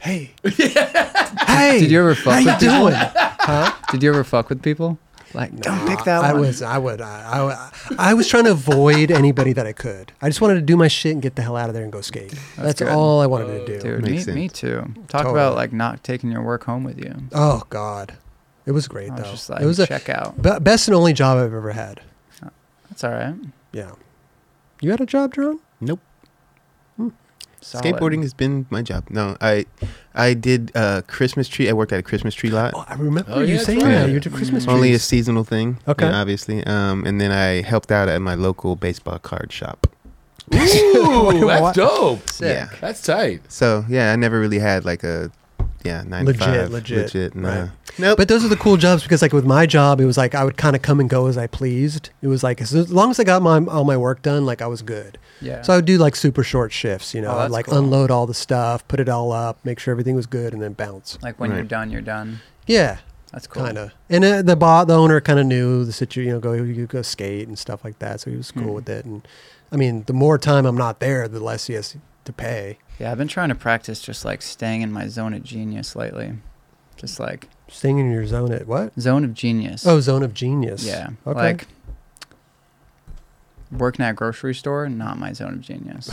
[SPEAKER 1] hey, hey,
[SPEAKER 2] Did you ever fuck
[SPEAKER 1] how you
[SPEAKER 2] with people?
[SPEAKER 1] doing?
[SPEAKER 2] Did you ever fuck with people? Like, don't pick that
[SPEAKER 1] I
[SPEAKER 2] one.
[SPEAKER 1] was, I would, I, I, I was trying to avoid anybody that I could. I just wanted to do my shit and get the hell out of there and go skate. That's,
[SPEAKER 2] good.
[SPEAKER 1] all I wanted to do.
[SPEAKER 2] Dude, me,
[SPEAKER 4] Makes
[SPEAKER 2] me
[SPEAKER 4] sense.
[SPEAKER 2] too. Talk
[SPEAKER 1] Totally.
[SPEAKER 2] about like not taking your work home with you.
[SPEAKER 1] Oh God, it was great
[SPEAKER 2] I was
[SPEAKER 1] though.
[SPEAKER 2] just like,
[SPEAKER 1] it was
[SPEAKER 2] check out.
[SPEAKER 1] be- best and only job I've ever had.
[SPEAKER 2] That's all right.
[SPEAKER 1] Yeah, you had a job, John?
[SPEAKER 4] Nope.
[SPEAKER 2] Solid.
[SPEAKER 4] Skateboarding has been my job. No, I I did uh, Christmas tree. I worked at a Christmas tree lot.
[SPEAKER 1] Oh, I remember
[SPEAKER 3] Oh,
[SPEAKER 1] you
[SPEAKER 3] yeah,
[SPEAKER 1] saying
[SPEAKER 3] that's
[SPEAKER 4] right.
[SPEAKER 1] that. You did Christmas trees.
[SPEAKER 4] Only [laughs] a seasonal thing.
[SPEAKER 1] Okay.
[SPEAKER 4] you know, obviously. Um, and then I helped out at my local baseball card shop.
[SPEAKER 3] Ooh,
[SPEAKER 1] What?
[SPEAKER 3] that's dope.
[SPEAKER 4] Yeah.
[SPEAKER 3] That's tight.
[SPEAKER 4] So yeah, I never really had like a yeah nine
[SPEAKER 1] Legit,
[SPEAKER 4] to five
[SPEAKER 1] legit,
[SPEAKER 4] nah.
[SPEAKER 1] right.
[SPEAKER 4] Nope.
[SPEAKER 1] But those are the cool jobs because, like, with my job, it was like I would kind of come and go as I pleased. It was like as as long as I got my all my work done, like I was good.
[SPEAKER 2] Yeah.
[SPEAKER 1] So I would do like super short shifts, you know,
[SPEAKER 2] Oh,
[SPEAKER 1] I'd
[SPEAKER 2] that's
[SPEAKER 1] like
[SPEAKER 2] cool.
[SPEAKER 1] unload all the stuff, put it all up, make sure everything was good, and then bounce.
[SPEAKER 2] Like when you're
[SPEAKER 4] Right.
[SPEAKER 2] done, you're done.
[SPEAKER 1] Yeah,
[SPEAKER 2] That's cool.
[SPEAKER 1] kind of. And uh, the bo- the owner kind of knew the situation. You know, go you go skate and stuff like that. So he was
[SPEAKER 2] Hmm.
[SPEAKER 1] cool with it. And I mean, the more time I'm not there, the less he has to pay.
[SPEAKER 2] Yeah, I've been trying to practice just like staying in my zone of genius lately. Just like
[SPEAKER 1] Staying in your zone at what?
[SPEAKER 2] zone of genius.
[SPEAKER 1] Oh, zone of genius.
[SPEAKER 2] yeah.
[SPEAKER 1] Okay.
[SPEAKER 2] Like working at a grocery store, not my zone of genius.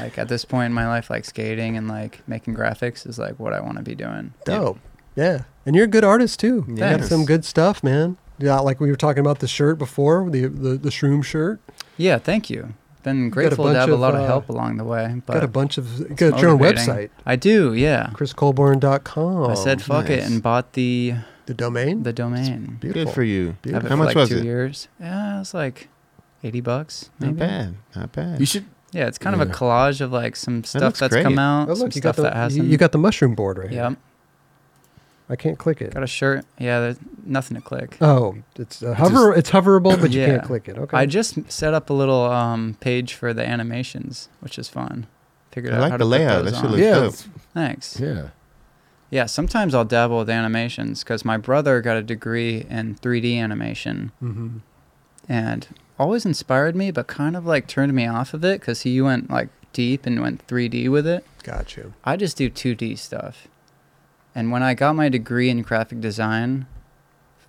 [SPEAKER 2] like at this point in my life, like skating and like making graphics is like what I want to be doing.
[SPEAKER 1] Dope. Yeah. And you're a good artist too. You got
[SPEAKER 2] Thanks.
[SPEAKER 1] some good stuff, man. Yeah, like we were talking about the shirt before, the the, the shroom shirt.
[SPEAKER 2] Yeah, thank you. Been grateful
[SPEAKER 1] bunch
[SPEAKER 2] to have a
[SPEAKER 1] of,
[SPEAKER 2] lot of
[SPEAKER 1] uh,
[SPEAKER 2] help along the way. But
[SPEAKER 1] got a bunch of you got your own website.
[SPEAKER 2] motivating. I do, yeah.
[SPEAKER 1] ChrisColborn.com.
[SPEAKER 2] I said fuck it
[SPEAKER 4] nice.
[SPEAKER 2] and bought the
[SPEAKER 1] the domain.
[SPEAKER 2] the domain.
[SPEAKER 1] Beautiful.
[SPEAKER 4] good for you.
[SPEAKER 2] Have it
[SPEAKER 4] How
[SPEAKER 2] for
[SPEAKER 4] much
[SPEAKER 2] like
[SPEAKER 4] was
[SPEAKER 2] two
[SPEAKER 4] it?
[SPEAKER 2] years. Yeah, it was like eighty bucks. Maybe.
[SPEAKER 4] Not bad. Not bad.
[SPEAKER 3] You should.
[SPEAKER 2] Yeah, it's kind of a
[SPEAKER 4] Yeah.
[SPEAKER 2] collage of like some stuff
[SPEAKER 4] looks
[SPEAKER 2] that's
[SPEAKER 4] great.
[SPEAKER 2] come out,
[SPEAKER 1] Oh,
[SPEAKER 2] some
[SPEAKER 1] look, you got
[SPEAKER 2] stuff
[SPEAKER 1] the
[SPEAKER 2] that hasn't.
[SPEAKER 1] you, you got the mushroom board right
[SPEAKER 2] yeah,
[SPEAKER 1] here. I can't click it.
[SPEAKER 2] got a shirt. Yeah, there's nothing to click.
[SPEAKER 1] Oh, it's uh, hover. it's hoverable, but you
[SPEAKER 2] Yeah.
[SPEAKER 1] can't click it. Okay.
[SPEAKER 2] I just set up a little um, page for the animations, which is fun. Figured
[SPEAKER 4] I
[SPEAKER 2] out
[SPEAKER 4] like
[SPEAKER 2] how
[SPEAKER 4] the
[SPEAKER 2] to
[SPEAKER 4] layout.
[SPEAKER 2] Put
[SPEAKER 4] That
[SPEAKER 2] those
[SPEAKER 4] should
[SPEAKER 2] on.
[SPEAKER 4] look
[SPEAKER 3] Yeah,
[SPEAKER 4] dope.
[SPEAKER 3] it's-
[SPEAKER 2] Thanks.
[SPEAKER 3] Yeah.
[SPEAKER 2] Yeah, sometimes I'll dabble with animations because my brother got a degree in 3D animation
[SPEAKER 1] Mhm.
[SPEAKER 2] and always inspired me, but kind of like turned me off of it because he went like deep and went 3D with it.
[SPEAKER 1] got you.
[SPEAKER 2] I just do 2D stuff. And when I got my degree in graphic design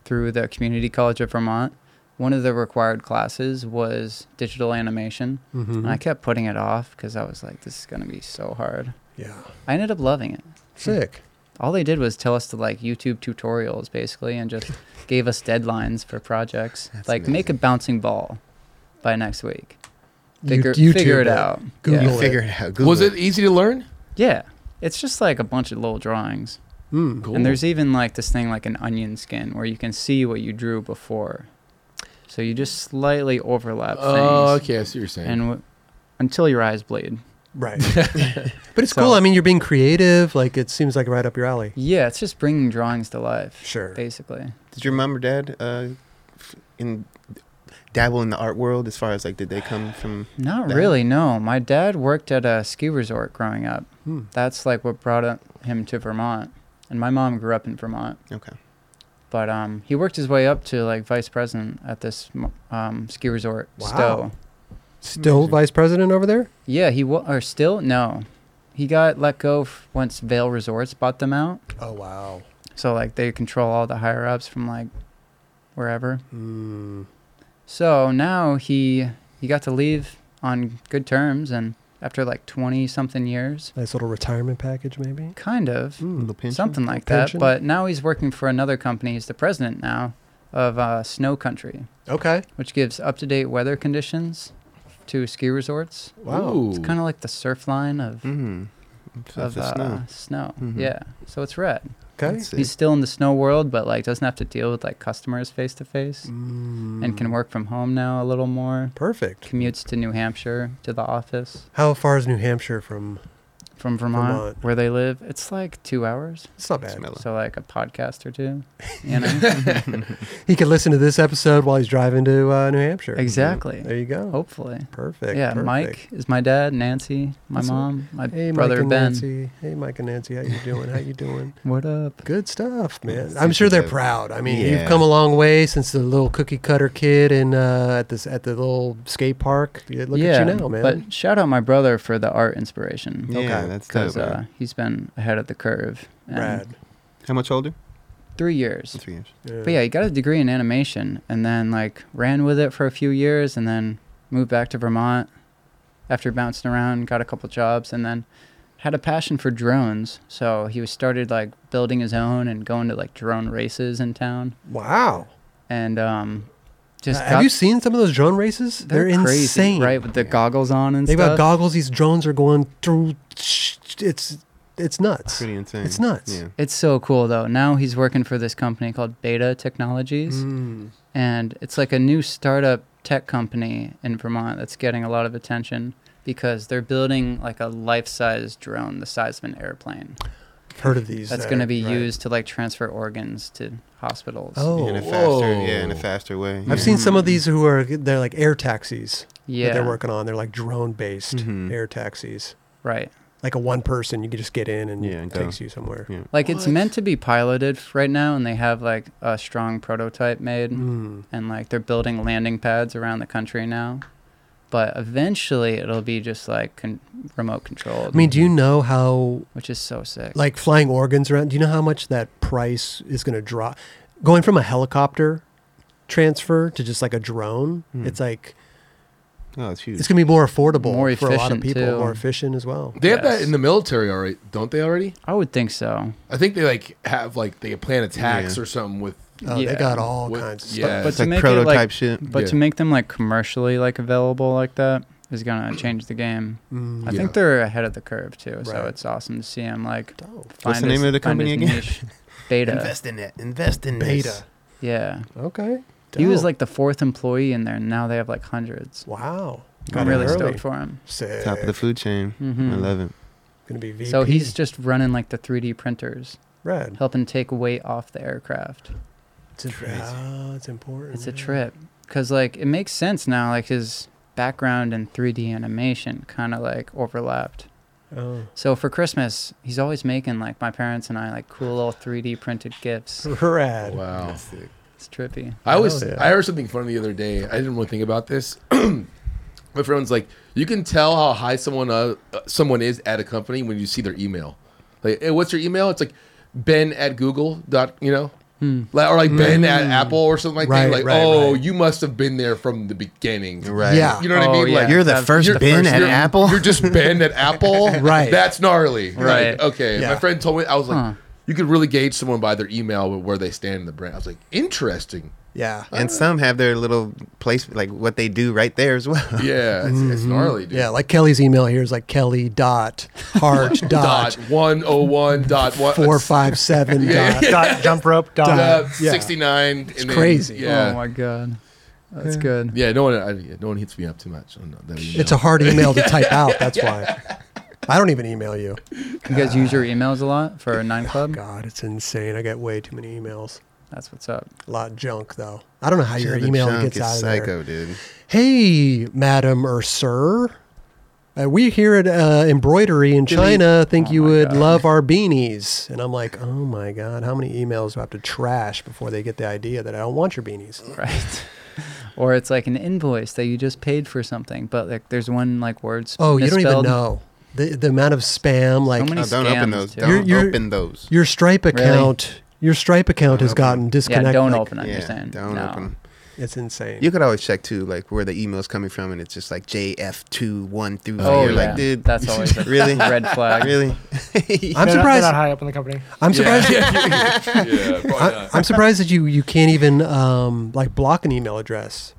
[SPEAKER 2] through the Community College of Vermont, one of the required classes was digital animation.
[SPEAKER 1] Mm-hmm.
[SPEAKER 2] And I kept putting it off because I was like, this is going to be so hard.
[SPEAKER 1] Yeah.
[SPEAKER 2] I ended up loving it.
[SPEAKER 1] Sick.
[SPEAKER 2] All they did was tell us to like YouTube tutorials basically
[SPEAKER 1] [laughs]
[SPEAKER 2] and just gave us deadlines for projects. like make a bouncing ball by next week.
[SPEAKER 1] You-
[SPEAKER 2] Figure,
[SPEAKER 1] YouTube
[SPEAKER 2] figure it
[SPEAKER 1] it.
[SPEAKER 2] out.
[SPEAKER 1] Google
[SPEAKER 2] yeah.
[SPEAKER 1] it.
[SPEAKER 4] figure it out. Google
[SPEAKER 3] Was it easy to learn?
[SPEAKER 2] Yeah. It's just like a bunch of little drawings.
[SPEAKER 1] Mm.
[SPEAKER 3] Cool.
[SPEAKER 2] And there's even like this thing like an onion skin where you can see what you drew before. So you just slightly overlap things.
[SPEAKER 3] Oh, okay. I see what you're saying.
[SPEAKER 2] And w- until your eyes bleed.
[SPEAKER 1] Right. but it's
[SPEAKER 2] So-
[SPEAKER 1] cool. I mean, you're being creative. Like it seems like right up your alley.
[SPEAKER 2] Yeah, it's just bringing drawings to life.
[SPEAKER 1] Sure.
[SPEAKER 2] Basically.
[SPEAKER 4] Did your mom or dad uh, f- in dabble in the art world? As far as like, did they come from?
[SPEAKER 2] Not
[SPEAKER 4] that?
[SPEAKER 2] really, no. My dad worked at a ski resort growing up.
[SPEAKER 1] Hmm.
[SPEAKER 2] That's like what brought up him to Vermont. And my mom grew up in Vermont.
[SPEAKER 4] Okay.
[SPEAKER 2] But um, he worked his way up to like vice president at this um, ski resort,
[SPEAKER 1] Wow.
[SPEAKER 2] Stowe.
[SPEAKER 1] Still
[SPEAKER 4] Amazing.
[SPEAKER 1] vice president over there.
[SPEAKER 2] Yeah, he wa or still no, he got let go f- once Vail Resorts bought them out.
[SPEAKER 1] Oh wow.
[SPEAKER 2] So like they control all the higher ups from like wherever.
[SPEAKER 1] Mm.
[SPEAKER 2] So now he he got to leave on good terms, and after like twenty something years,
[SPEAKER 1] Nice little retirement package, maybe.
[SPEAKER 2] kind of
[SPEAKER 1] Hmm.
[SPEAKER 4] Little pinch.
[SPEAKER 2] something like
[SPEAKER 1] Pension?
[SPEAKER 2] that. But now he's working for another company. He's the president now of uh, Snow Country,
[SPEAKER 1] Okay.
[SPEAKER 2] which gives up to date weather conditions to ski resorts.
[SPEAKER 1] Wow.
[SPEAKER 3] Ooh.
[SPEAKER 2] It's kind of like the surf line of
[SPEAKER 4] Mm. It's-
[SPEAKER 2] of
[SPEAKER 4] it's
[SPEAKER 2] uh,
[SPEAKER 4] snow.
[SPEAKER 2] snow.
[SPEAKER 1] Mm-hmm.
[SPEAKER 2] Yeah, so it's rad.
[SPEAKER 1] Okay.
[SPEAKER 4] That's
[SPEAKER 2] He's
[SPEAKER 4] it.
[SPEAKER 2] still in the snow world, but like doesn't have to deal with like customers face to face, and
[SPEAKER 1] Mm.
[SPEAKER 2] can work from home now a little more.
[SPEAKER 1] Perfect.
[SPEAKER 2] Commutes to New Hampshire to the office
[SPEAKER 1] How far is New Hampshire from?
[SPEAKER 2] from Vermont,
[SPEAKER 1] Vermont.
[SPEAKER 2] where they live. It's like two hours,
[SPEAKER 1] It's not bad.
[SPEAKER 4] Smell it.
[SPEAKER 2] so like a podcast
[SPEAKER 1] [laughs]
[SPEAKER 2] or two, you know.
[SPEAKER 1] He could listen to this episode while he's driving to uh, New Hampshire.
[SPEAKER 2] exactly.
[SPEAKER 1] There you go.
[SPEAKER 2] Hopefully.
[SPEAKER 1] Perfect.
[SPEAKER 2] Oh. yeah,
[SPEAKER 1] perfect.
[SPEAKER 2] Mike is my dad, Nancy, my
[SPEAKER 1] That's what-
[SPEAKER 2] mom, my
[SPEAKER 1] Hey, Mike
[SPEAKER 2] brother
[SPEAKER 1] and
[SPEAKER 2] Ben.
[SPEAKER 1] Nancy. Hey, Mike and Nancy. How you doing? How you doing?
[SPEAKER 2] What up?
[SPEAKER 1] [laughs] Good stuff, man.
[SPEAKER 4] That's
[SPEAKER 1] I'm sure
[SPEAKER 4] super
[SPEAKER 1] they're
[SPEAKER 4] dope.
[SPEAKER 1] proud. I mean, you've
[SPEAKER 4] Yeah.
[SPEAKER 1] come a long way since the little cookie cutter kid in uh, at this at the little skate park. Yeah, Look
[SPEAKER 2] yeah,
[SPEAKER 1] at you now, man.
[SPEAKER 2] But shout out my brother for the art inspiration.
[SPEAKER 4] Yeah, that's
[SPEAKER 2] because
[SPEAKER 4] dope, man.
[SPEAKER 2] uh, he's been ahead of the curve. and
[SPEAKER 1] Rad.
[SPEAKER 4] How much older?
[SPEAKER 2] Three years.
[SPEAKER 4] Three years.
[SPEAKER 2] But yeah, he got a degree in animation and then like ran with it for a few years and then moved back to Vermont after bouncing around, got a couple jobs and then had a passion for drones. So he was started like building his own and going to like drone races in town.
[SPEAKER 1] Wow.
[SPEAKER 2] And um just
[SPEAKER 1] Have
[SPEAKER 2] got-
[SPEAKER 1] you seen some of those drone races? They're,
[SPEAKER 2] crazy,
[SPEAKER 1] insane.
[SPEAKER 2] right? With the goggles on and
[SPEAKER 1] They've got
[SPEAKER 2] stuff.
[SPEAKER 1] goggles. These drones are going through. It's it's nuts.
[SPEAKER 4] Pretty insane.
[SPEAKER 1] It's nuts.
[SPEAKER 4] Yeah.
[SPEAKER 2] It's so cool though. Now he's working for this company called Beta Technologies,
[SPEAKER 1] Mm.
[SPEAKER 2] and it's like a new startup tech company in Vermont that's getting a lot of attention because they're building like a life-size drone the size of an airplane
[SPEAKER 1] I've heard of these.
[SPEAKER 2] that's
[SPEAKER 1] that
[SPEAKER 2] going to
[SPEAKER 1] are-
[SPEAKER 2] be
[SPEAKER 1] right.
[SPEAKER 2] used to like transfer organs to hospitals.
[SPEAKER 1] Oh,
[SPEAKER 4] in a faster,
[SPEAKER 3] whoa.
[SPEAKER 4] yeah, in a faster way.
[SPEAKER 1] I've seen some of these who are they're like air taxis
[SPEAKER 2] yeah,
[SPEAKER 1] that they're working on. They're like drone based
[SPEAKER 4] Mhm.
[SPEAKER 1] air taxis.
[SPEAKER 2] right.
[SPEAKER 1] Like a one person, you can just get in and
[SPEAKER 4] Yeah,
[SPEAKER 1] it
[SPEAKER 4] go.
[SPEAKER 1] takes you somewhere.
[SPEAKER 4] Yeah.
[SPEAKER 2] Like it's meant to be piloted f- right now, and they have like a strong prototype made,
[SPEAKER 1] Mm. Hmm.
[SPEAKER 2] and like they're building landing pads around the country now. But eventually, it'll be just like con- remote controlled,
[SPEAKER 1] I mean, do you know how
[SPEAKER 2] which is so sick.
[SPEAKER 1] like flying organs around? Do you know how much that price is going to drop? Going from a helicopter transfer to just like a drone,
[SPEAKER 4] Hmm.
[SPEAKER 1] it's like
[SPEAKER 4] Oh, it's huge.
[SPEAKER 1] it's going to be more affordable
[SPEAKER 2] More
[SPEAKER 1] for a lot of
[SPEAKER 2] efficient,
[SPEAKER 1] people,
[SPEAKER 2] too.
[SPEAKER 1] more efficient as well.
[SPEAKER 3] They have that
[SPEAKER 2] Yes.
[SPEAKER 3] in the military already, don't they already?
[SPEAKER 2] I would think so.
[SPEAKER 3] I think they like have like they plan attacks
[SPEAKER 4] Yeah.
[SPEAKER 3] or something with
[SPEAKER 1] Oh,
[SPEAKER 2] Yeah.
[SPEAKER 1] They got all
[SPEAKER 3] What-
[SPEAKER 1] kinds of
[SPEAKER 3] yeah.
[SPEAKER 1] stuff.
[SPEAKER 2] But
[SPEAKER 4] it's
[SPEAKER 2] to
[SPEAKER 4] like
[SPEAKER 2] make
[SPEAKER 4] prototype
[SPEAKER 2] it like,
[SPEAKER 4] shit.
[SPEAKER 2] but to
[SPEAKER 3] Yeah.
[SPEAKER 2] make them like commercially like available like that is
[SPEAKER 4] Mm.
[SPEAKER 2] gonna change the game.
[SPEAKER 1] Hmm.
[SPEAKER 2] I
[SPEAKER 3] Yeah.
[SPEAKER 2] think they're ahead of the curve too, so
[SPEAKER 1] Right.
[SPEAKER 2] it's awesome to see them like.
[SPEAKER 1] Dope.
[SPEAKER 4] What's the name of the company again?
[SPEAKER 2] Beta.
[SPEAKER 4] in it. Invest in
[SPEAKER 1] Beta.
[SPEAKER 2] Yeah.
[SPEAKER 1] Okay.
[SPEAKER 2] He was
[SPEAKER 1] Dope.
[SPEAKER 2] like the fourth employee in there, and now they have like hundreds.
[SPEAKER 1] wow.
[SPEAKER 2] I'm
[SPEAKER 1] in
[SPEAKER 2] really
[SPEAKER 1] early.
[SPEAKER 2] stoked for him.
[SPEAKER 1] Sick.
[SPEAKER 4] Top of the food chain.
[SPEAKER 2] Mhm.
[SPEAKER 1] Mm.
[SPEAKER 4] I love it.
[SPEAKER 1] Gonna be VP.
[SPEAKER 2] So he's just running like the 3D printers,
[SPEAKER 1] red.
[SPEAKER 2] helping take weight off the aircraft.
[SPEAKER 1] It's, crazy. Ah, it's important.
[SPEAKER 2] It's a
[SPEAKER 1] yeah.
[SPEAKER 2] trip because like it makes sense now. Like his background in 3D animation kind of like overlapped.
[SPEAKER 1] Oh.
[SPEAKER 2] So for Christmas, he's always making like my parents and I like cool little 3D printed gifts.
[SPEAKER 1] Rad.
[SPEAKER 3] wow.
[SPEAKER 2] It's trippy.
[SPEAKER 3] I always
[SPEAKER 1] Hell yeah.
[SPEAKER 3] I heard something funny the other day. I didn't really think about this. [clears throat] My friend's like, you can tell how high someone uh, uh, someone is at a company when you see their email. Like, hey, what's your email? It's like Ben at Google dot you know,
[SPEAKER 2] Hmm.
[SPEAKER 3] Like- or like Ben at Apple or something like
[SPEAKER 1] Mm. Right,
[SPEAKER 3] that. Like,
[SPEAKER 1] right,
[SPEAKER 3] oh,
[SPEAKER 1] right.
[SPEAKER 3] you must have been there from the beginning.
[SPEAKER 4] Right.
[SPEAKER 1] Yeah.
[SPEAKER 3] You know what I
[SPEAKER 2] Oh,
[SPEAKER 3] mean? Like
[SPEAKER 2] yeah.
[SPEAKER 4] You're the
[SPEAKER 2] I've-
[SPEAKER 4] first
[SPEAKER 3] you're
[SPEAKER 4] bin
[SPEAKER 3] first-
[SPEAKER 4] at
[SPEAKER 3] you're-
[SPEAKER 4] Apple.
[SPEAKER 3] You're just Ben at Apple.
[SPEAKER 1] [laughs] Right.
[SPEAKER 3] That's gnarly.
[SPEAKER 2] Right.
[SPEAKER 3] Like, okay.
[SPEAKER 1] Yeah.
[SPEAKER 3] My friend told me I was like,
[SPEAKER 2] Huh.
[SPEAKER 3] you could really gauge someone by their email with where they stand in the brand. I was like, interesting.
[SPEAKER 1] Yeah.
[SPEAKER 4] [laughs] and some have their little place, like what they do right there as well.
[SPEAKER 3] Yeah, it's, it's gnarly, dude.
[SPEAKER 1] Mm-hmm. Yeah. Like Kelly's email here is like Kelly dot Hart
[SPEAKER 3] dot
[SPEAKER 1] dot
[SPEAKER 3] one oh one dot one
[SPEAKER 1] four five seven
[SPEAKER 3] Yeah.
[SPEAKER 1] dot.
[SPEAKER 7] Dot jump rope. Dot.
[SPEAKER 3] uh,
[SPEAKER 1] yeah.
[SPEAKER 3] sixty nine. It's
[SPEAKER 1] crazy.
[SPEAKER 3] Yeah,
[SPEAKER 2] Oh my god, that's good.
[SPEAKER 3] yeah. No one, I, yeah, no one hits me up too much. On that email.
[SPEAKER 1] It's a hard email to type out. That's why. I don't even email you.
[SPEAKER 2] You guys use your emails a lot
[SPEAKER 1] [laughs]
[SPEAKER 2] for Nine Club.
[SPEAKER 1] Oh God, it's insane. I get way too many emails.
[SPEAKER 2] That's what's up. [laughs]
[SPEAKER 1] A lot of junk though. I don't know how [laughs] your
[SPEAKER 4] The
[SPEAKER 1] email
[SPEAKER 4] junk
[SPEAKER 1] gets
[SPEAKER 4] is
[SPEAKER 1] out of there.
[SPEAKER 4] psycho, dude.
[SPEAKER 1] Hey, madam or sir. Uh, we here at uh, Embroidery in China think
[SPEAKER 2] Oh
[SPEAKER 1] you
[SPEAKER 2] my
[SPEAKER 1] would
[SPEAKER 2] God.
[SPEAKER 1] love our beanies. And I'm like, oh my God, how many emails do I have to trash before they get the idea that I don't want your beanies?
[SPEAKER 2] Right. or it's like an invoice that you just paid for something, but like there's one like word. sp-
[SPEAKER 1] Oh, you don't even
[SPEAKER 2] misspelled.
[SPEAKER 1] know. The, the amount of spam, like
[SPEAKER 2] many
[SPEAKER 4] Oh, don't open
[SPEAKER 2] scams,
[SPEAKER 4] those.
[SPEAKER 2] too.
[SPEAKER 4] Don't
[SPEAKER 1] You're- you're-
[SPEAKER 4] open those.
[SPEAKER 1] your Stripe account, your Stripe account has gotten
[SPEAKER 2] Yeah,
[SPEAKER 1] disconnected.
[SPEAKER 2] don't
[SPEAKER 1] like-
[SPEAKER 2] open it.
[SPEAKER 4] yeah,
[SPEAKER 2] you're saying.
[SPEAKER 4] don't
[SPEAKER 2] no.
[SPEAKER 4] open.
[SPEAKER 1] It's insane.
[SPEAKER 4] You could always check too, like where the email's coming from, and it's just like JF two one through.
[SPEAKER 2] Oh,
[SPEAKER 4] You're
[SPEAKER 2] yeah.
[SPEAKER 4] like, dude,
[SPEAKER 2] That's
[SPEAKER 4] [laughs]
[SPEAKER 2] always a
[SPEAKER 4] really
[SPEAKER 2] red
[SPEAKER 1] [laughs]
[SPEAKER 2] flag.
[SPEAKER 4] really.
[SPEAKER 1] I'm
[SPEAKER 8] They're not-
[SPEAKER 1] surprised.
[SPEAKER 8] they're not high up in the company.
[SPEAKER 1] I'm surprised. [laughs]
[SPEAKER 3] [laughs] yeah, yeah, probably
[SPEAKER 1] I,
[SPEAKER 3] not.
[SPEAKER 1] I'm surprised that you you can't even um, like block an email address.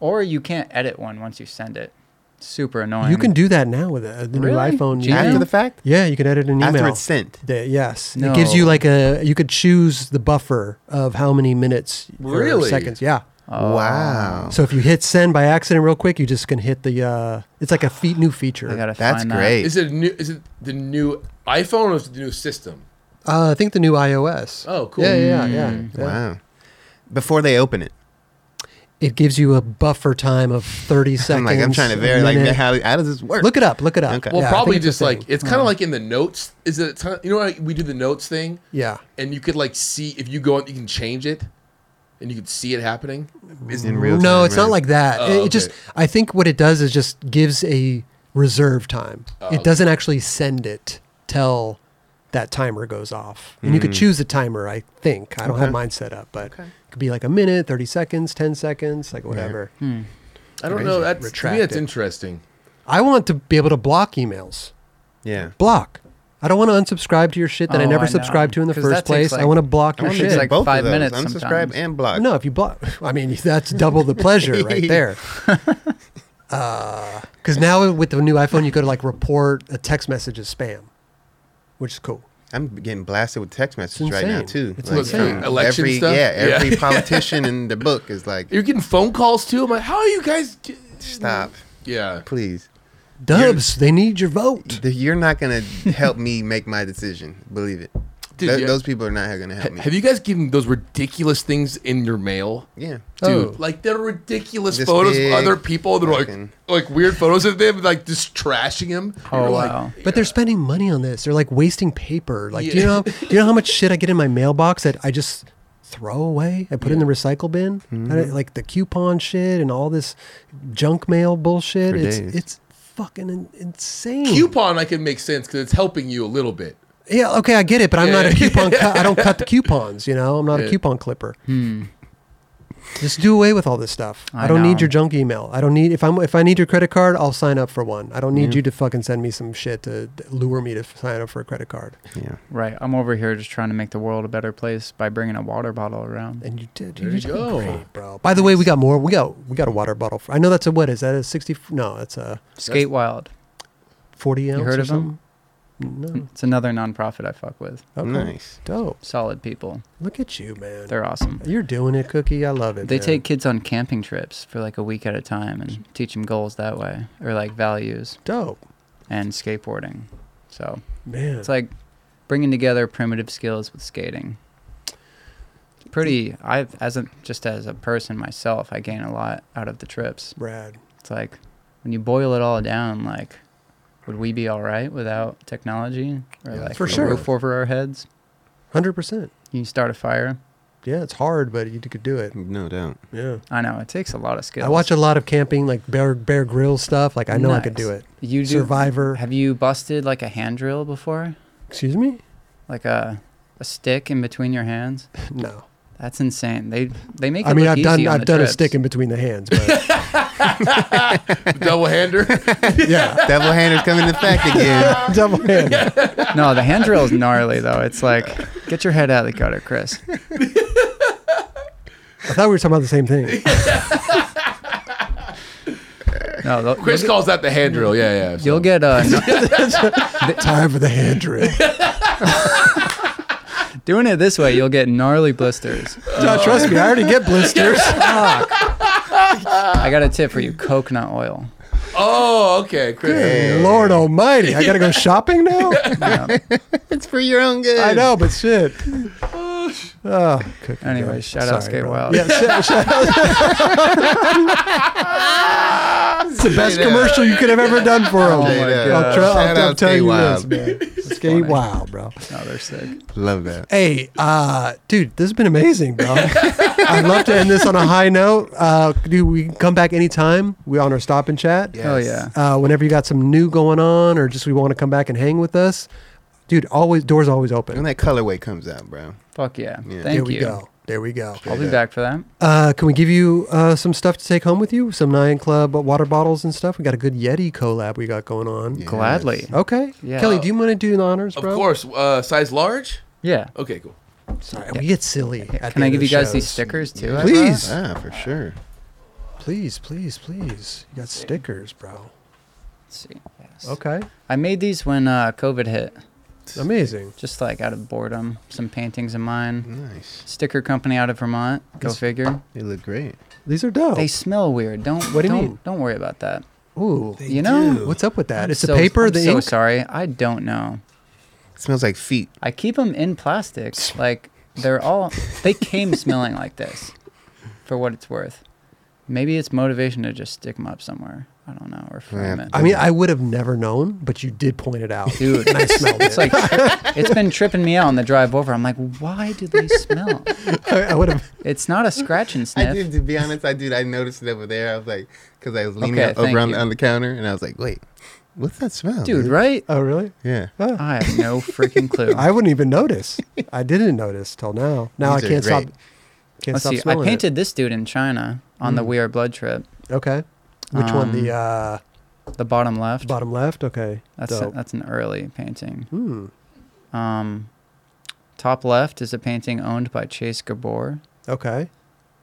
[SPEAKER 2] Or you can't edit one once you send it. Super annoying.
[SPEAKER 1] You can do that now with uh the
[SPEAKER 2] Really?
[SPEAKER 1] new iPhone.
[SPEAKER 2] Gmail?
[SPEAKER 1] Yeah.
[SPEAKER 4] After the fact,
[SPEAKER 1] yeah, you can edit an email.
[SPEAKER 4] after it's sent,
[SPEAKER 1] The- yes, it gives you
[SPEAKER 2] No.
[SPEAKER 1] like a you could choose the buffer of how many minutes or
[SPEAKER 3] Really?
[SPEAKER 1] seconds. Yeah.
[SPEAKER 2] Oh,
[SPEAKER 4] wow,
[SPEAKER 1] So if you hit send by accident real quick, you just can hit the. Uh, it's like a feat new feature.
[SPEAKER 2] I
[SPEAKER 1] I,
[SPEAKER 2] gotta
[SPEAKER 4] that's
[SPEAKER 2] find that.
[SPEAKER 4] great.
[SPEAKER 3] Is it a new? Is it the new iPhone or is it the new system?
[SPEAKER 1] uh, I think the new iOS.
[SPEAKER 3] Oh, cool. Mm.
[SPEAKER 1] Yeah, yeah, yeah. yeah.
[SPEAKER 4] Wow, before they open it,
[SPEAKER 1] It gives you a buffer time of thirty seconds.
[SPEAKER 4] [laughs] I'm like, I'm trying to
[SPEAKER 1] a
[SPEAKER 4] verify like
[SPEAKER 1] minute.
[SPEAKER 4] how, how does this work?
[SPEAKER 1] Look it up. Look it up.
[SPEAKER 4] Okay.
[SPEAKER 3] Well,
[SPEAKER 1] Yeah, I
[SPEAKER 3] probably
[SPEAKER 1] think it's a
[SPEAKER 3] just like
[SPEAKER 1] thing.
[SPEAKER 3] it's kind of like in the notes. Is it? Ton, you know, like we do the notes thing,
[SPEAKER 1] yeah.
[SPEAKER 3] and you could like see if you go, you can change it, and you could see it happening. Is-
[SPEAKER 4] in real
[SPEAKER 1] no,
[SPEAKER 4] time,
[SPEAKER 1] it's not
[SPEAKER 4] right?
[SPEAKER 1] like that.
[SPEAKER 3] Oh,
[SPEAKER 1] it, it
[SPEAKER 3] okay.
[SPEAKER 1] just I think what it does is just gives a reserve time.
[SPEAKER 3] Oh,
[SPEAKER 1] it doesn't actually send it till that timer goes off. And you
[SPEAKER 4] Mm.
[SPEAKER 1] could choose the timer, I think. I don't have mine set up, but it could be like a minute, 30 seconds, 10 seconds, like whatever.
[SPEAKER 3] Hmm. I don't know. That's, to me,
[SPEAKER 1] Retract
[SPEAKER 3] that's
[SPEAKER 1] it.
[SPEAKER 3] interesting.
[SPEAKER 1] I want to be able to block emails.
[SPEAKER 4] yeah.
[SPEAKER 1] Block. I don't want to unsubscribe to your shit that I
[SPEAKER 2] Oh,
[SPEAKER 1] never
[SPEAKER 2] I know.
[SPEAKER 1] subscribed to in the
[SPEAKER 2] 'Cause that
[SPEAKER 1] first
[SPEAKER 2] takes,
[SPEAKER 1] place. I
[SPEAKER 2] like-
[SPEAKER 1] want to block
[SPEAKER 4] I
[SPEAKER 1] your
[SPEAKER 4] want
[SPEAKER 2] wanna
[SPEAKER 1] shit.
[SPEAKER 4] to
[SPEAKER 2] like
[SPEAKER 4] take both
[SPEAKER 2] five
[SPEAKER 4] of those.
[SPEAKER 2] minutes
[SPEAKER 4] unsubscribe
[SPEAKER 2] sometimes.
[SPEAKER 4] and block.
[SPEAKER 1] No, if you block, I mean [laughs] that's double the pleasure
[SPEAKER 2] [laughs]
[SPEAKER 1] right there. Because now with the new iPhone, you go to like report a text message as spam, which is cool.
[SPEAKER 4] I'm getting blasted with text messages right now
[SPEAKER 1] insane.
[SPEAKER 4] too.
[SPEAKER 1] It's
[SPEAKER 3] insane.
[SPEAKER 4] from
[SPEAKER 3] Election
[SPEAKER 4] every,
[SPEAKER 3] stuff?
[SPEAKER 4] Yeah,
[SPEAKER 3] Yeah.
[SPEAKER 4] every politician in the book is like,
[SPEAKER 3] You're getting phone calls too. I'm like, how are you guys? d-
[SPEAKER 4] stop,
[SPEAKER 3] Yeah.
[SPEAKER 4] please.
[SPEAKER 1] Dubs, they need your vote.
[SPEAKER 4] Th- You're not gonna help me make my decision. Believe it.
[SPEAKER 3] Dude,
[SPEAKER 4] Th-
[SPEAKER 3] yeah.
[SPEAKER 4] Those people are not gonna help me.
[SPEAKER 3] Have you guys given those ridiculous things in your mail?
[SPEAKER 4] Yeah.
[SPEAKER 3] Dude,
[SPEAKER 1] Oh.
[SPEAKER 3] like they're ridiculous
[SPEAKER 4] This
[SPEAKER 3] photos of
[SPEAKER 4] big
[SPEAKER 3] other people. They're like,
[SPEAKER 4] fucking-
[SPEAKER 3] like weird photos of them, like just trashing him.
[SPEAKER 2] Oh,
[SPEAKER 3] You're like,
[SPEAKER 2] wow.
[SPEAKER 1] But they're spending money on this. They're like wasting paper. Like, do you
[SPEAKER 3] Yeah.
[SPEAKER 1] know, do you know how
[SPEAKER 3] [laughs]
[SPEAKER 1] much shit I get in my mailbox that I just throw away? I put in the recycle bin, I
[SPEAKER 3] Mm-hmm.
[SPEAKER 1] don't- like the coupon shit and all this junk mail bullshit.
[SPEAKER 4] For
[SPEAKER 1] it's
[SPEAKER 4] days.
[SPEAKER 1] it's fucking in- insane.
[SPEAKER 3] Coupon, I can make sense because it's helping you a
[SPEAKER 4] [laughs]
[SPEAKER 3] little bit.
[SPEAKER 1] Yeah, okay, I get it, but I'm not
[SPEAKER 3] Yeah.
[SPEAKER 1] a coupon. Cu- I don't
[SPEAKER 3] [laughs]
[SPEAKER 1] cut the coupons. You know, I'm not
[SPEAKER 3] Yeah.
[SPEAKER 1] a coupon clipper. Just do away with all this stuff. I,
[SPEAKER 2] I
[SPEAKER 1] don't need
[SPEAKER 2] know.
[SPEAKER 1] your junk email. I don't need if I'm if I need your credit card, I'll sign up for one. I don't need you to fucking send me some shit to to lure me to f- sign up for a credit card.
[SPEAKER 4] Yeah.
[SPEAKER 2] Right. I'm over here just trying to make the world a better place by bringing a water bottle around.
[SPEAKER 1] And you did.
[SPEAKER 3] There
[SPEAKER 1] You
[SPEAKER 3] you
[SPEAKER 1] did
[SPEAKER 3] go.
[SPEAKER 1] great, bro. By the way, we got more. We got we got a water bottle. For, I know that's a what is that a sixty? f- No, that's a
[SPEAKER 2] Skate Wild.
[SPEAKER 1] forty ounce.
[SPEAKER 2] You heard
[SPEAKER 1] or
[SPEAKER 2] of Mm, them?
[SPEAKER 1] something?
[SPEAKER 2] It's another nonprofit I fuck with.
[SPEAKER 1] No. Okay.
[SPEAKER 4] Nice.
[SPEAKER 1] Dope.
[SPEAKER 2] Solid people.
[SPEAKER 1] Look at you, man.
[SPEAKER 2] They're awesome.
[SPEAKER 1] You're doing it, Cookie. I love it.
[SPEAKER 2] They
[SPEAKER 1] man.
[SPEAKER 2] take kids on camping trips for like a week at a time and teach them goals that way or like values
[SPEAKER 1] dope,
[SPEAKER 2] and skateboarding. So
[SPEAKER 1] man.
[SPEAKER 2] it's like bringing together primitive skills with skating. It's Pretty, I as a, just as a person myself, I gain a lot out of the trips.
[SPEAKER 1] rad.
[SPEAKER 2] It's like when you boil it all down, like would we be all right without technology or like
[SPEAKER 1] for
[SPEAKER 2] a
[SPEAKER 1] sure.
[SPEAKER 2] roof over our heads?
[SPEAKER 1] Hundred percent.
[SPEAKER 2] You can start a fire.
[SPEAKER 1] Yeah, it's hard, but you could do it.
[SPEAKER 4] No doubt.
[SPEAKER 1] Yeah.
[SPEAKER 2] I know it takes a lot of skills.
[SPEAKER 1] I watch a lot of camping, like Bear Bear Grill stuff. Like I know I could
[SPEAKER 2] Nice.
[SPEAKER 1] do it.
[SPEAKER 2] You do,
[SPEAKER 1] Survivor.
[SPEAKER 2] Have you busted like a hand drill before?
[SPEAKER 1] Excuse me?
[SPEAKER 2] Like a a stick in between your hands?
[SPEAKER 1] No.
[SPEAKER 2] That's insane. They they make. It
[SPEAKER 1] I mean,
[SPEAKER 2] look
[SPEAKER 1] I've
[SPEAKER 2] easy
[SPEAKER 1] done
[SPEAKER 2] on
[SPEAKER 1] I've
[SPEAKER 2] the
[SPEAKER 1] done a
[SPEAKER 2] trips.
[SPEAKER 1] stick in between the hands, but [laughs]
[SPEAKER 3] Double hander.
[SPEAKER 1] yeah,
[SPEAKER 4] Double handers coming to fact again.
[SPEAKER 2] [laughs]
[SPEAKER 1] double hand.
[SPEAKER 2] no, the hand drill is gnarly though. It's like get your head out of the gutter, Chris.
[SPEAKER 1] I thought we were talking about the same thing.
[SPEAKER 2] No, they'll-
[SPEAKER 3] Chris
[SPEAKER 2] you'll,
[SPEAKER 3] calls that the hand drill. Yeah, yeah.
[SPEAKER 2] get- you'll get uh, [laughs]
[SPEAKER 1] Time for the hand drill.
[SPEAKER 2] doing it this way. You'll get gnarly blisters.
[SPEAKER 1] No, trust me, I already get blisters.
[SPEAKER 2] I got a tip for you: coconut oil.
[SPEAKER 3] oh, okay, Chris.
[SPEAKER 1] Good Lord Almighty, I gotta go shopping now.
[SPEAKER 4] it's for your own good.
[SPEAKER 1] I know, but shit. Oh, cookie
[SPEAKER 2] Anyway,
[SPEAKER 1] dough.
[SPEAKER 2] shout out Skate
[SPEAKER 1] bro.
[SPEAKER 2] Wild.
[SPEAKER 1] Yeah, shout, shout out. it's the best commercial you could have ever done for him.
[SPEAKER 2] Oh my
[SPEAKER 1] I'll,
[SPEAKER 2] God.
[SPEAKER 1] try, I'll,
[SPEAKER 4] Shout
[SPEAKER 1] I'll
[SPEAKER 4] out
[SPEAKER 1] tell
[SPEAKER 4] Skate
[SPEAKER 1] you
[SPEAKER 4] Wild.
[SPEAKER 2] [laughs]
[SPEAKER 1] this, man. Skate
[SPEAKER 2] funny.
[SPEAKER 1] wild, bro.
[SPEAKER 2] No, Oh, they're sick.
[SPEAKER 4] Love that.
[SPEAKER 1] Hey, uh, dude, this has been amazing, bro. I'd love to end this on a high note. Uh, dude, we can come back anytime. We on our stop and chat.
[SPEAKER 2] Hell yeah.
[SPEAKER 1] Uh, whenever you got some new going on, or just we want to come back and hang with us, dude. Always doors always open.
[SPEAKER 4] When that colorway comes out, bro.
[SPEAKER 2] Fuck yeah.
[SPEAKER 4] Yeah.
[SPEAKER 2] Thank
[SPEAKER 1] Here we
[SPEAKER 2] you.
[SPEAKER 1] go. There we go.
[SPEAKER 2] I'll be back for that.
[SPEAKER 1] Uh, can we give you uh, some stuff to take home with you? Some Nine Club water bottles and stuff. We got a good Yeti collab we got going on.
[SPEAKER 2] Gladly.
[SPEAKER 1] Okay.
[SPEAKER 2] Yeah.
[SPEAKER 1] Kelly, do you want to do the honors,
[SPEAKER 3] Of
[SPEAKER 1] bro?
[SPEAKER 3] course, uh, size large.
[SPEAKER 2] Yeah.
[SPEAKER 3] Okay, cool.
[SPEAKER 1] Sorry, we get silly. at
[SPEAKER 2] Can
[SPEAKER 1] the
[SPEAKER 2] I
[SPEAKER 1] end
[SPEAKER 2] give
[SPEAKER 1] of
[SPEAKER 2] you guys these
[SPEAKER 1] shows.
[SPEAKER 2] stickers too? I
[SPEAKER 1] Please,
[SPEAKER 4] Ah, for sure.
[SPEAKER 1] please, please, please. You got stickers, bro.
[SPEAKER 2] brought? Let's see. Yes.
[SPEAKER 1] Okay.
[SPEAKER 2] I made these when uh, COVID hit,
[SPEAKER 1] Amazing.
[SPEAKER 2] just like out of boredom. Some paintings of mine.
[SPEAKER 4] Nice.
[SPEAKER 2] Sticker company out of Vermont. Go figure.
[SPEAKER 4] They look great.
[SPEAKER 1] These are dope.
[SPEAKER 2] They smell weird. Don't
[SPEAKER 1] Oh. What do you
[SPEAKER 2] not
[SPEAKER 1] mean?
[SPEAKER 2] Don't worry about that.
[SPEAKER 1] Ooh.
[SPEAKER 2] you know
[SPEAKER 1] What's up with that?
[SPEAKER 2] I'm
[SPEAKER 1] It's
[SPEAKER 2] so-
[SPEAKER 1] the paper,
[SPEAKER 2] I'm
[SPEAKER 1] the
[SPEAKER 2] so
[SPEAKER 1] ink.
[SPEAKER 2] sorry. I don't know.
[SPEAKER 4] It smells like feet.
[SPEAKER 2] I keep them in plastic. Like they're all they came smelling like this. For what it's worth, maybe it's motivation to just stick them up somewhere. I don't know or frame
[SPEAKER 4] Yeah.
[SPEAKER 2] it.
[SPEAKER 1] I mean, I would have never known, but you did point it out.
[SPEAKER 2] Dude,
[SPEAKER 1] and I smelled
[SPEAKER 2] It's
[SPEAKER 1] it.
[SPEAKER 2] [laughs] like it's been tripping me out on the drive over. I'm like, why do they smell?
[SPEAKER 1] [laughs] I, I would have.
[SPEAKER 2] It's not a scratch and
[SPEAKER 4] I did,
[SPEAKER 2] sniff.
[SPEAKER 4] to be honest, I did. I noticed it over there. I was like, because I was leaning
[SPEAKER 2] Okay,
[SPEAKER 4] up over
[SPEAKER 2] thank
[SPEAKER 4] on,
[SPEAKER 2] you.
[SPEAKER 4] on the counter, and I was like, wait, what's that smell,
[SPEAKER 2] Dude, right?
[SPEAKER 1] Oh, really?
[SPEAKER 4] Yeah.
[SPEAKER 1] Oh.
[SPEAKER 2] I have no freaking clue.
[SPEAKER 1] [laughs] I wouldn't even notice. I didn't notice till now. Now
[SPEAKER 4] These
[SPEAKER 1] I
[SPEAKER 4] are
[SPEAKER 1] can't
[SPEAKER 4] great.
[SPEAKER 1] stop. Can't
[SPEAKER 2] Let's
[SPEAKER 1] stop
[SPEAKER 2] see. I
[SPEAKER 1] smelling it.
[SPEAKER 2] painted this dude in China on the We Are Blood trip.
[SPEAKER 1] Okay. Which one? The uh,
[SPEAKER 2] The bottom left.
[SPEAKER 1] bottom left. Okay.
[SPEAKER 2] um, That's
[SPEAKER 1] Dope. Hmm.
[SPEAKER 2] that's an early painting. Um, top left is a painting owned by Chase Gabor.
[SPEAKER 1] Okay.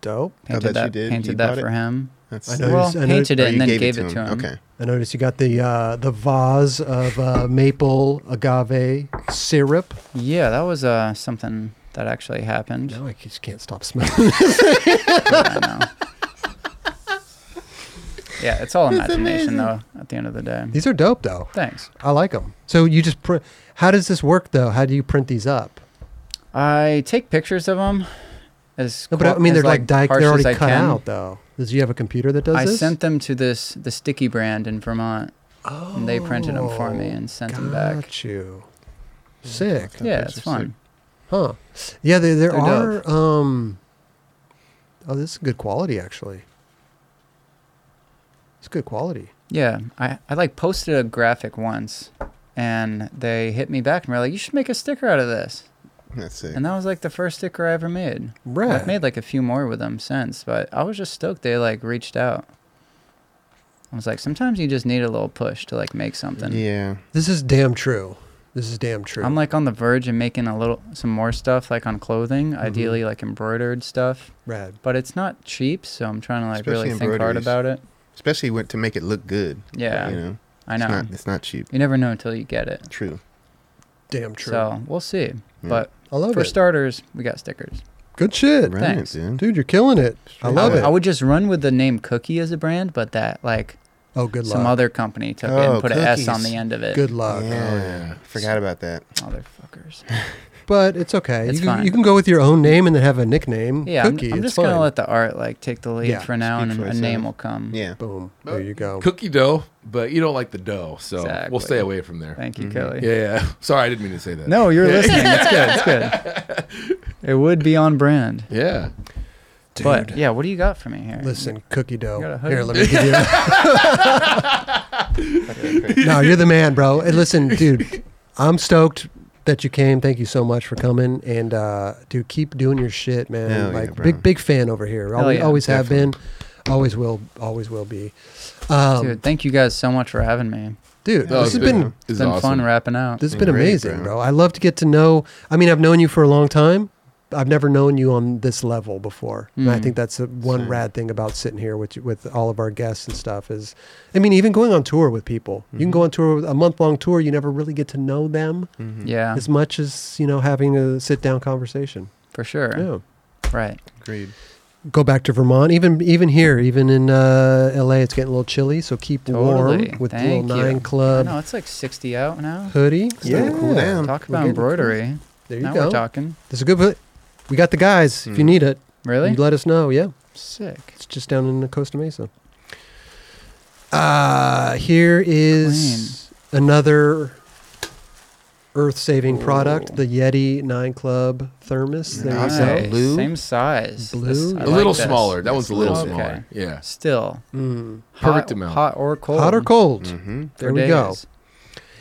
[SPEAKER 1] Dope.
[SPEAKER 2] Painted
[SPEAKER 4] bet you
[SPEAKER 2] that
[SPEAKER 4] did.
[SPEAKER 2] painted
[SPEAKER 4] You
[SPEAKER 2] that
[SPEAKER 4] bought
[SPEAKER 2] for
[SPEAKER 4] it?
[SPEAKER 2] him.
[SPEAKER 4] That's
[SPEAKER 1] I
[SPEAKER 4] I
[SPEAKER 1] know.
[SPEAKER 4] know.
[SPEAKER 1] you
[SPEAKER 2] Well,
[SPEAKER 1] s- I know-
[SPEAKER 2] painted
[SPEAKER 1] Oh,
[SPEAKER 2] it and then gave, it to him.
[SPEAKER 4] Okay.
[SPEAKER 1] I noticed you got the uh, the vase of uh, maple agave syrup.
[SPEAKER 2] Yeah, that was uh something that actually happened.
[SPEAKER 1] Now I just can't stop smelling.
[SPEAKER 2] I know. yeah, it's all imagination though. At the end of the day.
[SPEAKER 1] These are dope though.
[SPEAKER 2] Thanks.
[SPEAKER 1] I like them. So you just print. How does this work though? How do you print these up?
[SPEAKER 2] I take pictures of them. As
[SPEAKER 1] No, but I
[SPEAKER 2] clo-
[SPEAKER 1] mean
[SPEAKER 2] as,
[SPEAKER 1] they're like, di-
[SPEAKER 2] harsh
[SPEAKER 1] they're
[SPEAKER 2] as
[SPEAKER 1] already
[SPEAKER 2] I
[SPEAKER 1] cut
[SPEAKER 2] can.
[SPEAKER 1] out though. Does you have a computer that does
[SPEAKER 2] I
[SPEAKER 1] this?
[SPEAKER 2] sent them to this the sticky brand in Vermont,
[SPEAKER 1] oh,
[SPEAKER 2] and they printed them for me and sent them back.
[SPEAKER 1] Got you. Sick.
[SPEAKER 2] Yeah, it's fun.
[SPEAKER 1] Huh. Yeah, there, there
[SPEAKER 2] They're
[SPEAKER 1] are.
[SPEAKER 2] dope.
[SPEAKER 1] Um, oh, this is good quality, actually. It's good quality.
[SPEAKER 2] Yeah, I, I like posted a graphic once, and they hit me back and were like, "You should make a sticker out of this."
[SPEAKER 4] That's sick.
[SPEAKER 2] And that was like the first sticker I ever made.
[SPEAKER 1] Rad.
[SPEAKER 2] I've made like a few more with them since, but I was just stoked they like reached out. I was like, sometimes you just need a little push to like make something.
[SPEAKER 4] Yeah.
[SPEAKER 1] This is damn true. This is damn true.
[SPEAKER 2] I'm like on the verge of making a little some more stuff like on clothing,
[SPEAKER 4] Mm-hmm.
[SPEAKER 2] ideally like embroidered stuff,
[SPEAKER 1] rad.
[SPEAKER 2] but it's not cheap, so I'm trying to like really
[SPEAKER 4] Especially
[SPEAKER 2] think hard
[SPEAKER 4] embroideries.
[SPEAKER 2] about it.
[SPEAKER 4] Especially when, to make it look good.
[SPEAKER 2] Yeah.
[SPEAKER 4] You know?
[SPEAKER 2] I know.
[SPEAKER 4] It's not, it's not cheap.
[SPEAKER 2] you never know until you get it.
[SPEAKER 4] True.
[SPEAKER 1] Damn true.
[SPEAKER 2] So we'll see. But
[SPEAKER 1] I love
[SPEAKER 2] for
[SPEAKER 1] it.
[SPEAKER 2] starters, we got stickers.
[SPEAKER 1] good shit,
[SPEAKER 4] Right,
[SPEAKER 2] Thanks.
[SPEAKER 4] dude.
[SPEAKER 1] dude. You're killing it. I
[SPEAKER 4] Straight
[SPEAKER 1] love
[SPEAKER 2] I,
[SPEAKER 1] it.
[SPEAKER 2] I would just run with the name Cookie as a brand, but that like
[SPEAKER 1] oh, good
[SPEAKER 2] some
[SPEAKER 1] luck.
[SPEAKER 2] other company took it
[SPEAKER 4] Oh,
[SPEAKER 2] and put an S on
[SPEAKER 4] cookies.
[SPEAKER 2] the end of it.
[SPEAKER 1] good luck.
[SPEAKER 2] Oh,
[SPEAKER 4] yeah. Forgot about that.
[SPEAKER 1] [laughs]
[SPEAKER 2] Motherfuckers.
[SPEAKER 1] But it's okay.
[SPEAKER 2] It's
[SPEAKER 1] you, can,
[SPEAKER 2] fine.
[SPEAKER 1] you can go with your own name and then have a nickname.
[SPEAKER 2] Yeah, I'm-
[SPEAKER 1] Cookie.
[SPEAKER 2] I'm,
[SPEAKER 1] it's
[SPEAKER 2] just
[SPEAKER 1] fine.
[SPEAKER 2] gonna let the art like take the lead
[SPEAKER 1] Yeah,
[SPEAKER 2] for now, and
[SPEAKER 4] speak for
[SPEAKER 2] a
[SPEAKER 4] itself.
[SPEAKER 2] name will come.
[SPEAKER 4] Yeah.
[SPEAKER 1] Boom. There you go.
[SPEAKER 3] Cookie dough, but you don't like the dough, so
[SPEAKER 2] Exactly.
[SPEAKER 3] we'll stay away from there.
[SPEAKER 2] Thank you,
[SPEAKER 1] Mm-hmm.
[SPEAKER 2] Kelly.
[SPEAKER 3] Yeah, yeah. [laughs] Sorry, I didn't mean to say that.
[SPEAKER 2] No, you're listening. It's good. It's good.
[SPEAKER 1] [laughs]
[SPEAKER 2] It would be on brand.
[SPEAKER 3] Yeah.
[SPEAKER 2] But yeah, what do you got for me here?
[SPEAKER 1] Listen, cookie
[SPEAKER 2] You got
[SPEAKER 1] dough.
[SPEAKER 2] a
[SPEAKER 1] Here,
[SPEAKER 2] hoodie?
[SPEAKER 1] let me give you. [laughs]
[SPEAKER 2] [laughs]
[SPEAKER 1] no, you're the man, bro. And listen, dude, I'm stoked that you came. Thank you so much for coming, and uh, dude, keep doing your shit, man.
[SPEAKER 4] Hell yeah,
[SPEAKER 1] like
[SPEAKER 4] bro.
[SPEAKER 1] big, big fan over here.
[SPEAKER 2] Hell
[SPEAKER 1] Always,
[SPEAKER 2] yeah,
[SPEAKER 1] always have been, always will, always will be. Um,
[SPEAKER 2] Dude,
[SPEAKER 1] dude,
[SPEAKER 2] thank you guys so much for having me.
[SPEAKER 3] No,
[SPEAKER 1] this
[SPEAKER 3] it's
[SPEAKER 1] has been
[SPEAKER 3] it's
[SPEAKER 2] It's been
[SPEAKER 3] awesome.
[SPEAKER 2] fun wrapping out.
[SPEAKER 1] this has been
[SPEAKER 4] great,
[SPEAKER 1] amazing, bro.
[SPEAKER 4] bro.
[SPEAKER 1] I love to get to know. I mean, I've known you for a long time. I've never known you on this level before, and I
[SPEAKER 2] Mm.
[SPEAKER 1] think that's the one
[SPEAKER 4] Same.
[SPEAKER 1] rad thing about sitting here with you- with all of our guests and stuff. Is, I mean, even going on tour with people, you can
[SPEAKER 2] Mm-hmm.
[SPEAKER 1] go on tour with a month long tour. You never really get to know them
[SPEAKER 4] Mm-hmm.
[SPEAKER 2] yeah,
[SPEAKER 1] as much as you know having a sit down conversation.
[SPEAKER 2] for sure.
[SPEAKER 1] Yeah.
[SPEAKER 2] Right.
[SPEAKER 4] Agreed.
[SPEAKER 1] Go back to Vermont. Even even here, even in uh, LA, it's getting a little chilly. So keep
[SPEAKER 2] Totally.
[SPEAKER 1] warm with the
[SPEAKER 2] Thank
[SPEAKER 1] little nine
[SPEAKER 2] you.
[SPEAKER 1] club
[SPEAKER 2] No, it's like 60 out now.
[SPEAKER 1] hoodie.
[SPEAKER 4] starting to cool down.
[SPEAKER 2] Talk
[SPEAKER 1] Um, We're
[SPEAKER 2] about
[SPEAKER 1] getting-
[SPEAKER 2] embroidery.
[SPEAKER 1] There you
[SPEAKER 2] Now
[SPEAKER 1] go.
[SPEAKER 2] we're talking.
[SPEAKER 1] This is a good. hood- We got the guys. If you need it,
[SPEAKER 2] Hmm. Really?
[SPEAKER 1] you let us know. Yeah.
[SPEAKER 2] Sick.
[SPEAKER 1] It's just down in the Costa Mesa. Uh, here is another earth saving product
[SPEAKER 2] Ooh.
[SPEAKER 1] the Yeti 9 Club Thermos. There
[SPEAKER 4] Nice.
[SPEAKER 1] you
[SPEAKER 2] Nice.
[SPEAKER 1] go.
[SPEAKER 4] Blue?
[SPEAKER 2] Same size.
[SPEAKER 1] Blue?
[SPEAKER 2] This- I
[SPEAKER 1] A
[SPEAKER 2] like
[SPEAKER 3] A little
[SPEAKER 2] this.
[SPEAKER 3] smaller. That one's a little
[SPEAKER 2] Okay.
[SPEAKER 3] smaller. Yeah.
[SPEAKER 2] Still
[SPEAKER 1] Mm.
[SPEAKER 2] hot-
[SPEAKER 3] Perfect amount.
[SPEAKER 2] Hot or cold. Hmm.
[SPEAKER 1] Hot or cold.
[SPEAKER 4] Mm-hmm.
[SPEAKER 2] for
[SPEAKER 1] There we go.
[SPEAKER 2] days.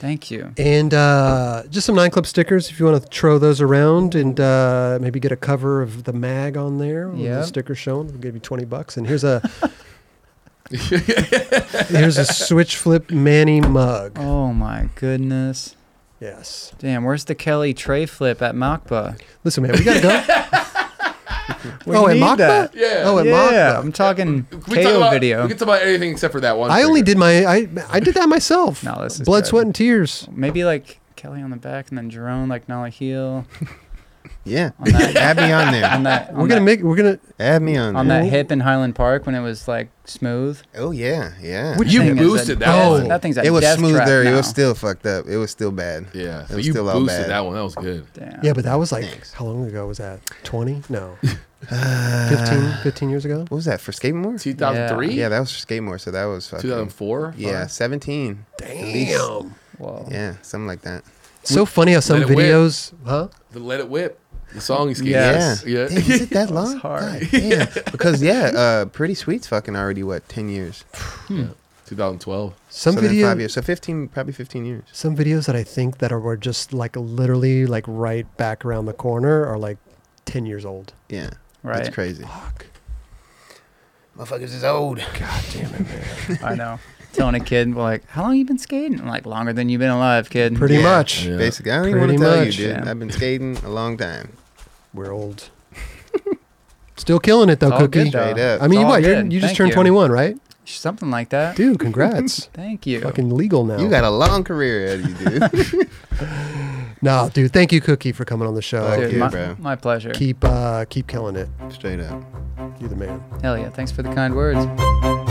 [SPEAKER 2] Thank you.
[SPEAKER 1] and uh, just some nine club stickers if you want to throw those around and uh, maybe get a cover of the mag on there with
[SPEAKER 2] Yeah.
[SPEAKER 1] the sticker shown we'll give you 20 bucks and here's
[SPEAKER 2] [laughs]
[SPEAKER 1] a here's a switch flip manny mug
[SPEAKER 2] Oh my goodness.
[SPEAKER 1] yes
[SPEAKER 2] Damn, where's the Kelly tray flip at Makba?
[SPEAKER 1] listen man we gotta go
[SPEAKER 2] [laughs] We
[SPEAKER 1] oh at
[SPEAKER 2] need
[SPEAKER 1] Machba?
[SPEAKER 2] that.
[SPEAKER 3] Yeah.
[SPEAKER 1] oh at
[SPEAKER 2] Yeah,
[SPEAKER 1] yeah.
[SPEAKER 2] I'm talking
[SPEAKER 3] We can talk
[SPEAKER 2] KO
[SPEAKER 3] about,
[SPEAKER 2] video.
[SPEAKER 3] We can talk about anything except for that one.
[SPEAKER 1] i only
[SPEAKER 3] figure.
[SPEAKER 1] did my i i did that myself
[SPEAKER 2] No, this is
[SPEAKER 1] blood
[SPEAKER 2] good.
[SPEAKER 1] sweat and tears
[SPEAKER 2] Maybe like Kelly on the back and then Jerome like Nolly heel
[SPEAKER 4] Yeah,
[SPEAKER 1] [laughs]
[SPEAKER 2] On that-
[SPEAKER 4] [laughs] add me on there.
[SPEAKER 2] on that
[SPEAKER 1] we're
[SPEAKER 2] on
[SPEAKER 1] gonna
[SPEAKER 2] that,
[SPEAKER 1] make we're gonna
[SPEAKER 4] Add me on.
[SPEAKER 2] on
[SPEAKER 4] there.
[SPEAKER 2] that hip in Highland Park when it was like smooth.
[SPEAKER 4] Oh yeah, yeah.
[SPEAKER 2] That
[SPEAKER 3] You
[SPEAKER 2] thing is a
[SPEAKER 3] boosted that
[SPEAKER 2] death-
[SPEAKER 1] one.
[SPEAKER 2] That thing's a
[SPEAKER 4] it was
[SPEAKER 2] death trap
[SPEAKER 4] smoother. It
[SPEAKER 2] now.
[SPEAKER 4] was still fucked up. It was still bad.
[SPEAKER 3] Yeah.
[SPEAKER 4] it
[SPEAKER 3] So
[SPEAKER 4] was
[SPEAKER 3] you
[SPEAKER 4] still all
[SPEAKER 3] boosted
[SPEAKER 4] bad.
[SPEAKER 3] that one. That was good.
[SPEAKER 2] Damn.
[SPEAKER 1] yeah but that was like
[SPEAKER 4] Thanks.
[SPEAKER 1] how long ago was that 20
[SPEAKER 2] [laughs]
[SPEAKER 1] no 15 15 years ago
[SPEAKER 4] What was that for skateboard?
[SPEAKER 3] 2003?
[SPEAKER 4] Yeah, that was for skateboard. So that was fucking.
[SPEAKER 3] 2004?
[SPEAKER 4] Yeah,
[SPEAKER 3] Five?
[SPEAKER 4] seventeen.
[SPEAKER 1] damn
[SPEAKER 2] Whoa.
[SPEAKER 4] Yeah, something like that.
[SPEAKER 1] It's so funny how some
[SPEAKER 3] Let it whip.
[SPEAKER 1] videos, huh?
[SPEAKER 3] The Let It Whip. The song he's getting.
[SPEAKER 2] Yes.
[SPEAKER 3] Yeah.
[SPEAKER 4] Damn,
[SPEAKER 3] [laughs]
[SPEAKER 4] is it that
[SPEAKER 2] was
[SPEAKER 4] long?
[SPEAKER 2] hard.
[SPEAKER 4] God damn. Because yeah, uh, Pretty Sweet's fucking already what ten years.
[SPEAKER 3] 2012.
[SPEAKER 1] Some
[SPEAKER 4] so then
[SPEAKER 1] video,
[SPEAKER 4] five years. So fifteen, probably fifteen years.
[SPEAKER 1] some videos that I think that are were just like literally like right back around the corner are like ten years old.
[SPEAKER 4] Yeah,
[SPEAKER 2] Right.
[SPEAKER 4] That's crazy.
[SPEAKER 1] Fuck.
[SPEAKER 4] Motherfuckers is old.
[SPEAKER 1] God damn it, man.
[SPEAKER 2] I know. Telling a kid, like, how long you been skating? I'm like, longer than you've been alive, kid.
[SPEAKER 1] Pretty
[SPEAKER 4] Yeah.
[SPEAKER 1] much.
[SPEAKER 3] Yeah.
[SPEAKER 4] Basically, I don't even want to
[SPEAKER 1] Pretty
[SPEAKER 4] tell
[SPEAKER 1] much,
[SPEAKER 4] you, dude.
[SPEAKER 2] yeah.
[SPEAKER 4] I've been skating a long time.
[SPEAKER 1] We're old. Still killing it though,
[SPEAKER 2] It's all
[SPEAKER 1] Cookie.
[SPEAKER 2] good, though.
[SPEAKER 4] Straight up.
[SPEAKER 1] I mean,
[SPEAKER 2] It's
[SPEAKER 1] you
[SPEAKER 2] all
[SPEAKER 1] what? You're,
[SPEAKER 2] good.
[SPEAKER 1] you just
[SPEAKER 2] Thank
[SPEAKER 1] turned
[SPEAKER 2] you.
[SPEAKER 1] 21, right?
[SPEAKER 2] Something like that. [laughs]
[SPEAKER 1] Dude, congrats.
[SPEAKER 2] Thank you.
[SPEAKER 1] Fucking legal now.
[SPEAKER 4] You got a long career ahead of you, dude.
[SPEAKER 1] [laughs] no, dude. Thank you, Cookie, for coming on the show.
[SPEAKER 4] Thank
[SPEAKER 2] Dude,
[SPEAKER 4] you,
[SPEAKER 2] my,
[SPEAKER 4] bro.
[SPEAKER 2] my pleasure.
[SPEAKER 1] Keep uh, keep killing it.
[SPEAKER 4] Straight up.
[SPEAKER 1] You're the man.
[SPEAKER 2] Hell yeah. Thanks for the kind words.
[SPEAKER 4] Thank